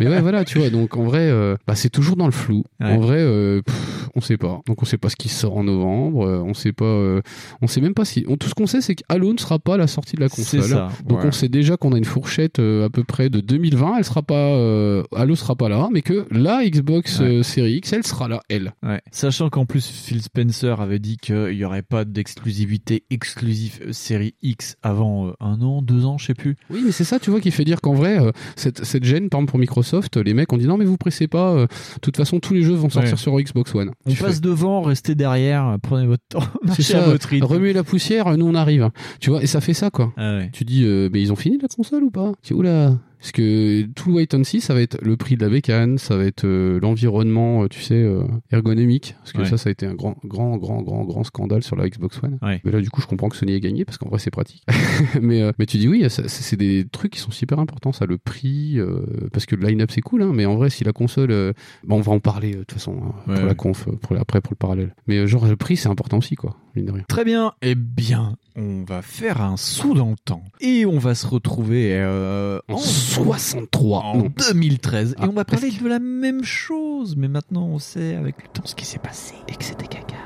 [SPEAKER 5] Mais ouais, voilà, tu vois. Donc, en vrai, euh, bah, c'est toujours dans le flou.
[SPEAKER 4] Ouais.
[SPEAKER 5] En vrai, euh, pff, on sait pas. Donc, on sait pas ce qui sort en novembre. euh, on sait pas. euh, on sait même pas si. on- tout ce qu'on sait, c'est que Halo ne sera pas à la sortie de la
[SPEAKER 4] C'est
[SPEAKER 5] console.
[SPEAKER 4] ça.
[SPEAKER 5] Donc,
[SPEAKER 4] ouais.
[SPEAKER 5] on sait déjà qu'on a une fourchette euh, à peu près de 2020. Elle sera pas. euh, Halo sera pas là. Mais que la Xbox
[SPEAKER 4] Ouais.
[SPEAKER 5] euh, Série X, elle sera là, elle.
[SPEAKER 4] Ouais. Sachant qu'en plus Phil Spencer avait dit qu'il n'y aurait pas d'exclusivité exclusive euh, série X avant euh, un an, deux ans, je sais plus.
[SPEAKER 5] Oui, mais c'est ça, tu vois, qui fait dire qu'en vrai, euh, cette, cette gêne, par exemple, pour Microsoft, euh, les mecs ont dit non, mais vous pressez pas. euh, De toute façon, tous les jeux vont sortir
[SPEAKER 4] Ouais.
[SPEAKER 5] sur Xbox One.
[SPEAKER 4] On
[SPEAKER 5] Tu fais,
[SPEAKER 4] passe devant, restez derrière, euh, prenez votre temps,
[SPEAKER 5] C'est
[SPEAKER 4] marchez
[SPEAKER 5] ça,
[SPEAKER 4] à votre rythme.
[SPEAKER 5] remuer la poussière, nous on arrive. Tu vois, et ça fait ça quoi.
[SPEAKER 4] Ah ouais.
[SPEAKER 5] Tu dis, euh, mais ils ont fini la console ou pas Tu dis, oula Parce que tout le wait and see, ça va être le prix de la bécane, ça va être euh, l'environnement, euh, tu sais, euh, ergonomique. Parce que
[SPEAKER 4] Ouais.
[SPEAKER 5] ça, ça a été un grand, grand, grand, grand, grand scandale sur la Xbox One.
[SPEAKER 4] Ouais.
[SPEAKER 5] Mais là, du coup, je comprends que Sony ait gagné parce qu'en vrai, c'est pratique. mais, euh, mais tu dis, oui, ça- c'est c'est des trucs qui sont super importants, ça, le prix. euh, parce que le line-up, c'est cool, hein, mais en vrai, si la console. euh, bah, on va en parler euh, de toute façon hein,
[SPEAKER 4] Ouais,
[SPEAKER 5] pour
[SPEAKER 4] ouais.
[SPEAKER 5] la conf, euh, pour, la- après pour le parallèle. Mais euh, genre, le prix, c'est important aussi, quoi, mine de rien.
[SPEAKER 4] Très bien, eh bien, on va faire un saut dans le temps et on va se retrouver euh,
[SPEAKER 5] En
[SPEAKER 4] en,
[SPEAKER 5] 63.
[SPEAKER 4] en
[SPEAKER 5] non.
[SPEAKER 4] 2013
[SPEAKER 5] Ah,
[SPEAKER 4] et on va parler de la même chose, mais maintenant on sait avec le temps ce qui s'est passé.
[SPEAKER 16] Et que c'était caca.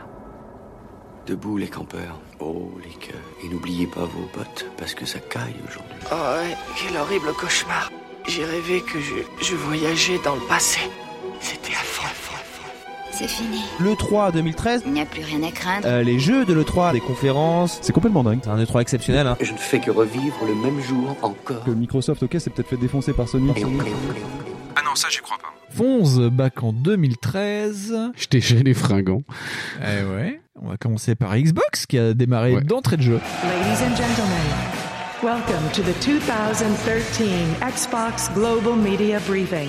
[SPEAKER 6] Debout les campeurs. Oh les cœurs. Et n'oubliez pas vos bottes, parce que ça caille aujourd'hui.
[SPEAKER 7] Oh ouais, quel horrible cauchemar. J'ai rêvé que je, je voyageais dans le passé. C'était affreux, affreux, affreux.
[SPEAKER 1] C'est fini.
[SPEAKER 17] L'E3 2013,
[SPEAKER 1] Il n'y a plus rien à craindre.
[SPEAKER 17] euh, les jeux de l'E3, les conférences.
[SPEAKER 14] C'est complètement dingue.
[SPEAKER 17] C'est un E3 exceptionnel, hein.
[SPEAKER 6] Je ne fais que revivre le même jour encore.
[SPEAKER 14] Que Microsoft, ok, c'est peut-être fait défoncer par Sony.
[SPEAKER 6] Et on- et on- et
[SPEAKER 18] Ah non, ça j'y crois pas.
[SPEAKER 4] Fonz, back en 2013.
[SPEAKER 5] J'étais chez les fringants.
[SPEAKER 4] Eh ouais. On va commencer par Xbox qui a démarré
[SPEAKER 5] Ouais.
[SPEAKER 4] d'entrée de jeu.
[SPEAKER 7] Ladies and gentlemen, welcome to the 2013 Xbox Global Media Briefing.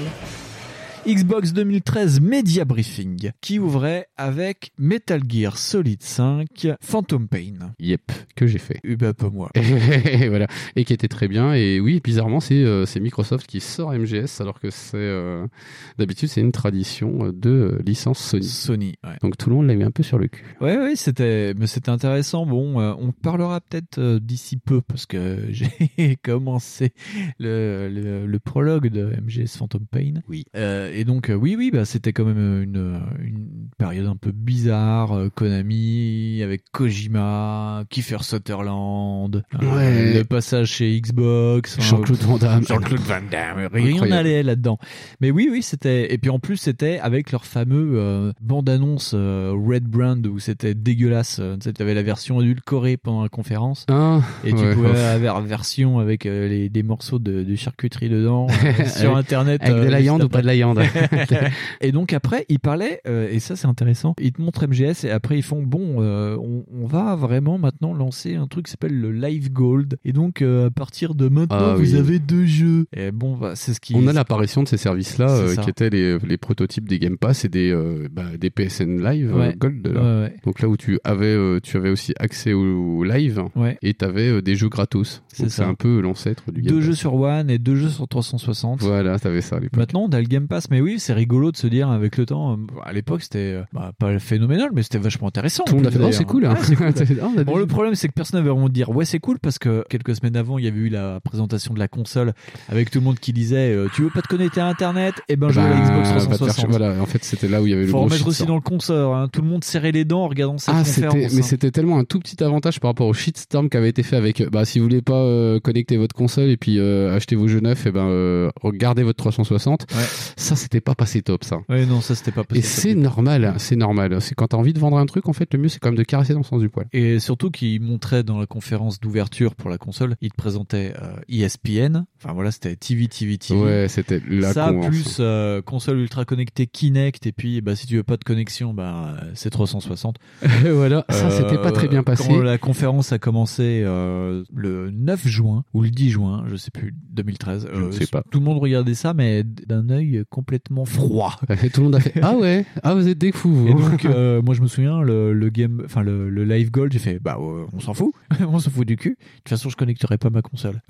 [SPEAKER 4] Xbox 2013 Media Briefing qui ouvrait avec Metal Gear Solid 5 Phantom Pain.
[SPEAKER 5] Yep, que j'ai fait.
[SPEAKER 4] Eh ben, pas moi.
[SPEAKER 5] Et voilà. Et qui était très bien. Et oui, bizarrement, c'est euh, c'est Microsoft qui sort MGS, alors que c'est euh, d'habitude c'est une tradition euh, de euh, licence Sony.
[SPEAKER 4] Sony, ouais.
[SPEAKER 5] Donc tout le monde l'a eu un peu sur le cul.
[SPEAKER 4] Ouais, ouais, c'était, mais c'était intéressant. Bon, euh, on parlera peut-être euh, d'ici peu parce que j'ai commencé le, le, le prologue de MGS Phantom Pain.
[SPEAKER 5] Oui.
[SPEAKER 4] Euh, et donc, euh, oui, oui, bah, c'était quand même euh, une, euh, une période un peu bizarre. euh, Konami avec Kojima, Kiefer Sutherland, euh,
[SPEAKER 5] Ouais.
[SPEAKER 4] le passage chez Xbox. enfin,
[SPEAKER 5] Jean-Claude Van Damme.
[SPEAKER 4] Jean-Claude Van Damme. Rien
[SPEAKER 5] Incroyable.
[SPEAKER 4] n'allait là-dedans. Euh, Mais oui, oui, c'était. Et puis en plus, c'était avec leur fameux euh, bande-annonce euh, Red Brand où c'était dégueulasse. Euh, Tu avais la version édulcorée pendant la conférence.
[SPEAKER 5] Hein
[SPEAKER 4] Et tu
[SPEAKER 5] Ouais.
[SPEAKER 4] pouvais avoir la version avec euh, les, des morceaux de, de charcuterie dedans euh, sur Internet.
[SPEAKER 5] Avec
[SPEAKER 4] euh,
[SPEAKER 5] de la
[SPEAKER 4] juste
[SPEAKER 5] viande ou pas de la viande
[SPEAKER 4] et donc après, ils parlaient, euh, et ça c'est intéressant, ils te montrent MGS et après ils font, bon, euh, on, on va vraiment maintenant lancer un truc qui s'appelle le Live Gold. Et donc euh, à partir de maintenant,
[SPEAKER 5] Ah
[SPEAKER 4] vous
[SPEAKER 5] oui.
[SPEAKER 4] avez deux jeux. Et bon, bah, c'est ce qui...
[SPEAKER 5] On a l'apparition de ces services-là
[SPEAKER 4] C'est
[SPEAKER 5] euh,
[SPEAKER 4] ça.
[SPEAKER 5] qui étaient les, les prototypes des Game Pass et des, euh, bah, des PSN Live euh,
[SPEAKER 4] Ouais.
[SPEAKER 5] Gold.
[SPEAKER 4] Ouais,
[SPEAKER 5] Là.
[SPEAKER 4] ouais.
[SPEAKER 5] Donc là où tu avais, euh, tu avais aussi accès au, au live
[SPEAKER 4] ouais.
[SPEAKER 5] et tu avais des jeux gratos.
[SPEAKER 4] C'est
[SPEAKER 5] Donc
[SPEAKER 4] ça.
[SPEAKER 5] c'est un peu l'ancêtre du Game
[SPEAKER 4] Deux
[SPEAKER 5] Pass.
[SPEAKER 4] jeux sur One et deux jeux sur 360.
[SPEAKER 5] Voilà, t'avais ça à l'époque.
[SPEAKER 4] Maintenant, on a le Game Pass, mais oui, c'est rigolo de se dire avec le temps. euh, À l'époque, c'était euh, bah, pas phénoménal, mais c'était vachement intéressant.
[SPEAKER 5] Tout le monde
[SPEAKER 4] en
[SPEAKER 5] a
[SPEAKER 4] plus,
[SPEAKER 5] fait, oh, c'est
[SPEAKER 4] d'ailleurs.
[SPEAKER 5] cool. hein.
[SPEAKER 4] Ouais, c'est cool.
[SPEAKER 5] Ah, on a des
[SPEAKER 4] Bon,
[SPEAKER 5] jeux.
[SPEAKER 4] le problème, c'est que personne n'avait vraiment de dire ouais, c'est cool parce que quelques semaines avant, il y avait eu la présentation de la console avec tout le monde qui disait euh, tu veux pas te connecter à Internet Eh ben, joue à la
[SPEAKER 5] Bah,
[SPEAKER 4] Xbox
[SPEAKER 5] va te faire
[SPEAKER 4] 360.
[SPEAKER 5] chier. Voilà, en fait, c'était là où il y avait le
[SPEAKER 4] Faut
[SPEAKER 5] gros
[SPEAKER 4] remettre
[SPEAKER 5] shitstorm.
[SPEAKER 4] aussi dans le consort. hein. Tout le monde serrait les dents en regardant cette
[SPEAKER 5] Ah, c'était,
[SPEAKER 4] conférence.
[SPEAKER 5] mais
[SPEAKER 4] hein.
[SPEAKER 5] c'était tellement un tout petit avantage par rapport au shitstorm qui avait été fait avec, euh, bah, si vous voulez pas euh, connecter votre console et puis euh, acheter vos jeux neufs, et ben, euh, regardez votre 360.
[SPEAKER 4] Ouais.
[SPEAKER 5] Ça, c'était pas passé top, ça.
[SPEAKER 4] Ouais, non, ça c'était pas
[SPEAKER 5] Et
[SPEAKER 4] possible.
[SPEAKER 5] c'est normal, c'est normal. C'est quand t'as envie de vendre un truc, en fait, le mieux, c'est quand même de caresser dans le sens du poil.
[SPEAKER 4] Et surtout qu'il montrait dans la conférence d'ouverture pour la console, il te présentait euh, ESPN. Enfin voilà, c'était TV, TV, TV.
[SPEAKER 5] Ouais, c'était la hein.
[SPEAKER 4] ça
[SPEAKER 5] convention.
[SPEAKER 4] plus euh, console ultra connectée Kinect et puis bah, si tu veux pas de connexion bah, euh, c'est 360
[SPEAKER 5] voilà, ça, c'était pas
[SPEAKER 4] Euh,
[SPEAKER 5] très bien passé.
[SPEAKER 4] quand la conférence a commencé euh, le 9 juin ou le 10 juin je sais plus 2013
[SPEAKER 5] Je ne sais pas.
[SPEAKER 4] euh, tout le monde regardait ça mais d'un œil complètement froid
[SPEAKER 5] Et tout le monde a fait, ah ouais, ah, vous êtes des fous, vous.
[SPEAKER 4] et donc, euh, moi, je me souviens, le, le game, enfin le, le live gold, j'ai fait, bah, euh, on s'en fout, on s'en fout du cul. De toute façon, je connecterai pas ma console.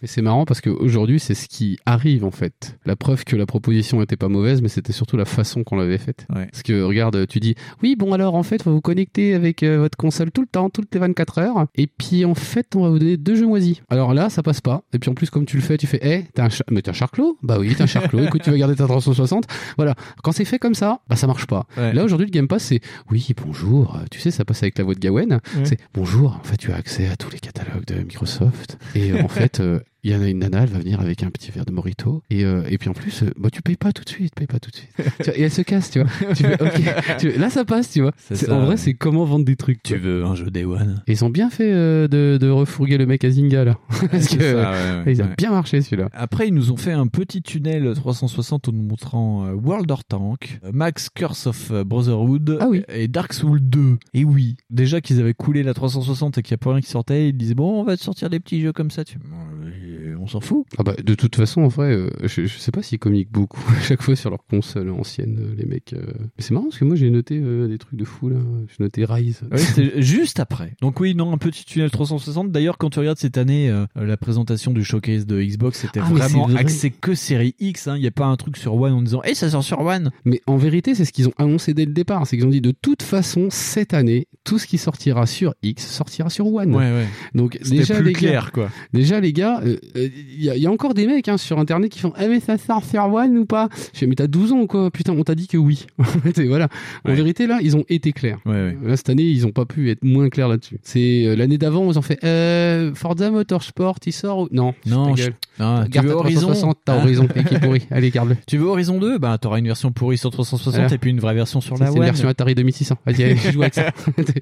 [SPEAKER 5] Et c'est marrant parce qu'aujourd'hui, c'est ce qui arrive en fait. La preuve que la proposition n'était pas mauvaise, mais c'était surtout la façon qu'on l'avait faite.
[SPEAKER 4] Ouais.
[SPEAKER 5] Parce que regarde, tu dis oui, bon alors en fait, on va vous connecter avec euh, votre console tout le temps, toutes les 24 heures, et puis en fait, on va vous donner deux jeux moisis. Alors là, ça passe pas. Et puis en plus, comme tu le fais, tu fais, eh, t'es un, char- mais t'es un charclos Bah oui, t'es un charclos. Écoute, tu vas garder ta 360. Voilà. Quand c'est fait comme ça, bah ça marche pas.
[SPEAKER 4] Ouais.
[SPEAKER 5] Là aujourd'hui, le Game Pass, c'est oui, bonjour. euh, Tu sais, ça passe avec la voix de Gawen.
[SPEAKER 4] Ouais.
[SPEAKER 5] C'est bonjour. En fait, tu as accès à tous les catalogues de Microsoft. Et euh, en fait, euh, il y en a une nana, elle va venir avec un petit verre de Morito. Et, euh, et puis en plus, euh, bah, tu payes pas tout de suite, paye pas tout de suite. Tu vois, et elle se casse, tu vois. Tu fais, ok. Tu fais, là, ça passe, tu vois.
[SPEAKER 4] C'est
[SPEAKER 5] C'est-
[SPEAKER 4] ça,
[SPEAKER 5] en
[SPEAKER 4] ouais.
[SPEAKER 5] vrai, c'est comment vendre des trucs.
[SPEAKER 4] Tu veux un jeu Day One
[SPEAKER 5] Ils ont bien fait euh, de, de refourguer le mec à Zynga, là. Parce que euh, ils ont bien marché, celui-là.
[SPEAKER 4] Après, ils nous ont fait un petit tunnel 360 en nous montrant euh, World of Tank, euh, Max Curse of euh, Brotherhood
[SPEAKER 5] Ah oui.
[SPEAKER 4] et Dark Souls 2. Et oui, déjà qu'ils avaient coulé la 360 et qu'il n'y a pas rien qui sortait, ils disaient bon, on va te sortir des petits jeux comme ça. Tu... fais, Bon, euh, On s'en fout.
[SPEAKER 5] Ah bah, de toute façon, en vrai, euh, je, je sais pas s'ils communiquent beaucoup à chaque fois sur leur console ancienne, euh, les mecs. euh. Mais c'est marrant parce que moi, j'ai noté euh, des trucs de fou, là. J'ai noté Rise.
[SPEAKER 4] Ah Oui, c'était juste après. Donc oui, non, un petit tunnel 360. D'ailleurs, quand tu regardes cette année, euh, la présentation du showcase de Xbox, c'était
[SPEAKER 5] Ah, mais
[SPEAKER 4] vraiment
[SPEAKER 5] c'est vrai.
[SPEAKER 4] axé que série X. hein. Il n'y a pas un truc sur One en disant, Eh, ça sort sur One.
[SPEAKER 5] Mais en vérité, c'est ce qu'ils ont annoncé dès le départ. C'est qu'ils ont dit de toute façon, cette année, tout ce qui sortira sur X sortira sur One.
[SPEAKER 4] ouais.
[SPEAKER 5] Donc
[SPEAKER 4] C'était
[SPEAKER 5] déjà
[SPEAKER 4] plus
[SPEAKER 5] les, gars,
[SPEAKER 4] clair, quoi.
[SPEAKER 5] déjà, les gars, euh, euh, il y, a- il y a encore des mecs hein, sur internet qui font Eh, mais ça sort sur One ou pas Je fais Mais t'as 12 ans ou quoi Putain, on t'a dit que oui. Et voilà. En vérité, là, ils ont été clairs. Là, cette année, ils ont pas pu être moins clairs là-dessus. C'est euh, l'année d'avant, on s'en fait euh, Forza Motorsport, il sort ou- Non,
[SPEAKER 4] Non,
[SPEAKER 5] je...
[SPEAKER 4] je- non, tu
[SPEAKER 5] Garde
[SPEAKER 4] veux
[SPEAKER 5] ta
[SPEAKER 4] Horizon
[SPEAKER 5] 360, t'as
[SPEAKER 4] Ah.
[SPEAKER 5] Horizon et qui est pourri. Allez, garde-le.
[SPEAKER 4] Tu veux Horizon 2 Bah, t'auras une version pourrie sur 360
[SPEAKER 5] Voilà.
[SPEAKER 4] et puis une vraie version sur
[SPEAKER 5] Ça,
[SPEAKER 4] la
[SPEAKER 5] C'est une
[SPEAKER 4] One.
[SPEAKER 5] version Atari 2600. Vas-y, allez, tu joues avec ça.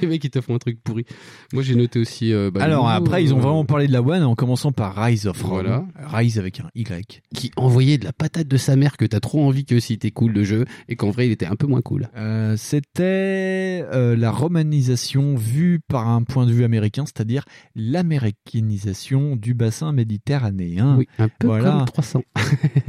[SPEAKER 5] les mecs, ils te font un truc pourri. Moi, j'ai noté aussi. euh, bah,
[SPEAKER 4] Alors
[SPEAKER 5] nous,
[SPEAKER 4] après, ils ont
[SPEAKER 5] euh,
[SPEAKER 4] vraiment parlé de la One en commençant par Rise of Rome.
[SPEAKER 5] Voilà.
[SPEAKER 4] Rise avec un Y.
[SPEAKER 5] qui envoyait de la patate de sa mère que t'as trop envie que si t'es cool le jeu et qu'en vrai il était un peu moins cool.
[SPEAKER 4] Euh, C'était euh, la romanisation vue par un point de vue américain, c'est-à-dire l'américanisation du bassin méditerranéen.
[SPEAKER 5] Oui, un peu
[SPEAKER 4] Ah. Voilà.
[SPEAKER 5] comme 300.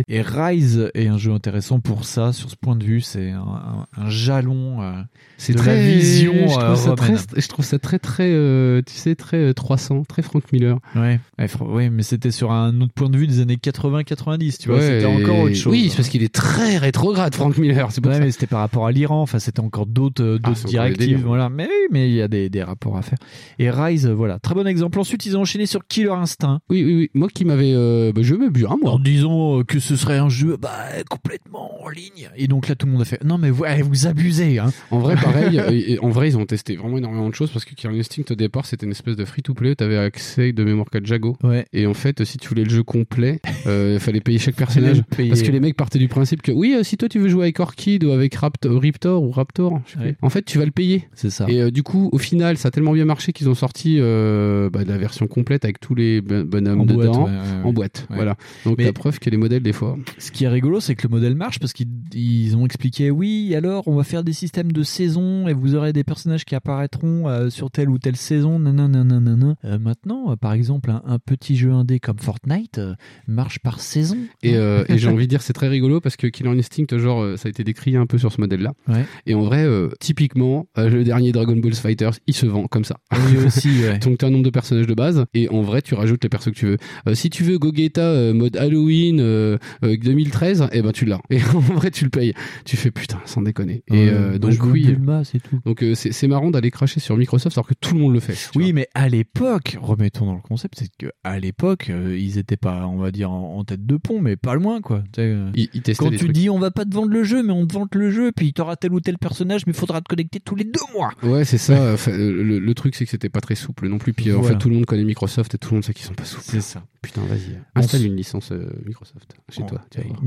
[SPEAKER 4] Et Rise est un jeu intéressant pour ça, sur ce point de vue, c'est un, un- un jalon euh,
[SPEAKER 5] C'est
[SPEAKER 4] de
[SPEAKER 5] très
[SPEAKER 4] la vision
[SPEAKER 5] Je
[SPEAKER 4] euh,
[SPEAKER 5] trouve,
[SPEAKER 4] romaine.
[SPEAKER 5] ça très, je trouve ça très très euh, tu sais très euh, 300, très Frank Miller.
[SPEAKER 4] Ouais, Ouais, fr- ouais, mais c'était sur un autre point de vue des années 80-90, tu vois,
[SPEAKER 5] Ouais,
[SPEAKER 4] c'était encore
[SPEAKER 5] et-
[SPEAKER 4] autre chose.
[SPEAKER 5] Oui, c'est parce qu'il est très rétrograde Frank Miller, c'est pour
[SPEAKER 4] Ouais,
[SPEAKER 5] ça.
[SPEAKER 4] mais c'était par rapport à l'Iran, enfin c'était encore d'autres euh,
[SPEAKER 5] Ah,
[SPEAKER 4] d'autres
[SPEAKER 5] c'est encore le
[SPEAKER 4] directives,
[SPEAKER 5] délire.
[SPEAKER 4] voilà. Mais oui, mais il y a des, des rapports à faire. Et Rise, euh, voilà, très bon exemple. Ensuite, ils ont enchaîné sur Killer Instinct.
[SPEAKER 5] Oui, oui, oui. Moi qui m'avais. euh, bah, je me bu, hein, moi.
[SPEAKER 4] En disant euh, que ce serait un jeu bah, complètement en ligne. Et donc là, tout le monde a fait Non, mais vous, eh, vous abusez. Hein.
[SPEAKER 5] En vrai, pareil, euh, et- et en vrai, ils ont testé vraiment énormément de choses parce que Killer Instinct, au départ, c'était une espèce de free-to-play. T'avais accès de mémoire qu'à Jago.
[SPEAKER 4] Ouais.
[SPEAKER 5] Et en fait, si tu voulais le jeu complet, euh, fallait payer chaque personnage.
[SPEAKER 4] Fallait le payer.
[SPEAKER 5] Parce que les mecs partaient du principe que oui, euh, si toi tu veux jouer avec Orchid ou avec Rapt- Riptor ou Raptor, je sais plus,
[SPEAKER 4] Ouais.
[SPEAKER 5] en fait, tu vas le payer.
[SPEAKER 4] C'est ça.
[SPEAKER 5] Et euh, du coup, au final, ça a tellement bien marché qu'ils ont sorti euh, bah, la version complète avec tous les bon- bonhommes
[SPEAKER 4] En boîte,
[SPEAKER 5] euh, dedans.
[SPEAKER 4] ouais, ouais, ouais.
[SPEAKER 5] En boîte,
[SPEAKER 4] Ouais.
[SPEAKER 5] voilà. Donc
[SPEAKER 4] Mais-
[SPEAKER 5] la preuve que les modèles, des fois.
[SPEAKER 4] Ce qui est rigolo, c'est que le modèle marche parce qu'ils ils ont expliqué oui, alors on va faire des systèmes de saison et vous aurez des personnages qui apparaîtront euh, sur telle ou telle saison. Nanana, nanana. Euh, maintenant, euh, par exemple, un, un petit jeu indé comme Fortnite euh, marche par saison.
[SPEAKER 5] Et, euh, et j'ai envie de dire, c'est très rigolo parce que Killer Instinct, genre, euh, ça a été décrié un peu sur ce modèle-là.
[SPEAKER 4] Ouais.
[SPEAKER 5] Et en vrai, euh, typiquement, euh, le dernier Dragon Ball Fighters, il se vend comme ça.
[SPEAKER 4] Ah Oui, aussi, ouais.
[SPEAKER 5] Donc t'as un nombre de personnages de base et en vrai tu rajoutes les persos que tu veux. Euh, si tu veux Gogeta euh, mode Halloween euh, euh, 2013, eh ben tu l'as. Et en vrai tu le payes. Tu fais putain sans déconner. Et
[SPEAKER 4] Euh,
[SPEAKER 5] euh,
[SPEAKER 4] moi,
[SPEAKER 5] donc
[SPEAKER 4] je veux
[SPEAKER 5] oui.
[SPEAKER 4] Bulma, c'est tout.
[SPEAKER 5] Donc euh, c'est c'est marrant d'aller cracher sur Microsoft alors que tout le monde le fait. tu
[SPEAKER 4] Oui, mais à l'époque, remettons dans le concept, c'est que à l'époque, euh, ils étaient pas, on va dire, en, en tête de pont, mais pas loin, quoi. Tu sais, euh,
[SPEAKER 5] Ils, ils testaient
[SPEAKER 4] Quand
[SPEAKER 5] des
[SPEAKER 4] tu
[SPEAKER 5] trucs.
[SPEAKER 4] dis on va pas te vendre le jeu, mais on te vante le jeu, puis t'auras tel ou tel personnage, mais il faudra te connecter tous les deux mois.
[SPEAKER 5] Ouais, c'est ça. Enfin, euh, le, le truc, c'est que c'était pas très souple non plus. Puis euh, en
[SPEAKER 4] Voilà.
[SPEAKER 5] fait, tout le monde connaît Microsoft et tout le monde sait qu'ils sont pas souples.
[SPEAKER 4] ça.
[SPEAKER 5] Putain, vas-y.
[SPEAKER 4] On
[SPEAKER 5] Installe
[SPEAKER 4] s-
[SPEAKER 5] une licence euh, Microsoft chez toi. Tu vas voir.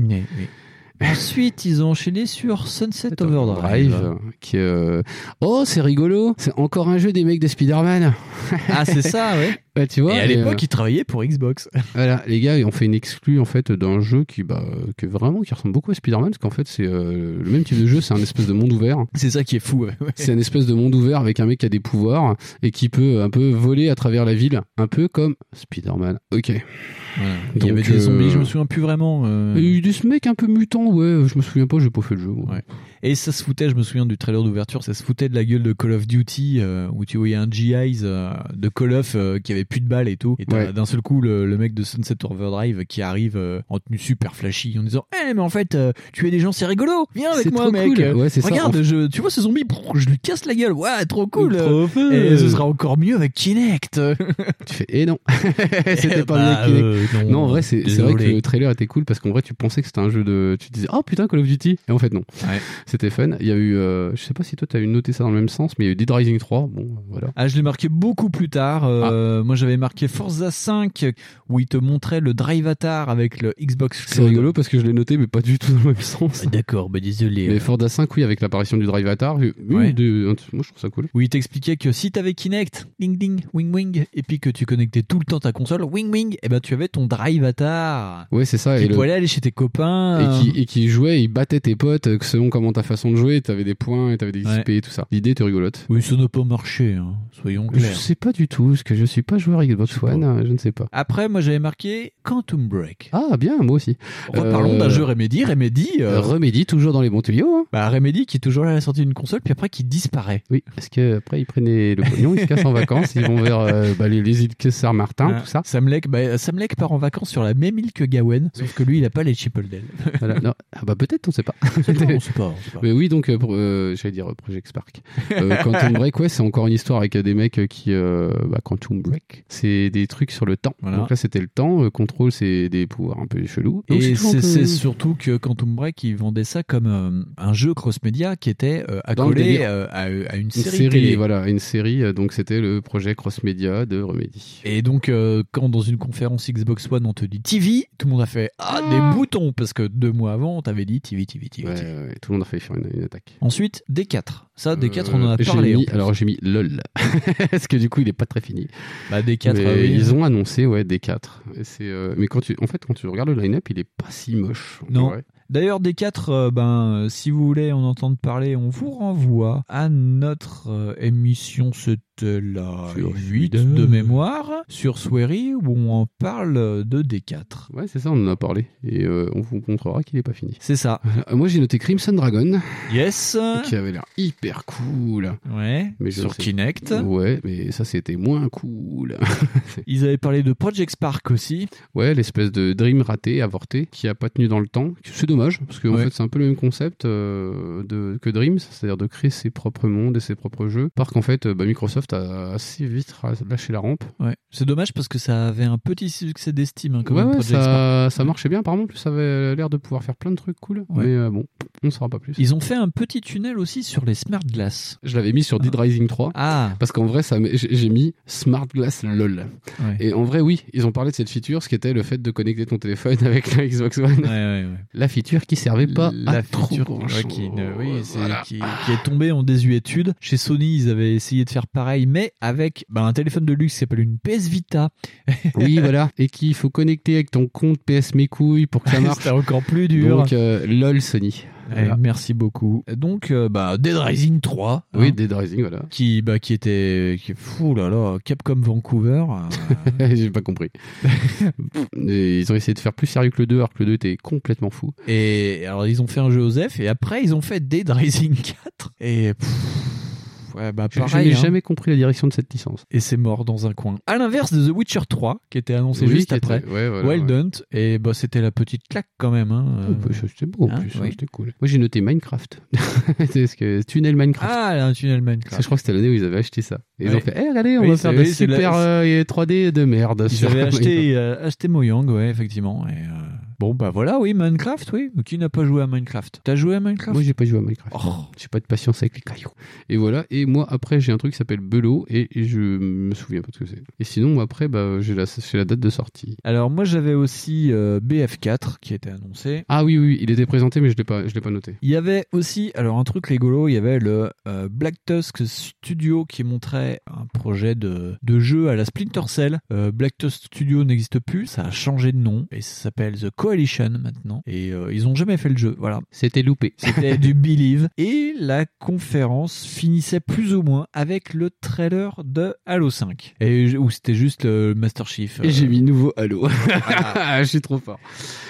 [SPEAKER 4] Ensuite, ils ont enchaîné sur Sunset Overdrive.
[SPEAKER 5] Drive, euh, qui est, euh, oh c'est rigolo c'est encore un jeu des mecs de Spider-Man
[SPEAKER 4] Ah, c'est ça, ouais. euh,
[SPEAKER 5] Ouais, tu vois
[SPEAKER 4] Et à
[SPEAKER 5] mais,
[SPEAKER 4] l'époque, ils travaillaient pour Xbox.
[SPEAKER 5] euh, voilà les gars on fait une exclue en fait d'un jeu qui bah que vraiment qui ressemble beaucoup à Spider-Man parce qu'en fait c'est euh, le même type de jeu c'est un espèce de monde ouvert
[SPEAKER 4] C'est ça qui est fou. ouais.
[SPEAKER 5] c'est un espèce de monde ouvert avec un mec qui a des pouvoirs et qui peut un peu voler à travers la ville un peu comme Spider-Man ok
[SPEAKER 4] Il y avait
[SPEAKER 5] Donc,
[SPEAKER 4] des zombies,
[SPEAKER 5] euh,
[SPEAKER 4] je me souviens plus vraiment. euh.
[SPEAKER 5] il y a eu de ce mec un peu mutant ouais je me souviens pas j'ai pas fait le jeu moi.
[SPEAKER 4] Ouais. Et ça se foutait, je me souviens du trailer d'ouverture, ça se foutait de la gueule de Call of Duty euh, où tu voyais un GI de Call of euh, qui avait plus de balles et tout. Et t'as
[SPEAKER 5] Ouais.
[SPEAKER 4] d'un seul coup le, le mec de Sunset Overdrive qui arrive euh, en tenue super flashy en disant Eh, mais en fait, euh, tuer des gens c'est rigolo, viens avec
[SPEAKER 5] C'est
[SPEAKER 4] moi,
[SPEAKER 5] trop
[SPEAKER 4] mec.
[SPEAKER 5] cool. Ouais, c'est ça.
[SPEAKER 4] Regarde,
[SPEAKER 5] En-
[SPEAKER 4] je, tu vois ce zombie, brrr, je lui casse la gueule, ouais, trop cool.
[SPEAKER 5] Trop fun.
[SPEAKER 4] Et ce sera encore mieux avec Kinect.
[SPEAKER 5] tu fais eh non c'était
[SPEAKER 4] Eh
[SPEAKER 5] pas
[SPEAKER 4] bah,
[SPEAKER 5] le mec qui-
[SPEAKER 4] euh,
[SPEAKER 5] Non, en vrai, c'est c'est vrai
[SPEAKER 4] désolé.
[SPEAKER 5] que le trailer était cool parce qu'en vrai, tu pensais que c'était un jeu de. Tu te disais, oh putain, Call of Duty. Et en fait, non.
[SPEAKER 4] Ouais.
[SPEAKER 5] C'était fun. Il y a eu. euh, je sais pas si toi, t'as eu noté ça dans le même sens, mais il y a eu Dead Rising 3. Bon, euh, voilà.
[SPEAKER 4] Ah, je l'ai marqué beaucoup plus tard.
[SPEAKER 5] Ah.
[SPEAKER 4] Euh, Moi, j'avais marqué Forza 5 où il te montrait le drive atar avec le Xbox.
[SPEAKER 5] C'est
[SPEAKER 4] Cloud.
[SPEAKER 5] rigolo parce que je l'ai noté, mais pas du tout dans le même sens.
[SPEAKER 4] Ah, D'accord, bah désolé.
[SPEAKER 5] Mais Forza 5, oui, avec l'apparition du Drive Atar. oui,
[SPEAKER 4] Ouais.
[SPEAKER 5] de- moi, je trouve ça cool.
[SPEAKER 4] Où il t'expliquait que si t'avais Kinect, ding ding, wing wing, et puis que tu connectais tout le temps ta console, wing wing, et ben tu avais ton drive atar.
[SPEAKER 5] Ouais, c'est ça.
[SPEAKER 4] Tu
[SPEAKER 5] Et, le-
[SPEAKER 4] pouvais aller chez tes copains.
[SPEAKER 5] et qui, et qui jouait, il battait tes potes euh, selon comment ta façon de jouer. T'avais des points et t'avais des
[SPEAKER 4] Ouais.
[SPEAKER 5] XP et tout ça. L'idée était rigolote.
[SPEAKER 4] Oui, ça n'a pas marché, hein, soyons
[SPEAKER 5] Je
[SPEAKER 4] clairs.
[SPEAKER 5] sais pas du tout, parce que je suis pas joueur Xbox One, euh, je ne sais pas.
[SPEAKER 4] Après, moi j'avais marqué Quantum Break.
[SPEAKER 5] Ah, bien, moi aussi.
[SPEAKER 4] Reparlons
[SPEAKER 5] Euh,
[SPEAKER 4] d'un jeu Remedy. Remedy, euh,
[SPEAKER 5] Remedy, toujours dans les bons tuyaux. Hein.
[SPEAKER 4] bah, Remedy qui est toujours là à la sortie d'une console, puis après qui disparaît.
[SPEAKER 5] Oui, parce que après ils prenaient le pognon, ils se cassent en vacances, ils vont vers euh, bah, les, les îles que Saint-Martin,
[SPEAKER 4] Hein,
[SPEAKER 5] tout ça.
[SPEAKER 4] Samlek, bah, Samlek part en vacances sur la même île que Gawen, sauf que lui, il a pas les Chippendales.
[SPEAKER 5] Voilà. Non. Ah bah peut-être, on sait pas.
[SPEAKER 4] on sait pas, on sait pas.
[SPEAKER 5] Mais oui, donc euh, pour- euh, j'allais dire euh, Project Spark. Euh, Quantum Break, ouais, c'est encore une histoire avec euh, des mecs qui euh, bah, Quantum Break, l'époque. C'est des trucs sur le temps.
[SPEAKER 4] Voilà.
[SPEAKER 5] Donc là, c'était le temps. Euh, Control, c'est des pouvoirs un peu chelous. euh, Donc,
[SPEAKER 4] Et
[SPEAKER 5] toujours un
[SPEAKER 4] c'est c'est
[SPEAKER 5] peu-
[SPEAKER 4] surtout que Quantum Break, ils vendaient ça comme euh, un jeu cross-média qui était euh,
[SPEAKER 5] Dans le
[SPEAKER 4] accolé
[SPEAKER 5] délire.
[SPEAKER 4] euh, à, à une
[SPEAKER 5] une
[SPEAKER 4] série,
[SPEAKER 5] série,
[SPEAKER 4] télé.
[SPEAKER 5] voilà, une série. euh, Donc c'était le projet cross média de Remedy.
[SPEAKER 4] Et donc, euh, quand dans une conférence Xbox One, on te dit TV, tout le monde a fait Ah, des boutons Parce que deux mois avant, on t'avait dit TV, TV, TV.
[SPEAKER 5] Ouais, ouais, ouais, tout le monde a failli faire une, une attaque.
[SPEAKER 4] Ensuite, D4. Ça, D4, Ah, on en a
[SPEAKER 5] Euh, j'ai
[SPEAKER 4] parlé.
[SPEAKER 5] mis-
[SPEAKER 4] en plus.
[SPEAKER 5] alors j'ai mis lol parce que du coup il est pas très fini.
[SPEAKER 4] Bah, D4,
[SPEAKER 5] Mais
[SPEAKER 4] euh, oui.
[SPEAKER 5] ils ont annoncé ouais D4. Et c'est, euh, mais quand tu en fait quand tu regardes le line-up, il est pas si moche. en
[SPEAKER 4] Non.
[SPEAKER 5] vrai.
[SPEAKER 4] D'ailleurs, D4, euh, ben, euh, si vous voulez en entendre parler, on vous renvoie à notre euh, émission, c'était la
[SPEAKER 5] Sur
[SPEAKER 4] 8
[SPEAKER 5] Twitter.
[SPEAKER 4] de mémoire, sur Swery, où on parle de D4.
[SPEAKER 5] Ouais, c'est ça, on en a parlé et euh, on vous montrera qu'il est pas fini.
[SPEAKER 4] C'est ça.
[SPEAKER 5] Euh, Moi j'ai noté Crimson Dragon
[SPEAKER 4] Yes
[SPEAKER 5] qui avait l'air hyper cool.
[SPEAKER 4] Ouais,
[SPEAKER 5] Mais je
[SPEAKER 4] sur
[SPEAKER 5] sais-
[SPEAKER 4] Kinect.
[SPEAKER 5] Ouais, mais ça c'était moins cool.
[SPEAKER 4] Ils avaient parlé de Project Spark aussi.
[SPEAKER 5] Ouais, l'espèce de dream raté, avorté, qui a pas tenu dans le temps. C'est dommage, parce que en
[SPEAKER 4] Ouais.
[SPEAKER 5] fait, c'est un peu le même concept euh, de, que Dreams, c'est-à-dire de créer ses propres mondes et ses propres jeux. Par qu'en fait, euh, bah, Microsoft a assez vite ra- lâché la rampe.
[SPEAKER 4] Ouais. C'est dommage parce que ça avait un petit succès d'estime hein, quand
[SPEAKER 5] ouais,
[SPEAKER 4] même,
[SPEAKER 5] ouais,
[SPEAKER 4] Project Spark.
[SPEAKER 5] ça, ça marchait bien, apparemment. En plus, ça avait l'air de pouvoir faire plein de trucs cool.
[SPEAKER 4] Ouais.
[SPEAKER 5] Mais euh, bon, on ne saura pas plus.
[SPEAKER 4] Ils ont fait un petit tunnel aussi sur les Smart Glass.
[SPEAKER 5] Je l'avais mis sur Dead Rising 3.
[SPEAKER 4] Ah,
[SPEAKER 5] Parce qu'en vrai, ça m- j'ai j'ai mis Smart Glass LOL.
[SPEAKER 4] ouais.
[SPEAKER 5] Et en vrai, oui, ils ont parlé de cette feature, ce qui était le fait de connecter ton téléphone avec la Xbox One.
[SPEAKER 4] Ouais, ouais, ouais.
[SPEAKER 5] La feature qui servait pas à
[SPEAKER 4] la
[SPEAKER 5] trop
[SPEAKER 4] feature
[SPEAKER 5] grand
[SPEAKER 4] ouais, qui, ne- oui, c'est-
[SPEAKER 5] Voilà.
[SPEAKER 4] qui, qui est tombée en désuétude. Chez Sony, ils avaient essayé de faire pareil, mais avec ben, un téléphone de luxe qui s'appelle une PS Vita.
[SPEAKER 5] Oui, voilà. Et qu'il faut connecter avec ton compte PS Mes Couilles pour que ça marche.
[SPEAKER 4] C'était encore plus dur.
[SPEAKER 5] Donc, euh, lol Sony.
[SPEAKER 4] Eh, Merci beaucoup. Donc, euh, bah, Dead Rising 3.
[SPEAKER 5] Oui,
[SPEAKER 4] hein,
[SPEAKER 5] Dead Rising, voilà.
[SPEAKER 4] Qui, bah, qui était. Qui, fou là là, Capcom Vancouver. euh,
[SPEAKER 5] J'ai pas compris. Et ils ont essayé de faire plus sérieux que le 2, alors que le 2 était complètement fou.
[SPEAKER 4] Et alors ils ont fait un jeu Osef et après ils ont fait Dead Rising 4 et pff, ouais bah
[SPEAKER 5] Je-
[SPEAKER 4] pareil.
[SPEAKER 5] je n'ai
[SPEAKER 4] hein.
[SPEAKER 5] jamais compris la direction de cette licence.
[SPEAKER 4] Et c'est mort dans un coin. À l'inverse de The Witcher 3 qui était annoncé
[SPEAKER 5] Oui,
[SPEAKER 4] juste
[SPEAKER 5] qui était-
[SPEAKER 4] après.
[SPEAKER 5] ouais, voilà,
[SPEAKER 4] Wild
[SPEAKER 5] ouais.
[SPEAKER 4] Hunt et bah c'était la petite claque quand même. hein.
[SPEAKER 5] Oh, bah,
[SPEAKER 4] Euh,
[SPEAKER 5] ça, C'était beau en
[SPEAKER 4] Hein,
[SPEAKER 5] plus, hein,
[SPEAKER 4] oui.
[SPEAKER 5] c'était cool. Moi j'ai noté Minecraft. C'est ce que Tunnel Minecraft.
[SPEAKER 4] Ah là, un tunnel
[SPEAKER 5] Parce que je
[SPEAKER 4] Minecraft.
[SPEAKER 5] crois que c'était l'année où ils avaient acheté ça. Et ils
[SPEAKER 4] Oui.
[SPEAKER 5] ont fait, eh, regardez, on
[SPEAKER 4] Oui,
[SPEAKER 5] va
[SPEAKER 4] c'est-
[SPEAKER 5] faire
[SPEAKER 4] oui,
[SPEAKER 5] des
[SPEAKER 4] c'est la-
[SPEAKER 5] super euh, 3D de merde.
[SPEAKER 4] Ils
[SPEAKER 5] sur
[SPEAKER 4] avaient
[SPEAKER 5] Minecraft.
[SPEAKER 4] acheté, euh, acheté Mojang, ouais, effectivement. Et, euh, Bon, bah voilà, oui, Minecraft, oui. Qui n'a pas joué à Minecraft T'as joué à Minecraft
[SPEAKER 5] Moi j'ai pas joué à Minecraft.
[SPEAKER 4] Oh.
[SPEAKER 5] J'ai pas de patience avec les cailloux. Et voilà. Et moi, après, j'ai un truc qui s'appelle Belot et et je me souviens pas de ce que c'est. Et sinon, moi, après, bah, j'ai la, j'ai la date de sortie.
[SPEAKER 4] Alors, moi, j'avais aussi euh, BF4 qui était annoncé.
[SPEAKER 5] Ah oui, oui, oui, il était présenté, mais je l'ai pas, je l'ai pas noté.
[SPEAKER 4] Il y avait aussi, alors un truc rigolo, il y avait le euh, Black Tusk Studio qui montrait un projet de, de jeu à la Splinter Cell. Euh, Black Tusk Studio n'existe plus, ça a changé de nom et ça s'appelle The Coalition maintenant. Et euh, ils ont jamais fait le jeu, voilà.
[SPEAKER 5] C'était loupé.
[SPEAKER 4] C'était du Believe. Et la conférence finissait plus ou moins avec le trailer de Halo 5. Et je- où c'était juste le Master Chief. euh,
[SPEAKER 5] Et j'ai mis nouveau Halo. Ah, je suis trop fort.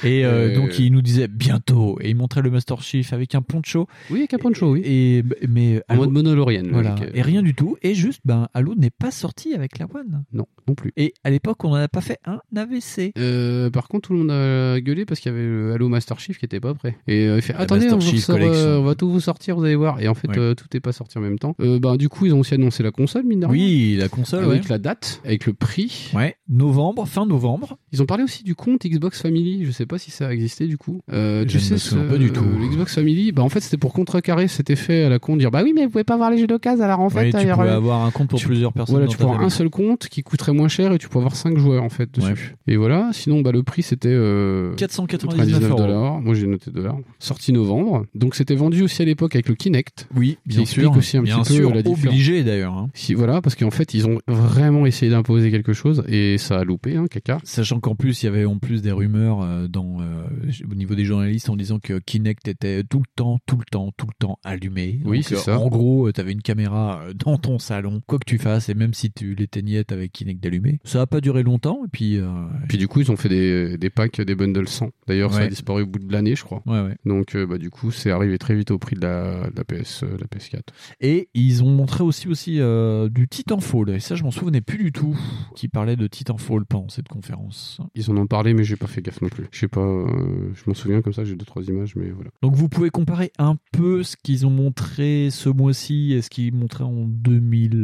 [SPEAKER 4] et euh,
[SPEAKER 5] Euh.
[SPEAKER 4] donc il nous disait bientôt. Et il montrait le Master Chief avec un poncho.
[SPEAKER 5] Oui, avec un poncho, oui.
[SPEAKER 4] Et, mais
[SPEAKER 5] En mode euh, monolorienne.
[SPEAKER 4] Voilà.
[SPEAKER 5] logique.
[SPEAKER 4] Et rien du tout. Et juste, ben, Halo n'est pas sorti avec la One.
[SPEAKER 5] Non, non plus.
[SPEAKER 4] Et à l'époque, on n'en a pas fait un AVC.
[SPEAKER 5] Euh, par contre, tout le monde a gueulé parce qu'il y avait le Halo Master Chief qui était pas prêt. Et euh, il fait
[SPEAKER 4] La
[SPEAKER 5] attendez,
[SPEAKER 4] Master
[SPEAKER 5] on, vous
[SPEAKER 4] Chief
[SPEAKER 5] sort, euh,
[SPEAKER 4] Collection.
[SPEAKER 5] on va tout vous sortir, vous allez voir. Et en fait,
[SPEAKER 4] Ouais.
[SPEAKER 5] euh, tout n'est pas sorti en même temps. Euh, bah, du coup, ils ont aussi annoncé la console, mine de rien.
[SPEAKER 4] Oui, la console,
[SPEAKER 5] avec
[SPEAKER 4] ouais.
[SPEAKER 5] la date, avec le prix.
[SPEAKER 4] Ouais, novembre, fin novembre.
[SPEAKER 5] Ils ont parlé aussi du compte Xbox Family. Je sais pas si ça a existé du coup. Euh,
[SPEAKER 4] Je
[SPEAKER 5] tu
[SPEAKER 4] ne
[SPEAKER 5] sais,
[SPEAKER 4] me souviens
[SPEAKER 5] ce-
[SPEAKER 4] pas du tout.
[SPEAKER 5] euh, L'Xbox Family, bah en fait c'était pour contrecarrer cet effet à la con de dire bah oui mais vous pouvez pas avoir les jeux d'occasion alors en fait
[SPEAKER 4] Ouais,
[SPEAKER 5] euh,
[SPEAKER 4] tu
[SPEAKER 5] il y
[SPEAKER 4] pouvais
[SPEAKER 5] aura-
[SPEAKER 4] avoir un compte pour
[SPEAKER 5] tu-
[SPEAKER 4] plusieurs personnes.
[SPEAKER 5] voilà
[SPEAKER 4] dans
[SPEAKER 5] tu
[SPEAKER 4] ta
[SPEAKER 5] peux avoir
[SPEAKER 4] famille.
[SPEAKER 5] un seul compte qui coûterait moins cher et tu peux avoir 5 joueurs en fait dessus. Et voilà. Sinon bah le prix c'était euh,
[SPEAKER 4] 499 euros.
[SPEAKER 5] dollars. Moi j'ai noté dollars. Sorti novembre. Donc c'était vendu aussi à l'époque avec le Kinect.
[SPEAKER 4] Oui,
[SPEAKER 5] Qui
[SPEAKER 4] bien
[SPEAKER 5] explique
[SPEAKER 4] sûr.
[SPEAKER 5] aussi un
[SPEAKER 4] bien
[SPEAKER 5] petit peu
[SPEAKER 4] sûr,
[SPEAKER 5] la différence.
[SPEAKER 4] obligé d'ailleurs. hein.
[SPEAKER 5] Si, voilà parce qu'en fait ils ont vraiment essayé d'imposer quelque chose et ça a loupé hein, caca.
[SPEAKER 4] Sachant qu'en plus, il y avait en plus des rumeurs euh, dans, euh, au niveau des journalistes en disant que Kinect était tout le temps, tout le temps, tout le temps allumé.
[SPEAKER 5] Oui,
[SPEAKER 4] Donc,
[SPEAKER 5] c'est
[SPEAKER 4] euh,
[SPEAKER 5] ça.
[SPEAKER 4] En gros, tu avais une caméra euh, dans ton salon, quoi que tu fasses, et même si tu l'éteignais, avec Kinect allumé. Ça n'a pas duré longtemps, et puis. euh,
[SPEAKER 5] Puis du coup, ils ont fait des, des packs, des bundles le 100. D'ailleurs, ça a
[SPEAKER 4] Ouais.
[SPEAKER 5] disparu au bout de l'année, je crois.
[SPEAKER 4] Ouais, ouais.
[SPEAKER 5] Donc, euh, bah, du coup, c'est arrivé très vite au prix de la, de la PS, euh, de la PS4.
[SPEAKER 4] Et ils ont montré aussi, aussi euh, du Titanfall. Et ça, je m'en souvenais plus du tout. Qui parlait de Titanfall pendant cette conférence.
[SPEAKER 5] Ils en ont parlé, mais j'ai pas fait gaffe non plus. Je sais pas, euh, je m'en souviens comme ça, j'ai deux trois images, mais voilà.
[SPEAKER 4] Donc vous pouvez comparer un peu ce qu'ils ont montré ce mois-ci et ce qu'ils montraient en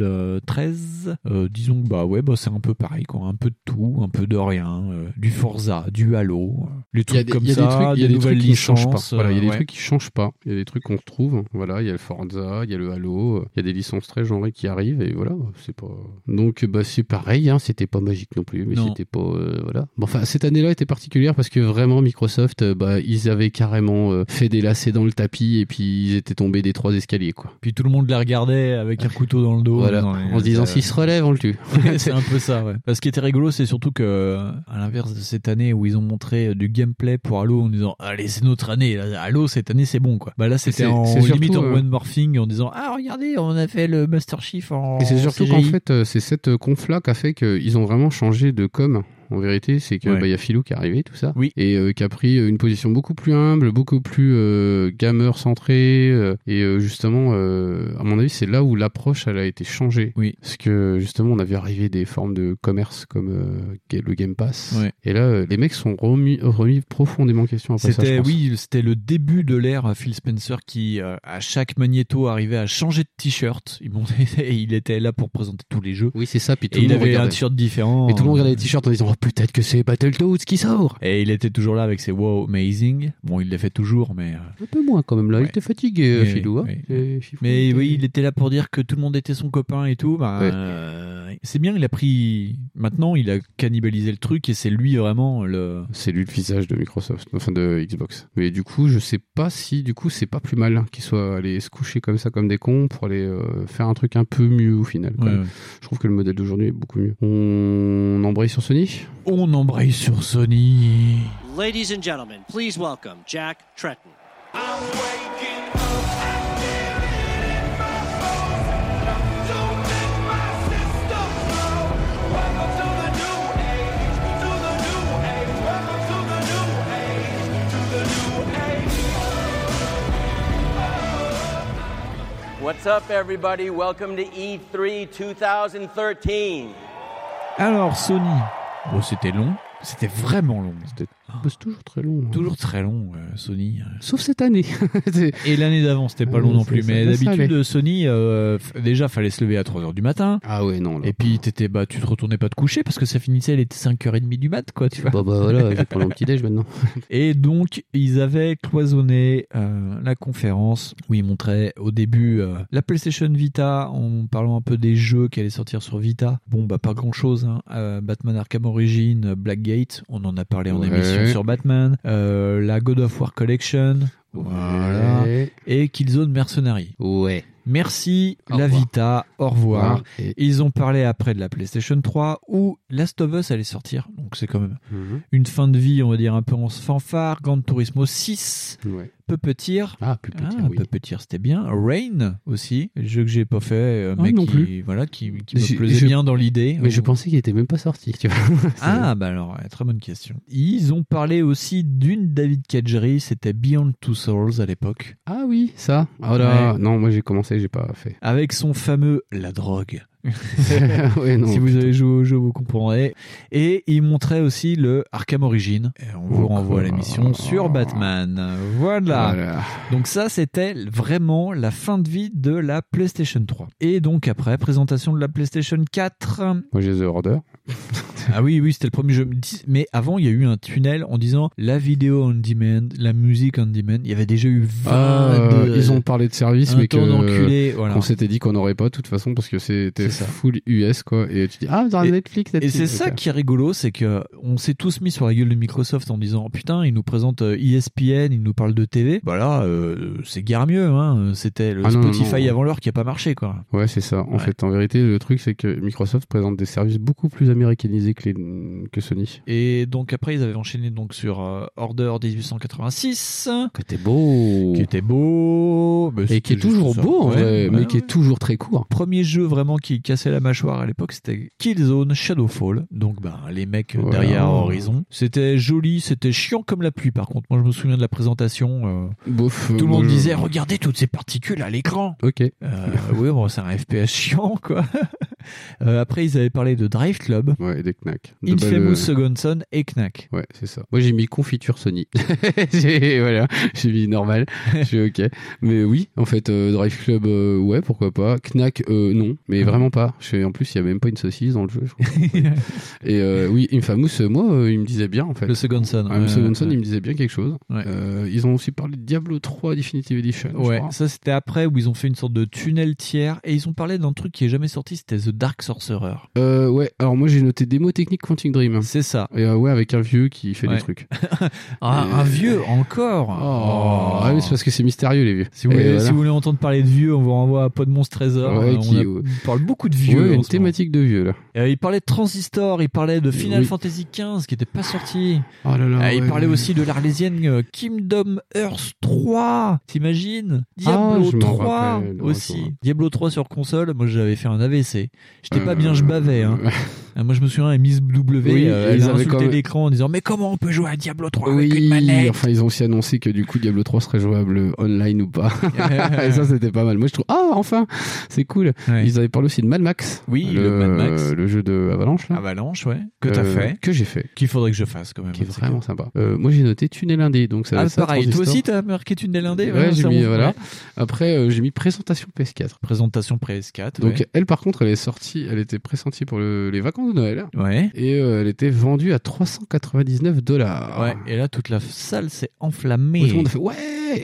[SPEAKER 4] 2013. Euh, disons que bah ouais, bah c'est un peu pareil, quoi. Un peu de tout, un peu de rien, euh, du Forza, du Halo, les
[SPEAKER 5] Il y a
[SPEAKER 4] trucs
[SPEAKER 5] des,
[SPEAKER 4] comme
[SPEAKER 5] il y a des
[SPEAKER 4] ça,
[SPEAKER 5] trucs, il y a
[SPEAKER 4] des
[SPEAKER 5] des
[SPEAKER 4] nouvelles
[SPEAKER 5] trucs qui changent pas.
[SPEAKER 4] licences.
[SPEAKER 5] Voilà, il y a des
[SPEAKER 4] euh, ouais.
[SPEAKER 5] trucs qui changent pas. Il y a des trucs qu'on retrouve. Voilà, il y a le Forza, il y a le Halo, euh, il y a des licences très genrées qui arrivent et voilà, c'est pas. Donc bah c'est pareil, hein, c'était pas magique non plus, mais
[SPEAKER 4] Non.
[SPEAKER 5] c'était pas euh, voilà. Bon, enfin cette année-là était particulière parce que vraiment Microsoft, euh, bah ils avaient carrément euh, fait des lacets dans le tapis et puis ils étaient tombés des trois escaliers quoi.
[SPEAKER 4] Puis tout le monde les regardait avec un couteau dans le dos.
[SPEAKER 5] Voilà,
[SPEAKER 4] en disant,
[SPEAKER 5] en se disant
[SPEAKER 4] euh,
[SPEAKER 5] s'ils se relèvent, on le tue.
[SPEAKER 4] c'est un peu ça, ouais. Parce qui était rigolo, c'est surtout que, à l'inverse de cette année où ils ont montré euh, du gameplay pour Halo en disant Allez, c'est notre année, là, Halo cette année c'est bon quoi. Bah là c'était
[SPEAKER 5] C'est-
[SPEAKER 4] en
[SPEAKER 5] c'est surtout,
[SPEAKER 4] limite en
[SPEAKER 5] euh,
[SPEAKER 4] one morphing en disant Ah, regardez, on a fait le Master Chief en.
[SPEAKER 5] Et c'est surtout
[SPEAKER 4] CGI.
[SPEAKER 5] qu'en fait, euh, c'est cette euh, conf-là qui a fait qu'ils ont vraiment changé de com. En vérité, c'est que bah,
[SPEAKER 4] Ouais.
[SPEAKER 5] il y a Philou qui est arrivé, tout ça,
[SPEAKER 4] Oui.
[SPEAKER 5] et euh, qui a pris euh, une position beaucoup plus humble, beaucoup plus euh, gamer centrée. euh, et euh, justement, euh, à mon avis, c'est là où l'approche elle a été changée.
[SPEAKER 4] Oui.
[SPEAKER 5] Parce que justement, on avait arrivé des formes de commerce comme euh, ga- le Game Pass.
[SPEAKER 4] Ouais.
[SPEAKER 5] Et là, euh, les mecs sont remis, remis profondément en question après ça. je
[SPEAKER 4] C'était
[SPEAKER 5] pense.
[SPEAKER 4] oui, c'était le début de l'ère euh, Phil Spencer qui euh, à chaque magnéto arrivait à changer de t-shirt. Il montait et il était là pour présenter tous les jeux.
[SPEAKER 5] Oui, c'est ça. Puis tout
[SPEAKER 4] et
[SPEAKER 5] le
[SPEAKER 4] il
[SPEAKER 5] monde
[SPEAKER 4] avait un
[SPEAKER 5] regardait.
[SPEAKER 4] t-shirt différent.
[SPEAKER 5] Et tout le monde regardait les t-shirts en disant oh, peut-être que c'est Battletoads qui sort.
[SPEAKER 4] Et il était toujours là avec ses wow amazing. Bon, il les fait toujours, mais. euh,
[SPEAKER 5] Un peu moins quand même là. Il
[SPEAKER 4] Ouais.
[SPEAKER 5] était fatigué, euh,
[SPEAKER 4] Oui,
[SPEAKER 5] Philou. hein.
[SPEAKER 4] oui.
[SPEAKER 5] Et Fifou, il
[SPEAKER 4] Mais
[SPEAKER 5] était-
[SPEAKER 4] oui, il était là pour dire que tout le monde était son copain et tout. Ben,
[SPEAKER 5] Ouais.
[SPEAKER 4] euh, c'est bien, il a pris. Maintenant, il a cannibalisé le truc et c'est lui vraiment le.
[SPEAKER 5] C'est lui le visage de Microsoft, enfin de Xbox. Mais du coup, je sais pas si du coup c'est pas plus mal qu'ils soient allés se coucher comme ça comme des cons pour aller euh, faire un truc un peu mieux au final. quand même. Je trouve que le modèle d'aujourd'hui est beaucoup mieux. On embraye sur Sony
[SPEAKER 4] On embraye sur Sony.
[SPEAKER 19] Ladies and gentlemen, please welcome Jack Tretton.
[SPEAKER 6] What's up, everybody? Welcome to E E3 2013.
[SPEAKER 4] Alors, Sony. Bon, c'était long. C'était vraiment long.
[SPEAKER 5] C'est toujours très long. hein.
[SPEAKER 4] Toujours très long, euh, Sony.
[SPEAKER 5] Sauf cette année. C'est-
[SPEAKER 4] Et l'année d'avant, c'était pas
[SPEAKER 5] Ouais,
[SPEAKER 4] long non
[SPEAKER 5] c'est-
[SPEAKER 4] plus.
[SPEAKER 5] ça
[SPEAKER 4] Mais
[SPEAKER 5] laisse
[SPEAKER 4] d'habitude,
[SPEAKER 5] aller.
[SPEAKER 4] Sony, euh, f- déjà, fallait se lever à 3h du matin.
[SPEAKER 5] Ah ouais, non. Là.
[SPEAKER 4] Et puis, t'étais, bah, tu te retournais pas te coucher parce que ça finissait, elle était 5h30 du mat, quoi, tu vois.
[SPEAKER 5] Bah, bah voilà, je vais prendre un petit déj maintenant.
[SPEAKER 4] Et donc, ils avaient cloisonné euh, la conférence où ils montraient au début euh, la PlayStation Vita en parlant un peu des jeux qui allaient sortir sur Vita. Bon, bah, pas grand chose. Batman Arkham Origins, euh, Blackgate, on en a parlé en
[SPEAKER 5] Ouais.
[SPEAKER 4] émission sur Batman. Euh, la God of War Collection. Voilà.
[SPEAKER 5] Ouais.
[SPEAKER 4] Et Killzone Mercenary.
[SPEAKER 5] Ouais.
[SPEAKER 4] Merci,
[SPEAKER 5] Au
[SPEAKER 4] la
[SPEAKER 5] revoir.
[SPEAKER 4] Vita. Au revoir.
[SPEAKER 5] Voilà. Et-
[SPEAKER 4] Ils ont parlé après de la PlayStation 3 où Last of Us allait sortir. Donc, c'est quand même
[SPEAKER 5] Mhm.
[SPEAKER 4] une fin de vie, on va dire, un peu en fanfare. Grand Turismo 6,
[SPEAKER 5] Ouais.
[SPEAKER 4] Puppeteer.
[SPEAKER 5] Ah, plus petit,
[SPEAKER 4] Ah,
[SPEAKER 5] oui.
[SPEAKER 4] Puppeteer, c'était bien. Rain aussi, jeu que j'ai pas fait, euh,
[SPEAKER 5] Ah,
[SPEAKER 4] mais
[SPEAKER 5] non
[SPEAKER 4] qui,
[SPEAKER 5] plus.
[SPEAKER 4] Voilà, qui, qui
[SPEAKER 5] Je-
[SPEAKER 4] me plaisait
[SPEAKER 5] je-
[SPEAKER 4] bien dans l'idée.
[SPEAKER 5] Mais je pensais qu'il était même pas sorti, tu vois. C'est-
[SPEAKER 4] Ah, bah alors, ouais, très bonne question. Ils ont parlé aussi d'une David Cageri, c'était Beyond Two Souls à l'époque,
[SPEAKER 5] Ah oui, ça.
[SPEAKER 4] Oh
[SPEAKER 5] Ah là, non, moi j'ai commencé, j'ai pas fait.
[SPEAKER 4] avec son fameux La drogue.
[SPEAKER 5] Ouais, non.
[SPEAKER 4] si vous avez joué au jeu, vous comprendrez. Et il montrait aussi le Arkham Origins. Et on vous
[SPEAKER 5] Encore.
[SPEAKER 4] renvoie à l'émission sur Batman. Voilà.
[SPEAKER 5] Voilà.
[SPEAKER 4] Donc ça, c'était vraiment la fin de vie de la PlayStation 3. Et donc après, présentation de la PlayStation 4.
[SPEAKER 5] Moi j'ai The Order.
[SPEAKER 4] Ah oui, oui, c'était le premier jeu. Mais avant, il y a eu un tunnel en disant la vidéo on demand, la musique on demand. Il y avait déjà eu 20
[SPEAKER 5] Ah,
[SPEAKER 4] de-
[SPEAKER 5] euh, ils ont parlé de service,
[SPEAKER 4] un
[SPEAKER 5] mais que
[SPEAKER 4] temps d'enculé. Voilà.
[SPEAKER 5] on s'était dit qu'on n'aurait pas de toute façon parce que c'était
[SPEAKER 4] C'est ça.
[SPEAKER 5] full US quoi. Et tu dis ah dans
[SPEAKER 4] Et-
[SPEAKER 5] Netflix.
[SPEAKER 4] Et
[SPEAKER 5] Netflix.
[SPEAKER 4] c'est ça
[SPEAKER 5] Ok.
[SPEAKER 4] qui est rigolo, c'est que on s'est tous mis sur la gueule de Microsoft en disant oh, putain ils nous présentent euh, ESPN, ils nous parlent de TV. Bah là euh, c'est guère mieux, hein. C'était le
[SPEAKER 5] Ah non, non,
[SPEAKER 4] Spotify
[SPEAKER 5] non.
[SPEAKER 4] avant l'heure qui a pas marché quoi.
[SPEAKER 5] Ouais c'est ça. En
[SPEAKER 4] Ouais.
[SPEAKER 5] fait en vérité le truc c'est que Microsoft présente des services beaucoup plus américanisé que, les- que Sony.
[SPEAKER 4] Et donc après, ils avaient enchaîné donc sur euh, Order 1886.
[SPEAKER 5] Qui était beau.
[SPEAKER 4] Qui était beau. mais
[SPEAKER 5] Et
[SPEAKER 4] c'était
[SPEAKER 5] qui est
[SPEAKER 4] juste
[SPEAKER 5] toujours
[SPEAKER 4] ça.
[SPEAKER 5] beau, en
[SPEAKER 4] Ouais,
[SPEAKER 5] vrai,
[SPEAKER 4] ouais,
[SPEAKER 5] mais
[SPEAKER 4] hein. ouais.
[SPEAKER 5] qui est toujours très court.
[SPEAKER 4] Premier jeu vraiment qui cassait la mâchoire à l'époque, c'était Killzone Shadowfall. Donc ben, les mecs
[SPEAKER 5] Voilà.
[SPEAKER 4] derrière Horizon. C'était joli, c'était chiant comme la pluie par contre. Moi je me souviens de la présentation. euh,
[SPEAKER 5] Bof,
[SPEAKER 4] tout le
[SPEAKER 5] moi,
[SPEAKER 4] monde
[SPEAKER 5] je-
[SPEAKER 4] disait regardez toutes ces particules à l'écran.
[SPEAKER 5] Ok.
[SPEAKER 4] Euh, oui, bon, c'est un FPS chiant, quoi. Euh, après, ils avaient parlé de Drive Club,
[SPEAKER 5] Ouais, et des knacks. De euh,
[SPEAKER 4] Infamous
[SPEAKER 5] belles-
[SPEAKER 4] Second Son et Knack.
[SPEAKER 5] Ouais, c'est ça. Moi, j'ai mis confiture Sony. j'ai, voilà, j'ai mis normal. J'ai ok. Mais oui, en fait, euh, Drive Club, euh, ouais, pourquoi pas. Knack, euh, non, mais vraiment pas. Je sais- en plus, il y a même pas une saucisse dans le jeu. je crois. Et euh, oui, Infamous, euh, moi, euh, il me disait bien, en fait.
[SPEAKER 4] Le Second Son.
[SPEAKER 5] Ah, le
[SPEAKER 4] euh,
[SPEAKER 5] Second Son,
[SPEAKER 4] ouais.
[SPEAKER 5] il me disait bien quelque chose.
[SPEAKER 4] Ouais.
[SPEAKER 5] Euh, ils ont aussi parlé de Diablo 3 Definitive Edition. je
[SPEAKER 4] Ouais,
[SPEAKER 5] crois.
[SPEAKER 4] ça c'était après où ils ont fait une sorte de tunnel tiers et ils ont parlé d'un truc qui est jamais sorti, c'était The Dark Sorcerer.
[SPEAKER 5] Euh, ouais, alors moi j'ai noté démo technique Quantic Dream.
[SPEAKER 4] C'est ça.
[SPEAKER 5] Et euh, ouais, avec un vieux qui fait
[SPEAKER 4] Ouais.
[SPEAKER 5] des trucs.
[SPEAKER 4] Ah,
[SPEAKER 5] Et-
[SPEAKER 4] un vieux encore.
[SPEAKER 5] Oh,
[SPEAKER 4] Ah
[SPEAKER 5] ouais, mais c'est parce que c'est mystérieux les vieux.
[SPEAKER 4] Si vous,
[SPEAKER 5] Et
[SPEAKER 4] voulez,
[SPEAKER 5] voilà.
[SPEAKER 4] si vous voulez entendre parler de vieux, on vous renvoie à Podmonstre Trésor.
[SPEAKER 5] Ouais,
[SPEAKER 4] Euh, on
[SPEAKER 5] qui-
[SPEAKER 4] a-
[SPEAKER 5] ouais.
[SPEAKER 4] on parle beaucoup de vieux. en
[SPEAKER 5] Ouais, une
[SPEAKER 4] ce moment.
[SPEAKER 5] thématique de vieux là.
[SPEAKER 4] Euh, il parlait de Transistor, il parlait de Final
[SPEAKER 5] Oui.
[SPEAKER 4] Fantasy XV qui n'était pas sorti.
[SPEAKER 5] Oh là là.
[SPEAKER 4] Euh, il
[SPEAKER 5] ouais,
[SPEAKER 4] parlait
[SPEAKER 5] ouais.
[SPEAKER 4] aussi de l'Arlésienne euh, Kingdom Hearts 3. T'imagines Diablo
[SPEAKER 5] Ah, je m'en
[SPEAKER 4] 3
[SPEAKER 5] rappelle, heureusement.
[SPEAKER 4] aussi. Diablo 3 sur console, moi j'avais fait un AVC. J'étais pas
[SPEAKER 5] Euh,
[SPEAKER 4] bien, je bavais. hein. Euh, Moi je me souviens, Miss W,
[SPEAKER 5] Oui,
[SPEAKER 4] euh,
[SPEAKER 5] et
[SPEAKER 4] elle
[SPEAKER 5] ils
[SPEAKER 4] a
[SPEAKER 5] avaient
[SPEAKER 4] insulté
[SPEAKER 5] quand même-
[SPEAKER 4] l'écran en disant Mais comment on peut jouer à Diablo 3 avec une
[SPEAKER 5] Oui,
[SPEAKER 4] manette
[SPEAKER 5] enfin ils ont aussi annoncé que du coup Diablo 3 serait jouable online ou pas. Et ça c'était pas mal. Moi je trouve ah enfin c'est cool.
[SPEAKER 4] Ouais.
[SPEAKER 5] Ils avaient parlé aussi de Mad Max. Euh,
[SPEAKER 4] Oui, le Mad Max.
[SPEAKER 5] le jeu de Avalanche là.
[SPEAKER 4] Avalanche, ouais. Que t'as
[SPEAKER 5] Euh,
[SPEAKER 4] fait Ah,
[SPEAKER 5] Que j'ai fait.
[SPEAKER 4] Qu'il faudrait que je fasse quand même.
[SPEAKER 5] Qui est vraiment sympa. Euh, moi j'ai noté Tunnel Indé donc ça. va
[SPEAKER 4] Ah,
[SPEAKER 5] être ça,
[SPEAKER 4] pareil, toi
[SPEAKER 5] Transistor.
[SPEAKER 4] aussi t'as marqué une des lundés
[SPEAKER 5] Ouais, j'ai mis, voilà. Après, euh, j'ai mis présentation PS4.
[SPEAKER 4] Présentation PS4.
[SPEAKER 5] Donc
[SPEAKER 4] ouais.
[SPEAKER 5] elle, par contre, elle est sortie, elle était pressentie pour le- les vacances de Noël.
[SPEAKER 4] Ouais.
[SPEAKER 5] Et euh, elle était vendue à 399 dollars.
[SPEAKER 4] Ouais, et là toute la salle s'est enflammée.
[SPEAKER 5] euh, Tout le monde a fait ouais.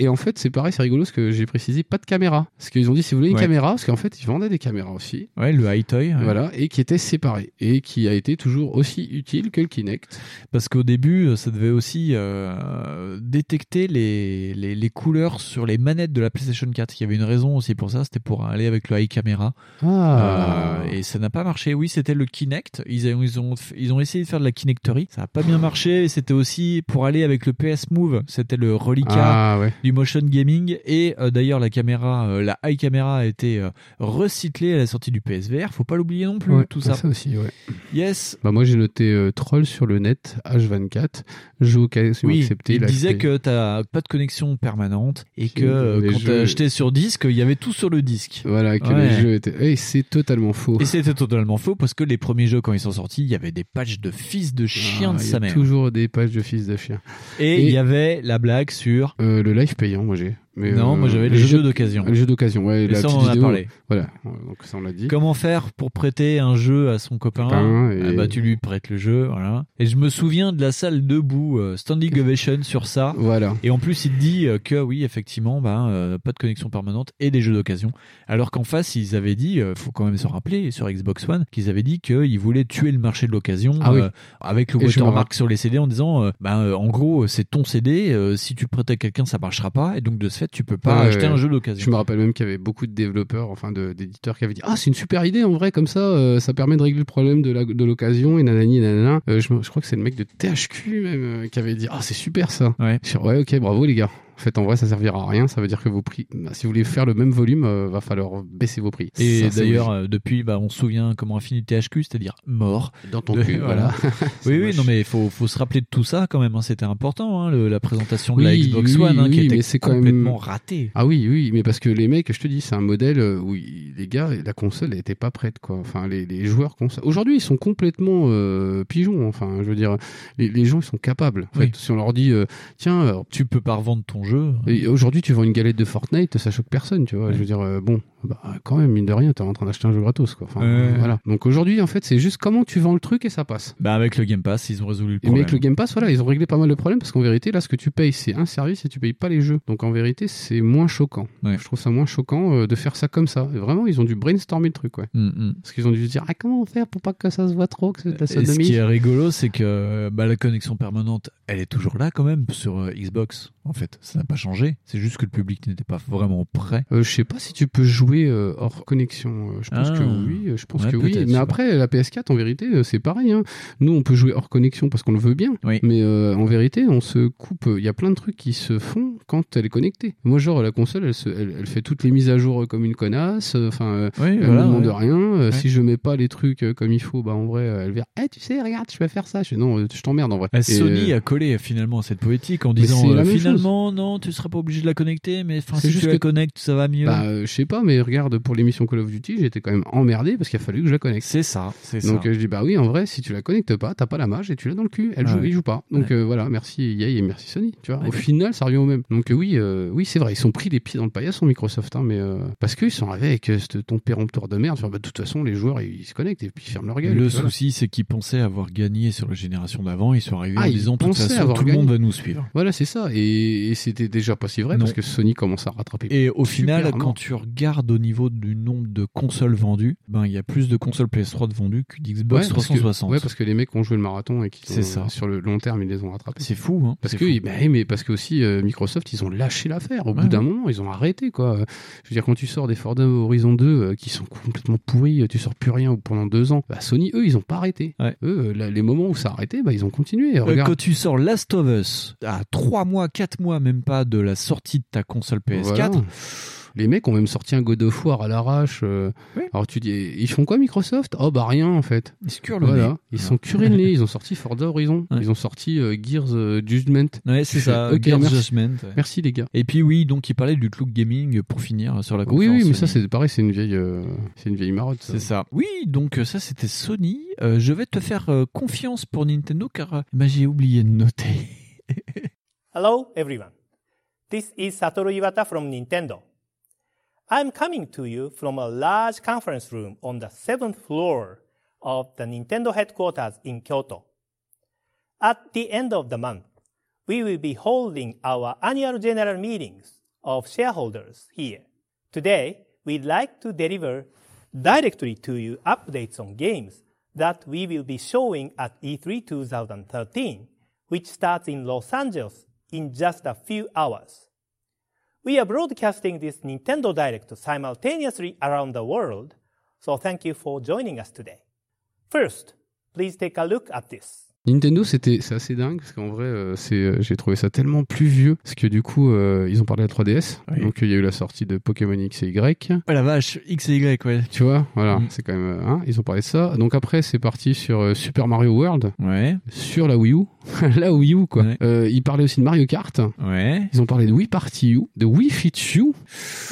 [SPEAKER 5] Et en fait, c'est pareil, c'est rigolo parce que j'ai précisé pas de caméra. Parce qu'ils ont dit si vous voulez une
[SPEAKER 4] Ouais. Ah
[SPEAKER 5] caméra, parce qu'en fait, ils vendaient des caméras aussi.
[SPEAKER 4] Ouais, le high toy.
[SPEAKER 5] Voilà, et qui était séparé et qui a été toujours aussi utile que le Kinect.
[SPEAKER 4] Parce qu'au début, euh, ça devait aussi euh, détecter les, les, les couleurs sur les manettes de la PlayStation 4. Il y avait une raison aussi pour ça, c'était pour aller avec le high camera.
[SPEAKER 5] Ah.
[SPEAKER 4] Euh, et ça n'a pas marché. Oui, c'était le Kinect. Ils ont, ils, ont, ils ont essayé de faire de la Kinectory. Ça n'a pas bien marché. Et C'était aussi pour aller avec le PS Move. C'était le reliquat
[SPEAKER 5] Ah ouais.
[SPEAKER 4] du motion gaming. Et euh, d'ailleurs, la caméra, euh, la high camera a été euh, recyclée à la sortie du PSVR. Faut pas l'oublier non plus,
[SPEAKER 5] Ouais,
[SPEAKER 4] tout
[SPEAKER 5] bah
[SPEAKER 4] ça.
[SPEAKER 5] ça aussi, ouais.
[SPEAKER 4] Yes,
[SPEAKER 5] Bah moi j'ai noté euh, troll sur le net H24 jeu occasion
[SPEAKER 4] Oui,
[SPEAKER 5] accepté
[SPEAKER 4] il
[SPEAKER 5] la
[SPEAKER 4] disait
[SPEAKER 5] clé.
[SPEAKER 4] que t'as pas de connexion permanente et que
[SPEAKER 5] Qui-
[SPEAKER 4] euh,
[SPEAKER 5] les
[SPEAKER 4] quand
[SPEAKER 5] jeux-
[SPEAKER 4] t'as acheté sur disque, il y avait tout sur le disque.
[SPEAKER 5] voilà que
[SPEAKER 4] Ouais.
[SPEAKER 5] les jeux étaient et Eh, c'est totalement faux.
[SPEAKER 4] Et c'était totalement faux parce que les premiers jeux, quand ils sont sortis, il y avait des patchs de fils de chien
[SPEAKER 5] Ah,
[SPEAKER 4] de
[SPEAKER 5] il y
[SPEAKER 4] sa
[SPEAKER 5] a
[SPEAKER 4] mère.
[SPEAKER 5] Toujours des pages de fils de chien.
[SPEAKER 4] Et il y avait la blague sur.
[SPEAKER 5] Euh, le live payant moi j'ai. Mais,
[SPEAKER 4] non,
[SPEAKER 5] euh,
[SPEAKER 4] moi j'avais les, jeux d'occasion.
[SPEAKER 5] Les jeux d'occasion ouais.
[SPEAKER 4] Et
[SPEAKER 5] la
[SPEAKER 4] ça, on
[SPEAKER 5] petite
[SPEAKER 4] en a
[SPEAKER 5] vidéo.
[SPEAKER 4] parlé.
[SPEAKER 5] Voilà donc ça on l'a dit.
[SPEAKER 4] Comment faire pour prêter un jeu à son copain
[SPEAKER 5] Copain et-
[SPEAKER 4] Ah bah tu lui prêtes le jeu, voilà. Et je me souviens de la salle debout, euh, standing ovation sur ça.
[SPEAKER 5] Voilà.
[SPEAKER 4] Et en plus, il dit euh, que oui, effectivement, ben, euh, pas de connexion permanente et des jeux d'occasion. Alors qu'en face, ils avaient dit, euh, faut quand même se rappeler sur Xbox One, qu'ils avaient dit qu'ils voulaient tuer le marché de l'occasion euh,
[SPEAKER 5] Ah oui.
[SPEAKER 4] avec le
[SPEAKER 5] Et je me
[SPEAKER 4] watermark
[SPEAKER 5] rappelle.
[SPEAKER 4] sur les CD en disant, euh, ben, euh, en gros, c'est ton CD, euh, si tu le prêtes à quelqu'un, ça marchera pas, et donc de ce fait, tu peux pas
[SPEAKER 5] Ouais,
[SPEAKER 4] acheter
[SPEAKER 5] ouais.
[SPEAKER 4] un jeu
[SPEAKER 5] Je
[SPEAKER 4] d'occasion.
[SPEAKER 5] me rappelle même qu'il y avait beaucoup de développeurs, enfin de- d'éditeurs qui avaient dit Ah, c'est une super idée en vrai, comme ça, euh, ça permet de régler le problème de la- de l'occasion et nanani et nanana. Euh, je, me- je crois que c'est le mec de THQ même euh, qui avait dit Ah, c'est super ça.
[SPEAKER 4] Ouais.
[SPEAKER 5] Je suis, ouais, ok, bravo les gars. En fait, en vrai, ça servira à rien. Ça veut dire que vos prix, bah, si vous voulez faire le même volume, euh, va falloir baisser vos prix.
[SPEAKER 4] Et
[SPEAKER 5] Ça, c'est
[SPEAKER 4] d'ailleurs,
[SPEAKER 5] obligé.
[SPEAKER 4] euh, depuis, bah, on se souvient comment a fini THQ, c'est-à-dire mort.
[SPEAKER 5] dans ton
[SPEAKER 4] de-
[SPEAKER 5] cul, euh, voilà. C'est
[SPEAKER 4] Oui, oui,
[SPEAKER 5] moche.
[SPEAKER 4] non, mais il faut, faut se rappeler de tout ça quand même. hein. C'était important, hein, le- la présentation de la
[SPEAKER 5] Oui,
[SPEAKER 4] Xbox
[SPEAKER 5] oui,
[SPEAKER 4] One, hein, qui
[SPEAKER 5] oui,
[SPEAKER 4] était
[SPEAKER 5] mais c'est quand même-
[SPEAKER 4] complètement ratée.
[SPEAKER 5] Ah oui, oui, mais parce que les mecs, je te dis, c'est un modèle euh, où il- les gars, la console n'était pas prête, quoi. Enfin, les, les joueurs console. Aujourd'hui, ils sont complètement euh, pigeons. Enfin, je veux dire, les, les gens, ils sont capables. En fait,
[SPEAKER 4] Oui.
[SPEAKER 5] si on leur dit, euh, tiens, euh,
[SPEAKER 4] Tu peux pas revendre ton jeu.
[SPEAKER 5] et aujourd'hui, tu vends une galette de Fortnite, ça choque personne, tu vois. Je veux dire, euh, bon, bah, quand même, mine de rien, t'es en train d'acheter un jeu gratos, quoi. Enfin,
[SPEAKER 4] Ouais.
[SPEAKER 5] euh, voilà. Donc aujourd'hui, en fait, c'est juste comment tu vends le truc et ça passe.
[SPEAKER 4] Bah avec le Game Pass, ils ont résolu le
[SPEAKER 5] Et mais
[SPEAKER 4] problème.
[SPEAKER 5] avec le Game Pass, voilà, ils ont réglé pas mal de problèmes parce qu'en vérité, là, ce que tu payes, c'est un service et tu payes pas les jeux. Donc en vérité, c'est moins choquant.
[SPEAKER 4] Ouais.
[SPEAKER 5] Je trouve ça moins choquant euh, de faire ça comme ça. Et vraiment, ils ont dû brainstormer le truc, ouais.
[SPEAKER 4] Mm, mm.
[SPEAKER 5] Parce qu'ils ont dû se dire, ah, comment on fait pour pas que ça se voit trop, que c'est de la
[SPEAKER 4] Et ce
[SPEAKER 5] sodomie
[SPEAKER 4] qui est rigolo, c'est que bah, la connexion permanente, elle est toujours là quand même sur euh, Xbox, en fait. Ça ça n'a pas changé. C'est juste que le public n'était pas vraiment prêt.
[SPEAKER 5] Euh, je sais pas si tu peux jouer euh, hors connexion. Euh, Je pense
[SPEAKER 4] Ah.
[SPEAKER 5] que oui. euh, Je pense
[SPEAKER 4] Ouais,
[SPEAKER 5] que oui.
[SPEAKER 4] peut-être, je
[SPEAKER 5] Mais
[SPEAKER 4] sais
[SPEAKER 5] après, la PS4, en vérité, euh, c'est pareil. hein. Nous, on peut jouer hors connexion parce qu'on le veut bien. Mais euh, en vérité, on se coupe. euh, Il y a plein de trucs qui se font quand elle est connectée. Moi, genre, la console, elle, se- elle, elle fait toutes les mises à jour euh, comme une connasse. Enfin, euh, elle
[SPEAKER 4] voilà,
[SPEAKER 5] me demande
[SPEAKER 4] ouais.
[SPEAKER 5] rien. Euh,
[SPEAKER 4] Ouais.
[SPEAKER 5] Si je mets pas les trucs euh, comme il faut, bah en vrai, euh, elle vient. Eh, tu sais, regarde, je vais faire ça. Je fais, non, euh, je t'emmerde en vrai.
[SPEAKER 4] Euh,
[SPEAKER 5] Et,
[SPEAKER 4] Sony
[SPEAKER 5] euh,
[SPEAKER 4] a collé finalement à cette poétique en
[SPEAKER 5] Mais
[SPEAKER 4] disant
[SPEAKER 5] c'est la
[SPEAKER 4] euh,
[SPEAKER 5] même chose.
[SPEAKER 4] finalement non tu seras pas obligé de la connecter mais enfin, si tu la connectes ça va mieux.
[SPEAKER 5] Bah, euh, je sais pas, mais regarde, pour l'émission Call of Duty, j'étais quand même emmerdé parce qu'il a fallu que je la connecte.
[SPEAKER 4] C'est ça, c'est
[SPEAKER 5] Donc
[SPEAKER 4] ça.
[SPEAKER 5] euh, je dis, bah oui, en vrai, si tu la connectes pas, t'as pas la mage et tu l'as dans le cul. Elle
[SPEAKER 4] Ah
[SPEAKER 5] joue,
[SPEAKER 4] ouais.
[SPEAKER 5] il joue pas. Donc euh, voilà, merci EA et merci Sony. Tu vois, au final, ça revient au même. Donc euh, oui, euh, oui, c'est vrai, ils sont pris les pieds dans le paillasson Microsoft, hein, mais euh, parce qu'ils sont arrivés avec euh, ce ton péremptoire de merde. Genre, bah, de toute façon, les joueurs ils se connectent et puis ils ferment leur gueule. et
[SPEAKER 4] Le
[SPEAKER 5] puis voilà.
[SPEAKER 4] souci c'est qu'ils pensaient avoir gagné sur la génération d'avant ils sont arrivés
[SPEAKER 5] Ah,
[SPEAKER 4] en
[SPEAKER 5] ils
[SPEAKER 4] disant de toute
[SPEAKER 5] pensaient
[SPEAKER 4] façon
[SPEAKER 5] avoir
[SPEAKER 4] tout le
[SPEAKER 5] gagné.
[SPEAKER 4] monde va nous suivre.
[SPEAKER 5] Voilà, c'est ça. Et, et c'était déjà pas si vrai
[SPEAKER 4] Non.
[SPEAKER 5] parce que Sony commence à rattraper.
[SPEAKER 4] Et au
[SPEAKER 5] super
[SPEAKER 4] final,
[SPEAKER 5] rarement.
[SPEAKER 4] quand tu regardes au niveau du nombre de consoles vendues, ben il y a plus de consoles PS3 de vendues que d'Xbox
[SPEAKER 5] Ouais, parce que-
[SPEAKER 4] 360.
[SPEAKER 5] ouais, parce que les mecs ont joué le marathon et qui
[SPEAKER 4] C'est
[SPEAKER 5] ont-
[SPEAKER 4] ça.
[SPEAKER 5] sur le long terme, ils les ont rattrapés.
[SPEAKER 4] C'est fou, hein.
[SPEAKER 5] Parce
[SPEAKER 4] C'est
[SPEAKER 5] que,
[SPEAKER 4] fou.
[SPEAKER 5] bah, mais parce que aussi euh, Microsoft, ils ont lâché l'affaire. Au
[SPEAKER 4] Ouais,
[SPEAKER 5] bout d'un
[SPEAKER 4] ouais.
[SPEAKER 5] moment, ils ont arrêté quoi. Euh, Je veux dire, quand tu sors des Ford Horizon 2 euh, qui sont complètement pourris, euh, tu sors plus rien pendant deux ans. Bah, Sony, eux, ils ont pas arrêté. Eux, euh, là, les moments où ça a arrêté, bah, ils ont continué.
[SPEAKER 4] Euh,
[SPEAKER 5] Regarde.
[SPEAKER 4] quand tu sors Last of Us à 3 mois, 4 mois même pas de la sortie de ta console PS4,
[SPEAKER 5] Voilà. Les mecs ont même sorti un God of War à l'arrache. euh, Alors tu dis, ils font quoi Microsoft Oh bah rien en fait.
[SPEAKER 4] Ils se curent le
[SPEAKER 5] Voilà.
[SPEAKER 4] nez.
[SPEAKER 5] Ils sont curés le nez. Ils ont sorti Forza Horizon. Ils ont sorti euh, Gears euh, Judgment.
[SPEAKER 4] Ouais, c'est
[SPEAKER 5] Je fais,
[SPEAKER 4] ça,
[SPEAKER 5] ok,
[SPEAKER 4] Gears
[SPEAKER 5] merci.
[SPEAKER 4] Judgment, ouais.
[SPEAKER 5] Merci les gars.
[SPEAKER 4] Et puis oui, donc il parlait du cloud gaming pour finir sur la conférence.
[SPEAKER 5] oui, oui,
[SPEAKER 4] Sony.
[SPEAKER 5] mais ça c'est pareil, c'est une vieille, euh, c'est une vieille marotte.
[SPEAKER 4] C'est ça. Oui, donc euh, ça c'était Sony. Euh, je vais te faire euh, confiance pour Nintendo car euh, bah, j'ai oublié de noter.
[SPEAKER 7] Hello, everyone. This is Satoru Iwata from Nintendo. I'm coming to you from a large conference room on the seventh floor of the Nintendo headquarters in Kyoto. At the end of the month, we will be holding our annual general meetings of shareholders here. Today, we'd like to deliver directly to you updates on games that we will be showing at E3 2013, which starts in Los Angeles in just a few hours. We are broadcasting this Nintendo Direct simultaneously around the world, so thank you for joining us today. First, please take a look at this.
[SPEAKER 5] Nintendo, c'était, c'est assez dingue parce qu'en vrai, euh, c'est, euh, j'ai trouvé ça tellement pluvieux parce que du coup, euh, ils ont parlé de la 3DS, donc il y a eu la sortie de Pokémon X et Y.
[SPEAKER 4] Oh la vache, X et Y, ouais.
[SPEAKER 5] Tu vois, voilà, c'est quand même. euh, hein, ils ont parlé de ça. Donc après, c'est parti sur euh, Super Mario World. Sur la Wii U. la Wii U, quoi. Euh, ils parlaient aussi de Mario Kart. Ils ont parlé de Wii Party U, de Wii Fit U.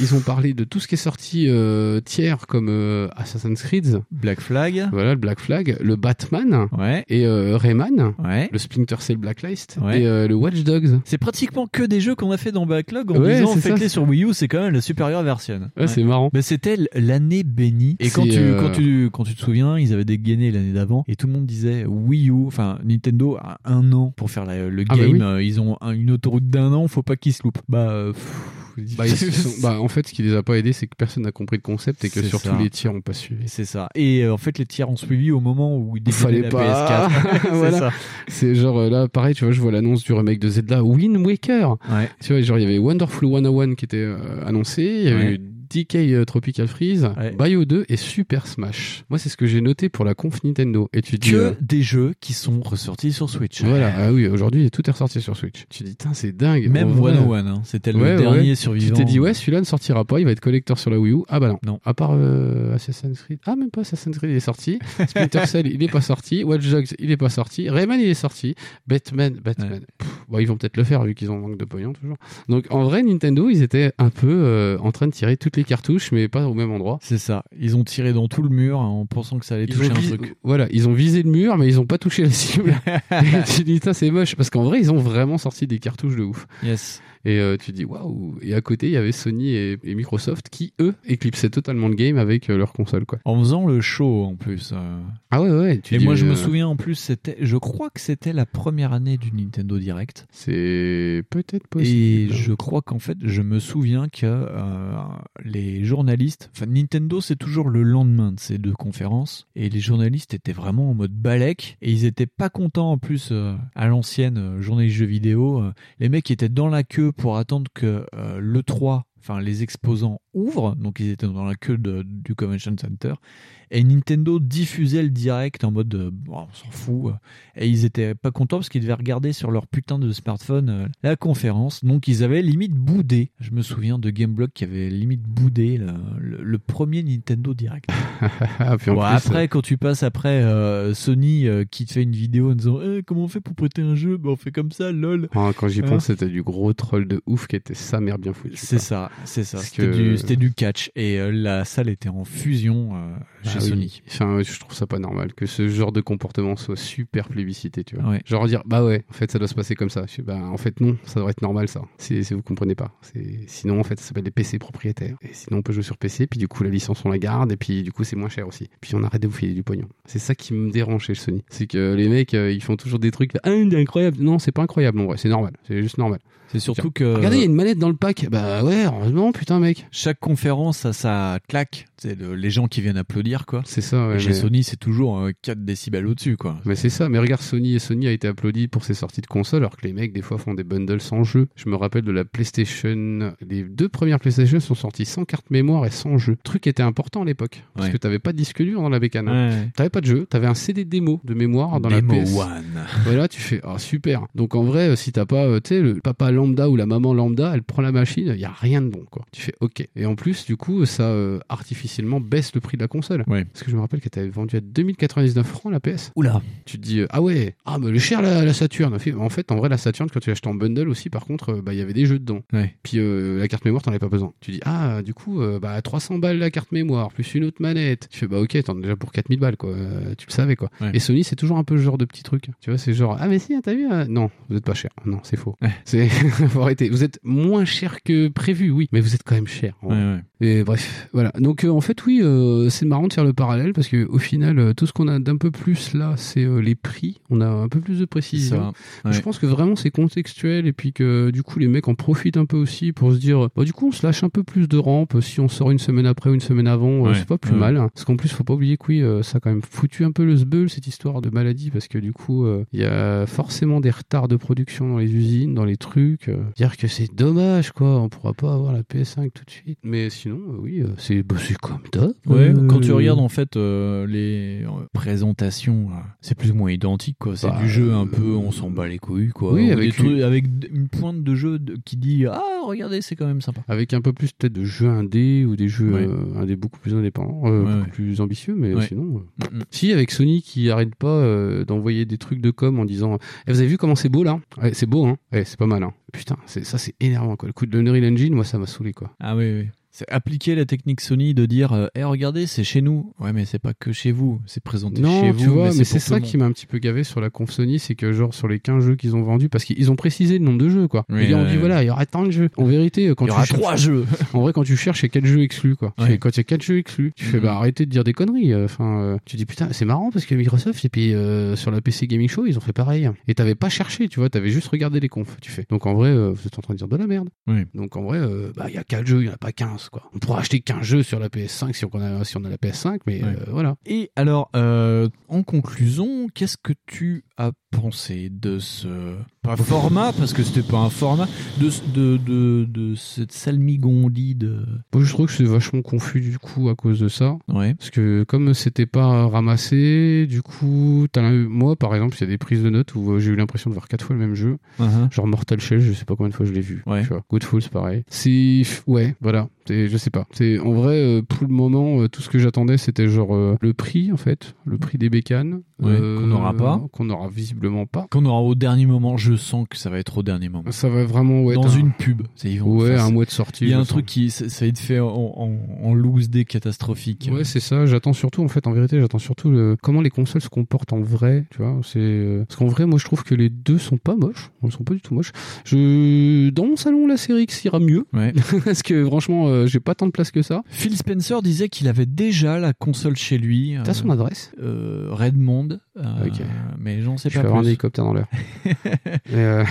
[SPEAKER 5] Ils ont parlé de tout ce qui est sorti euh, tiers comme euh, Assassin's Creed.
[SPEAKER 4] Black Flag.
[SPEAKER 5] Voilà, le Black Flag. Le Batman. Et euh, Rayman. Le Splinter Cell Blacklist.
[SPEAKER 4] Ouais.
[SPEAKER 5] Et euh, le Watch Dogs.
[SPEAKER 4] C'est pratiquement que des jeux qu'on a fait dans Backlog en
[SPEAKER 5] Ouais,
[SPEAKER 4] disant
[SPEAKER 5] c'est ça,
[SPEAKER 4] faites-les
[SPEAKER 5] c'est-
[SPEAKER 4] sur Wii U, c'est quand même la supérieure version.
[SPEAKER 5] Ouais, c'est marrant.
[SPEAKER 4] Mais Bah, c'était l- l'année bénie. Et quand
[SPEAKER 5] C'est,
[SPEAKER 4] tu,
[SPEAKER 5] euh,
[SPEAKER 4] quand, tu, quand tu te souviens, ils avaient dégainé l'année d'avant et tout le monde disait Wii U, enfin Nintendo a un an pour faire la- le
[SPEAKER 5] Ah, bah
[SPEAKER 4] game.
[SPEAKER 5] oui.
[SPEAKER 4] euh, Ils ont un- une autoroute d'un an, faut pas qu'ils se loupent. Bah, euh, pff,
[SPEAKER 5] Bah, ils se sont- bah, en fait, ce qui les a pas aidés, c'est que personne n'a compris le concept et que
[SPEAKER 4] C'est
[SPEAKER 5] surtout
[SPEAKER 4] ça.
[SPEAKER 5] les tiers ont pas suivi.
[SPEAKER 4] C'est ça. Et euh, en fait, les tiers ont suivi au moment où ils
[SPEAKER 5] fallait
[SPEAKER 4] la
[SPEAKER 5] pas.
[SPEAKER 4] PS4. C'est
[SPEAKER 5] Voilà.
[SPEAKER 4] ça.
[SPEAKER 5] C'est genre euh, là, pareil, tu vois, je vois l'annonce du remake de Zelda Wind Waker. Tu vois, genre il y avait Wonderful 101 qui était euh, annoncé, il y avait
[SPEAKER 4] Ouais.
[SPEAKER 5] eu DK euh, Tropical Freeze, Bio 2 et Super Smash. Moi, c'est ce que j'ai noté pour la conf Nintendo. Et tu dis.
[SPEAKER 4] Que
[SPEAKER 5] euh,
[SPEAKER 4] des jeux qui sont ressortis sur Switch.
[SPEAKER 5] voilà, ah oui, aujourd'hui tout est ressorti sur Switch. Tu dis, putain, c'est dingue.
[SPEAKER 4] Même
[SPEAKER 5] en vrai.
[SPEAKER 4] 101, hein, c'était le
[SPEAKER 5] Ouais, ouais.
[SPEAKER 4] dernier survivant.
[SPEAKER 5] Tu t'es dit, ouais, celui-là ne sortira pas, il va être collector sur la Wii U. Ah bah non. À part euh, Assassin's Creed. Ah, même pas Assassin's Creed, il est sorti. Splinter Cell, il est pas sorti. Watch Dogs, il est pas sorti. Rayman, il est sorti. Batman, Batman. Pff, bon, ils vont peut-être le faire vu qu'ils ont manque de pognon toujours. Donc en vrai, Nintendo, ils étaient un peu euh, en train de tirer toutes les cartouches, mais pas au même endroit.
[SPEAKER 4] C'est ça. Ils ont tiré dans tout le mur hein, en pensant que ça allait
[SPEAKER 5] Ils
[SPEAKER 4] toucher
[SPEAKER 5] ont
[SPEAKER 4] un
[SPEAKER 5] vis-
[SPEAKER 4] truc.
[SPEAKER 5] Voilà, ils ont visé le mur, mais ils ont pas touché la cible. Et tu dis, ça c'est moche. Parce qu'en vrai, ils ont vraiment sorti des cartouches de ouf.
[SPEAKER 4] Yes.
[SPEAKER 5] Et euh, tu dis, waouh. Et à côté, il y avait Sony et, et Microsoft qui, eux, éclipsaient totalement le game avec euh, leur console, quoi.
[SPEAKER 4] En faisant le show en plus. euh.
[SPEAKER 5] Ah ouais, ouais. tu
[SPEAKER 4] Et
[SPEAKER 5] dis,
[SPEAKER 4] moi, je
[SPEAKER 5] euh,
[SPEAKER 4] me souviens en plus, c'était, je crois que c'était la première année du Nintendo Direct.
[SPEAKER 5] C'est peut-être
[SPEAKER 4] Et
[SPEAKER 5] possible.
[SPEAKER 4] je crois qu'en fait, je me souviens que euh, les journalistes, enfin Nintendo, c'est toujours le lendemain de ces deux conférences, et les journalistes étaient vraiment en mode balèque, et ils étaient pas contents en plus euh, à l'ancienne euh, journée jeux vidéo. euh, les mecs étaient dans la queue pour attendre que euh, le 3, enfin les exposants ouvrent, donc ils étaient dans la queue de- du Convention Center, et Nintendo diffusait le direct en mode euh, Bon, on s'en fout, euh. et ils étaient pas contents parce qu'ils devaient regarder sur leur putain de smartphone euh, la conférence, donc ils avaient limite boudé. Je me souviens de Gameblog qui avait limite boudé le, le- le premier Nintendo direct.
[SPEAKER 5] Ah, Puis en
[SPEAKER 4] Bon,
[SPEAKER 5] plus,
[SPEAKER 4] après, quand tu passes après euh, Sony euh, qui te fait une vidéo en disant Eh, comment on fait pour prêter un jeu Bah, on fait comme ça, lol.
[SPEAKER 5] Ah, quand j'y
[SPEAKER 4] Hein
[SPEAKER 5] pense, c'était du gros troll de ouf qui était sa mère bien foutue.
[SPEAKER 4] C'est ça, c'est ça.
[SPEAKER 5] Parce
[SPEAKER 4] C'était
[SPEAKER 5] que-
[SPEAKER 4] du, c'était du catch et euh, la salle était en fusion euh, chez
[SPEAKER 5] Ah oui.
[SPEAKER 4] Sony.
[SPEAKER 5] Enfin, je trouve ça pas normal que ce genre de comportement soit super plébiscité, tu vois.
[SPEAKER 4] Ouais.
[SPEAKER 5] Genre dire, bah ouais, en fait, ça doit se passer comme ça. Je suis, bah, en fait, non, ça devrait être normal, ça. C'est, c'est- vous comprenez pas. C'est, sinon, en fait, ça s'appelle des PC propriétaires. Et sinon, on peut jouer sur PC, puis du coup, la licence, on la garde, et puis du coup, c'est moins cher aussi. Puis on arrête de vous filer du pognon. C'est ça qui me dérange chez Sony. C'est que les mecs, euh, ils font toujours des trucs, ah, incroyable. Non, c'est pas incroyable, en vrai, c'est normal. C'est juste normal.
[SPEAKER 4] C'est surtout
[SPEAKER 5] Genre,
[SPEAKER 4] que-
[SPEAKER 5] Regardez, il y a une manette dans le pack. Bah ouais, heureusement, putain, mec.
[SPEAKER 4] Chaque conférence a sa claque, c'est le- les gens qui viennent applaudir quoi.
[SPEAKER 5] C'est ça, ouais,
[SPEAKER 4] Et chez
[SPEAKER 5] mais-
[SPEAKER 4] Sony, c'est toujours euh, 4 décibels au-dessus quoi.
[SPEAKER 5] Mais c'est ça, mais regarde Sony et Sony a été applaudi pour ses sorties de consoles alors que les mecs des fois font des bundles sans jeu. Je me rappelle de la PlayStation, les deux premières PlayStation sont sorties sans carte mémoire et sans jeu. Truc qui était important à l'époque parce
[SPEAKER 4] Ouais.
[SPEAKER 5] que t'avais pas de disque dur dans la bécane. hein.
[SPEAKER 4] Ouais.
[SPEAKER 5] T'avais pas de jeu, t'avais un CD démo de mémoire Ah, dans
[SPEAKER 4] Demo
[SPEAKER 5] la PS.
[SPEAKER 4] One.
[SPEAKER 5] Et là tu fais ah super. Donc en vrai euh, si t'as pas euh, tu sais le papa lambda ou la maman lambda, elle prend la machine, il y a rien de bon quoi. Tu fais OK. Et en plus du coup ça euh, artificiellement baisse le prix de la console. Parce que je me rappelle qu'elle t'avait vendu à 2099 francs la PS.
[SPEAKER 4] Oula.
[SPEAKER 5] Tu te dis euh, ah ouais, ah mais le cher la, la Saturn. En fait- En fait, en vrai la Saturn quand tu l'achetais en bundle aussi par contre, euh, bah il y avait des jeux dedans.
[SPEAKER 4] Ouais.
[SPEAKER 5] Puis euh, la carte mémoire t'en avais pas besoin. Tu dis ah du coup euh, bah 300 balles la carte mémoire plus une autre manette. Tu fais bah OK, t'en as déjà pour 4000 balles quoi. Euh, tu le savais quoi.
[SPEAKER 4] Ouais.
[SPEAKER 5] Et Sony c'est toujours un peu ce genre de petit truc. Tu vois, c'est genre ah mais si, t'as vu euh, non, vous êtes pas cher. Non, c'est faux. C'est faut arrêter. Vous êtes moins cher que prévu, oui, mais vous êtes quand même cher. en vrai. Et bref, voilà. Donc euh, en fait, oui, euh, c'est marrant de faire le parallèle parce que au final, euh, tout ce qu'on a d'un peu plus là, c'est euh, les prix. On a un peu plus de précision.
[SPEAKER 4] Ça, ouais.
[SPEAKER 5] Je pense que vraiment c'est contextuel et puis que du coup les mecs en profitent un peu aussi pour se dire, bah, du coup on se lâche un peu plus de rampe si on sort une semaine après ou une semaine avant, euh,
[SPEAKER 4] Ouais.
[SPEAKER 5] c'est pas plus
[SPEAKER 4] Ouais.
[SPEAKER 5] mal. Parce qu'en plus, faut pas oublier que oui, euh, ça a quand même foutu un peu le sbeul cette histoire de maladie parce que du coup, euh, il y a forcément des retards de production dans les usines, dans les trucs. euh. dire que c'est dommage quoi, on pourra pas avoir la PS5 tout de suite. Mais sinon, euh, oui, euh, c'est bah, c'est comme top.
[SPEAKER 4] Ouais,
[SPEAKER 5] Euh,
[SPEAKER 4] quand tu regardes en fait euh, les euh, présentations, euh, c'est plus ou moins identique quoi. C'est
[SPEAKER 5] Bah,
[SPEAKER 4] du jeu un peu, on s'en bat les couilles quoi.
[SPEAKER 5] oui,
[SPEAKER 4] Ou des
[SPEAKER 5] avec
[SPEAKER 4] trucs-
[SPEAKER 5] une-
[SPEAKER 4] avec d- une pointe de jeu de- qui dit ah regardez c'est quand même sympa.
[SPEAKER 5] Avec un peu plus peut-être de jeux indés ou des jeux
[SPEAKER 4] Ouais.
[SPEAKER 5] euh, indés beaucoup plus indépendants, euh,
[SPEAKER 4] Ouais,
[SPEAKER 5] beaucoup
[SPEAKER 4] ouais.
[SPEAKER 5] plus ambitieux, mais
[SPEAKER 4] Ouais.
[SPEAKER 5] sinon. euh,
[SPEAKER 4] Mm, mm.
[SPEAKER 5] Si, avec Sony qui arrête pas euh, d'envoyer des trucs de com en disant Eh, Vous avez vu comment c'est beau là Ouais, C'est beau, hein Ouais, C'est pas mal, hein Putain, c'est- ça c'est énervant quoi. Le coup de l'Unreal Engine, moi ça m'a saoulé quoi.
[SPEAKER 4] Ah oui, oui. C'est appliquer la technique Sony de dire euh, Eh, regardez, c'est chez nous. Ouais, mais c'est pas que chez vous, c'est présenté
[SPEAKER 5] Non,
[SPEAKER 4] chez
[SPEAKER 5] tu
[SPEAKER 4] vous.
[SPEAKER 5] vois, mais, c'est
[SPEAKER 4] pour tout
[SPEAKER 5] ça
[SPEAKER 4] le
[SPEAKER 5] qui m'a un petit peu gavé sur la conf Sony, c'est que genre sur les 15 jeux qu'ils ont vendus, parce qu'ils ont précisé le nombre de jeux quoi.
[SPEAKER 4] Oui,
[SPEAKER 5] Ils ont
[SPEAKER 4] ouais,
[SPEAKER 5] dit
[SPEAKER 4] ouais.
[SPEAKER 5] voilà, il y aura tant de jeux. En vérité, quand
[SPEAKER 4] Il y
[SPEAKER 5] tu
[SPEAKER 4] aura
[SPEAKER 5] cherches-
[SPEAKER 4] trois jeux.
[SPEAKER 5] en vrai, quand tu cherches, il y a 4 jeux exclus quoi. Tu
[SPEAKER 4] Ouais.
[SPEAKER 5] fais, Quand il y a 4 jeux exclus, tu fais
[SPEAKER 4] Mhm.
[SPEAKER 5] bah arrêtez de dire des conneries. Enfin, euh, tu dis putain, c'est marrant parce que Microsoft et puis euh, sur la PC Gaming Show, ils ont fait pareil. Et t'avais pas cherché, tu vois, t'avais juste regardé les confs. Tu fais donc en vrai, euh, vous êtes en train de dire de la merde.
[SPEAKER 4] Oui.
[SPEAKER 5] Donc en vrai, euh, bah il y a 4 jeux, il y en a pas 15 quoi. On pourra acheter 15 jeux sur la PS5 si on a, si on a la PS5, mais
[SPEAKER 4] Ouais.
[SPEAKER 5] euh, voilà.
[SPEAKER 4] Et alors, euh, en conclusion, qu'est-ce que tu as pensé de ce pas format parce que c'était pas un format de ce- de de, de cette euh, salmigondie de
[SPEAKER 5] Moi, je trouve que c'est vachement confus du coup à cause de ça.
[SPEAKER 4] Ouais.
[SPEAKER 5] Parce que comme c'était pas ramassé, du coup, t'as l'im- moi par exemple, il y a des prises de notes où euh, j'ai eu l'impression de voir quatre fois le même jeu.
[SPEAKER 4] Mhm.
[SPEAKER 5] Genre Mortal Shell, je sais pas combien de fois je l'ai vu. Tu vois. Godfall, c'est pareil. C'est ouais, voilà. C'est- Je sais pas. C'est en vrai euh, pour le moment euh, tout ce que j'attendais c'était genre euh, le prix en fait, le prix des bécanes Euh,
[SPEAKER 4] Ouais, qu'on n'aura pas.
[SPEAKER 5] qu'on n'aura visiblement pas.
[SPEAKER 4] qu'on aura au dernier moment. Je sens que ça va être au dernier moment.
[SPEAKER 5] Ça va vraiment ouais
[SPEAKER 4] Dans
[SPEAKER 5] t'as-
[SPEAKER 4] une pub. C'est- ils vont
[SPEAKER 5] Ouais,
[SPEAKER 4] faire ça.
[SPEAKER 5] un mois de sortie.
[SPEAKER 4] Il y a
[SPEAKER 5] je
[SPEAKER 4] un
[SPEAKER 5] sens.
[SPEAKER 4] truc qui ça ça va être fait en, en, en loose des catastrophique.
[SPEAKER 5] Ouais, c'est ça. J'attends surtout, en fait, en vérité, j'attends surtout le- comment les consoles se comportent en vrai. Tu vois, c'est euh, parce qu'en vrai, moi, je trouve que les deux sont pas moches. Elles sont pas du tout moches. Je dans mon salon, la série X ira mieux. parce que franchement, euh, j'ai pas tant de place que ça. Ah
[SPEAKER 4] Phil Spencer disait qu'il avait déjà la console chez lui.
[SPEAKER 5] T'as son adresse
[SPEAKER 4] euh, Redmond, secondes. euh,
[SPEAKER 5] Ok.
[SPEAKER 4] Mais j'en sais
[SPEAKER 5] Je
[SPEAKER 4] pas
[SPEAKER 5] vais avoir un
[SPEAKER 4] plus.
[SPEAKER 5] hélicoptère dans l'heure. Et, euh,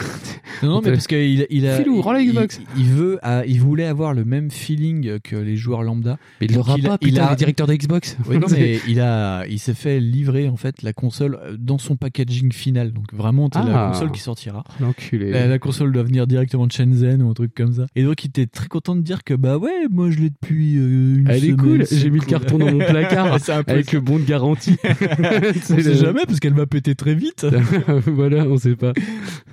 [SPEAKER 4] Non, non, mais parce qu'il il a.
[SPEAKER 5] Filou,
[SPEAKER 4] il-
[SPEAKER 5] rends la
[SPEAKER 4] il-
[SPEAKER 5] Xbox.
[SPEAKER 4] Il, veut, ah, il voulait avoir le même feeling que les joueurs lambda.
[SPEAKER 5] Mais il l'aura
[SPEAKER 4] Donc
[SPEAKER 5] pas,
[SPEAKER 4] il
[SPEAKER 5] putain, le directeur de Xbox.
[SPEAKER 4] Oui, non, mais il a, il s'est fait livrer en fait la console euh, dans son packaging final. Donc vraiment, t'as la
[SPEAKER 5] Ah.
[SPEAKER 4] console qui sortira.
[SPEAKER 5] L'enculé.
[SPEAKER 4] La, la console doit venir directement de Shenzhen ou un truc comme ça. Et donc il était très content de dire que bah ouais, moi je l'ai depuis euh, une
[SPEAKER 5] Elle est
[SPEAKER 4] semaine,
[SPEAKER 5] cool,
[SPEAKER 4] c'est
[SPEAKER 5] j'ai mis le
[SPEAKER 4] cool.
[SPEAKER 5] carton dans mon placard
[SPEAKER 4] C'est un peu
[SPEAKER 5] avec
[SPEAKER 4] ça.
[SPEAKER 5] le bon de garantie.
[SPEAKER 4] On sait jamais parce qu'elle va péter très
[SPEAKER 5] Ah.
[SPEAKER 4] vite.
[SPEAKER 5] voilà, on sait pas. Ah,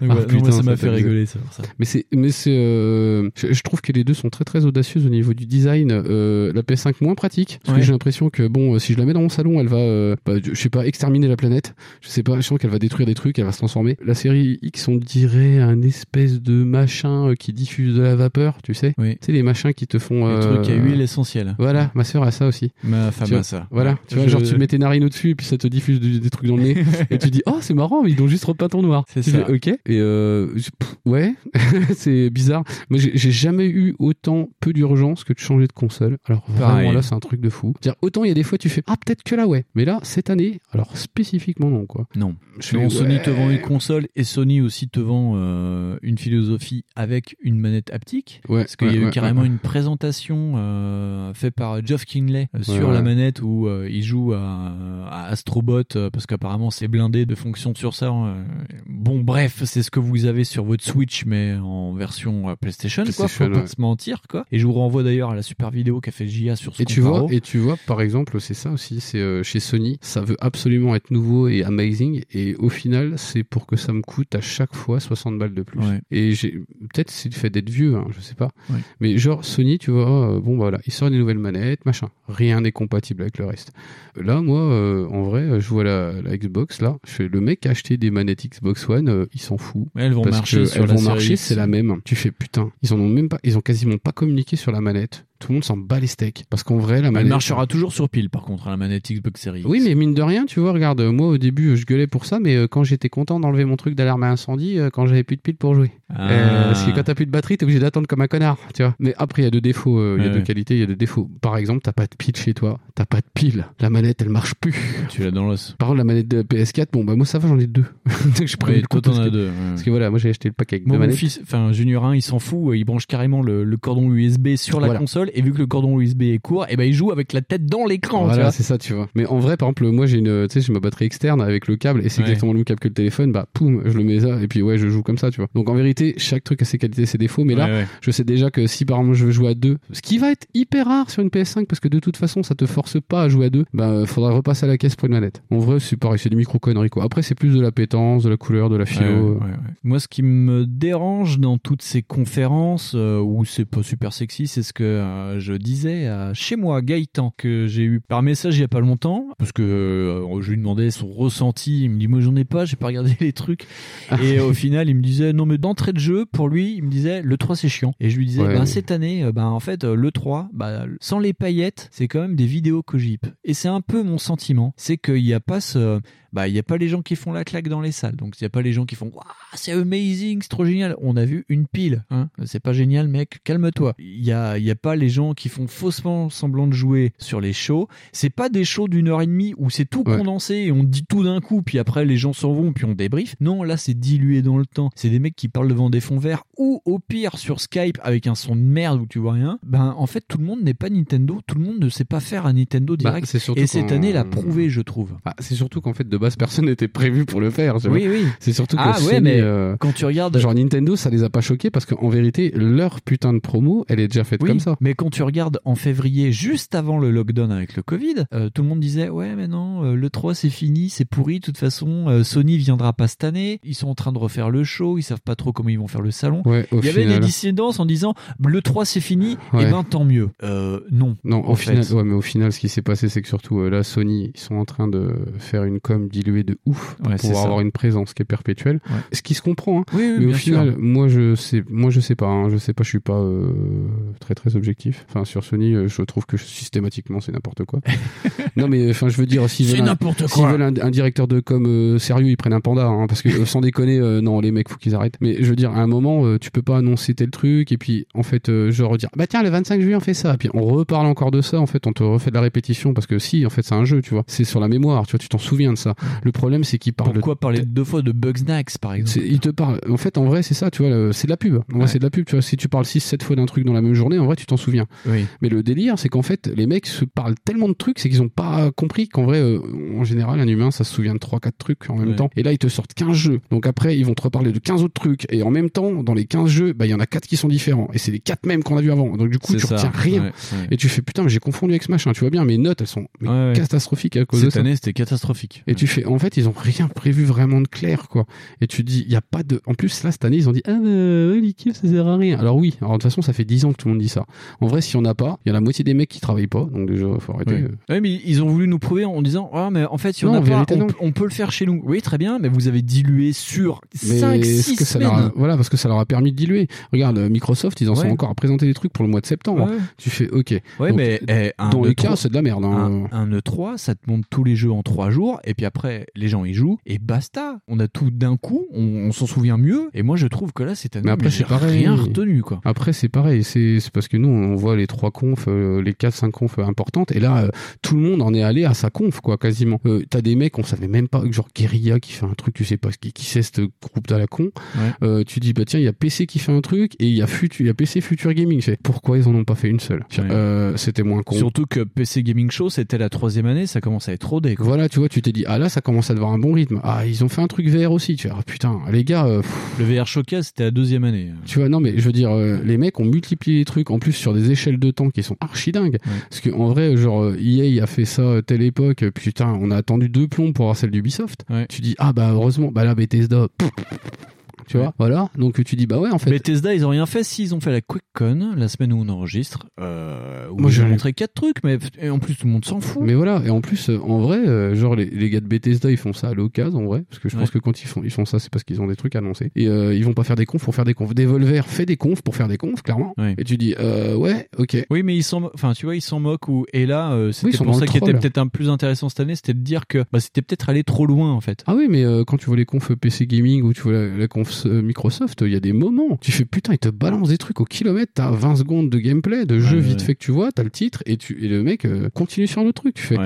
[SPEAKER 4] voilà, non, moi, ça m'a fait
[SPEAKER 5] t'a abusé.
[SPEAKER 4] rigoler, ça, ça.
[SPEAKER 5] Mais c'est, mais c'est, euh, je, je trouve que les deux sont très très audacieuses au niveau du design. Euh, la PS5 moins pratique, parce
[SPEAKER 4] Ouais.
[SPEAKER 5] que j'ai l'impression que bon, euh, si je la mets dans mon salon, elle va, euh, bah, je sais pas, exterminer la planète. Je sais pas, je sens qu'elle va détruire des trucs, elle va se transformer. La série X, on dirait un espèce de machin euh, qui diffuse de la vapeur, tu sais. Tu sais les machins qui te font.
[SPEAKER 4] Le
[SPEAKER 5] euh,
[SPEAKER 4] truc à huile essentielle.
[SPEAKER 5] Voilà, ma sœur a ça aussi.
[SPEAKER 4] Ma femme
[SPEAKER 5] Tu-
[SPEAKER 4] a ça.
[SPEAKER 5] Voilà,
[SPEAKER 4] Ouais.
[SPEAKER 5] tu vois,
[SPEAKER 4] Je-
[SPEAKER 5] genre tu mets tes narines au-dessus et puis ça te diffuse du- des trucs dans le nez. et tu dis, oh, c'est marrant, ils ont juste repeint ton noir.
[SPEAKER 4] C'est
[SPEAKER 5] Tu
[SPEAKER 4] ça.
[SPEAKER 5] fais, ok. Et euh, je- pff, ouais, c'est bizarre. Moi, j'ai j'ai jamais eu autant peu d'urgence que de changer de console. Alors
[SPEAKER 4] Pareil.
[SPEAKER 5] vraiment, là, c'est un truc de fou. C'est-à-dire, autant il y a des fois, tu fais, ah, peut-être que là, ouais. Mais là, cette année, alors spécifiquement, non, quoi.
[SPEAKER 4] Non.
[SPEAKER 5] Je
[SPEAKER 4] Non,
[SPEAKER 5] fais,
[SPEAKER 4] Sony
[SPEAKER 5] ouais.
[SPEAKER 4] te vend une console et Sony aussi te vend euh, une philosophie avec une manette haptique.
[SPEAKER 5] Ouais,
[SPEAKER 4] parce qu'il y a
[SPEAKER 5] ouais,
[SPEAKER 4] eu
[SPEAKER 5] ouais,
[SPEAKER 4] carrément
[SPEAKER 5] ouais.
[SPEAKER 4] une présentation euh, faite par Geoff Kinley euh, sur
[SPEAKER 5] ouais.
[SPEAKER 4] la manette où euh, il joue à, à Astrobot euh, parce qu'apparemment c'est blindé de fonctions sur ça. euh. Bon, bref, c'est ce que vous avez sur votre Switch mais en version euh, PlayStation,
[SPEAKER 5] PlayStation,
[SPEAKER 4] quoi. Faut pas
[SPEAKER 5] ouais.
[SPEAKER 4] se mentir, quoi. Et je vous renvoie d'ailleurs à la super vidéo qu'a fait JA sur ce
[SPEAKER 5] Et tu,
[SPEAKER 4] comparo.
[SPEAKER 5] vois, et tu vois, par exemple, c'est ça aussi, c'est euh, chez Sony, ça veut absolument être nouveau et amazing, et au final, c'est pour que ça me coûte à chaque fois 60 balles de plus.
[SPEAKER 4] Ouais.
[SPEAKER 5] Et j'ai peut-être c'est le fait d'être vieux, hein, je sais pas.
[SPEAKER 4] Ouais.
[SPEAKER 5] Mais genre, Sony, tu vois, euh, bon, bah, voilà, il sort des nouvelles manettes, machin. Rien n'est compatible avec le reste. Là, moi, euh, en vrai, euh, je vois la, la Xbox, là, je fais, le mec a acheté des manettes Xbox One, euh, il s'en fout.
[SPEAKER 4] Ouais, elles vont
[SPEAKER 5] Parce
[SPEAKER 4] marcher
[SPEAKER 5] que
[SPEAKER 4] sur
[SPEAKER 5] elles
[SPEAKER 4] la
[SPEAKER 5] vont
[SPEAKER 4] série
[SPEAKER 5] marcher,
[SPEAKER 4] X.
[SPEAKER 5] c'est la même. Tu fais putain, ils en ont même pas, ils ont quasiment pas communiqué sur la manette. Tout le monde s'en bat les steaks parce qu'en vrai la
[SPEAKER 4] Elle
[SPEAKER 5] manette.
[SPEAKER 4] marchera toujours sur pile par contre à la manette Xbox Series.
[SPEAKER 5] Oui, mais mine de rien, tu vois, regarde, moi au début je gueulais pour ça, mais euh, quand j'étais content d'enlever mon truc d'alarme à incendie, euh, quand j'avais plus de piles pour jouer.
[SPEAKER 4] Ah.
[SPEAKER 5] Euh, parce que quand t'as plus de batterie, t'es obligé d'attendre comme un connard, tu vois. Mais après, il y a deux défauts, euh, il y a
[SPEAKER 4] Ouais, ouais.
[SPEAKER 5] deux qualités, il y a deux défauts. Par exemple, t'as pas de pile chez toi, t'as pas de pile, la manette elle marche plus.
[SPEAKER 4] Tu l'as dans l'os.
[SPEAKER 5] Par contre, la manette de PS4, bon bah moi ça va, j'en ai deux. Donc, je
[SPEAKER 4] Ouais,
[SPEAKER 5] prenais le
[SPEAKER 4] toi,
[SPEAKER 5] compte parce
[SPEAKER 4] t'en as
[SPEAKER 5] que-
[SPEAKER 4] deux, ouais.
[SPEAKER 5] Parce que voilà, moi j'ai acheté le pack avec
[SPEAKER 4] Moi,
[SPEAKER 5] deux
[SPEAKER 4] mon
[SPEAKER 5] manettes.
[SPEAKER 4] fils, enfin Junior 1, il s'en fout, euh, il branche carrément le, le cordon USB sur la
[SPEAKER 5] Voilà.
[SPEAKER 4] console et vu que le cordon USB est court, et ben il joue avec la tête dans l'écran. tu
[SPEAKER 5] Voilà,
[SPEAKER 4] vois.
[SPEAKER 5] c'est ça, tu vois. Mais en vrai, par exemple, moi j'ai une, tu sais, j'ai ma batterie externe avec le câble et c'est
[SPEAKER 4] Ouais.
[SPEAKER 5] exactement le même câble que le téléphone. Bah, poum, je le mets là et puis ouais, je joue comme ça, tu vois. Donc en vérité, chaque truc a ses qualités, ses défauts. Mais là,
[SPEAKER 4] Ouais, ouais.
[SPEAKER 5] je sais déjà que si par exemple je veux jouer à deux, ce qui va être hyper rare sur une PS5 parce que de toute façon, ça te force pas à jouer à deux. Bah, euh, faudra repasser à la caisse pour une manette. En vrai, c'est pareil, c'est du micro conneries quoi. Après, c'est plus de la pétence, de la couleur, de la philo.
[SPEAKER 4] Ouais,
[SPEAKER 5] euh.
[SPEAKER 4] ouais, ouais. Moi, ce qui me dérange dans toutes ces conférences euh, où c'est pas super sexy, c'est ce que euh, je disais à chez moi, Gaëtan, que j'ai eu par message il y a pas longtemps, parce que euh, je lui demandais son ressenti. Il me dit, moi, j'en ai pas, j'ai pas regardé les trucs. Et euh, au final, il me disait, non, mais d'entrée de jeu, pour lui, il me disait, le 3, c'est chiant. Et je lui disais,
[SPEAKER 5] Ouais.
[SPEAKER 4] ben, cette année, euh, ben, en fait, euh, le 3, bah, sans les paillettes, c'est quand même des vidéos Cogip. Et c'est un peu mon sentiment. C'est qu'il n'y a pas ce bah, il n'y a pas les gens qui font la claque dans les salles. Donc, il n'y a pas les gens qui font Waouh, Ah, c'est amazing, c'est trop génial. On a vu une pile. Hein c'est pas génial, mec, calme-toi. Il n'y a, il y a pas les gens qui font faussement semblant de jouer sur les shows. C'est pas des shows d'une heure et demie où c'est tout
[SPEAKER 5] Ouais.
[SPEAKER 4] condensé et on dit tout d'un coup, puis après les gens s'en vont, puis on débrief. Non, là, c'est dilué dans le temps. C'est des mecs qui parlent devant des fonds verts ou au pire sur Skype avec un son de merde où tu vois rien. Ben, en fait, tout le monde n'est pas Nintendo. Tout le monde ne sait pas faire un Nintendo
[SPEAKER 5] Bah,
[SPEAKER 4] direct.
[SPEAKER 5] c'est surtout
[SPEAKER 4] et cette
[SPEAKER 5] qu'en-
[SPEAKER 4] année l'a prouvé, je trouve.
[SPEAKER 5] Ah, c'est surtout qu'en fait de base personne n'était prévu pour le faire. tu vois.
[SPEAKER 4] Oui, oui.
[SPEAKER 5] C'est surtout que
[SPEAKER 4] Ah ouais,
[SPEAKER 5] Sony,
[SPEAKER 4] mais
[SPEAKER 5] euh,
[SPEAKER 4] quand tu regardes
[SPEAKER 5] Genre Nintendo, ça les a pas choqués parce qu'en vérité, leur putain de promo, elle est déjà faite
[SPEAKER 4] Oui,
[SPEAKER 5] comme ça.
[SPEAKER 4] Mais quand tu regardes en février, juste avant le lockdown avec le Covid, euh, tout le monde disait Ouais, mais non, euh, le 3 c'est fini, c'est pourri, de toute façon, euh, Sony viendra pas cette année, ils sont en train de refaire le show, ils savent pas trop comment ils vont faire le salon.
[SPEAKER 5] Ouais, au
[SPEAKER 4] Il y avait des
[SPEAKER 5] final.
[SPEAKER 4] dissidences en disant Le 3 c'est fini, et
[SPEAKER 5] Ouais.
[SPEAKER 4] ben tant mieux. Euh, non.
[SPEAKER 5] Non,
[SPEAKER 4] en
[SPEAKER 5] au final,
[SPEAKER 4] fait.
[SPEAKER 5] ouais, mais au final, ce qui s'est passé, c'est que surtout euh, là, Sony, ils sont en train de faire une com diluée de ouf pour
[SPEAKER 4] Ouais, c'est
[SPEAKER 5] pouvoir
[SPEAKER 4] ça.
[SPEAKER 5] avoir une présence qui est perpétuelle.
[SPEAKER 4] Ouais.
[SPEAKER 5] Ce qui se comprend. hein.
[SPEAKER 4] Oui, oui,
[SPEAKER 5] mais au
[SPEAKER 4] bien
[SPEAKER 5] final,
[SPEAKER 4] sûr.
[SPEAKER 5] moi, je sais, moi, je sais pas. hein, je sais pas. Je suis pas euh, très très objectif. Enfin, sur Sony, euh, je trouve que systématiquement, c'est n'importe quoi. non, mais enfin, je veux dire, s'ils
[SPEAKER 4] C'est
[SPEAKER 5] veulent, un,
[SPEAKER 4] n'importe
[SPEAKER 5] s'ils
[SPEAKER 4] quoi.
[SPEAKER 5] veulent un, un directeur de com euh, sérieux, ils prennent un panda, hein, parce que euh, sans déconner, euh, non, les mecs, faut qu'ils arrêtent. Mais je veux dire, à un moment, euh, tu peux pas annoncer tel truc, et puis en fait, euh, genre dire, bah tiens, le 25 juillet, on fait ça, et puis on reparle encore de ça, en fait, on te refait de la répétition, parce que si, en fait, c'est un jeu, tu vois, c'est sur la mémoire, tu vois, tu t'en souviens de ça. Le problème, c'est qu'il parle.
[SPEAKER 4] Pourquoi parler deux fois de Bugsnax, par exemple
[SPEAKER 5] Il te parle. En fait, en vrai, c'est ça, tu vois, le- c'est de la pub. En vrai, c'est de la pub, tu vois. Si tu parles 6-7 fois d'un truc dans la même journée, en vrai, tu t'en souviens.
[SPEAKER 4] Oui.
[SPEAKER 5] Mais le délire, c'est qu'en fait, les mecs se parlent tellement de trucs, c'est qu'ils ont pas compris qu'en vrai, euh, en général, un humain, ça se souvient de 3-4 trucs en même
[SPEAKER 4] Ouais.
[SPEAKER 5] temps. Et là, ils te sortent 15 jeux. Donc après, ils vont te reparler de 15 autres trucs. Et en même temps, dans les 15 jeux, bah, il y en a 4 qui sont différents. Et c'est les 4 mêmes qu'on a vu avant. Donc du coup,
[SPEAKER 4] C'est
[SPEAKER 5] tu
[SPEAKER 4] ça.
[SPEAKER 5] retiens rien.
[SPEAKER 4] Ouais, ouais.
[SPEAKER 5] Et tu fais putain, mais j'ai confondu avec ce machin. Tu vois bien, mes notes, elles sont mais
[SPEAKER 4] Ouais, ouais.
[SPEAKER 5] catastrophiques à cause de
[SPEAKER 4] Cette
[SPEAKER 5] ça.
[SPEAKER 4] année, c'était catastrophique.
[SPEAKER 5] Et tu fais, en fait, ils ont rien prévu vraiment de clair, quoi. Et tu te dis, il y a pas de. En plus, là, cette année, ils ont dit, ah, bah, ouais, l'équipe, ça sert à rien. Alors oui, alors de toute façon, ça fait 10 ans que tout le monde dit ça. En vrai, s'il y en a pas, il y en a la moitié des mecs qui travaillent pas, donc déjà, faut arrêter.
[SPEAKER 4] Ah Oui. Ouais, mais ils ont voulu nous prouver en disant Ah, mais en fait, si on
[SPEAKER 5] Non,
[SPEAKER 4] a
[SPEAKER 5] en
[SPEAKER 4] pas,
[SPEAKER 5] vérité,
[SPEAKER 4] on,
[SPEAKER 5] non.
[SPEAKER 4] on peut le faire chez nous. Oui, très bien, mais vous avez dilué sur
[SPEAKER 5] Mais
[SPEAKER 4] 5
[SPEAKER 5] est-ce
[SPEAKER 4] 6
[SPEAKER 5] que ça leur a-
[SPEAKER 4] semaines.
[SPEAKER 5] voilà, parce que ça leur a permis de diluer. Regarde, euh, Microsoft, ils en sont
[SPEAKER 4] Ouais.
[SPEAKER 5] encore à présenter des trucs pour le mois de septembre.
[SPEAKER 4] Ouais.
[SPEAKER 5] Tu fais, ok.
[SPEAKER 4] Ouais,
[SPEAKER 5] Donc,
[SPEAKER 4] mais eh, un
[SPEAKER 5] dans le
[SPEAKER 4] E3,
[SPEAKER 5] cas, c'est de la merde. hein.
[SPEAKER 4] Un, un E3, ça te montre tous les jeux en 3 jours, et puis après, les gens y jouent, et basta. On a tout d'un coup, on, on s'en souvient mieux, et moi je trouve que là, cette année,
[SPEAKER 5] Mais après,
[SPEAKER 4] mais
[SPEAKER 5] c'est
[SPEAKER 4] j'ai
[SPEAKER 5] pareil.
[SPEAKER 4] rien retenu, quoi.
[SPEAKER 5] Après, c'est pareil. C'est c'est parce que nous, on voit les trois confs, euh, les quatre, cinq confs euh, importantes. Et là, euh, tout le monde en est allé à sa conf, quoi, quasiment. Euh, T'as des mecs, on savait même pas, genre Guerilla qui fait un truc, tu sais pas ce qui, qui c'est ce groupe à la con. Euh, tu dis, bah tiens, il y a PC qui fait un truc et il y, a Futu- il y a PC Future Gaming. Tu fais, pourquoi ils en ont pas fait une seule Euh, C'était moins con.
[SPEAKER 4] Surtout que PC Gaming Show, c'était la troisième année, ça commence à être rodé, quoi.
[SPEAKER 5] Voilà, tu vois, tu t'es dit, ah là, ça commence à devoir un bon rythme. Ah, ils ont fait un truc VR aussi. Tu fais, ah putain, les gars, euh, pff,
[SPEAKER 4] Le VR Showcase, c'était la deuxième année.
[SPEAKER 5] Tu vois, non, mais je veux dire, euh, les mecs ont multiplié les trucs en plus sur des échelles de temps qui sont archi dingues. Parce que en vrai, genre, euh, EA a fait ça euh, telle époque, euh, putain, on a attendu deux plombs pour avoir celle d'Ubisoft. Tu dis, ah bah heureusement, bah là, Bethesda. pff, Tu vois, voilà. Donc tu dis, bah ouais, en fait.
[SPEAKER 4] Bethesda, ils ont rien fait. S'ils ont fait la QuickCon, la semaine où on enregistre, euh, où
[SPEAKER 5] Moi,
[SPEAKER 4] ils
[SPEAKER 5] j'ai
[SPEAKER 4] ont montré quatre trucs, mais et en plus, tout le monde s'en fout.
[SPEAKER 5] Mais voilà, et en plus, euh, en vrai, euh, genre les, les gars de Bethesda, ils font ça à l'occasion, en vrai, parce que je pense
[SPEAKER 4] Ouais.
[SPEAKER 5] que quand ils font, ils font ça, c'est parce qu'ils ont des trucs à annoncer. Et euh, ils vont pas faire des confs pour faire des confs. Devolver fait des confs pour faire des confs, clairement. Et tu dis, euh, ouais, ok.
[SPEAKER 4] Oui, mais ils s'en, mo- enfin, tu vois, ils s'en moquent. Ou et là, euh,
[SPEAKER 5] Oui, ils
[SPEAKER 4] c'était
[SPEAKER 5] sont
[SPEAKER 4] pour
[SPEAKER 5] dans
[SPEAKER 4] ça
[SPEAKER 5] le
[SPEAKER 4] qui était
[SPEAKER 5] troll.
[SPEAKER 4] peut-être un plus intéressant cette année, c'était de dire que bah, c'était peut-être aller trop loin en fait.
[SPEAKER 5] Ah oui, mais euh, quand tu vois les confs PC Gaming ou tu vois la, la conf euh, Microsoft, il y a des moments. Tu fais putain, ils te balancent des trucs au kilomètre. T'as 20 secondes de gameplay, de jeu
[SPEAKER 4] ouais,
[SPEAKER 5] vite
[SPEAKER 4] ouais.
[SPEAKER 5] fait que tu vois, t'as le titre et, tu, et le mec euh, continue sur le truc. Tu fais,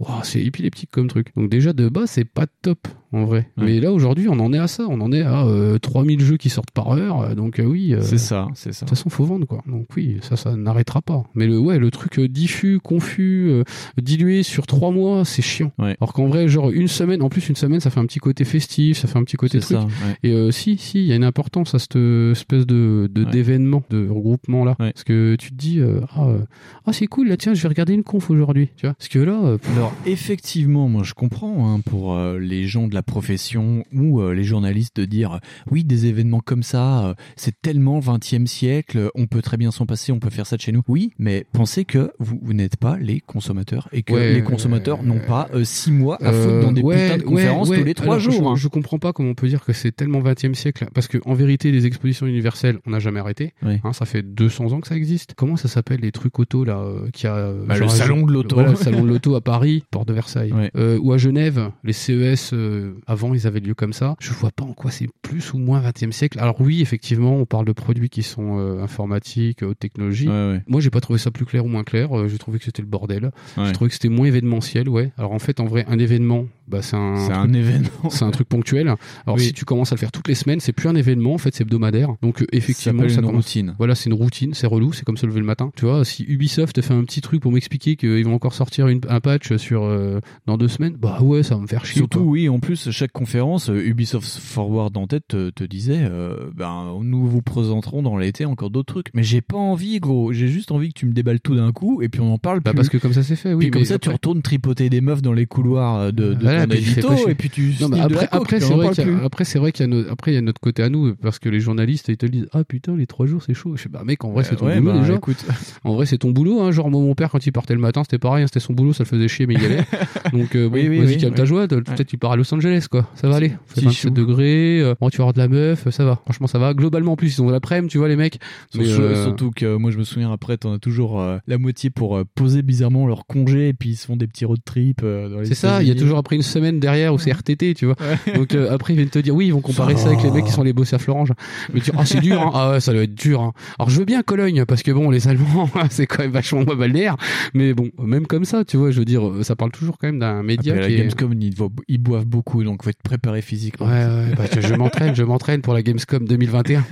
[SPEAKER 5] Ouah, c'est épileptique comme truc. Donc déjà de bas, c'est pas top en vrai. Mais là aujourd'hui, on en est à ça. On en est à euh, 3000 jeux qui sortent par heure. euh, Donc euh, oui. euh,
[SPEAKER 4] C'est ça, c'est ça.
[SPEAKER 5] de toute façon, faut vendre quoi. Donc oui, ça, ça n'arrêtera pas. Mais le ouais, le truc euh, diffus, confus, euh, dilué sur trois mois, c'est chiant. Alors qu'en vrai, genre une semaine, en plus une semaine, ça fait un petit côté festif, ça fait un petit côté
[SPEAKER 4] C'est
[SPEAKER 5] truc.
[SPEAKER 4] ça, ouais.
[SPEAKER 5] Et euh, si, si, il y a une importance à cette euh, espèce de de- d'événement, de, regroupement là, parce que tu te dis euh, ah, euh, ah, c'est cool là, tiens, je vais regarder une conf aujourd'hui, tu vois. Parce que là, euh, pff,
[SPEAKER 4] Alors effectivement, moi je comprends hein, pour euh, les gens de la profession ou euh, les journalistes de dire euh, oui des événements comme ça, euh, c'est tellement 20e siècle, euh, on peut très bien s'en passer, on peut faire ça de chez nous. Oui, mais pensez que vous, vous n'êtes pas les consommateurs et que
[SPEAKER 5] Ouais,
[SPEAKER 4] les consommateurs n'ont pas 6 mois à foutre dans des
[SPEAKER 5] Euh, ouais,
[SPEAKER 4] putains de
[SPEAKER 5] ouais,
[SPEAKER 4] conférences
[SPEAKER 5] ouais.
[SPEAKER 4] tous les 3
[SPEAKER 5] Alors,
[SPEAKER 4] jours. hein.
[SPEAKER 5] Je, je comprends pas comment on peut dire que c'est tellement 20e siècle. Parce que en vérité, les expositions universelles, on n'a jamais arrêté.
[SPEAKER 4] Oui.
[SPEAKER 5] Hein, ça fait 200 ans que ça existe. Comment ça s'appelle les trucs auto là euh, qui a euh,
[SPEAKER 4] Bah,
[SPEAKER 5] genre
[SPEAKER 4] le
[SPEAKER 5] à
[SPEAKER 4] salon
[SPEAKER 5] Gen-
[SPEAKER 4] de l'auto.
[SPEAKER 5] voilà, le salon de l'auto à Paris, porte de Versailles,
[SPEAKER 4] Ouais.
[SPEAKER 5] Euh, ou à Genève, les CES euh, avant ils avaient lieu comme ça. Je vois pas en quoi c'est plus ou moins 20e siècle. Alors oui, effectivement, on parle de produits qui sont euh, informatiques, haute technologie. Moi, j'ai pas trouvé ça plus clair ou moins clair. Euh, j'ai trouvé que c'était le bordel.
[SPEAKER 4] Ouais.
[SPEAKER 5] J'ai trouvé que c'était moins événementiel, ouais. Alors en fait, en vrai, un événement, bah, c'est un,
[SPEAKER 4] C'est
[SPEAKER 5] truc-
[SPEAKER 4] un événement.
[SPEAKER 5] c'est un truc ponctuel. Alors
[SPEAKER 4] Oui.
[SPEAKER 5] si tu commences à le faire toutes les semaines, c'est plus un événement, en fait, c'est hebdomadaire. Donc euh, effectivement,
[SPEAKER 4] s'appelle
[SPEAKER 5] ça
[SPEAKER 4] une
[SPEAKER 5] commence-
[SPEAKER 4] routine.
[SPEAKER 5] Voilà, c'est une routine, c'est relou, c'est comme se lever le matin. Tu vois, si Ubisoft fait un petit truc pour m'expliquer qu'ils vont encore sortir une- un patch sur euh, dans deux semaines, bah ouais, ça va me faire chier.
[SPEAKER 4] Surtout, oui, en plus, chaque conférence, euh, Ubisoft Forward en tête te, te disait euh, ben, nous vous présenterons dans l'été encore d'autres trucs. Mais j'ai pas envie, gros. J'ai juste envie que tu me déballes tout d'un coup et puis on en parle
[SPEAKER 5] Bah,
[SPEAKER 4] plus.
[SPEAKER 5] parce que comme ça, c'est fait, oui,
[SPEAKER 4] Puis comme
[SPEAKER 5] mais
[SPEAKER 4] ça, tu
[SPEAKER 5] après- Bah,
[SPEAKER 4] retournes tripoter des meufs dans les couloirs euh, de, de
[SPEAKER 5] Voilà,
[SPEAKER 4] ton
[SPEAKER 5] puis tu fais
[SPEAKER 4] édito,
[SPEAKER 5] pas chier.
[SPEAKER 4] et puis tu.
[SPEAKER 5] Non, mais
[SPEAKER 4] sniffes de la
[SPEAKER 5] après,
[SPEAKER 4] coke,
[SPEAKER 5] après,
[SPEAKER 4] puis
[SPEAKER 5] c'est
[SPEAKER 4] on en
[SPEAKER 5] vrai
[SPEAKER 4] parle
[SPEAKER 5] qu'il y a-
[SPEAKER 4] plus.
[SPEAKER 5] après, c'est vrai qu'il y, a notre- après, il y a notre côté à nous, parce que les journalistes, ils te disent Ah putain, les trois jours, c'est chaud. Je sais pas, mec, en vrai, c'est ton
[SPEAKER 4] ouais,
[SPEAKER 5] boulot
[SPEAKER 4] bah,
[SPEAKER 5] déjà.
[SPEAKER 4] écoute.
[SPEAKER 5] En vrai, c'est ton boulot. Hein. Genre, moi, mon père, quand il partait le matin, c'était pareil, hein, c'était son boulot, ça le faisait chier, mais il y allait. Donc, euh, bon,
[SPEAKER 4] Oui, oui,
[SPEAKER 5] vas-y,
[SPEAKER 4] oui,
[SPEAKER 5] calme ta
[SPEAKER 4] oui.
[SPEAKER 5] joie. t'as-
[SPEAKER 4] Ouais.
[SPEAKER 5] Peut-être tu pars à Los Angeles, quoi. Ça va aller. C'est
[SPEAKER 4] Petit
[SPEAKER 5] 27
[SPEAKER 4] chou.
[SPEAKER 5] degrés. euh, bon, tu vas avoir de la meuf, euh, ça va. Franchement, ça va. Globalement, en plus, ils ont de l'après-midi, tu vois, les mecs. Mais,
[SPEAKER 4] Surtout-
[SPEAKER 5] euh,
[SPEAKER 4] Surtout que euh, moi je me souviens après t'en as toujours euh, la moitié pour euh, poser bizarrement leur congé et puis ils se font des petits road trips euh, dans les
[SPEAKER 5] C'est ça, il y a
[SPEAKER 4] États-Unis.
[SPEAKER 5] toujours après une une semaine derrière où c'est RTT, tu vois. Donc euh, après, ils viennent te dire, oui, ils vont comparer ça, avec les
[SPEAKER 4] Oh.
[SPEAKER 5] mecs qui sont les boss à Florange. Mais tu ah, c'est dur, hein. Ah ouais, ça doit être dur, hein. Alors je veux bien Cologne, parce que bon, les Allemands, c'est quand même vachement moins balnéaire. Mais bon, même comme ça, tu vois, je veux dire, euh, ça parle toujours quand même d'un média.
[SPEAKER 4] Après, la
[SPEAKER 5] qui est-
[SPEAKER 4] Gamescom, ils, vo- ils boivent beaucoup, donc faut être préparé physiquement.
[SPEAKER 5] Ouais, ouais, bah, je- je m'entraîne, je m'entraîne pour la Gamescom 2021.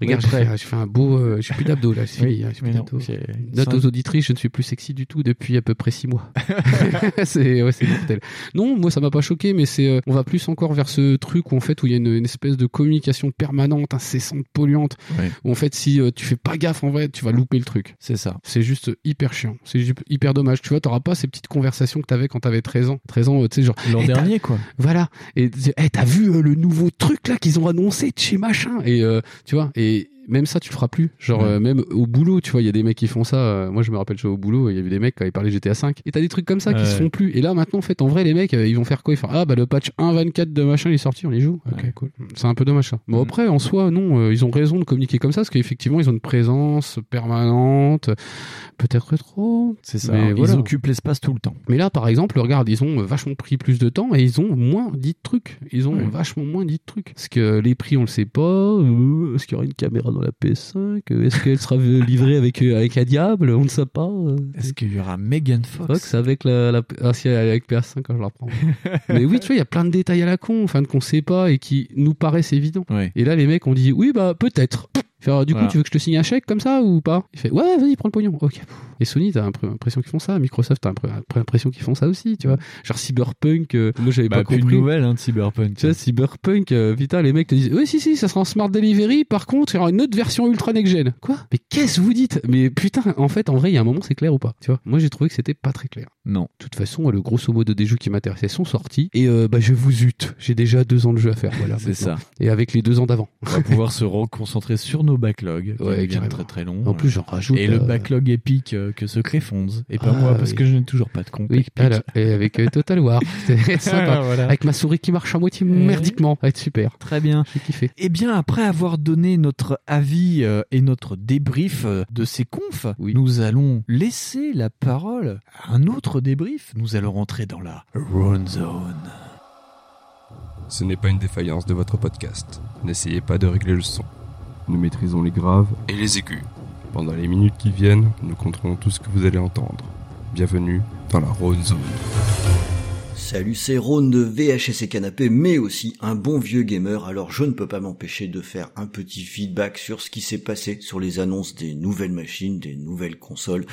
[SPEAKER 5] Regarde, je
[SPEAKER 4] prêt.
[SPEAKER 5] fais, je fais un beau, euh, je suis plus d'abdos là, c'est
[SPEAKER 4] Oui,
[SPEAKER 5] fini, hein, je suis
[SPEAKER 4] mais
[SPEAKER 5] plus
[SPEAKER 4] non,
[SPEAKER 5] d'abdos.
[SPEAKER 4] c'est-
[SPEAKER 5] Note
[SPEAKER 4] c'est un-
[SPEAKER 5] aux auditrices, je ne suis plus sexy du tout depuis à peu près six mois. c'est ouais, c'est mortel. Non, moi ça m'a pas choqué, mais c'est, euh, on va plus encore vers ce truc où en fait où il y a une, une espèce de communication permanente, incessante, polluante,
[SPEAKER 4] Ouais.
[SPEAKER 5] où en fait si euh, tu fais pas gaffe en vrai, tu vas louper le truc.
[SPEAKER 4] C'est ça.
[SPEAKER 5] C'est juste hyper chiant, c'est ju- hyper dommage. Tu vois, t'auras pas ces petites conversations que t'avais quand t'avais 13 ans, 13 ans, euh, tu sais genre
[SPEAKER 4] L'an
[SPEAKER 5] Eh, t'as-
[SPEAKER 4] dernier, quoi.
[SPEAKER 5] voilà. Et tu- eh, t'as vu euh, le nouveau truc là qu'ils ont annoncé de chez machin Et euh, tu vois, et même ça, tu le feras plus. Genre,
[SPEAKER 4] Ouais.
[SPEAKER 5] euh, même au boulot, tu vois, il y a des mecs qui font ça. Euh, moi, je me rappelle, je suis au boulot, il y avait des mecs qui avaient parlé GTA 5. Et t'as des trucs comme ça qui
[SPEAKER 4] Ouais.
[SPEAKER 5] se font plus. Et là, maintenant, en fait, en vrai, les mecs, euh, ils vont faire quoi Ils font Ah, bah le patch 1.24 de machin, il est sorti, on les joue. Ok, cool. C'est un peu dommage ça.
[SPEAKER 4] Mm.
[SPEAKER 5] Bon, après, en soi, non, euh, ils ont raison de communiquer comme ça parce qu'effectivement, ils ont une présence permanente. Peut-être trop.
[SPEAKER 4] C'est ça.
[SPEAKER 5] Mais
[SPEAKER 4] Ils
[SPEAKER 5] voilà.
[SPEAKER 4] occupent l'espace tout le temps.
[SPEAKER 5] Mais là, par exemple, regarde, ils ont vachement pris plus de temps et ils ont moins dit de trucs. Ils ont
[SPEAKER 4] Ouais.
[SPEAKER 5] vachement moins dit de trucs. Parce que les prix, on le sait pas. Euh, Est-ce qu'il y aura une caméra dans la PS5 Euh, Est-ce qu'elle sera livrée avec, euh, avec un diable On ne sait pas. Euh,
[SPEAKER 4] Est-ce qu'il y aura Megan Fox,
[SPEAKER 5] Fox avec la, la- ah, si, avec PS5 quand je la reprends. Mais oui, tu vois, il y a plein de détails à la con, enfin qu'on sait pas et qui nous paraissent évidents.
[SPEAKER 4] Ouais.
[SPEAKER 5] Et là, les mecs ont dit oui, bah peut-être. Fait, alors, du coup,
[SPEAKER 4] Voilà.
[SPEAKER 5] tu veux que je te signe un chèque comme ça ou pas Il fait ouais, vas-y, prends le pognon. Ok. Et Sony, t'as un peu l'impression qu'ils font ça. Microsoft, t'as un peu l'impression qu'ils font ça aussi. Tu vois, genre Cyberpunk. euh, moi, j'avais
[SPEAKER 4] Bah,
[SPEAKER 5] pas
[SPEAKER 4] plus de
[SPEAKER 5] compris.
[SPEAKER 4] nouvelles hein, de Cyberpunk.
[SPEAKER 5] Tu vois, Cyberpunk, euh, putain, les mecs te disent, oui, si, si, ça sera en Smart Delivery, par contre, il y aura une autre version ultra next-gen. Quoi Mais qu'est-ce que vous dites Mais putain, en fait, en vrai, il y a un moment, c'est clair ou pas Tu vois, moi, j'ai trouvé que c'était pas très clair.
[SPEAKER 4] Non.
[SPEAKER 5] De toute façon, le grosso modo des jeux qui m'intéressaient sont sortis, et euh, bah, je vous hute, j'ai déjà deux ans de jeu à faire, voilà.
[SPEAKER 4] C'est
[SPEAKER 5] maintenant.
[SPEAKER 4] ça.
[SPEAKER 5] Et avec les deux ans d'avant.
[SPEAKER 4] On va pouvoir se reconcentrer sur nos backlogs, qui
[SPEAKER 5] Ouais,
[SPEAKER 4] deviennent
[SPEAKER 5] carrément.
[SPEAKER 4] très très longs.
[SPEAKER 5] En plus, j'en rajoute,
[SPEAKER 4] Et le
[SPEAKER 5] euh,
[SPEAKER 4] backlog épique euh, que se crée Fonz. Et pas
[SPEAKER 5] Ah,
[SPEAKER 4] moi, parce
[SPEAKER 5] oui.
[SPEAKER 4] que je n'ai toujours pas de compte.
[SPEAKER 5] Oui, voilà. et avec euh, Total War, c'était sympa.
[SPEAKER 4] Voilà.
[SPEAKER 5] Avec ma souris qui marche à moitié
[SPEAKER 4] Eh
[SPEAKER 5] merdiquement, ça va être super.
[SPEAKER 4] Très bien.
[SPEAKER 5] J'ai kiffé.
[SPEAKER 4] Eh bien, après avoir donné notre avis euh, et notre débrief euh, de ces confs, nous allons laisser la parole à un autre débrief. Nous allons rentrer dans la Run Zone.
[SPEAKER 20] Ce n'est pas une défaillance de votre podcast. N'essayez pas de régler le son. Nous maîtrisons les graves et les aigus. Pendant les minutes qui viennent, nous compterons tout ce que vous allez entendre. Bienvenue dans la Rhône Zone.
[SPEAKER 14] Salut, c'est Rhône de VHS et Canapé, mais aussi un bon vieux gamer, alors je ne peux pas m'empêcher de faire un petit feedback sur ce qui s'est passé sur les annonces des nouvelles machines, des nouvelles consoles.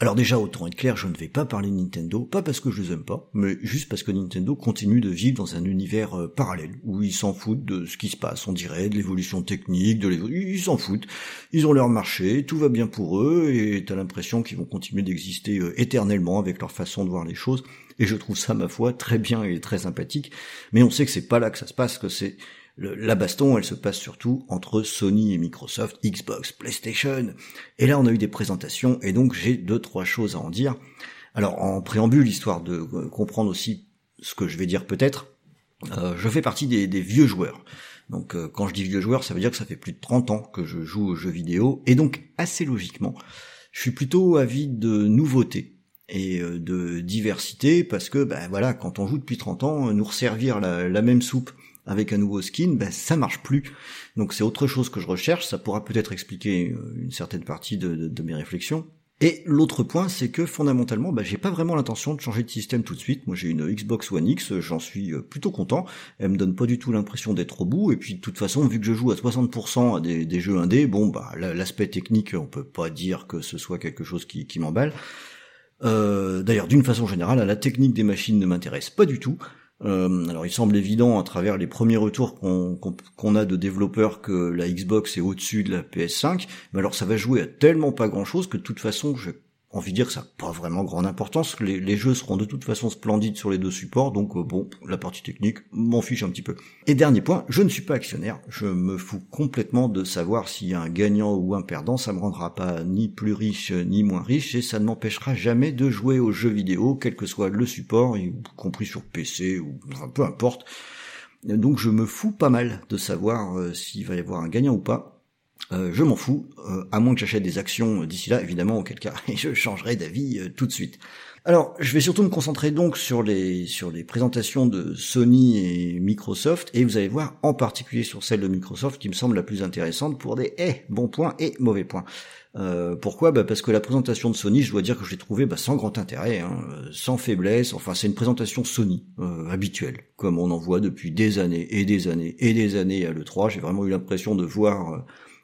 [SPEAKER 14] Alors déjà, autant être clair, je ne vais pas parler Nintendo, pas parce que je les aime pas, mais juste parce que Nintendo continue de vivre dans un univers euh, parallèle, où ils s'en foutent de ce qui se passe, on dirait, de l'évolution technique, de l'évo- ils s'en foutent, ils ont leur marché, tout va bien pour eux, et t'as l'impression qu'ils vont continuer d'exister euh, éternellement avec leur façon de voir les choses, et je trouve ça, ma foi, très bien et très sympathique, mais on sait que c'est pas là que ça se passe, que c'est... le- la baston, elle se passe surtout entre Sony et Microsoft, Xbox, PlayStation. Et là, on a eu des présentations, et donc j'ai deux, trois choses à en dire. Alors, en préambule, histoire de euh, comprendre aussi ce que je vais dire peut-être, euh, je fais partie des, des vieux joueurs. Donc euh, quand je dis vieux joueur, ça veut dire que ça fait plus de 30 ans que je joue aux jeux vidéo, et donc assez logiquement, je suis plutôt avide de nouveautés et euh, de diversité, parce que ben voilà, quand on joue depuis 30 ans, euh, nous resservir la, la même soupe avec un nouveau skin, ben ça marche plus. Donc c'est autre chose que je recherche, ça pourra peut-être expliquer euh, une certaine partie de- de- de mes réflexions. Et l'autre point, c'est que fondamentalement, bah, j'ai pas vraiment l'intention de changer de système tout de suite. Moi, j'ai une Xbox One X, euh, j'en suis euh, plutôt content. Elle me donne pas du tout l'impression d'être au bout. Et puis, de toute façon, vu que je joue à 60% à des, des jeux indés, bon, bah, la- l'aspect technique, on peut pas dire que ce soit quelque chose qui, qui m'emballe. Euh, D'ailleurs, d'une façon générale, la technique des machines ne m'intéresse pas du tout. Euh, alors, il semble évident à travers les premiers retours qu'on qu'on- qu'on a de développeurs que la Xbox est au-dessus de la PS5, mais alors ça va jouer à tellement pas grand-chose que de toute façon, j'ai envie de dire que ça n'a pas vraiment grande importance. Les, les jeux seront de toute façon splendides sur les deux supports, donc euh, bon, la partie technique m'en fiche un petit peu. Et dernier point, je ne suis pas actionnaire. Je me fous complètement de savoir s'il y a un gagnant ou un perdant. Ça me rendra pas ni plus riche euh, ni moins riche et ça ne m'empêchera jamais de jouer aux jeux vidéo, quel que soit le support, y compris sur PC ou enfin, peu importe. Donc je me fous pas mal de savoir euh, s'il va y avoir un gagnant ou pas. Euh, je m'en fous, euh, à moins que j'achète des actions euh, d'ici là, évidemment, auquel cas je changerai d'avis euh, tout de suite. Alors, je vais surtout me concentrer donc sur les sur les présentations de Sony et Microsoft, et vous allez voir en particulier sur celle de Microsoft qui me semble la plus intéressante pour des eh bons points et mauvais points. Euh, pourquoi bah Parce que la présentation de Sony, je dois dire que je l'ai trouvée bah, sans grand intérêt, hein, euh, sans faiblesse. Enfin, c'est une présentation Sony euh, habituelle, comme on en voit depuis des années et des années et des années à l'E3. J'ai vraiment eu l'impression de voir euh,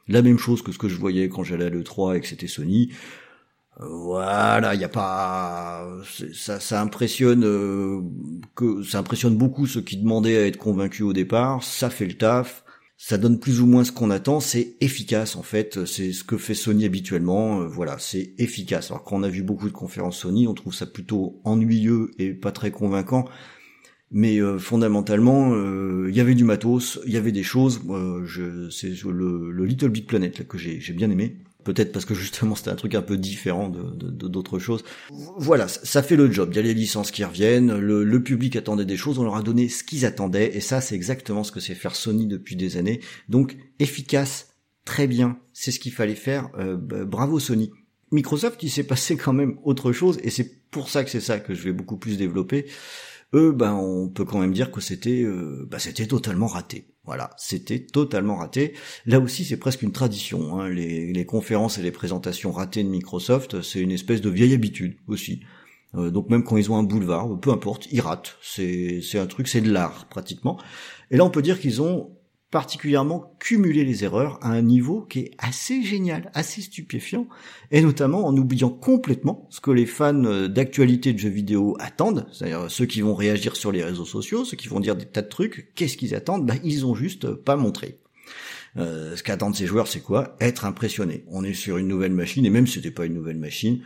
[SPEAKER 14] la même chose que ce que je voyais quand j'allais à l'E3 et que c'était Sony. Euh, Voilà, il y a pas c'est- ça, ça impressionne euh, que ça impressionne beaucoup ceux qui demandaient à être convaincus au départ. Ça fait le taf, ça donne plus ou moins ce qu'on attend. C'est efficace en fait, c'est ce que fait Sony habituellement. euh, voilà, c'est efficace. Alors quand on a vu beaucoup de conférences Sony, on trouve ça plutôt ennuyeux et pas très convaincant. Mais euh, fondamentalement, euh, il y avait du matos, il y avait des choses. Euh, je, c'est sur le, le Little Big Planet là, que j'ai j'ai bien aimé. Peut-être parce que justement c'était un truc un peu différent de de- de- d'autres choses. Voilà, ça- ça fait le job. Il y a les licences qui reviennent, le, le public attendait des choses, on leur a donné ce qu'ils attendaient, et ça c'est exactement ce que c'est faire Sony depuis des années. Donc efficace, très bien, c'est ce qu'il fallait faire. Euh, bah, bravo Sony. Microsoft, il s'est passé quand même autre chose, et c'est pour ça que c'est ça que je vais beaucoup plus développer eux, ben on peut quand même dire que c'était, euh, ben, c'était totalement raté. Voilà, c'était totalement raté. Là aussi, c'est presque une tradition. hein. Les, les conférences et les présentations ratées de Microsoft, c'est une espèce de vieille habitude aussi. Euh, donc même quand ils ont un boulevard, peu importe, ils ratent. C'est, c'est un truc, c'est de l'art pratiquement. Et là, on peut dire qu'ils ont particulièrement cumuler les erreurs à un niveau qui est assez génial, assez stupéfiant, et notamment en oubliant complètement ce que les fans euh, d'actualité de jeux vidéo attendent, c'est-à-dire ceux qui vont réagir sur les réseaux sociaux, ceux qui vont dire des tas de trucs, qu'est-ce qu'ils attendent Bah ils ont juste euh, pas montré. Euh, ce qu'attendent ces joueurs, c'est quoi Être impressionné. On est sur une nouvelle machine, et même si c'était pas une nouvelle machine,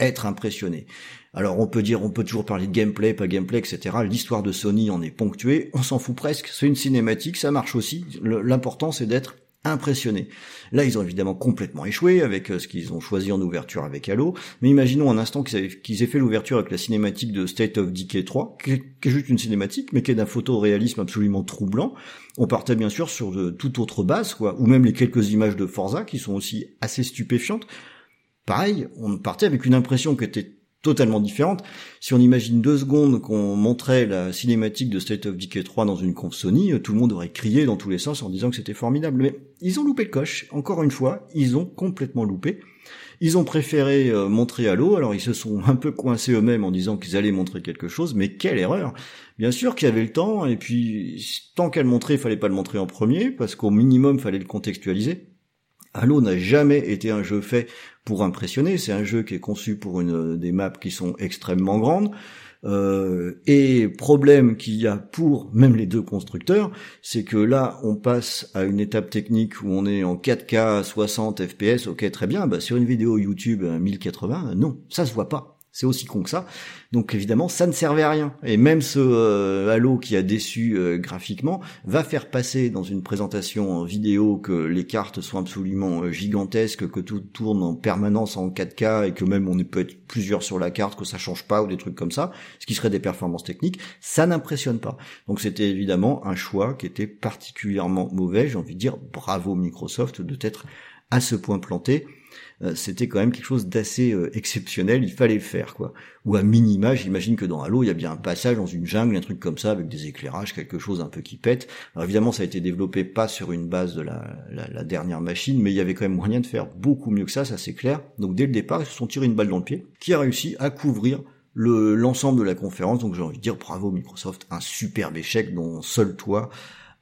[SPEAKER 14] être impressionné. Alors on peut dire, on peut toujours parler de gameplay, pas gameplay, etc. L'histoire de Sony en est ponctuée, on s'en fout presque. C'est une cinématique, ça marche aussi. Le- L'important c'est d'être impressionné. Là ils ont évidemment complètement échoué avec euh, ce qu'ils ont choisi en ouverture avec Halo, mais imaginons un instant qu'ils, avaient- qu'ils aient fait l'ouverture avec la cinématique de State of Decay 3, qui est, qui est juste une cinématique, mais qui est d'un photoréalisme absolument troublant. On partait bien sûr sur de toute autre base, quoi, ou même les quelques images de Forza qui sont aussi assez stupéfiantes. Pareil, on partait avec une impression qui était totalement différente. Si on imagine deux secondes qu'on montrait la cinématique de State of Decay 3 dans une conf Sony, euh, tout le monde aurait crié dans tous les sens en disant que c'était formidable. Mais ils ont loupé le coche. Encore une fois, ils ont complètement loupé. Ils ont préféré euh, montrer Halo, alors ils se sont un peu coincés eux-mêmes en disant qu'ils allaient montrer quelque chose, mais quelle erreur Bien sûr qu'il y avait le temps, et puis tant qu'à le montrer, il fallait pas le montrer en premier, parce qu'au minimum, fallait le contextualiser. Halo n'a jamais été un jeu fait pour impressionner. C'est un jeu qui est conçu pour une des maps qui sont extrêmement grandes. Euh, et problème qu'il y a pour même les deux constructeurs, c'est que là on passe à une étape technique où on est en 4K à 60 FPS. Ok, très bien. Bah, sur une vidéo YouTube à 1080, non, ça se voit pas. C'est aussi con que ça. Donc évidemment, ça ne servait à rien. Et même ce euh, Halo qui a déçu euh, graphiquement va faire passer dans une présentation en vidéo que les cartes sont absolument euh, gigantesques, que tout tourne en permanence en 4K et que même on peut être plusieurs sur la carte, que ça change pas ou des trucs comme ça, ce qui serait des performances techniques, ça n'impressionne pas. Donc c'était évidemment un choix qui était particulièrement mauvais. J'ai envie de dire bravo Microsoft de t'être à ce point planté. Euh, c'était quand même quelque chose d'assez euh, exceptionnel, il fallait le faire quoi. Ou à minima, j'imagine que dans Halo, il y a bien un passage dans une jungle, un truc comme ça, avec des éclairages, quelque chose un peu qui pète. Alors évidemment, ça a été développé pas sur une base de la, la- la dernière machine, mais il y avait quand même moyen de faire beaucoup mieux que ça, ça c'est clair. Donc dès le départ, ils se sont tirés une balle dans le pied, qui a réussi à couvrir le- l'ensemble de la conférence. Donc j'ai envie de dire bravo Microsoft, un superbe échec dont seul toi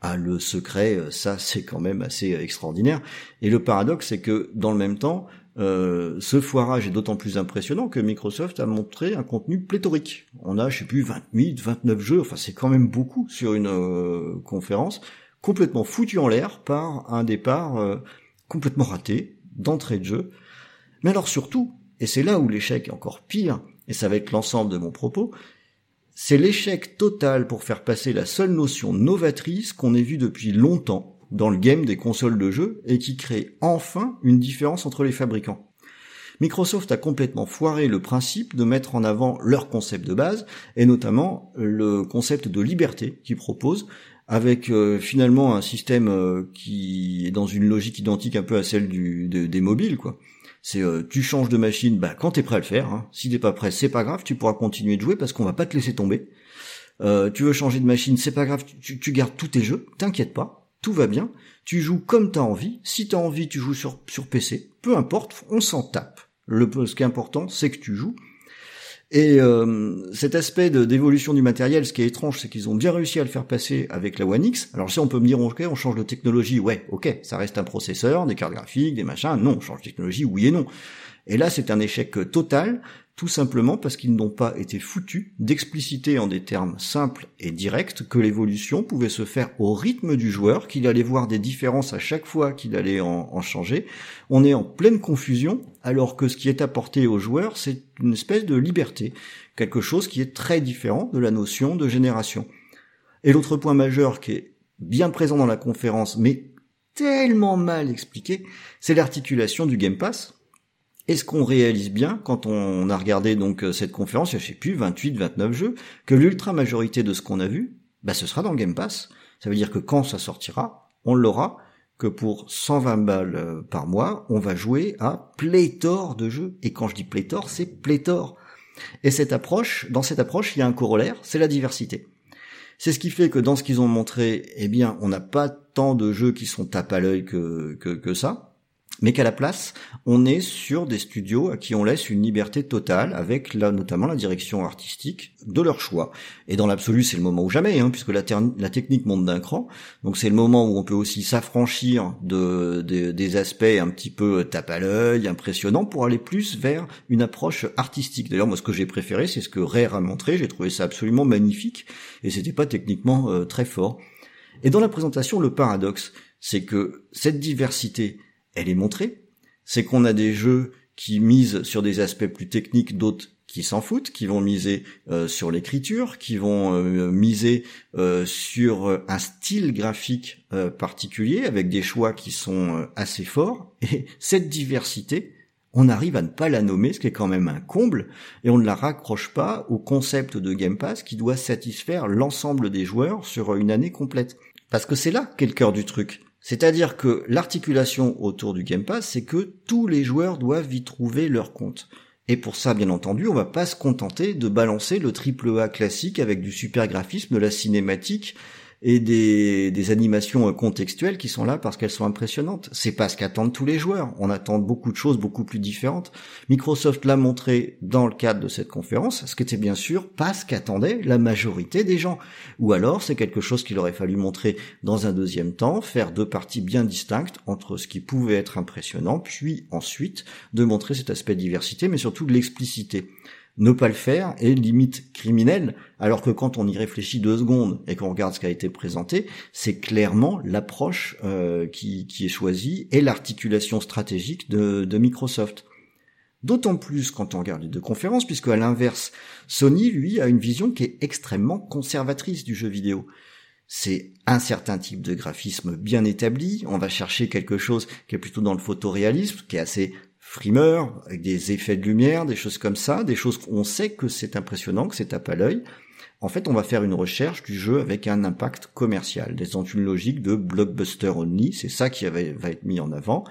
[SPEAKER 14] a le secret, euh, ça c'est quand même assez euh, extraordinaire. Et le paradoxe, c'est que dans le même temps, euh, ce foirage est d'autant plus impressionnant que Microsoft a montré un contenu pléthorique. On a, je sais plus, 28, 29 jeux, enfin c'est quand même beaucoup sur une euh, conférence, complètement foutu en l'air par un départ euh, complètement raté d'entrée de jeu. Mais alors surtout, et c'est là où l'échec est encore pire, et ça va être l'ensemble de mon propos, c'est l'échec total pour faire passer la seule notion novatrice qu'on ait vue depuis longtemps dans le game des consoles de jeu et qui crée enfin une différence entre les fabricants. Microsoft a complètement foiré le principe de mettre en avant leur concept de base, et notamment le concept de liberté qu'ils proposent, avec euh, finalement un système euh, qui est dans une logique identique un peu à celle du, de- des mobiles, quoi. C'est euh, tu changes de machine, bah quand t'es prêt à le faire. Hein. Si t'es pas prêt, c'est pas grave, tu pourras continuer de jouer parce qu'on va pas te laisser tomber. Euh, tu veux changer de machine, c'est pas grave, tu, tu- tu gardes tous tes jeux, t'inquiète pas, tout va bien. Tu joues comme t'as envie. Si t'as envie, tu joues sur sur PC, peu importe, on s'en tape. Le ce qui est important, c'est que tu joues. Et euh, cet aspect de- d'évolution du matériel, ce qui est étrange, c'est qu'ils ont bien réussi à le faire passer avec la One X. Alors si on peut me dire, ok, on change de technologie, ouais, ok, ça reste un processeur, des cartes graphiques, des machins, non, on change de technologie, oui et non. Et là, c'est un échec total, tout simplement parce qu'ils n'ont pas été foutus d'expliciter en des termes simples et directs que l'évolution pouvait se faire au rythme du joueur, qu'il allait voir des différences à chaque fois qu'il allait en, en changer. On est en pleine confusion, alors que ce qui est apporté au joueur, c'est une espèce de liberté, quelque chose qui est très différent de la notion de génération. Et l'autre point majeur qui est bien présent dans la conférence, mais tellement mal expliqué, c'est l'articulation du Game Pass. Et ce qu'on réalise bien quand on a regardé donc euh, cette conférence, il y a, je sais plus, 28, 29 jeux, que l'ultra majorité de ce qu'on a vu, bah, ce sera dans le Game Pass. Ça veut dire que quand ça sortira, on l'aura, que pour 120 balles euh, par mois, on va jouer à pléthore de jeux. Et quand je dis pléthore, c'est pléthore. Et cette approche, dans cette approche, il y a un corollaire, c'est la diversité. C'est ce qui fait que dans ce qu'ils ont montré, eh bien, on n'a pas tant de jeux qui sont tape à l'œil que, que, que ça, mais qu'à la place, on est sur des studios à qui on laisse une liberté totale, avec là, notamment la direction artistique de leur choix. Et dans l'absolu, c'est le moment ou jamais, hein, puisque la, terni- la technique monte d'un cran, donc c'est le moment où on peut aussi s'affranchir de, de- des aspects un petit peu tape à l'œil, impressionnants, pour aller plus vers une approche artistique. D'ailleurs, moi, ce que j'ai préféré, c'est ce que Rare a montré, j'ai trouvé ça absolument magnifique, et c'était pas techniquement euh, très fort. Et dans la présentation, le paradoxe, c'est que cette diversité, elle est montrée. C'est qu'on a des jeux qui misent sur des aspects plus techniques, d'autres qui s'en foutent, qui vont miser euh, sur l'écriture, qui vont euh, miser euh, sur euh, un style graphique euh, particulier, avec des choix qui sont euh, assez forts. Et cette diversité, on arrive à ne pas la nommer, ce qui est quand même un comble, et on ne la raccroche pas au concept de Game Pass qui doit satisfaire l'ensemble des joueurs sur une année complète. Parce que c'est là qu'est le cœur du truc. C'est-à-dire que l'articulation autour du Game Pass, c'est que tous les joueurs doivent y trouver leur compte. Et pour ça, bien entendu, on va pas se contenter de balancer le triple A classique avec du super graphisme, de la cinématique et des, des animations euh, contextuelles qui sont là parce qu'elles sont impressionnantes. C'est pas ce qu'attendent tous les joueurs. On attend beaucoup de choses beaucoup plus différentes. Microsoft l'a montré dans le cadre de cette conférence, ce qui était bien sûr pas ce qu'attendait la majorité des gens. Ou alors, c'est quelque chose qu'il aurait fallu montrer dans un deuxième temps, faire deux parties bien distinctes entre ce qui pouvait être impressionnant, puis ensuite de montrer cet aspect de diversité, mais surtout de l'expliciter ne pas le faire est limite criminel, alors que quand on y réfléchit deux secondes et qu'on regarde ce qui a été présenté, c'est clairement l'approche euh, qui, qui est choisie et l'articulation stratégique de, de Microsoft. D'autant plus quand on regarde les deux conférences, puisque à l'inverse, Sony, lui, a une vision qui est extrêmement conservatrice du jeu vidéo. C'est un certain type de graphisme bien établi, on va chercher quelque chose qui est plutôt dans le photoréalisme, qui est assez frimeur, avec des effets de lumière, des choses comme ça, des choses qu'on sait que c'est impressionnant, que c'est tape à l'œil. En fait, on va faire une recherche du jeu avec un impact commercial, dans une logique de blockbuster only, c'est ça qui avait- va être mis en avant.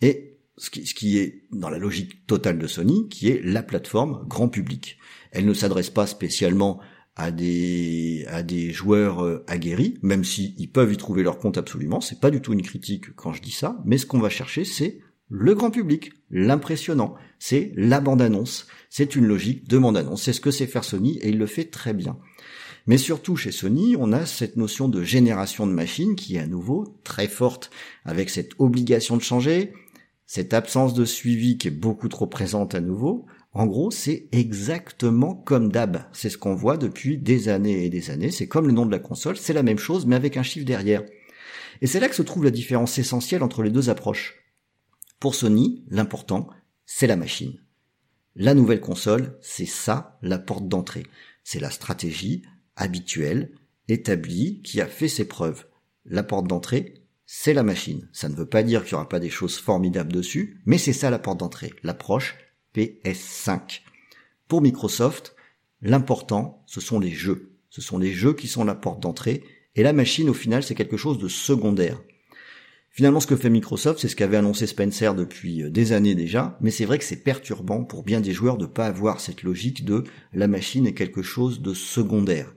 [SPEAKER 14] Et ce qui, ce qui est dans la logique totale de Sony, qui est la plateforme grand public. Elle ne s'adresse pas spécialement à des à des joueurs euh, aguerris, même si ils peuvent y trouver leur compte absolument. C'est pas du tout une critique quand je dis ça, mais ce qu'on va chercher, c'est le grand public, l'impressionnant. C'est la bande-annonce. C'est une logique de bande-annonce. C'est ce que sait faire Sony et il le fait très bien. Mais surtout chez Sony, on a cette notion de génération de machines qui est à nouveau très forte, avec cette obligation de changer, cette absence de suivi qui est beaucoup trop présente à nouveau, en gros, c'est exactement comme d'hab. C'est ce qu'on voit depuis des années et des années. C'est comme le nom de la console, c'est la même chose, mais avec un chiffre derrière. Et c'est là que se trouve la différence essentielle entre les deux approches. Pour Sony, l'important, c'est la machine. La nouvelle console, c'est ça, la porte d'entrée. C'est la stratégie habituelle, établie, qui a fait ses preuves. La porte d'entrée, c'est la machine. Ça ne veut pas dire qu'il n'y aura pas des choses formidables dessus, mais c'est ça la porte d'entrée, l'approche PS5. Pour Microsoft, l'important, ce sont les jeux. Ce sont les jeux qui sont la porte d'entrée, Et la machine, au final, c'est quelque chose de secondaire. Finalement, ce que fait Microsoft, c'est ce qu'avait annoncé Spencer depuis euh, des années déjà, mais c'est vrai que c'est perturbant pour bien des joueurs de pas avoir cette logique de la machine est quelque chose de secondaire.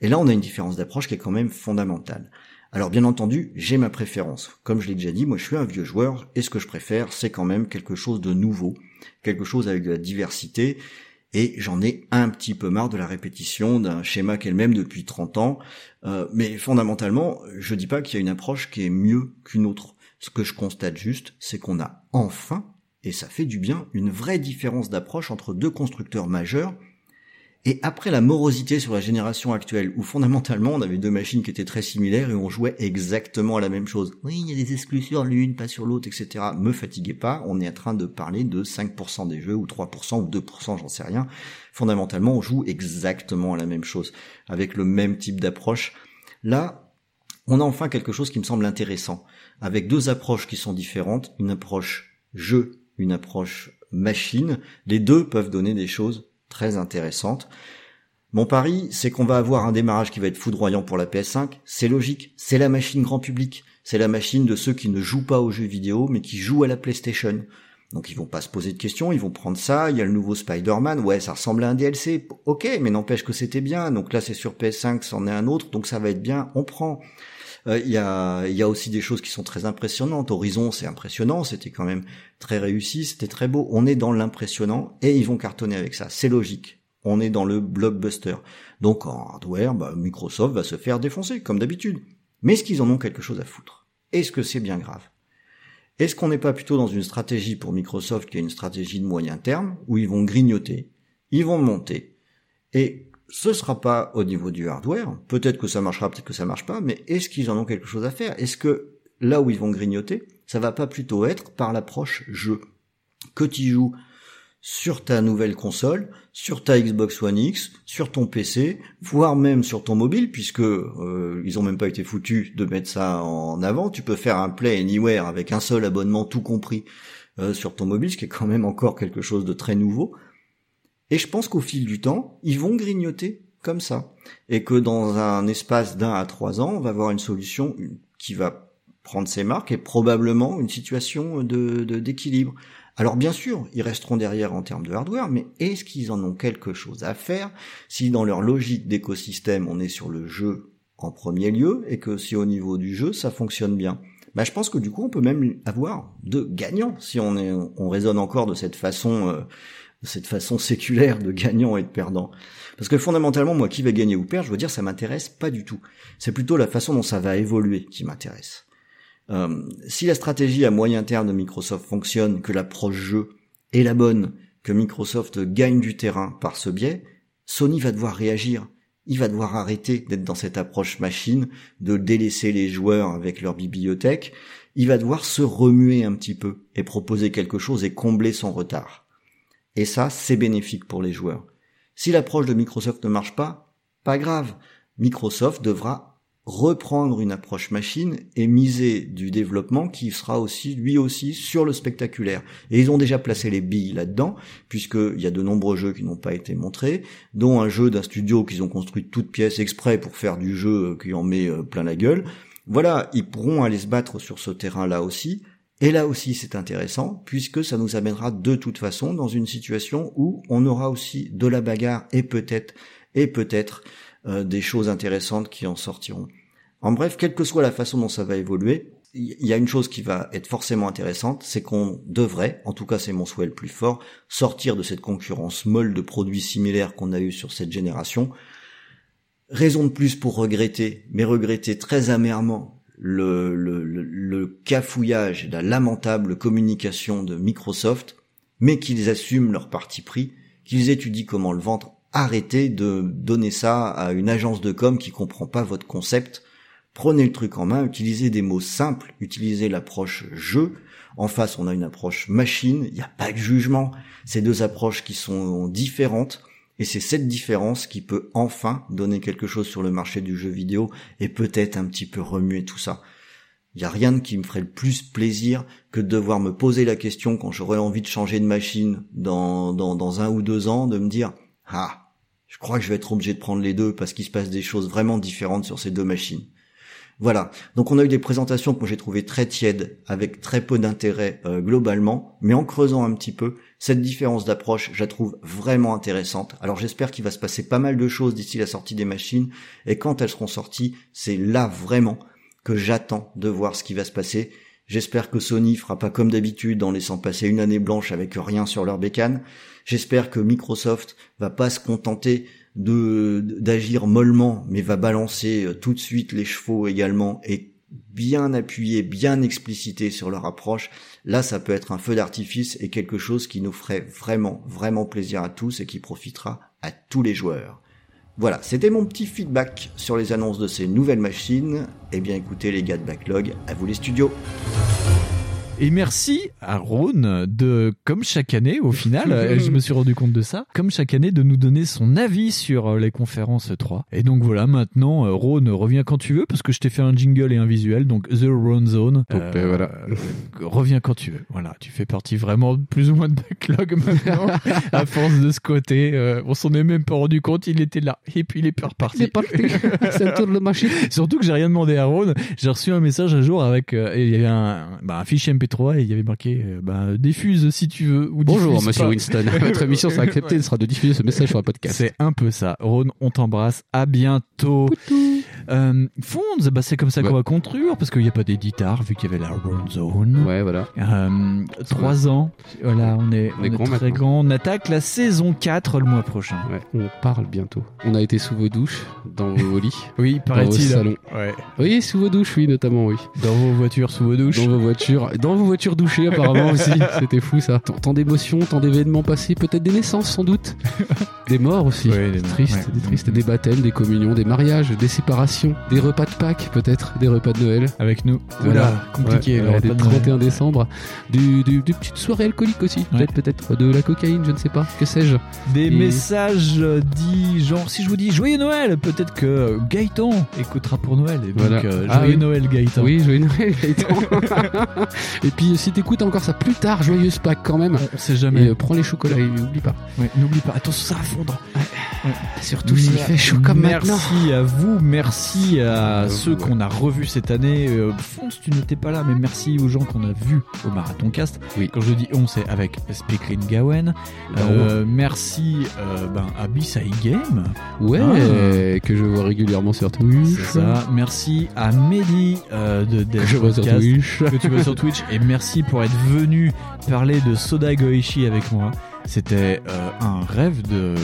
[SPEAKER 14] Et là, on a une différence d'approche qui est quand même fondamentale. Alors bien entendu, j'ai ma préférence. Comme je l'ai déjà dit, moi je suis un vieux joueur et ce que je préfère, c'est quand même quelque chose de nouveau, quelque chose avec de la diversité et j'en ai un petit peu marre de la répétition d'un schéma qu'elle même depuis 30 ans. Euh, mais fondamentalement, je dis pas qu'il y a une approche qui est mieux qu'une autre. Ce que je constate juste, c'est qu'on a enfin, et ça fait du bien, une vraie différence d'approche entre deux constructeurs majeurs. Et après la morosité sur la génération actuelle, où fondamentalement on avait deux machines qui étaient très similaires et on jouait exactement à la même chose. Oui, il y a des exclus sur l'une, pas sur l'autre, etc. Me fatiguez pas, on est en train de parler de 5% des jeux, ou 3%, ou 2%, j'en sais rien. Fondamentalement, on joue exactement à la même chose, avec le même type d'approche. Là, on a enfin quelque chose qui me semble intéressant, avec deux approches qui sont différentes, une approche jeu, une approche machine. Les deux peuvent donner des choses très intéressante. Mon pari, c'est qu'on va avoir un démarrage qui va être foudroyant pour la PS5. C'est logique. C'est la machine grand public. C'est la machine de ceux qui ne jouent pas aux jeux vidéo, mais qui jouent à la PlayStation. Donc ils vont pas se poser de questions, ils vont prendre ça, il y a le nouveau Spider-Man, ouais, ça ressemble à un DLC. Ok, mais n'empêche que c'était bien. Donc là, c'est sur PS5, c'en est un autre, donc ça va être bien, on prend. Il euh, y, a, y, a, aussi des choses qui sont très impressionnantes. Horizon, c'est impressionnant, c'était quand même très réussi, c'était très beau. On est dans l'impressionnant et ils vont cartonner avec ça. C'est logique. On est dans le blockbuster. Donc en hardware, bah, Microsoft va se faire défoncer, comme d'habitude. Mais est-ce qu'ils en ont quelque chose à foutre Est-ce que c'est bien grave Est-ce qu'on n'est pas plutôt dans une stratégie pour Microsoft qui est une stratégie de moyen terme, où ils vont grignoter, ils vont monter, et ce sera pas au niveau du hardware. Peut-être que ça marchera, peut-être que ça marche pas, mais est-ce qu'ils en ont quelque chose à faire? Est-ce que là où ils vont grignoter, ça va pas plutôt être par l'approche jeu? Que tu joues sur ta nouvelle console, sur ta Xbox One X, sur ton PC, voire même sur ton mobile, puisque euh, ils ont même pas été foutus de mettre ça en avant. Tu peux faire un Play Anywhere avec un seul abonnement tout compris euh, sur ton mobile, ce qui est quand même encore quelque chose de très nouveau. Et je pense qu'au fil du temps, ils vont grignoter comme ça. Et que dans un espace d'un à trois ans, on va avoir une solution qui va prendre ses marques et probablement une situation de, de, d'équilibre. Alors bien sûr, ils resteront derrière en termes de hardware, mais est-ce qu'ils en ont quelque chose à faire si dans leur logique d'écosystème, on est sur le jeu en premier lieu et que si au niveau du jeu, ça fonctionne bien bah, je pense que du coup, on peut même avoir deux gagnants si on, est, on raisonne encore de cette façon euh, de cette façon séculaire de gagnant et de perdant. Parce que fondamentalement, moi, qui va gagner ou perdre, je veux dire, ça m'intéresse pas du tout. C'est plutôt la façon dont ça va évoluer qui m'intéresse. Euh, si la stratégie à moyen terme de Microsoft fonctionne, que l'approche jeu est la bonne, que Microsoft gagne du terrain par ce biais, Sony va devoir réagir. Il va devoir arrêter d'être dans cette approche machine, de délaisser les joueurs avec leur bibliothèque. Il va devoir se remuer un petit peu et proposer quelque chose et combler son retard. Et ça, c'est bénéfique pour les joueurs. Si l'approche de Microsoft ne marche pas, pas grave. Microsoft devra reprendre une approche machine et miser du développement qui sera aussi, lui aussi, sur le spectaculaire. Et ils ont déjà placé les billes là-dedans, puisqu'il y a de nombreux jeux qui n'ont pas été montrés, dont un jeu d'un studio qu'ils ont construit toute pièce exprès pour faire du jeu euh, qui en met plein la gueule. Voilà, ils pourront aller se battre sur ce terrain-là aussi. Et là aussi, c'est intéressant, puisque ça nous amènera de toute façon dans une situation où on aura aussi de la bagarre et peut-être, et peut-être, euh, des choses intéressantes qui en sortiront. En bref, quelle que soit la façon dont ça va évoluer, il y a une chose qui va être forcément intéressante, c'est qu'on devrait, en tout cas c'est mon souhait le plus fort, sortir de cette concurrence molle de produits similaires qu'on a eu sur cette génération. Raison de plus pour regretter, mais regretter très amèrement le, le, le, cafouillage, la lamentable communication de Microsoft, mais qu'ils assument leur parti pris, qu'ils étudient comment le vendre, arrêtez de donner ça à une agence de com qui comprend pas votre concept, prenez le truc en main, utilisez des mots simples, utilisez l'approche jeu, en face on a une approche machine, il n'y a pas de jugement, ces deux approches qui sont différentes, et c'est cette différence qui peut enfin donner quelque chose sur le marché du jeu vidéo et peut-être un petit peu remuer tout ça. Il n'y a rien qui me ferait le plus plaisir que de devoir me poser la question quand j'aurais envie de changer de machine dans, dans, dans un ou deux ans, de me dire Ah, je crois que je vais être obligé de prendre les deux parce qu'il se passe des choses vraiment différentes sur ces deux machines. Voilà. Donc on a eu des présentations que moi j'ai trouvées très tièdes, avec très peu d'intérêt euh, globalement, mais en creusant un petit peu, cette différence d'approche, je la trouve vraiment intéressante. Alors j'espère qu'il va se passer pas mal de choses d'ici la sortie des machines, et quand elles seront sorties, c'est là vraiment que j'attends de voir ce qui va se passer. J'espère que Sony fera pas comme d'habitude en laissant passer une année blanche avec rien sur leur bécane. J'espère que Microsoft va pas se contenter de d'agir mollement, mais va balancer euh, tout de suite les chevaux également et bien appuyé, bien explicité sur leur approche. Là, ça peut être un feu d'artifice et quelque chose qui nous ferait vraiment, vraiment plaisir à tous et qui profitera à tous les joueurs. Voilà, c'était mon petit feedback sur les annonces de ces nouvelles machines. Eh bien écoutez les gars de Backlog, à vous les studios.
[SPEAKER 4] Et merci à Rhône de, comme chaque année, au final, euh, je me suis rendu compte de ça, comme chaque année, de nous donner son avis sur euh, les conférences 3. Et donc voilà, maintenant, euh, Rhône, reviens quand tu veux, parce que je t'ai fait un jingle et un visuel, donc The Rhône Zone. Euh,
[SPEAKER 5] Hop, et voilà.
[SPEAKER 4] reviens quand tu veux. Voilà, tu fais partie vraiment plus ou moins de backlog maintenant, à force de squatter. euh, on s'en est même pas rendu compte, il était là. Et puis il est reparti.
[SPEAKER 5] Il est parti. C'est le tour de la machine.
[SPEAKER 4] Surtout que j'ai rien demandé à Rhône. J'ai reçu un message un jour avec, euh, et il y avait un, bah, un fichier MP3 et il y avait marqué, euh, bah, diffuse si tu veux. Ou
[SPEAKER 5] Bonjour,
[SPEAKER 4] diffuse
[SPEAKER 5] monsieur
[SPEAKER 4] pas.
[SPEAKER 5] Winston. Votre émission sera acceptée et sera de diffuser ce message sur le podcast.
[SPEAKER 4] C'est un peu ça. Rhône, on t'embrasse. À bientôt. Euh, Fonds, bah, c'est comme ça qu'on va construire parce qu'il n'y a pas d'éditeur vu qu'il y avait la Rhône Zone.
[SPEAKER 5] Ouais, voilà.
[SPEAKER 4] Euh, trois ans. Voilà, on est, on
[SPEAKER 5] On est
[SPEAKER 4] est
[SPEAKER 5] grand
[SPEAKER 4] très
[SPEAKER 5] maintenant.
[SPEAKER 4] grand. On attaque la saison 4 le mois prochain.
[SPEAKER 5] Ouais, on parle bientôt. On a été sous vos douches, dans vos lits.
[SPEAKER 4] Oui, paraît-il.
[SPEAKER 5] Dans vos salons.
[SPEAKER 4] Ouais.
[SPEAKER 5] Oui, sous vos douches, oui, notamment, oui.
[SPEAKER 4] Dans vos voitures, sous vos douches.
[SPEAKER 5] Dans vos voitures, dans vos voitures douchées apparemment aussi. C'était fou ça. Tant, tant d'émotions, tant d'événements passés, peut-être des naissances sans doute, des morts aussi.
[SPEAKER 4] Ouais, des morts,
[SPEAKER 5] tristes,
[SPEAKER 4] ouais. Mm,
[SPEAKER 5] des tristes, des baptêmes, des communions, des mariages, des séparations, des repas de Pâques peut-être, des repas de Noël.
[SPEAKER 4] Avec nous.
[SPEAKER 5] Voilà.
[SPEAKER 4] Oula, compliqué.
[SPEAKER 5] Ouais,
[SPEAKER 4] le
[SPEAKER 5] ouais,
[SPEAKER 4] repas
[SPEAKER 5] des
[SPEAKER 4] de
[SPEAKER 5] 31 décembre, du, du, des petites soirées alcooliques aussi, peut-être, peut-être, de la cocaïne, je ne sais pas, que sais-je.
[SPEAKER 4] Des
[SPEAKER 5] Et-
[SPEAKER 4] messages euh, dits genre si je vous dis joyeux Noël, peut-être que euh, Gaëtan écoutera pour Noël. Et donc
[SPEAKER 5] Voilà.
[SPEAKER 4] euh, joyeux
[SPEAKER 5] Ah oui.
[SPEAKER 4] Noël Gaëtan.
[SPEAKER 5] Oui, joyeux Noël, Gaëtan. Et puis si t'écoutes encore ça plus tard, joyeuse Pâques quand même.
[SPEAKER 4] On sait jamais.
[SPEAKER 5] Et euh, prends les chocolats et n'oublie pas.
[SPEAKER 4] Ouais, N'oublie pas, attention ça va fondre.
[SPEAKER 5] Ah, Surtout s'il
[SPEAKER 4] Mer-
[SPEAKER 5] fait chaud comme
[SPEAKER 4] merci
[SPEAKER 5] maintenant.
[SPEAKER 4] à vous, merci à
[SPEAKER 5] Euh,
[SPEAKER 4] ceux
[SPEAKER 5] ouais.
[SPEAKER 4] qu'on a revus cette année. Euh, Fonce, tu n'étais pas là, mais merci aux gens qu'on a vus au Marathon Cast.
[SPEAKER 5] Oui.
[SPEAKER 4] Quand je dis on, c'est avec Speaklin Gawen. Euh, merci euh, ben, à Bisai Game.
[SPEAKER 5] Ouais,
[SPEAKER 4] Ah.
[SPEAKER 5] que je vois régulièrement sur Twitch.
[SPEAKER 4] C'est ça. Merci à Mehdi euh, de Dead
[SPEAKER 5] Que je vois sur
[SPEAKER 4] Podcast,
[SPEAKER 5] Twitch.
[SPEAKER 4] que tu vois sur Twitch. Et merci pour être venu parler de Soda Goichi avec moi. C'était euh, un rêve de,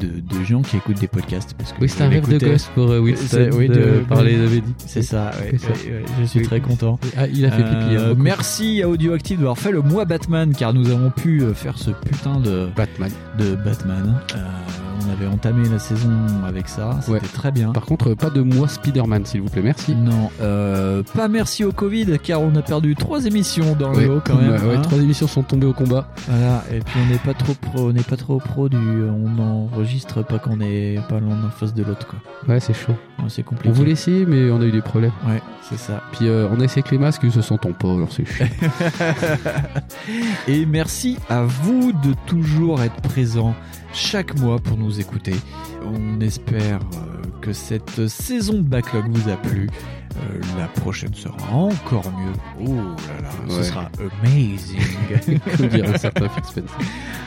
[SPEAKER 4] de, de gens qui écoutent des podcasts. Parce que
[SPEAKER 5] Oui, c'est
[SPEAKER 4] je
[SPEAKER 5] un rêve de
[SPEAKER 4] l'écoutais.
[SPEAKER 5] gosse pour euh, Winston
[SPEAKER 4] C'est- oui,
[SPEAKER 5] de,
[SPEAKER 4] de-
[SPEAKER 5] parler de Mehdi.
[SPEAKER 4] C'est ça, ouais,
[SPEAKER 5] Que ça.
[SPEAKER 4] ouais, ouais, je suis
[SPEAKER 5] Oui.
[SPEAKER 4] très content.
[SPEAKER 5] Ah, il a fait pipi.
[SPEAKER 4] Euh,
[SPEAKER 5] hein, beaucoup.
[SPEAKER 4] merci à Audioactive d'avoir fait le mois Batman car nous avons pu euh, faire ce putain de,
[SPEAKER 5] Batman.
[SPEAKER 4] de Batman. Euh, on avait entamé la saison avec ça, c'était
[SPEAKER 5] Ouais.
[SPEAKER 4] très bien.
[SPEAKER 5] Par contre, euh, pas de moi Spider-Man, s'il vous plaît, merci.
[SPEAKER 4] Non, euh, pas merci au Covid car on a perdu trois émissions dans
[SPEAKER 5] Ouais, euh,
[SPEAKER 4] le lot quand même.
[SPEAKER 5] ouais,
[SPEAKER 4] hein.
[SPEAKER 5] trois émissions sont tombées au combat.
[SPEAKER 4] Voilà, et puis on n'est pas trop pro, on n'est pas trop pro du, on enregistre pas qu'on est pas l'un en face de l'autre quoi.
[SPEAKER 5] Ouais, c'est chaud.
[SPEAKER 4] Ouais, C'est compliqué.
[SPEAKER 5] On voulait essayer, mais on a eu des problèmes.
[SPEAKER 4] Ouais, c'est ça.
[SPEAKER 5] Puis euh, on a essayé avec les masques, ils se sentent pas, alors c'est chiant.
[SPEAKER 4] Et merci à vous de toujours être présents chaque mois pour nous écouter. On espère euh, que cette saison de backlog vous a plu. Euh, la prochaine sera encore mieux. Oh là là, ce
[SPEAKER 5] Ouais.
[SPEAKER 4] sera amazing.
[SPEAKER 5] Comme dirait un certain Phil Spencer.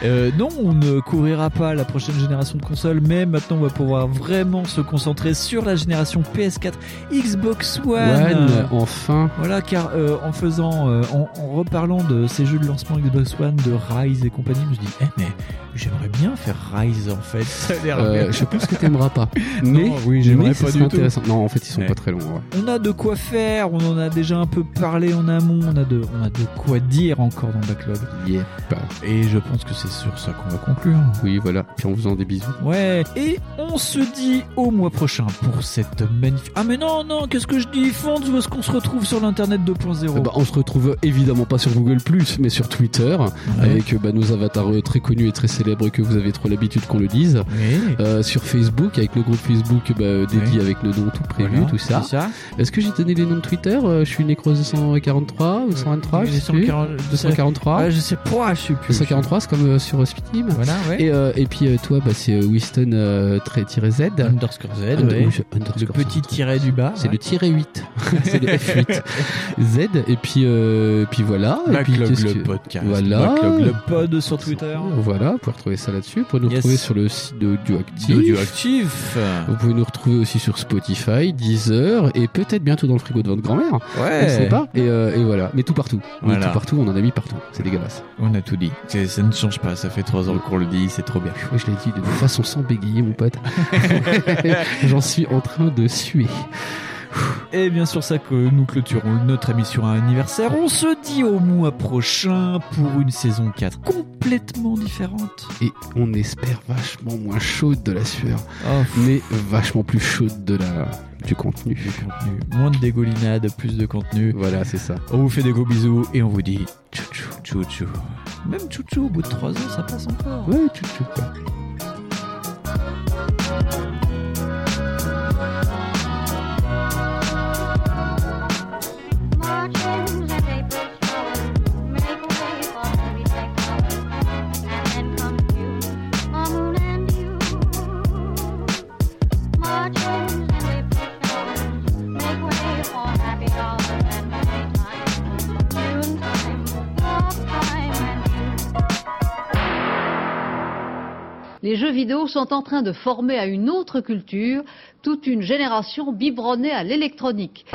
[SPEAKER 4] Euh, non, on ne courira pas la prochaine génération de consoles, mais maintenant on va pouvoir vraiment se concentrer sur la génération PS4, Xbox One.
[SPEAKER 5] One, enfin.
[SPEAKER 4] Voilà, car euh, en faisant, euh, en, en reparlant de ces jeux de lancement Xbox One, de Rise et compagnie, je me suis dit, eh, mais j'aimerais bien faire Rise en fait. Ça a l'air
[SPEAKER 5] Euh,
[SPEAKER 4] bien.
[SPEAKER 5] je pense que t'aimeras pas. Mais,
[SPEAKER 4] oui,
[SPEAKER 5] mais
[SPEAKER 4] j'aimerais
[SPEAKER 5] ce
[SPEAKER 4] pas
[SPEAKER 5] sera
[SPEAKER 4] du tout.
[SPEAKER 5] intéressant. Non, en fait, ils sont
[SPEAKER 4] Ouais.
[SPEAKER 5] pas très longs. ouais.
[SPEAKER 4] On a de quoi faire, on en a déjà un peu parlé en amont, on a de, on a de quoi dire encore dans Backlog.
[SPEAKER 5] Yep.
[SPEAKER 4] Et je pense que c'est sur ça qu'on va conclure.
[SPEAKER 5] Bah, Oui, voilà. Puis en faisant des bisous.
[SPEAKER 4] Ouais, et on se dit au mois prochain pour cette magnifique. Ah, mais non, non, qu'est-ce que je dis, Fonds Où est-ce qu'on se retrouve sur l'internet 2.0
[SPEAKER 5] Euh, bah, on se retrouve évidemment pas sur Google mais sur Twitter avec euh, bah, nos avatars euh, très connus et très célèbres que vous avez trop l'habitude qu'on le dise.
[SPEAKER 4] Oui.
[SPEAKER 5] Euh, sur Facebook avec le groupe Facebook bah, euh, dédié avec nos noms tout prévu
[SPEAKER 4] Voilà,
[SPEAKER 5] tout ça.
[SPEAKER 4] c'est ça.
[SPEAKER 5] Est-ce que j'ai donné les noms de Twitter Euh, Je suis Necros 243 ou 123 je sais plus.
[SPEAKER 4] 243
[SPEAKER 5] 243.
[SPEAKER 4] Ouais, Ah, je sais pas, je sais plus.
[SPEAKER 5] 243 c'est comme euh, euh, sur Speed Team.
[SPEAKER 4] Voilà, ouais.
[SPEAKER 5] Et, euh, et puis euh, toi, bah, c'est euh, Winston euh, trait- tiré Z.
[SPEAKER 4] Underscore Z, Ah ouais. Le petit Ah tiret du bas.
[SPEAKER 5] C'est le tiret 8. c'est le F8. Z. Et puis, euh, puis voilà. Et puis,
[SPEAKER 4] Backlog
[SPEAKER 5] qu'est-ce
[SPEAKER 4] le
[SPEAKER 5] que-
[SPEAKER 4] podcast.
[SPEAKER 5] Voilà.
[SPEAKER 4] Backlog le pod sur Twitter.
[SPEAKER 5] Voilà, vous pouvez retrouver ça là-desue. Vous pouvez nous
[SPEAKER 4] Yes.
[SPEAKER 5] retrouver sur le site d'Audio Actif.
[SPEAKER 4] D'Audio Actif.
[SPEAKER 5] Vous pouvez nous retrouver aussi sur Spotify, Deezer et peut-être bientôt dans le frigo de votre grand-mère.
[SPEAKER 4] Ouais.
[SPEAKER 5] On ne sait pas. Et, euh, et voilà. Mais tout partout. Oui,
[SPEAKER 4] Voilà.
[SPEAKER 5] tout partout, on en a mis partout. C'est dégueulasse.
[SPEAKER 4] On a tout dit. C'est- Ça ne change pas, ça fait trois ans qu'on le dit, c'est trop bien.
[SPEAKER 5] Oui, je l'ai dit de façon sans bégayer, mon pote. J'en suis en train de suer.
[SPEAKER 4] Et bien sûr, ça que nous clôturons notre émission à anniversaire. On se dit au mois prochain pour une saison 4 complètement différente.
[SPEAKER 5] Et on espère vachement moins chaude de la sueur,
[SPEAKER 4] Oh, pff.
[SPEAKER 5] mais vachement plus chaude de la, du contenu.
[SPEAKER 4] Moins de dégoulinade, plus de contenu.
[SPEAKER 5] Voilà, c'est ça.
[SPEAKER 4] On vous fait des gros bisous et on vous dit tchou tchou tchou tchou. Même tchou tchou, au bout de trois ans, ça passe encore.
[SPEAKER 5] Ouais, tchou tchou.
[SPEAKER 21] Les jeux vidéo sont en train de former à une autre culture toute une génération biberonnée à l'électronique.